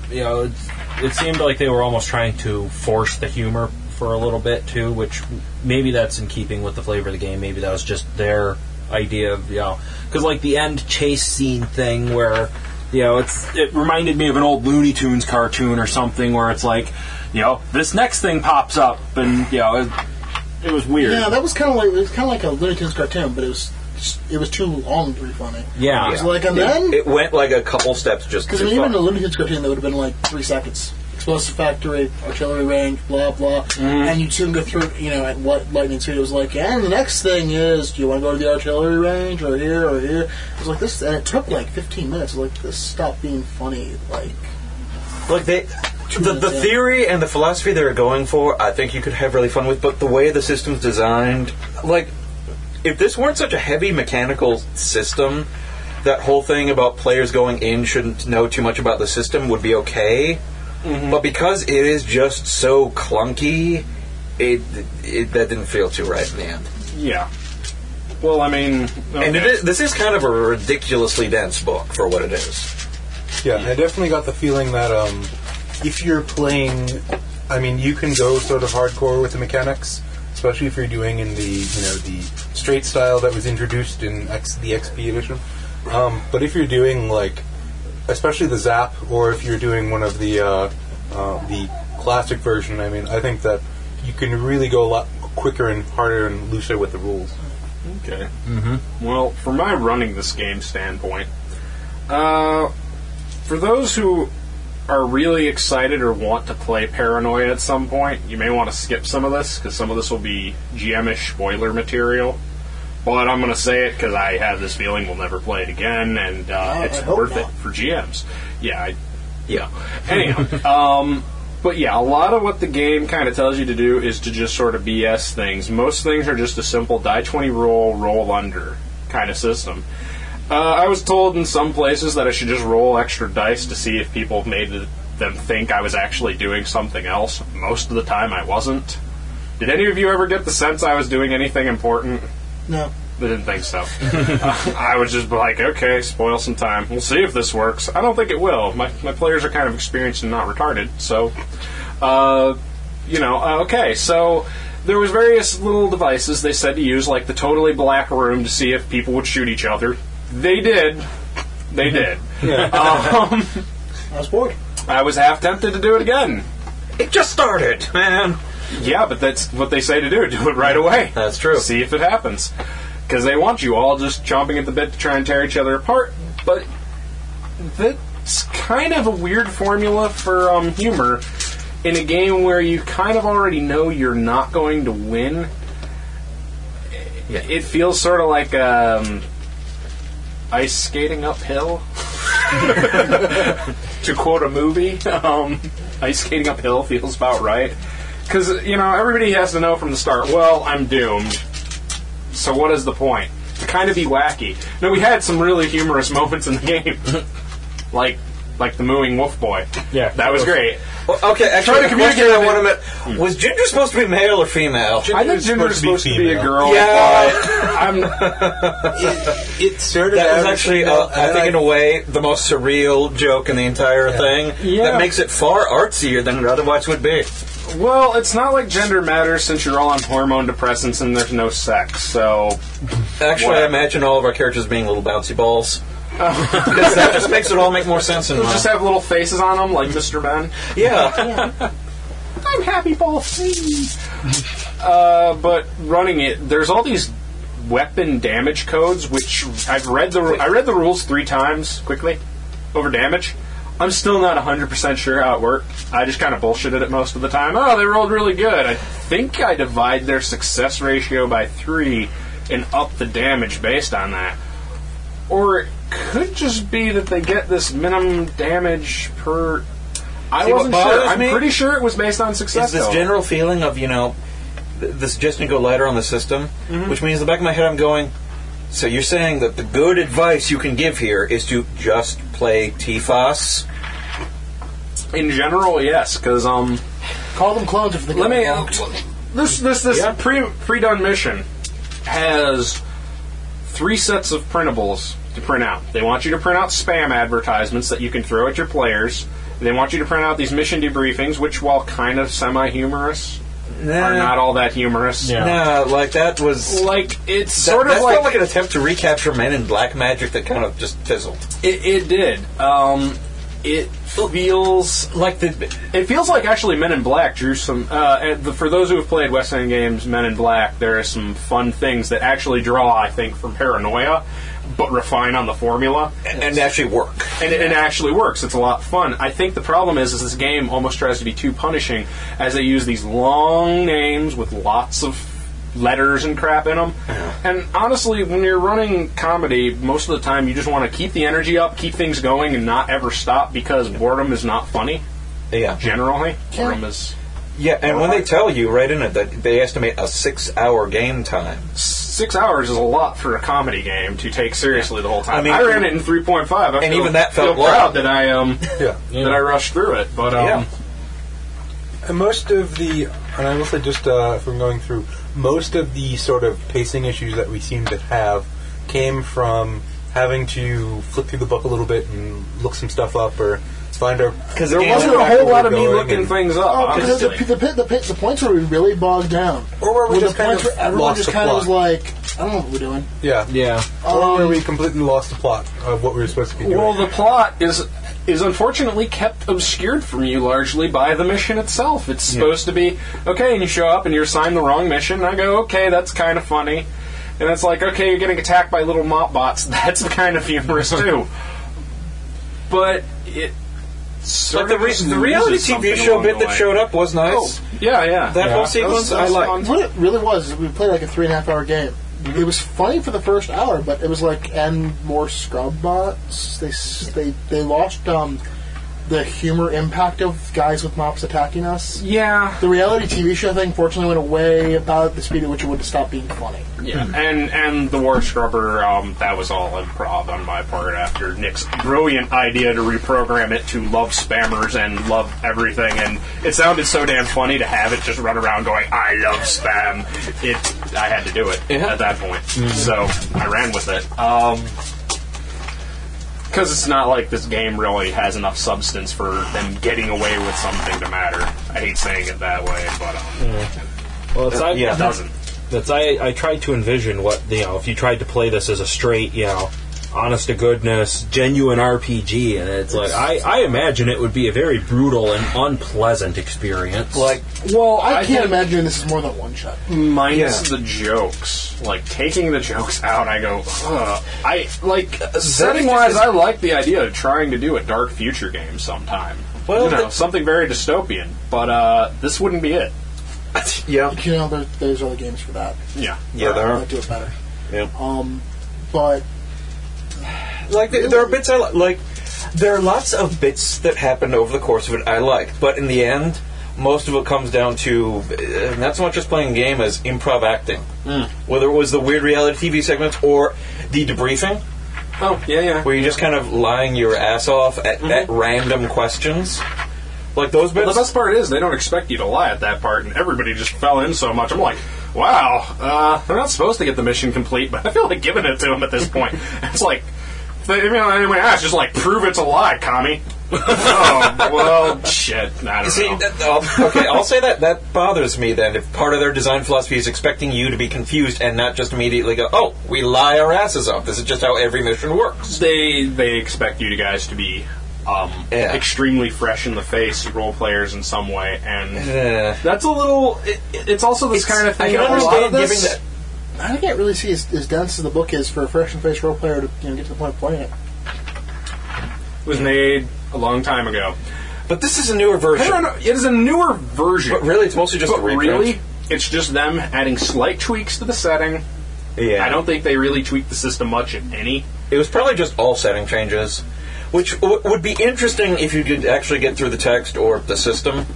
Speaker 24: You know, it, it seemed like they were almost trying to force the humor for a little bit too, which maybe that's in keeping with the flavor of the game. Maybe that was just their idea of you know, because like the end chase scene thing where. You know, it's it reminded me of an old Looney Tunes cartoon or something where it's like, you know, this next thing pops up and you know, it, it was weird.
Speaker 6: Yeah, that was kind of like it was kind of like a Looney Tunes cartoon, but it was it was too long to be funny.
Speaker 8: Yeah.
Speaker 6: it was like and
Speaker 8: it,
Speaker 6: then
Speaker 8: it went like a couple steps just
Speaker 6: because
Speaker 8: too
Speaker 6: I mean,
Speaker 8: far.
Speaker 6: even in a Looney Tunes cartoon, that would have been like three seconds. Explosive factory, artillery range, blah blah,
Speaker 5: Mm-hmm.
Speaker 6: and you'd soon go through. You know, at what lightning speed it was like. And the next thing is, do you want to go to the artillery range or here or here? It was like this, and it took like 15 minutes. Like this stopped being funny. Like
Speaker 8: Like they, the, the theory and the philosophy they're going for, I think you could have really fun with. But the way the system's designed, like if this weren't such a heavy mechanical system, that whole thing about players going in shouldn't know too much about the system would be okay.
Speaker 4: Mm-hmm.
Speaker 8: But because it is just so clunky, it, it that didn't feel too right in the end.
Speaker 4: Yeah. Well, I mean,
Speaker 8: And it is, this is kind of a ridiculously dense book for what it is.
Speaker 5: Yeah, I definitely got the feeling that um, if you're playing, I mean, you can go sort of hardcore with the mechanics, especially if you're doing in the you know the straight style that was introduced in X, the XP edition. Um, but if you're doing like, especially the Zap, or if you're doing one of the uh, uh, the classic version, I mean, I think that you can really go a lot quicker and harder and looser with the rules.
Speaker 4: Okay. Mm-hmm. Well, from my running this game standpoint, uh, for those who are really excited or want to play Paranoia at some point, you may want to skip some of this because some of this will be GM-ish spoiler material. But I'm going to say it because I have this feeling we'll never play it again, and uh,
Speaker 6: I
Speaker 4: it's
Speaker 6: hope
Speaker 4: worth
Speaker 6: not.
Speaker 4: it for GMs. Yeah, I, yeah. Anyhow, um, but yeah, a lot of what the game kind of tells you to do is to just sort of BS things. Most things are just a simple die 20 roll, roll under kind of system. Uh, I was told in some places that I should just roll extra dice to see if people made th- them think I was actually doing something else. Most of the time, I wasn't. Did any of you ever get the sense I was doing anything important?
Speaker 6: no,
Speaker 4: They didn't think so. [LAUGHS] Uh, I was just like, okay, spoil some time. We'll see if this works. I don't think it will. My, my players are kind of experienced and not retarded, so. Uh, you know, uh, okay, so there was various little devices they said to use, like the totally black room to see if people would shoot each other. They did. They did. [LAUGHS] Um,
Speaker 6: I was bored.
Speaker 4: I was half tempted to do it again.
Speaker 8: It just started, man.
Speaker 4: Yeah, but that's what they say to do. Do it right away.
Speaker 8: That's true.
Speaker 4: See if it happens. Because they want you all just chomping at the bit to try and tear each other apart. But that's kind of a weird formula for um, humor in a game where you kind of already know you're not going to win. It feels sort of like um, ice skating uphill. [LAUGHS] to quote a movie, um, ice skating uphill feels about right. Because, you know, everybody has to know from the start, well, I'm doomed. So what is the point? To kind of be wacky. No, we had some really humorous moments in the [LAUGHS] game. like like the mooing wolf boy.
Speaker 26: Yeah.
Speaker 4: That was great.
Speaker 8: Well, okay, actually,
Speaker 4: Try to
Speaker 8: the question
Speaker 4: communicate
Speaker 8: I want to make was Ginger supposed to be male or female?
Speaker 4: I think Ginger is supposed to be a girl.
Speaker 8: Yeah.
Speaker 4: but I'm,
Speaker 5: It started
Speaker 8: That was
Speaker 5: out-
Speaker 8: actually, uh,
Speaker 5: no,
Speaker 8: I
Speaker 5: and
Speaker 8: think, in a way, the most surreal joke in the entire thing.
Speaker 4: Yeah.
Speaker 8: That makes it far artsier than it otherwise would be.
Speaker 4: well, it's not like gender matters since you're all on hormone depressants and there's no sex. So
Speaker 8: Actually,
Speaker 4: Wow.
Speaker 8: I imagine all of our characters being little bouncy balls. [LAUGHS] Because that just makes it all make more sense in
Speaker 4: They'll
Speaker 8: my...
Speaker 4: just have little faces on them, like Mr. Ben.
Speaker 8: Yeah.
Speaker 4: I'm happy ball free. Uh, but running it, there's all these weapon damage codes, which I've read the I read the rules three times quickly over damage. I'm still not 100% sure how it worked. I just kind of bullshitted it most of the time. Oh, they rolled really good. I think I divide their success ratio by three and up the damage based on that. Or it could just be that they get this minimum damage per. I
Speaker 8: See, what
Speaker 4: wasn't sure.
Speaker 8: bothers
Speaker 4: I'm
Speaker 8: me
Speaker 4: pretty sure it was based on
Speaker 8: It's
Speaker 4: success.
Speaker 8: this
Speaker 4: though.
Speaker 8: general feeling of, you know, th- this just to go lighter on the system, which means in the back of my head I'm going, so you're saying that the good advice you can give here is to just play TFOS?
Speaker 4: In general, yes, because um,
Speaker 6: Call them clones if they
Speaker 4: let
Speaker 6: got
Speaker 4: me uh,
Speaker 6: blocked.
Speaker 4: this this this pre pre done mission has three sets of printables to print out. They want you to print out spam advertisements that you can throw at your players. They want you to print out these mission debriefings, which, while kind of semi humorous, are
Speaker 8: Nah.
Speaker 4: not all that humorous.
Speaker 8: No, uh, like that was
Speaker 4: like it's
Speaker 8: that,
Speaker 4: sort of
Speaker 8: that
Speaker 4: like-
Speaker 8: felt like an attempt to recapture Men in Black magic that kind of just fizzled.
Speaker 4: It, it did. Um, it feels
Speaker 8: like the.
Speaker 4: It feels like actually Men in Black drew some. Uh, and the, for those who have played West End Games Men in Black, there are some fun things that actually draw, I think, from Paranoia, but refine on the formula
Speaker 8: and, actually work.
Speaker 4: And it, it actually works. It's a lot of fun. I think the problem is, is this game almost tries to be too punishing, as they use these long names with lots of letters and crap in them. And honestly, when you're running comedy, most of the time you just want to keep the energy up, keep things going, and not ever stop because boredom is not funny.
Speaker 8: Yeah.
Speaker 4: Generally, boredom is
Speaker 8: Yeah, and when they tell you right in it that they estimate a six-hour game time.
Speaker 4: six hours is a lot for a comedy game to take seriously the whole time. I,
Speaker 8: I mean-
Speaker 4: ran it in three point five,
Speaker 8: And even that felt
Speaker 4: feel
Speaker 8: long.
Speaker 4: proud that I um
Speaker 5: Yeah.
Speaker 4: that I rushed through it. But um,
Speaker 5: Yeah. And most of the, and I will say just uh, from going through, most of the sort of pacing issues that we seem to have came from having to flip through the book a little bit and look some stuff up or find our.
Speaker 8: Because
Speaker 4: there wasn't a whole lot of me looking things up.
Speaker 6: Oh, because the,
Speaker 4: honestly.
Speaker 6: the, pit, the, pit, the points were really bogged down.
Speaker 5: Or were we
Speaker 6: Where the
Speaker 5: just kind
Speaker 6: points
Speaker 5: of
Speaker 6: were- everyone
Speaker 5: lost
Speaker 6: just
Speaker 5: the
Speaker 6: kind of was
Speaker 5: plot?
Speaker 6: like, I don't know what we're doing.
Speaker 5: Yeah.
Speaker 9: Yeah.
Speaker 5: or where we completely lost the plot of what we were supposed to be doing.
Speaker 4: Um, Well, the plot is is unfortunately kept obscured from you largely by the mission itself. It's supposed to be okay, and you show up and you're assigned the wrong mission. And I go, okay, that's kind of funny, and it's like, okay, you're getting attacked by little mop bots. [LAUGHS] That's kind of humorous too. But it. Sort
Speaker 8: But the,
Speaker 4: of
Speaker 8: re-
Speaker 4: just
Speaker 8: the reality
Speaker 4: loses
Speaker 8: TV
Speaker 4: something
Speaker 8: show
Speaker 4: along
Speaker 8: bit
Speaker 4: the
Speaker 8: that
Speaker 4: way.
Speaker 8: showed up was nice.
Speaker 4: Oh, yeah, yeah.
Speaker 8: That
Speaker 4: Yeah.
Speaker 8: whole sequence
Speaker 4: That was-
Speaker 8: I
Speaker 4: that was
Speaker 8: liked.
Speaker 4: fun.
Speaker 6: What it really was, is we played like a three and a half hour game. It was funny for the first hour, but it was like, and more scrub bots. They s- they they lost um, the humor impact of guys with mops attacking us.
Speaker 4: Yeah.
Speaker 6: The reality TV show thing, fortunately, went away about the speed at which it would stop being funny.
Speaker 4: Yeah, and and the war scrubber, um, that was all improv on my part after Nick's brilliant idea to reprogram it to love spammers and love everything, and it sounded so damn funny to have it just run around going, "I love spam." It, I had to do it at that point,
Speaker 9: Mm-hmm.
Speaker 4: so I ran with it. Um 'cause because it's not like this game really has enough substance for them getting away with something to matter. I hate saying it that way, but um,
Speaker 9: Well, it's, I,
Speaker 4: it doesn't.
Speaker 9: That's I. I tried to envision what you know. If you tried to play this as a straight, you know, honest to goodness, genuine RPG, and it's like I, I imagine it would be a very brutal and unpleasant experience.
Speaker 8: Like,
Speaker 4: Well,
Speaker 6: I,
Speaker 4: I
Speaker 6: can't
Speaker 4: think-
Speaker 6: imagine this is more than one shot.
Speaker 4: minus the jokes, like taking the jokes out, I go, Ugh. I like setting wise, I like the idea of trying to do a dark future game sometime.
Speaker 8: Well,
Speaker 4: you know,
Speaker 8: the-
Speaker 4: something very dystopian, but uh, this wouldn't be it.
Speaker 8: yeah,
Speaker 6: You know, there, there's other games for that.
Speaker 4: Yeah,
Speaker 8: yeah, there are.
Speaker 6: That do it better.
Speaker 8: Yeah.
Speaker 6: Um, but
Speaker 8: Like there, there are bits I li- like. There are lots of bits that happened over the course of it I liked, but in the end, most of it comes down to uh, not so much just playing a game as improv acting. Whether it was the weird reality TV segments or the debriefing,
Speaker 4: Oh yeah, yeah.
Speaker 8: where you're just kind of lying your ass off at, at random questions, like those bits.
Speaker 4: the best part is they don't expect you to lie at that part, and everybody just fell in so much. I'm like, wow, uh, they're not supposed to get the mission complete, but I feel like [LAUGHS] giving it to them at this point. it's like, they, you know, anyway, ah, it's just like prove it's a lie, commie. [LAUGHS] oh, well, shit. I don't
Speaker 8: See,
Speaker 4: know.
Speaker 8: that- oh. I'll- [LAUGHS] okay, I'll say that that bothers me then. If part of their design philosophy is expecting you to be confused and not just immediately go, "Oh, we lie our asses off. This is just how every mission works."
Speaker 4: They they expect you guys to be um, extremely fresh in the face role players in some way, and
Speaker 8: Yeah.
Speaker 4: that's a little. It, it's also this kind of thing.
Speaker 6: I can
Speaker 4: a lot
Speaker 6: understand
Speaker 4: of this-
Speaker 6: giving I can't really see as, as dense as the book is for a fresh and face role player to you know, get to the point of playing it.
Speaker 4: was made a long time ago.
Speaker 8: But this is a newer version.
Speaker 4: No, no, no. It is a newer version. But
Speaker 8: really, it's mostly just
Speaker 4: but
Speaker 8: a reprint.
Speaker 4: Really, it's just them adding slight tweaks to the setting.
Speaker 8: Yeah.
Speaker 4: I don't think they really tweaked the system much, if any.
Speaker 8: It was probably just all setting changes, which w- would be interesting if you could actually get through the text or the system.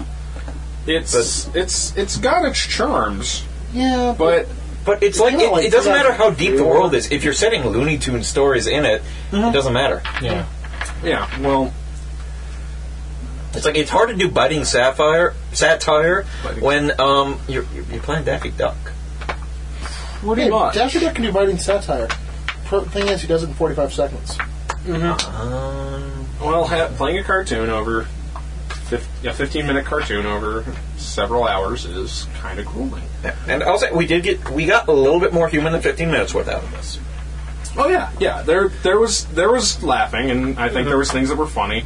Speaker 4: It's it's it's got its charms.
Speaker 6: Yeah,
Speaker 4: but
Speaker 8: but it's like
Speaker 4: you know,
Speaker 8: it,
Speaker 4: like,
Speaker 8: it doesn't
Speaker 4: that-
Speaker 8: matter how deep the world is. If you're setting Looney Tune stories in it, it doesn't matter.
Speaker 4: Yeah. Yeah. Well,
Speaker 8: It's like it's hard to do biting sapphire satire when um you're you're you're playing Daffy Duck.
Speaker 4: Pretty
Speaker 6: hey,
Speaker 4: much.
Speaker 6: Dasher Duck can do biting satire. Pro- thing is, he does it in 45 seconds.
Speaker 4: Well, ha- playing a cartoon over fif- a fifteen-minute cartoon over several hours is kind of grueling.
Speaker 8: And I'll say we did get we got a little bit more human than 15 minutes worth out of this.
Speaker 4: Oh yeah, yeah. There, there was there was laughing, and I think there was things that were funny.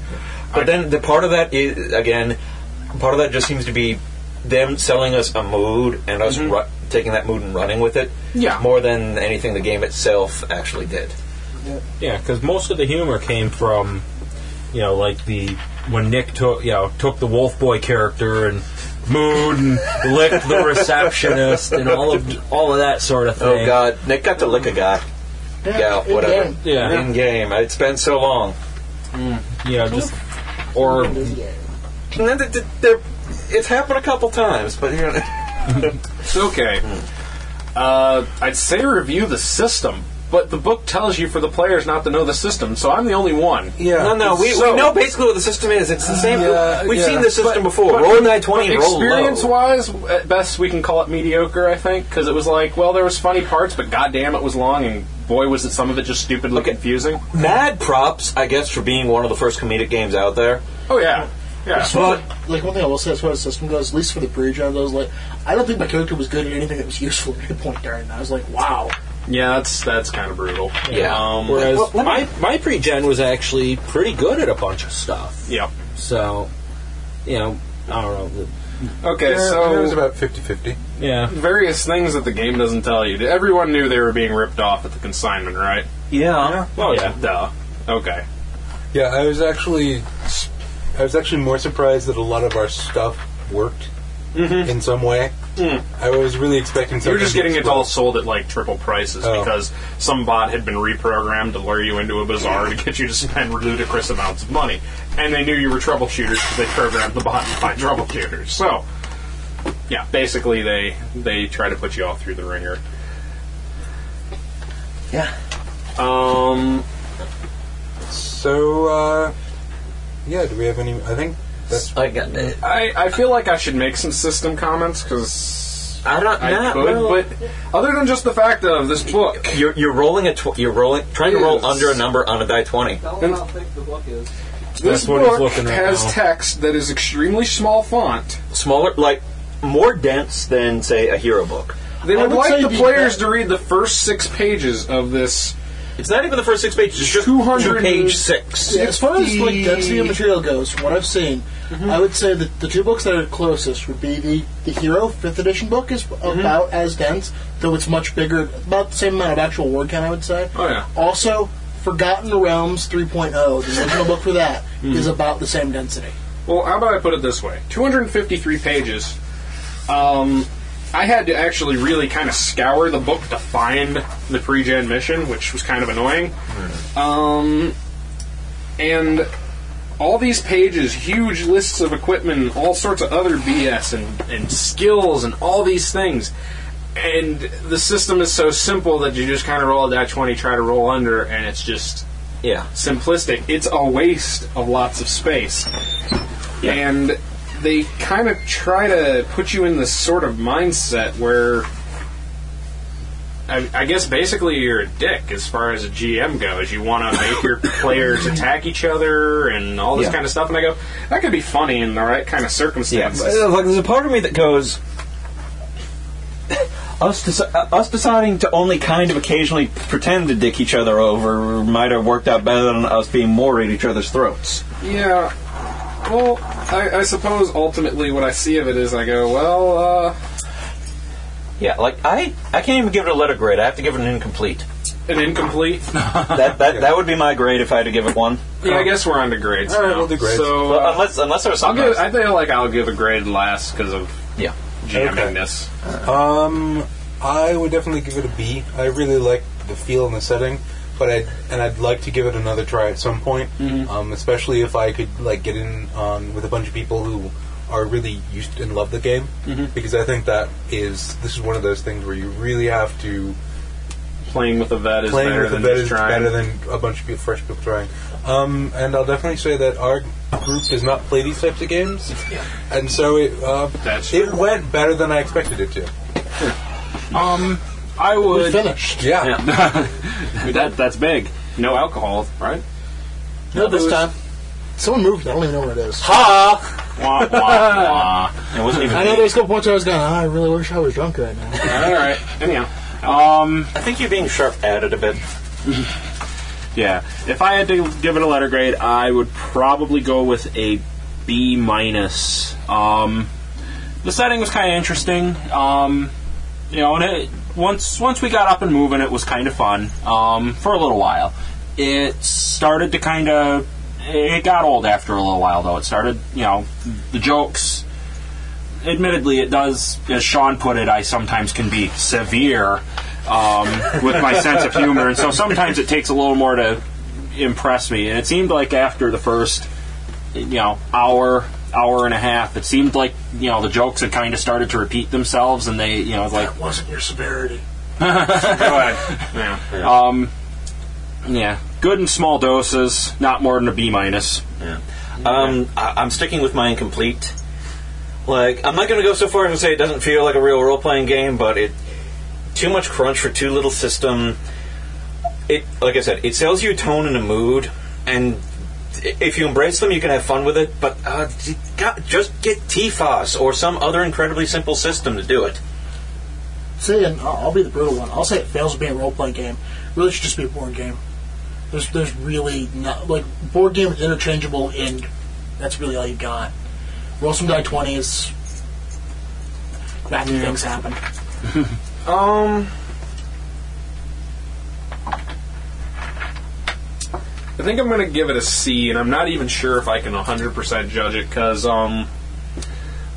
Speaker 8: But then the part of that is again, part of that just seems to be them selling us a mood and us
Speaker 9: Mm-hmm.
Speaker 8: ru- taking that mood and running with it.
Speaker 4: Yeah.
Speaker 8: More than anything, the game itself actually did.
Speaker 15: Yeah, because most of the humor came from, you know, like the when Nick took you know took the Wolf Boy character and mood and licked the receptionist and all of all of that sort of
Speaker 8: Oh
Speaker 15: thing.
Speaker 8: God, Nick got to lick a guy.
Speaker 6: Yeah,
Speaker 8: Yeah,
Speaker 6: in
Speaker 8: whatever.
Speaker 6: game.
Speaker 15: Yeah.
Speaker 8: in game. It's been so long.
Speaker 15: You know, just or
Speaker 8: And then th- th- there- it's happened a couple times, but Hmm. you know.
Speaker 4: [LAUGHS]
Speaker 8: [LAUGHS]
Speaker 4: It's okay. Uh, I'd say review the system, but the book tells you for the players not to know the system, so I'm the only one.
Speaker 6: Yeah.
Speaker 8: No, no, we,
Speaker 4: So- Uh,
Speaker 8: we know basically what the system is. It's the same.
Speaker 4: Yeah,
Speaker 8: we've
Speaker 4: yeah.
Speaker 8: seen this system
Speaker 4: But-
Speaker 8: before.
Speaker 4: but-
Speaker 8: roll an i20
Speaker 4: but
Speaker 8: and roll low.
Speaker 4: Experience-wise, at best we can call it mediocre. I think because it was like, well, there was funny parts, but goddamn, it was long, and boy, was it some of it just stupidly confusing.
Speaker 8: Mad props, I guess, for being one of the first comedic games out there.
Speaker 4: Oh yeah, yeah.
Speaker 6: As far as- like one thing I will say as far as the system goes, at least for the pre I was like, I don't think my character was good at anything that was useful at any point during that. I was like, wow.
Speaker 4: Yeah, that's that's kind of brutal.
Speaker 15: yeah.
Speaker 4: Um,
Speaker 15: Whereas
Speaker 6: Well, let me-
Speaker 15: my my pre-gen was actually pretty good at a bunch of stuff.
Speaker 4: yeah.
Speaker 15: So, you know, I don't know.
Speaker 4: Okay,
Speaker 5: it was
Speaker 4: so
Speaker 5: about 50-50.
Speaker 15: Yeah.
Speaker 4: various things that the game doesn't tell you. Everyone knew they were being ripped off at the consignment, right?
Speaker 8: Yeah.
Speaker 15: Well, yeah.
Speaker 4: Duh. Okay.
Speaker 5: Yeah, I was actually, I was actually more surprised that a lot of our stuff worked
Speaker 8: Mm-hmm.
Speaker 5: in some way.
Speaker 8: Mm.
Speaker 5: I was really
Speaker 4: You were
Speaker 5: expecting. something
Speaker 4: just
Speaker 5: to
Speaker 4: getting it
Speaker 5: explode.
Speaker 4: all sold at like triple prices
Speaker 5: Oh.
Speaker 4: because some bot had been reprogrammed to lure you into a bazaar to get you to spend ludicrous amounts of money. And they knew you were troubleshooters because they programmed the bot to find troubleshooters. So, yeah, basically they they try to put you all through the ringer.
Speaker 6: Yeah.
Speaker 4: Um,
Speaker 5: So, uh, yeah. Do we have any? I think that's
Speaker 8: I got. uh,
Speaker 4: I, I feel like I should make some system comments because
Speaker 8: I don't.
Speaker 4: I
Speaker 8: not
Speaker 4: could,
Speaker 8: well.
Speaker 4: but other than just the fact of this book,
Speaker 8: you're, you're rolling a. Tw- you're rolling. Trying to
Speaker 4: Yes.
Speaker 8: roll under a number on a die twenty.
Speaker 4: this
Speaker 15: That's what he's
Speaker 4: book
Speaker 15: looking right
Speaker 4: has
Speaker 15: now.
Speaker 4: text that is extremely small font.
Speaker 8: Smaller, like more dense than say a hero book.
Speaker 4: They
Speaker 6: I
Speaker 4: would,
Speaker 6: would
Speaker 4: like
Speaker 6: say
Speaker 4: the
Speaker 6: the-
Speaker 4: players to read the first six pages of this.
Speaker 8: It's not even the first six pages. It's just
Speaker 4: 200
Speaker 8: two page six.
Speaker 6: Yeah, as far as like
Speaker 4: 50
Speaker 6: density of material goes, from what I've seen, I would say that the two books that are closest would be the the Hero Fifth Edition book is about as dense, though it's much bigger, about the same amount of actual word count, I would say.
Speaker 4: Oh yeah,
Speaker 6: Also, Forgotten Realms 3.0, the original book for that, is about the same density.
Speaker 4: Well, how about I put it this way? 253 pages. Um, I had to actually really kind of scour the book to find the pre-gen mission, which was kind of annoying. Um, and all these pages, huge lists of equipment, and all sorts of other BS and, and skills and all these things. And the system is so simple that you just kind of roll a die 20, try to roll under, and it's just
Speaker 8: Yeah.
Speaker 4: simplistic. It's a waste of lots of space. And they kind of try to put you in this sort of mindset where I, I guess basically you're a dick as far as a GM goes. You want to
Speaker 8: [COUGHS]
Speaker 4: make your players attack each other and all this
Speaker 8: Yeah.
Speaker 4: kind of stuff. And I go, that could be funny in the right kind of circumstances.
Speaker 8: Yeah, but, uh, like there's a part of me that goes, [LAUGHS] us deci- uh, us deciding to only kind of occasionally pretend to dick each other over might have worked out better than us being more at each other's throats.
Speaker 4: Yeah. Well, I, I suppose ultimately what I see of it is I go, well, uh,
Speaker 8: Yeah, like I I can't even give it a letter grade. I have to give it an [LAUGHS] incomplete.
Speaker 4: an
Speaker 8: [LAUGHS]
Speaker 4: incomplete.
Speaker 8: that that that would be my grade if I had to give it one.
Speaker 4: Yeah, I guess we're on to grades.
Speaker 8: All right,
Speaker 4: now.
Speaker 8: we'll do grades.
Speaker 4: So,
Speaker 8: Well,
Speaker 4: uh,
Speaker 8: unless unless there's
Speaker 4: I'll
Speaker 8: something.
Speaker 4: give, I feel like I'll give a grade last because of
Speaker 8: yeah
Speaker 4: jamming this.
Speaker 5: Um, I would definitely give it a B. I really like the feel and the setting, but I and I'd like to give it another try at some point.
Speaker 4: Mm-hmm.
Speaker 5: Um, especially if I could like get in on with a bunch of people who are really used and love the game,
Speaker 4: Mm-hmm.
Speaker 5: because I think that is this is one of those things where you really have to
Speaker 4: Playing with a vet is
Speaker 5: playing
Speaker 4: better
Speaker 5: with the
Speaker 4: than
Speaker 5: vet
Speaker 4: just
Speaker 5: is
Speaker 4: trying. [LAUGHS]
Speaker 5: better than a bunch of people, fresh people trying. Um, and I'll definitely say that our group does not play these types of games, and so it uh, it went better than I expected it to.
Speaker 13: Um, I would.
Speaker 6: finished.
Speaker 5: Yeah.
Speaker 13: that, that's big.
Speaker 4: No alcohol, right?
Speaker 6: No, this time. Someone moved. I don't even know where it is.
Speaker 13: Ha!
Speaker 4: wah, wah,
Speaker 8: wah. It wasn't even
Speaker 6: I know there's a couple points where I was going. "Ah, I really wish I was drunk right now.
Speaker 4: All right. Anyhow, um,
Speaker 8: I think you're being sharp added a bit.
Speaker 13: [LAUGHS] yeah. If I had to give it a letter grade, I would probably go with a B minus. Um, the setting was kind of interesting. Um, you know, and it, once once we got up and moving, it was kind of fun um, for a little while. It started to kind of it got old after a little while, though. It started, you know, the jokes. Admittedly, it does, as Sean put it, I sometimes can be severe um, with my sense of humor, and so sometimes it takes a little more to impress me. And it seemed like after the first you know hour hour and a half it seemed like you know the jokes had kind of started to repeat themselves and they you know it's like
Speaker 6: That wasn't your severity.
Speaker 4: [LAUGHS] Yeah.
Speaker 13: um yeah good in small doses not more than a b minus
Speaker 8: Yeah. Um, I, I'm sticking with my incomplete. Like, I'm not going to go so far as to say it doesn't feel like a real role playing game, but it too much crunch for too little system. It, like I said, it sells you a tone and a mood, and i- if you embrace them, you can have fun with it. But uh, d- God, just get TFOS or some other incredibly simple system to do it.
Speaker 6: See, and I'll I'll be the brutal one. I'll say it fails to be a role playing game. Really, should just be a board game. There's, there's really not like board game is interchangeable, and that's really all you got. Roll some die twenties. Bad things happen.
Speaker 4: Um, I think I'm going to give it a C, and I'm not even sure if I can 100% judge it because, um,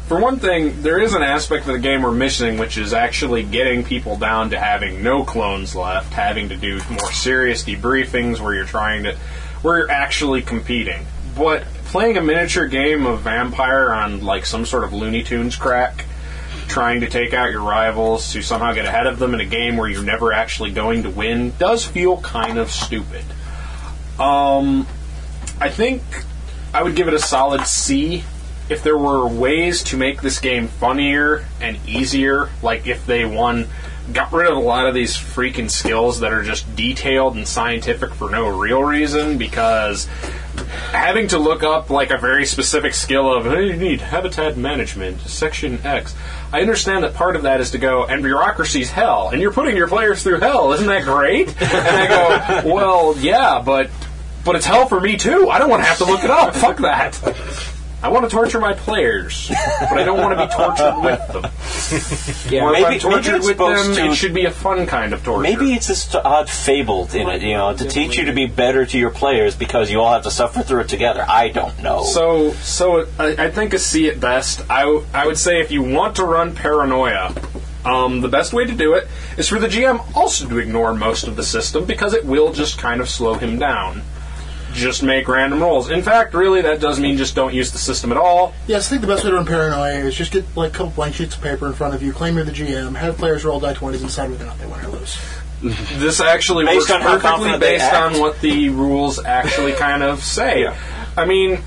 Speaker 4: for one thing, there is an aspect of the game we're missing, which is actually getting people down to having no clones left, having to do more serious debriefings where you're trying to, where you're actually competing. But playing a miniature game of Vampire on like some sort of Looney Tunes crack trying to take out your rivals to somehow get ahead of them in a game where you're never actually going to win does feel kind of stupid. Um, I think I would give it a solid C. If there were ways to make this game funnier and easier, like if they won, got rid of a lot of these freaking skills that are just detailed and scientific for no real reason, because having to look up like a very specific skill of hey, you need habitat management section X. I understand that part of that is to go and bureaucracy's hell, and you're putting your players through hell. Isn't that great? And I go, well, yeah, but but it's hell for me too. I don't want to have to look it up. Fuck that. I want to torture my players, but I don't want to be tortured with them.
Speaker 8: Yeah,
Speaker 4: or if
Speaker 8: maybe-
Speaker 4: I'm tortured
Speaker 8: maybe it's
Speaker 4: with them,
Speaker 8: supposed to-
Speaker 4: it should be a fun kind of torture.
Speaker 8: Maybe it's this odd fabled in it, you know, to teach you to be better to your players because you all have to suffer through it together. I don't know.
Speaker 4: So, so uh, I, I think a C at best. I, w- I would say if you want to run paranoia, um, the best way to do it is for the GM also to ignore most of the system because it will just kind of slow him down. Just make random rolls. In fact, really, that does mean just don't use the system at all.
Speaker 6: Yes, I think the best way to run paranoia is just get like a couple blank sheets of paper in front of you, claim you're the GM, have players roll die twenties, and decide whether or not they win or lose.
Speaker 4: this actually
Speaker 8: Based
Speaker 4: works
Speaker 8: on how
Speaker 4: perfectly
Speaker 8: confident they
Speaker 4: based
Speaker 8: act.
Speaker 4: on what the rules actually kind of say. I mean,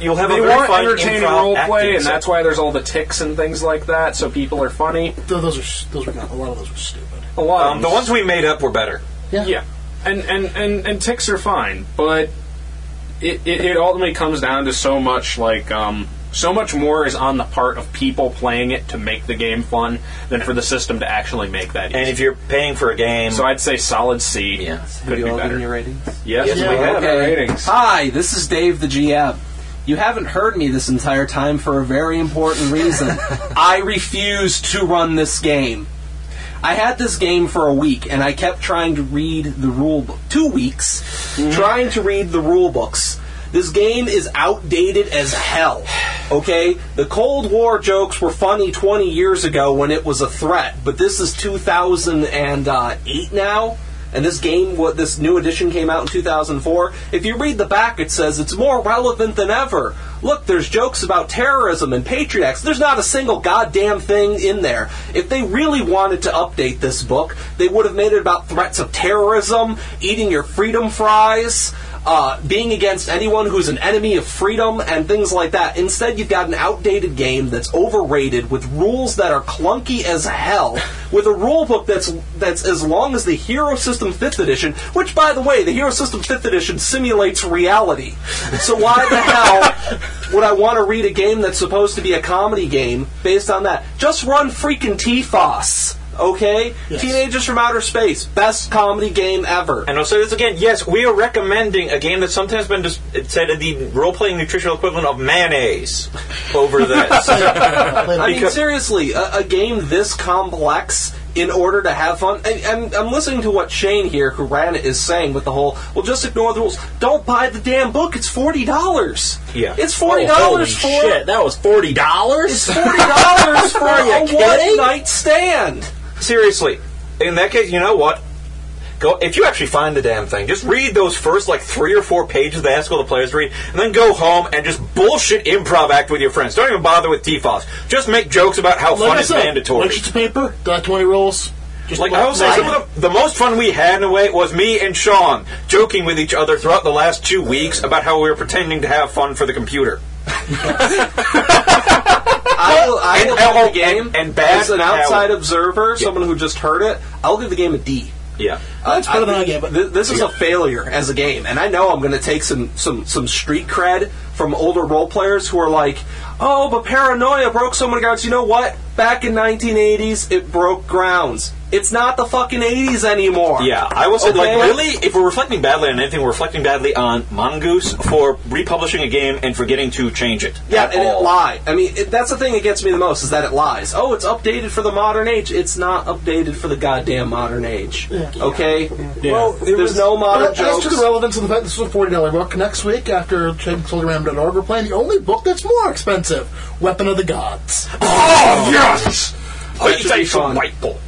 Speaker 8: you'll have
Speaker 4: they
Speaker 8: a very
Speaker 4: want
Speaker 8: fine
Speaker 4: entertaining
Speaker 8: improv
Speaker 4: role play,
Speaker 8: acting
Speaker 4: and
Speaker 8: set.
Speaker 4: that's why there's all the ticks and things like that, so people are funny.
Speaker 6: Those are those were not, a lot of those were stupid.
Speaker 4: A lot.
Speaker 8: Um, the ones we made up were better.
Speaker 6: Yeah.
Speaker 4: And, and and and ticks are fine, but it, it, it ultimately comes down to so much like um, so much more is on the part of people playing it to make the game fun than for the system to actually make that. Easy.
Speaker 8: And if you're paying for a game,
Speaker 4: so I'd say solid C.
Speaker 8: Yeah.
Speaker 4: could be better.
Speaker 27: ratings?
Speaker 4: Yes, we have our ratings.
Speaker 27: Hi, this is Dave, the GM. You haven't heard me this entire time for a very important
Speaker 4: [LAUGHS]
Speaker 27: reason. I refused to run this game. I had this game for a week, and I kept trying to read the rule book. Two weeks,
Speaker 4: Mm-hmm.
Speaker 27: trying to read the rule books. This game is outdated as hell. Okay, the Cold War jokes were funny 20 years ago when it was a threat, but this is 2008 now. And this game, what this new edition came out in 2004. If you read the back, it says it's more relevant than ever. Look, there's jokes about terrorism and Patriot Acts. There's not a single goddamn thing in there. If they really wanted to update this book, they would have made it about threats of terrorism, eating your freedom fries, uh, being against anyone who's an enemy of freedom and things like that. Instead, you've got an outdated game that's overrated with rules that are clunky as hell, with a rule book that's that's as long as the Hero System Fifth Edition. Which, by the way, the Hero System Fifth Edition simulates reality. So why the hell would I want to read a game that's supposed to be a comedy game based on that? Just run freaking TFOS. Okay, Teenagers from Outer Space, best comedy game ever.
Speaker 8: And I'll say this again. Yes, we are recommending a game that's sometimes been dis- it said the role-playing nutritional equivalent of
Speaker 4: [LAUGHS]
Speaker 8: mayonnaise
Speaker 27: [LAUGHS]
Speaker 8: over this.
Speaker 27: I mean,
Speaker 8: Because-
Speaker 27: seriously, a, a game this complex in order to have fun. I, I'm, I'm listening to what Shane here, who ran it, is saying with the whole, well, just ignore the rules. Don't buy the damn book. It's forty dollars.
Speaker 9: Yeah.
Speaker 27: it's forty
Speaker 9: Oh, holy
Speaker 27: dollars for
Speaker 9: shit. That was forty dollars.
Speaker 27: It's forty dollars for
Speaker 8: Are you
Speaker 27: a one
Speaker 8: kidding?
Speaker 27: night stand.
Speaker 8: Seriously, in that case, you know what? Go if you actually find the damn thing. Just read those first like three or four pages they ask all the players to read, and then go home and just bullshit improv act with your friends. Don't even bother with TFOS. Just make jokes about how
Speaker 6: Like
Speaker 8: fun
Speaker 6: I
Speaker 8: is
Speaker 6: said,
Speaker 8: mandatory.
Speaker 6: Like sheets of paper, dot twenty rolls. Just
Speaker 8: Like I will say, some of the, the most fun we had in a way was me and Sean joking with each other throughout the last two weeks about how we were pretending to have fun for the computer.
Speaker 27: I will, I will give the game
Speaker 8: and, and bad
Speaker 27: as an
Speaker 8: how-
Speaker 27: outside observer, someone who just heard it. I'll give the game a D.
Speaker 8: Yeah.
Speaker 27: Uh,
Speaker 6: That's better than I gave it.
Speaker 27: This, is a failure as a game, and I know I'm going to take some, some, some street cred from older role players who are like, "Oh, but Paranoia broke so many grounds." You know what? Back in 1980s, it broke grounds. It's not the fucking 80s anymore.
Speaker 8: Yeah, I will say, like,
Speaker 27: Okay?
Speaker 8: really, if we're reflecting badly on anything, we're reflecting badly on Mongoose for republishing a game and forgetting to change it.
Speaker 27: Yeah,
Speaker 8: at
Speaker 27: and
Speaker 8: all.
Speaker 27: it lied. I mean, it, that's the thing that gets me the most is that it lies. Oh, it's updated for the modern age. It's not updated for the goddamn modern age. Okay,
Speaker 6: Well,
Speaker 27: there's no modern
Speaker 6: But As
Speaker 27: jokes.
Speaker 6: to the relevance of the fact this is a forty dollar book, next week after ChadSolderram.org, we're playing the only book that's more expensive, Weapon of the Gods.
Speaker 8: Oh yes!
Speaker 6: That should be fun.
Speaker 8: delightful.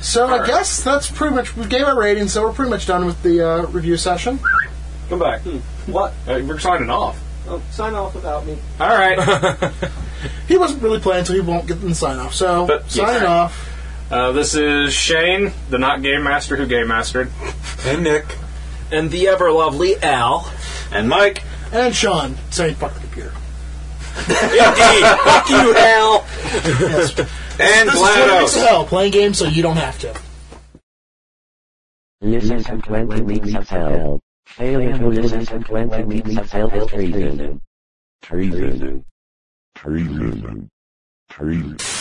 Speaker 6: So I guess that's pretty much we gave our rating, so we're pretty much done with the uh, review session.
Speaker 4: Come back.
Speaker 27: What?
Speaker 4: Hmm. Uh, we're signing off.
Speaker 27: Oh, sign off without me.
Speaker 4: All right.
Speaker 6: He wasn't really playing, so he won't get the sign off. So
Speaker 4: But-
Speaker 6: signing
Speaker 4: yeah.
Speaker 6: off.
Speaker 4: [LAUGHS] Uh, this is Shane, the not game master who game mastered.
Speaker 5: And Nick.
Speaker 9: And the ever lovely Al.
Speaker 8: And Mike.
Speaker 6: And Sean saying fuck the computer. [LAUGHS]
Speaker 8: Indeed. Fuck you, Al. And
Speaker 6: Yes. this is Twitter Mix
Speaker 1: GLaDOS.
Speaker 6: Hell, playing games so you don't have to.
Speaker 1: Listen to 20 weeks of hell. Failure to listen to 20 weeks of hell is treason. Treason. Treason. Treason.